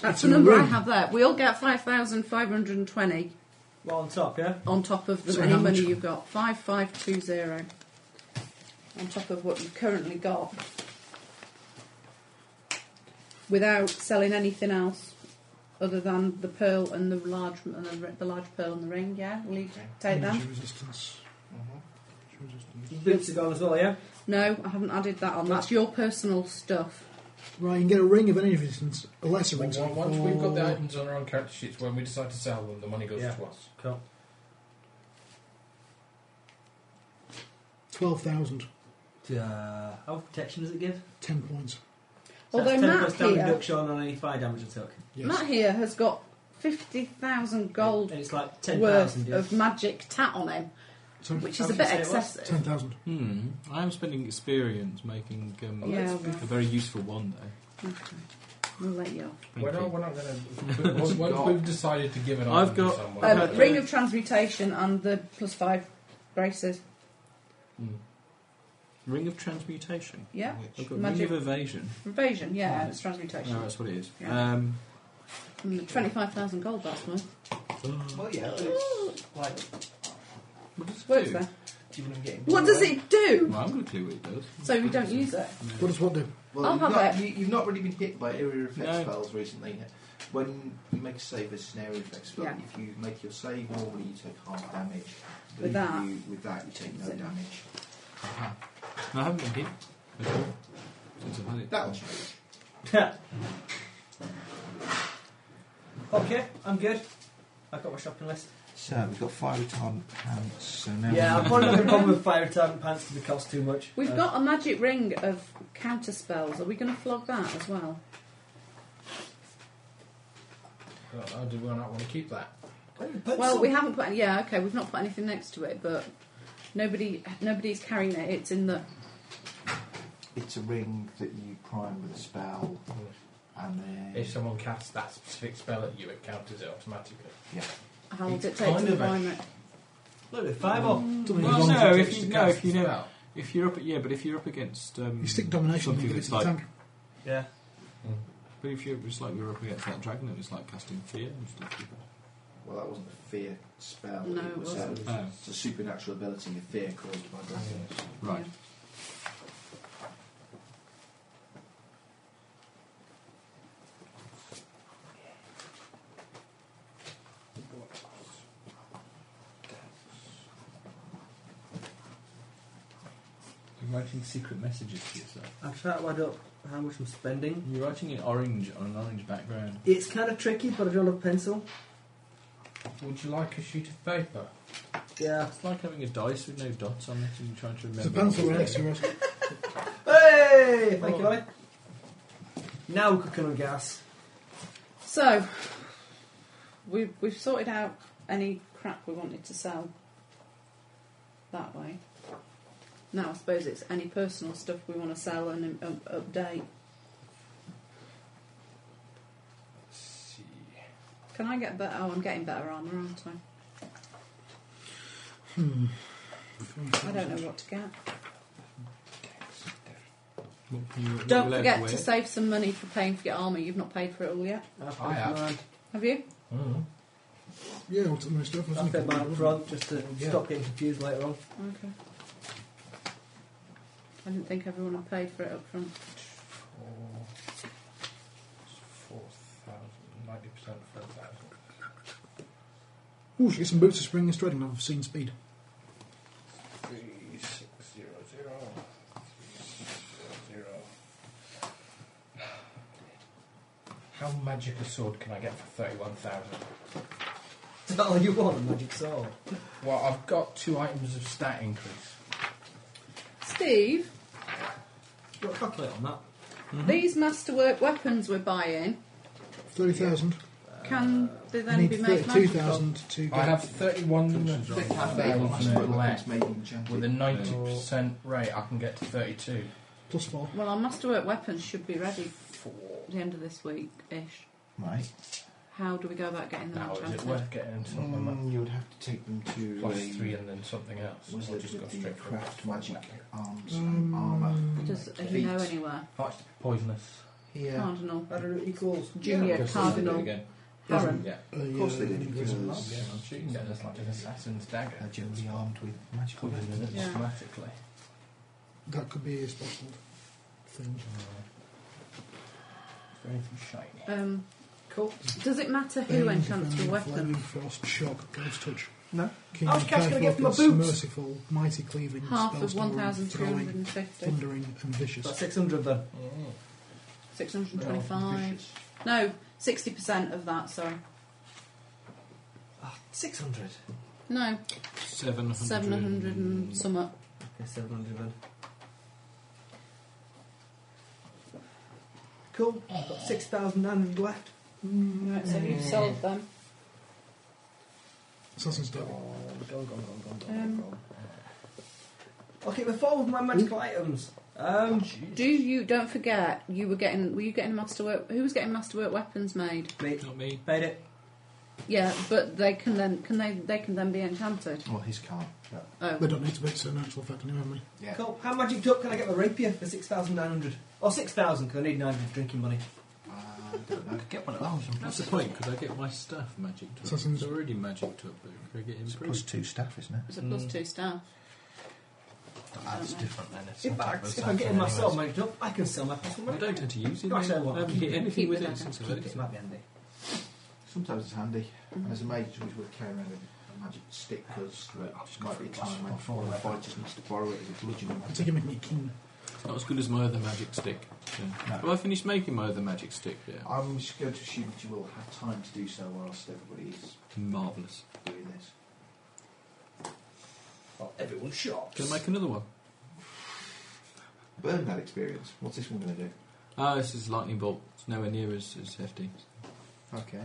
Speaker 5: That's
Speaker 6: It's
Speaker 5: the
Speaker 6: in a
Speaker 5: number I
Speaker 6: ring.
Speaker 5: have there. We all get 5,520
Speaker 2: Well, on top, yeah?
Speaker 5: on top of the
Speaker 6: So
Speaker 5: any
Speaker 6: how
Speaker 5: money
Speaker 6: much?
Speaker 5: you've got. 5520 on top of what you've currently got without selling anything else other than the pearl and the large and the, the large pearl and the ring, yeah? Will you take
Speaker 6: Energy
Speaker 5: them?
Speaker 6: resistance. Energy resistance.
Speaker 2: Boots are gone as well, yeah?
Speaker 5: No, I haven't added that on. That's your personal stuff.
Speaker 6: Right, you can get a ring of energy resistance, a lesser ring.
Speaker 4: Once,
Speaker 6: sorry,
Speaker 4: once we've got the
Speaker 6: for-
Speaker 4: items on our own character sheets, when we decide to sell them, the money goes
Speaker 2: Yeah.
Speaker 4: to us.
Speaker 2: Cool.
Speaker 6: 12,000,
Speaker 2: Uh, how much protection does it give?
Speaker 6: 10 points.
Speaker 2: So
Speaker 5: Although
Speaker 2: that's 10
Speaker 5: Matt
Speaker 2: plus down
Speaker 5: here,
Speaker 2: reduction on any fire damage I took.
Speaker 6: Yes.
Speaker 5: Matt here has got 50,000 gold
Speaker 2: And it's like
Speaker 5: worth
Speaker 2: 10,000, yeah?
Speaker 5: of magic tat on him,
Speaker 6: Sorry?
Speaker 5: which
Speaker 2: How
Speaker 5: is a
Speaker 2: much
Speaker 5: bit
Speaker 2: did you say it was?
Speaker 5: excessive.
Speaker 6: 10,000.
Speaker 7: Hmm. I am spending experience making um,
Speaker 5: Yeah,
Speaker 7: a
Speaker 5: well.
Speaker 7: very useful one, though.
Speaker 5: Okay. We'll let you off.
Speaker 7: Thank
Speaker 4: We're not,
Speaker 7: you.
Speaker 4: we're not going to. Once once we've decided to give an
Speaker 7: I've
Speaker 4: item to
Speaker 7: got-
Speaker 4: someone. uh,
Speaker 5: Um,
Speaker 7: Okay.
Speaker 5: Ring of Transmutation and the plus five braces.
Speaker 7: Ring of Transmutation.
Speaker 5: Yeah?
Speaker 7: I've got
Speaker 5: Magic-
Speaker 7: Ring of Evasion.
Speaker 5: Invasion, yeah, it's transmutation.
Speaker 7: No, that's what it is.
Speaker 5: Yeah.
Speaker 7: Um,
Speaker 5: And the 25,000 gold, that's one.
Speaker 11: Well, yeah, but it's like
Speaker 7: what does it
Speaker 5: Works
Speaker 7: do?
Speaker 5: there.
Speaker 11: even I'm getting.
Speaker 5: What does it do?
Speaker 7: Well, I've got a clue what it does.
Speaker 5: So we don't use it.
Speaker 6: What does what do?
Speaker 11: Well,
Speaker 5: I'll
Speaker 11: you've,
Speaker 5: have
Speaker 11: not,
Speaker 5: it.
Speaker 11: You, you've not really been hit by area effect
Speaker 7: No.
Speaker 11: spells recently. When you make a save as an area effect spell,
Speaker 5: Yeah.
Speaker 11: if you make your save normally you take half damage. But
Speaker 5: With
Speaker 11: if
Speaker 5: that-
Speaker 11: you, with that you take no
Speaker 5: Is it-
Speaker 11: damage.
Speaker 7: Aha. No, I haven't been hit at all since I've had it.
Speaker 11: That'll change.
Speaker 2: okay, I'm good. I've got my shopping list.
Speaker 11: So we've got fire retardant pants. So now
Speaker 2: Yeah, I'm probably not going to problem with fire retardant pants because they cost too much.
Speaker 5: We've
Speaker 2: Uh,
Speaker 5: got a magic ring of counter spells. Are we going to flog that as well?
Speaker 4: I don't know, oh, do we not want to keep that?
Speaker 2: but
Speaker 5: Well,
Speaker 2: some-
Speaker 5: we haven't put. Yeah, okay, we've not put anything next to it, but nobody, nobody's carrying it. It's in the.
Speaker 11: it's a ring that you prime with a spell, and then
Speaker 4: If someone casts that specific spell at you, it counters it automatically.
Speaker 11: yeah.
Speaker 5: How long does it
Speaker 4: It's
Speaker 5: take
Speaker 4: kind
Speaker 5: to
Speaker 4: of a-
Speaker 5: climb it?
Speaker 2: Look, the fireball.
Speaker 6: Something
Speaker 7: Well,
Speaker 6: wrong
Speaker 7: no,
Speaker 6: with it.
Speaker 7: if
Speaker 4: Just
Speaker 7: you
Speaker 4: to
Speaker 7: no,
Speaker 4: cast
Speaker 7: if you
Speaker 4: the
Speaker 7: know,
Speaker 4: spell.
Speaker 7: if you're up, yeah, but if you're up against um,
Speaker 6: You stick domination, you
Speaker 7: something
Speaker 6: get it
Speaker 7: that's
Speaker 6: to the
Speaker 7: like
Speaker 6: tank.
Speaker 2: Yeah.
Speaker 7: But if you it's like we were up against that dragon, it was like casting fear and stuff.
Speaker 3: Well, that wasn't a fear spell.
Speaker 5: No, it
Speaker 3: was
Speaker 5: wasn't.
Speaker 3: A,
Speaker 7: Oh.
Speaker 3: it's a supernatural ability, a fear caused by dragons.
Speaker 7: Right.
Speaker 4: You're writing secret messages to yourself.
Speaker 2: I'm trying to add up how much I'm spending.
Speaker 7: You're writing in orange on an orange background.
Speaker 2: It's kind of tricky, but I don't have a pencil.
Speaker 4: Would you like a sheet of paper?
Speaker 2: Yeah.
Speaker 7: It's like having a dice with no dots on it and you're trying to
Speaker 6: There's a
Speaker 7: remember.
Speaker 6: pencil right next to us.
Speaker 2: Hey! Thank you, Ollie. Now we're cooking on gas.
Speaker 5: So, we've, we've sorted out any crap we wanted to sell that way. Now, I suppose it's any personal stuff we want to sell and um, up- update.
Speaker 4: Let's see.
Speaker 5: Can I get better? Oh, I'm getting better armour, aren't I?
Speaker 6: Hmm.
Speaker 5: I don't know what to get.
Speaker 7: What can you- what
Speaker 5: Don't
Speaker 7: you'll
Speaker 5: forget
Speaker 7: ever
Speaker 5: to
Speaker 7: wear.
Speaker 5: save some money for paying for your armour. You've not paid for it all yet,
Speaker 4: I have.
Speaker 5: have you?
Speaker 4: Mm.
Speaker 6: Yeah, all some of my stuff.
Speaker 2: I
Speaker 6: wasn't
Speaker 2: paid
Speaker 6: it?
Speaker 2: mine up front just to
Speaker 4: Yeah.
Speaker 2: stop getting confused later on.
Speaker 5: Okay. I didn't think everyone had paid for it up front.
Speaker 4: Four. Four thousand. Ninety percent of four thousand.
Speaker 6: Ooh, should get some boots of spring and striding. I've seen speed.
Speaker 4: Three six zero zero. Three six zero zero. How magic a sword can I get for thirty-one thousand?
Speaker 2: Is that all you want, a magic sword?
Speaker 4: Well, I've got two items of stat increase.
Speaker 5: Steve,
Speaker 2: You've got a calculator on that.
Speaker 6: Mm-hmm.
Speaker 5: these masterwork weapons we're buying,
Speaker 6: 30,000.
Speaker 5: can they
Speaker 6: Uh, I
Speaker 5: then
Speaker 6: need
Speaker 5: be made magical?
Speaker 6: 32,000 to
Speaker 4: I
Speaker 6: get
Speaker 4: have thirty-one thousand left.
Speaker 11: made enchanted.
Speaker 4: With a ninety percent rate, I can get to thirty-two.
Speaker 6: plus 4.
Speaker 5: Well, our masterwork weapons should be ready at the end of this week ish.
Speaker 11: Right.
Speaker 5: How do we go about getting them
Speaker 4: Now, is it
Speaker 5: enchanted?
Speaker 4: worth getting something like
Speaker 11: Mm, you would have to take them to
Speaker 4: plus
Speaker 11: a-
Speaker 4: three and then something else?
Speaker 11: Was
Speaker 4: or
Speaker 11: it
Speaker 4: just go
Speaker 11: the
Speaker 4: straight for
Speaker 11: craft magic arms
Speaker 6: Um,
Speaker 11: and armour?
Speaker 5: Mm. Does he
Speaker 11: Feet.
Speaker 5: know anywhere?
Speaker 4: Oh, it's poisonous.
Speaker 6: Ah,
Speaker 11: Here.
Speaker 5: Cardinal.
Speaker 2: I don't know, equals
Speaker 5: Junior
Speaker 7: Because they did it
Speaker 5: Cardinal
Speaker 7: again.
Speaker 5: Harren.
Speaker 4: Oh, Yeah.
Speaker 11: Of course they did,
Speaker 4: Yeah,
Speaker 11: because
Speaker 4: I'm cheating. Yeah, that's like an assassin's dagger.
Speaker 11: they're generally armed with magical
Speaker 4: Covered in
Speaker 11: weapons.
Speaker 4: it
Speaker 5: Yeah.
Speaker 4: automatically.
Speaker 6: That could be a special thing.
Speaker 4: Is there anything shiny?
Speaker 5: Um, cool.
Speaker 6: Mm.
Speaker 5: Does it matter who
Speaker 6: Bane,
Speaker 5: enchants
Speaker 6: Defend,
Speaker 5: your weapon?
Speaker 6: Flaming Frost, Shock, Ghost Touch.
Speaker 11: No.
Speaker 6: King
Speaker 2: How's Cash gonna get
Speaker 6: Kaifor
Speaker 2: my
Speaker 6: plus
Speaker 2: boots?
Speaker 6: Merciful, Mighty Cleaving,
Speaker 5: Half of
Speaker 6: Spellstorm, Throwing,
Speaker 5: 1,250.
Speaker 6: Thundering, and
Speaker 2: That's
Speaker 6: Vicious.
Speaker 2: 600 then.
Speaker 4: Yeah.
Speaker 5: 625. No, 60% of that, sorry.
Speaker 2: 600?
Speaker 5: No,
Speaker 7: 700.
Speaker 5: 700 and some up.
Speaker 2: Okay, 700 then. Cool. I've got 6,900 left.
Speaker 5: Right, so you've sold them.
Speaker 6: Assassin's Dog.
Speaker 5: Um,
Speaker 2: Okay, we're forward with my magical items. Um,
Speaker 5: do you, don't forget, you were getting, were you getting masterwork, who was getting masterwork weapons made?
Speaker 2: mate,
Speaker 7: Not me.
Speaker 2: paid it.
Speaker 5: Yeah, but they can then, can they, they can then be enchanted?
Speaker 11: Well, his can't. but-
Speaker 5: Oh,
Speaker 6: They don't need to be, so in actual fact, anyway, have we?
Speaker 11: Yeah.
Speaker 2: Cool. How magicked up can I get my rapier for 6,900? Or 6,000, because I need 900 drinking money.
Speaker 11: Uh, I don't know.
Speaker 7: Get one of those. That's the point. Could I get my staff magic up?
Speaker 6: Assassin's-
Speaker 7: It's already magic up, but could I get
Speaker 11: It's plus
Speaker 7: improved?
Speaker 11: two staff, isn't it?
Speaker 5: it's a plus two staff.
Speaker 9: That's different then. It's
Speaker 2: If,
Speaker 9: not
Speaker 2: I,
Speaker 9: like those
Speaker 2: if I'm getting
Speaker 9: things
Speaker 2: myself
Speaker 9: anyways.
Speaker 2: magicked up, I can sell my personal
Speaker 7: I
Speaker 2: magic.
Speaker 7: don't tend to use it.
Speaker 2: Gosh, I want-
Speaker 7: I haven't hit anything
Speaker 5: Keep
Speaker 7: with
Speaker 5: it
Speaker 7: it
Speaker 5: like
Speaker 7: since
Speaker 5: that.
Speaker 7: I
Speaker 2: Keep
Speaker 7: learned
Speaker 2: it, it
Speaker 7: it.
Speaker 2: might be handy.
Speaker 11: Sometimes it's handy.
Speaker 2: Mm-hmm.
Speaker 11: As a mage, we would carry around a, a magic stick because there might be a time when one of the fighters needs to borrow it as a bludgeon.
Speaker 6: I think you're making it keen.
Speaker 7: It's not as good as my other magic stick. So.
Speaker 11: No.
Speaker 7: Well, I finished making my other magic stick, yeah.
Speaker 11: I'm just going to assume that you will have time to do so whilst everybody is
Speaker 7: Marvellous.
Speaker 11: doing this.
Speaker 2: Well, everyone shops.
Speaker 7: Can I make another one?
Speaker 11: Burn that experience. What's this one going to do?
Speaker 7: Ah, this is lightning bolt. It's nowhere near as, as hefty.
Speaker 11: Okay.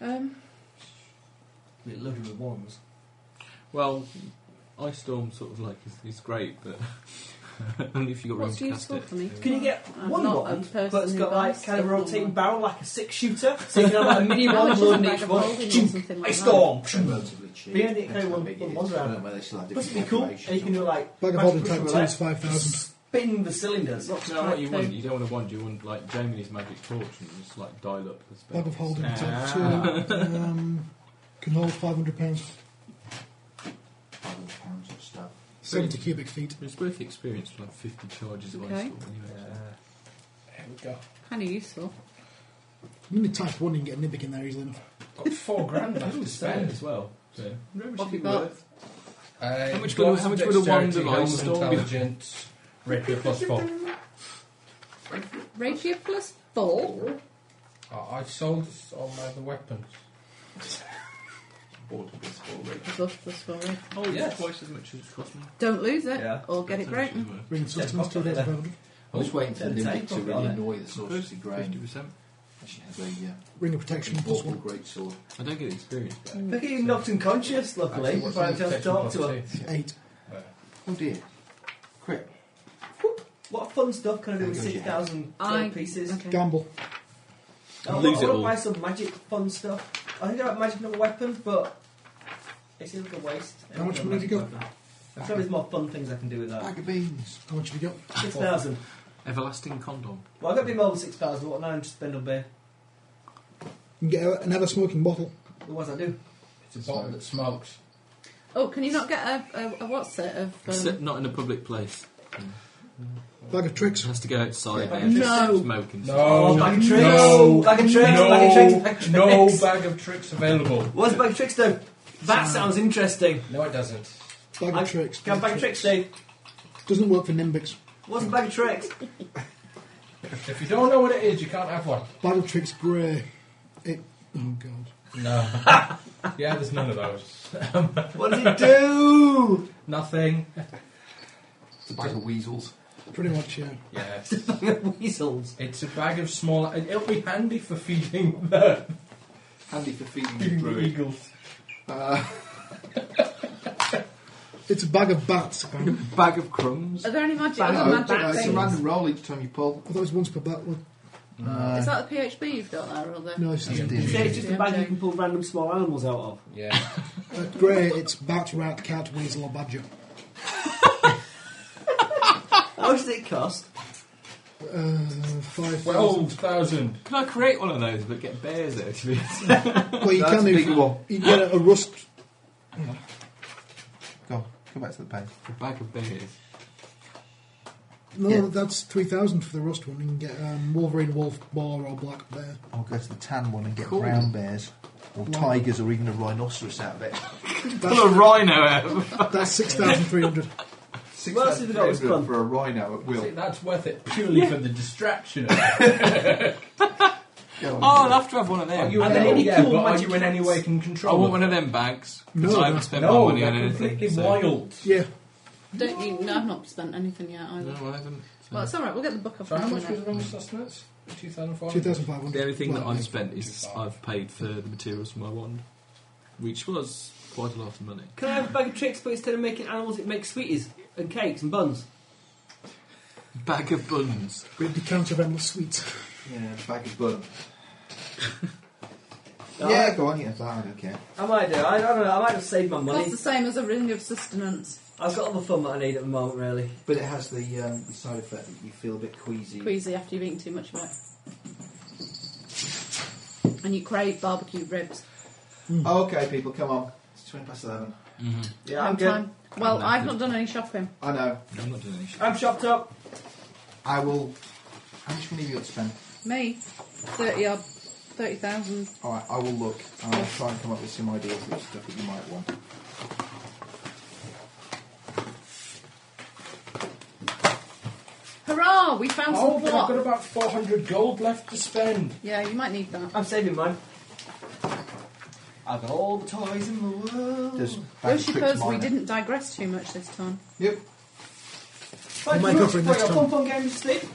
Speaker 7: Yeah.
Speaker 5: Um,
Speaker 2: Be loaded with ones.
Speaker 7: Well, ice storm sort of like is, is great, but only if you got room
Speaker 5: what's
Speaker 7: to cast
Speaker 5: useful
Speaker 7: it.
Speaker 5: for me?
Speaker 2: Can you get
Speaker 5: I'm
Speaker 2: one
Speaker 5: not a
Speaker 2: wand,
Speaker 5: person
Speaker 2: but it's
Speaker 5: who
Speaker 2: got like
Speaker 5: buys
Speaker 2: kind of a
Speaker 5: stuff
Speaker 2: rotating
Speaker 5: online.
Speaker 2: barrel like a six shooter, so you can have like a mini
Speaker 5: How
Speaker 2: one
Speaker 5: much is a
Speaker 2: loaded in
Speaker 5: bag
Speaker 2: each
Speaker 5: of
Speaker 2: one.
Speaker 5: holding or
Speaker 2: Chink,
Speaker 5: something like
Speaker 2: I
Speaker 5: that?
Speaker 2: storm.
Speaker 11: They're relatively cheap.
Speaker 2: Yeah, they
Speaker 11: Depends
Speaker 2: carry
Speaker 11: how
Speaker 2: one-
Speaker 11: big it
Speaker 2: one
Speaker 11: is.
Speaker 2: wand
Speaker 11: I
Speaker 2: around.
Speaker 11: don't know, they still have
Speaker 2: Plus,
Speaker 11: different
Speaker 2: it'd be cool. And you
Speaker 11: calculations
Speaker 2: can do
Speaker 11: on it.
Speaker 2: like
Speaker 6: Bag of
Speaker 2: magic
Speaker 6: holding
Speaker 2: roulette.
Speaker 6: type 2 is 5,000.
Speaker 2: bin the cylinders.
Speaker 7: No, what you want, you don't want a wand, you want like Jamie's magic torch and just like dial up the spell.
Speaker 6: Bag of holding type two. Um, can hold 500 pounds.
Speaker 11: 500 pounds of stuff.
Speaker 6: 70 cubic feet.
Speaker 7: It's worth the experience for like 50 charges of
Speaker 5: Okay.
Speaker 7: ice anyway.
Speaker 4: There we go.
Speaker 5: Kind of useful.
Speaker 6: You need type 1 and get a Nibbick in there easily enough.
Speaker 4: Got four grand
Speaker 7: Ooh,
Speaker 4: left to
Speaker 7: spend
Speaker 4: spend.
Speaker 7: as well. So.
Speaker 5: Off you go.
Speaker 4: Uh,
Speaker 7: How much would- how much would a wand of ice storm be?
Speaker 4: intelligence, rapier plus four.
Speaker 5: Rapier plus four.
Speaker 4: I, I sold all my other weapons.
Speaker 11: Board of this already.
Speaker 5: Plus plus four. right?
Speaker 7: Oh, it's
Speaker 4: Yes.
Speaker 7: twice as much as it cost me.
Speaker 5: Don't lose it
Speaker 2: Yeah.
Speaker 5: or get it
Speaker 7: That's how much
Speaker 5: broken.
Speaker 7: worth.
Speaker 6: Bringing sustenance to it.
Speaker 11: I'm just waiting for
Speaker 2: Then
Speaker 11: the
Speaker 2: take
Speaker 11: Nimbic to
Speaker 2: off,
Speaker 11: really
Speaker 2: aren't
Speaker 11: annoy the sorceress grain.
Speaker 7: 50%.
Speaker 11: She has a uh,
Speaker 6: Ring of protection plus
Speaker 11: portable
Speaker 6: 1.
Speaker 11: greatsword.
Speaker 7: I don't get the experience. but-
Speaker 2: They're getting knocked unconscious, luckily,
Speaker 4: Actually, what's
Speaker 2: before I
Speaker 4: the
Speaker 2: had a chance to talk
Speaker 4: protection
Speaker 2: to
Speaker 4: plus
Speaker 2: her.
Speaker 4: two?
Speaker 6: 8.
Speaker 11: Oh dear. Crit.
Speaker 2: What fun stuff can I do with
Speaker 11: Okay.
Speaker 2: 6,000
Speaker 5: I-
Speaker 2: gold pieces?
Speaker 5: okay.
Speaker 6: Gamble.
Speaker 2: I
Speaker 7: Lose
Speaker 2: want
Speaker 7: it
Speaker 2: to
Speaker 7: all.
Speaker 2: buy some magic fun stuff. I think I have magic number weapons, but it seems like a waste.
Speaker 6: How much money have you got?
Speaker 2: I'm sure there's more fun things I can do with that.
Speaker 11: Bag of beans.
Speaker 6: How much have you got?
Speaker 2: 6,000.
Speaker 7: Everlasting condom.
Speaker 2: Well, I've got to be more than 6,000. What nine spend on beer?
Speaker 6: You can get a- an ever smoking bottle.
Speaker 2: Otherwise, I do.
Speaker 4: It's a bottle that smokes.
Speaker 5: Oh, can you not get a, a, a what's it of?
Speaker 7: Except
Speaker 5: Um,
Speaker 7: not in a public place.
Speaker 6: Bag of
Speaker 7: It
Speaker 6: tricks.
Speaker 7: has to go outside.
Speaker 11: Yeah.
Speaker 7: and
Speaker 5: No.
Speaker 7: Smoke and stuff.
Speaker 4: No,
Speaker 2: Oh, bag of
Speaker 4: no,
Speaker 2: tricks.
Speaker 4: no,
Speaker 2: Bag of tricks,
Speaker 4: no,
Speaker 2: bag of tricks, bag of
Speaker 4: no
Speaker 2: tricks.
Speaker 4: bag of tricks available.
Speaker 2: What's a bag of tricks do? That sounds interesting.
Speaker 4: No, it doesn't.
Speaker 6: Bag
Speaker 2: I-
Speaker 6: of tricks.
Speaker 2: Can I bag of tricks do?
Speaker 6: Doesn't work for Nimbics.
Speaker 2: What's a bag of tricks?
Speaker 4: If you don't know what it is, you can't have one.
Speaker 6: Bag of tricks grey. It. Oh god.
Speaker 4: No. yeah, there's none of those.
Speaker 2: What does it do?
Speaker 4: Nothing.
Speaker 11: It's a bag of weasels.
Speaker 6: Pretty much, yeah.
Speaker 4: Yes.
Speaker 2: Weasels.
Speaker 4: It's a bag of small. It'll be handy for feeding the
Speaker 11: Handy for feeding the
Speaker 4: feeding the
Speaker 11: druid.
Speaker 4: eagles.
Speaker 6: It's a bag of bats, apparently.
Speaker 7: Bag of crumbs.
Speaker 5: are there any magic?
Speaker 11: No,
Speaker 5: Other
Speaker 11: no,
Speaker 5: magic
Speaker 11: it's a
Speaker 5: things?
Speaker 11: random roll each time you pull. Uh,
Speaker 6: I thought it was once per bat. Well,
Speaker 11: Mm.
Speaker 5: Is that the PHB you've got there, or the?
Speaker 6: no, it's
Speaker 11: Yeah.
Speaker 2: You say it's just a bag you can pull random small animals out of.
Speaker 4: Yeah.
Speaker 6: uh, grey. It's bat, rat, cat, weasel, or badger.
Speaker 2: How much does it cost?
Speaker 6: Uh, five.
Speaker 4: Twelve thousand.
Speaker 7: Could I create one of those but get bears out of it?
Speaker 6: Well, you
Speaker 11: That's
Speaker 6: can
Speaker 11: a
Speaker 6: do.
Speaker 11: big one.
Speaker 6: You can get a, a rust.
Speaker 11: Go on, come back to the page.
Speaker 7: a bag of bears.
Speaker 6: No,
Speaker 11: Yeah.
Speaker 6: that's three thousand for the rust one. You can get um, Wolverine, wolf, boar, or black bear.
Speaker 11: I'll go to the tan one and get
Speaker 7: Cool.
Speaker 11: brown bears, or tigers, or even a rhinoceros out of it.
Speaker 7: Pull a
Speaker 6: That's,
Speaker 7: rhino out.
Speaker 6: that's six thousand three hundred.
Speaker 2: Well, that's even always
Speaker 11: 6,300
Speaker 2: fun.
Speaker 11: for a rhino at
Speaker 4: See,
Speaker 11: will.
Speaker 4: that's worth it purely for the distraction. of it.
Speaker 11: Go on.
Speaker 7: Oh, I'll have to have one of
Speaker 4: Are
Speaker 7: them.
Speaker 4: you, in
Speaker 2: there
Speaker 4: any,
Speaker 2: any
Speaker 4: yeah,
Speaker 2: cool
Speaker 4: but are
Speaker 2: magic
Speaker 4: you in any
Speaker 2: tricks?
Speaker 4: way can
Speaker 7: I
Speaker 4: control
Speaker 7: want
Speaker 4: them?
Speaker 7: one of them bags.
Speaker 6: No,
Speaker 7: Because I haven't
Speaker 6: that's-
Speaker 7: spent
Speaker 4: Oh. No,
Speaker 7: my money
Speaker 4: they're
Speaker 7: on anything.
Speaker 4: completely
Speaker 7: so-
Speaker 4: wild.
Speaker 6: Yeah,
Speaker 5: Don't you? No, I've not spent anything yet either.
Speaker 7: No, I haven't. So-
Speaker 5: Well, it's all right. We'll get the book off.
Speaker 4: So how
Speaker 5: now,
Speaker 4: much
Speaker 5: won't
Speaker 4: was
Speaker 5: it?
Speaker 4: it on the sustenance? Two thousand five.
Speaker 6: two thousand five hundred.
Speaker 7: The only thing that I've spent is I've paid for the materials for my wand, which was quite a lot of money.
Speaker 2: Can I have a bag of tricks, but instead of making animals, it makes sweeties and cakes and buns?
Speaker 7: Bag of buns.
Speaker 6: with a decanter of endless sweets.
Speaker 11: Yeah, bag of bun.
Speaker 2: No,
Speaker 11: yeah, go on, yeah, that, I don't care.
Speaker 2: I might do. I, I don't know. I might have saved my
Speaker 5: That's
Speaker 2: money.
Speaker 5: the same as a ring of sustenance.
Speaker 2: I've got all the fun that I need at the moment, really.
Speaker 11: But it has the, um, the side effect that you feel a bit queasy.
Speaker 5: Queasy after you've eaten too much of it. And you crave barbecue ribs.
Speaker 11: Mm. Oh, Okay, people, come on. It's 20 past 11.
Speaker 2: Yeah, I'm
Speaker 5: Home
Speaker 2: good.
Speaker 5: time. Well,
Speaker 7: I'm
Speaker 5: I've
Speaker 7: knackered.
Speaker 5: not done any shopping.
Speaker 11: I know.
Speaker 7: I'm not doing any shit.
Speaker 2: I'm shopped up.
Speaker 11: I will. How much money have you got to spend?
Speaker 5: Me, thirty odd, thirty thousand.
Speaker 11: Alright, I will look. I'll try and come up with some ideas of stuff that you might want.
Speaker 5: Hurrah! We found
Speaker 4: Oh,
Speaker 5: some
Speaker 4: but I've got
Speaker 5: plot.
Speaker 4: about four hundred gold left to spend.
Speaker 5: Yeah, you might need that.
Speaker 2: I'm saving mine. I've got all the toys in the world.
Speaker 11: Just
Speaker 5: Well,
Speaker 11: bag of
Speaker 5: she
Speaker 11: tricks
Speaker 5: we
Speaker 11: minor.
Speaker 5: didn't digress too much this time.
Speaker 11: Yep.
Speaker 2: Right,
Speaker 6: might
Speaker 2: you
Speaker 6: go
Speaker 2: want
Speaker 6: for it
Speaker 2: to
Speaker 6: next
Speaker 2: play a
Speaker 6: time.
Speaker 2: Fun, fun game, Steve.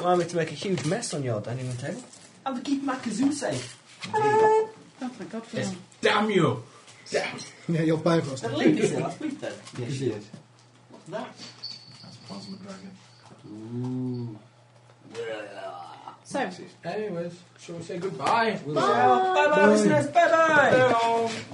Speaker 2: Allow me to make a huge mess on your dining room table. I'm keeping my kazoo safe.
Speaker 5: Oh, thank God for
Speaker 4: Yes.
Speaker 5: that.
Speaker 4: Damn you! Damn.
Speaker 6: Yeah, you'll buy it.
Speaker 2: The link is in last week then.
Speaker 11: Yes, she is.
Speaker 2: What's that?
Speaker 11: That's Plasma Dragon.
Speaker 2: Ooh.
Speaker 5: So,
Speaker 4: Anyways, shall we say goodbye?
Speaker 2: Bye bye, listeners. Bye bye.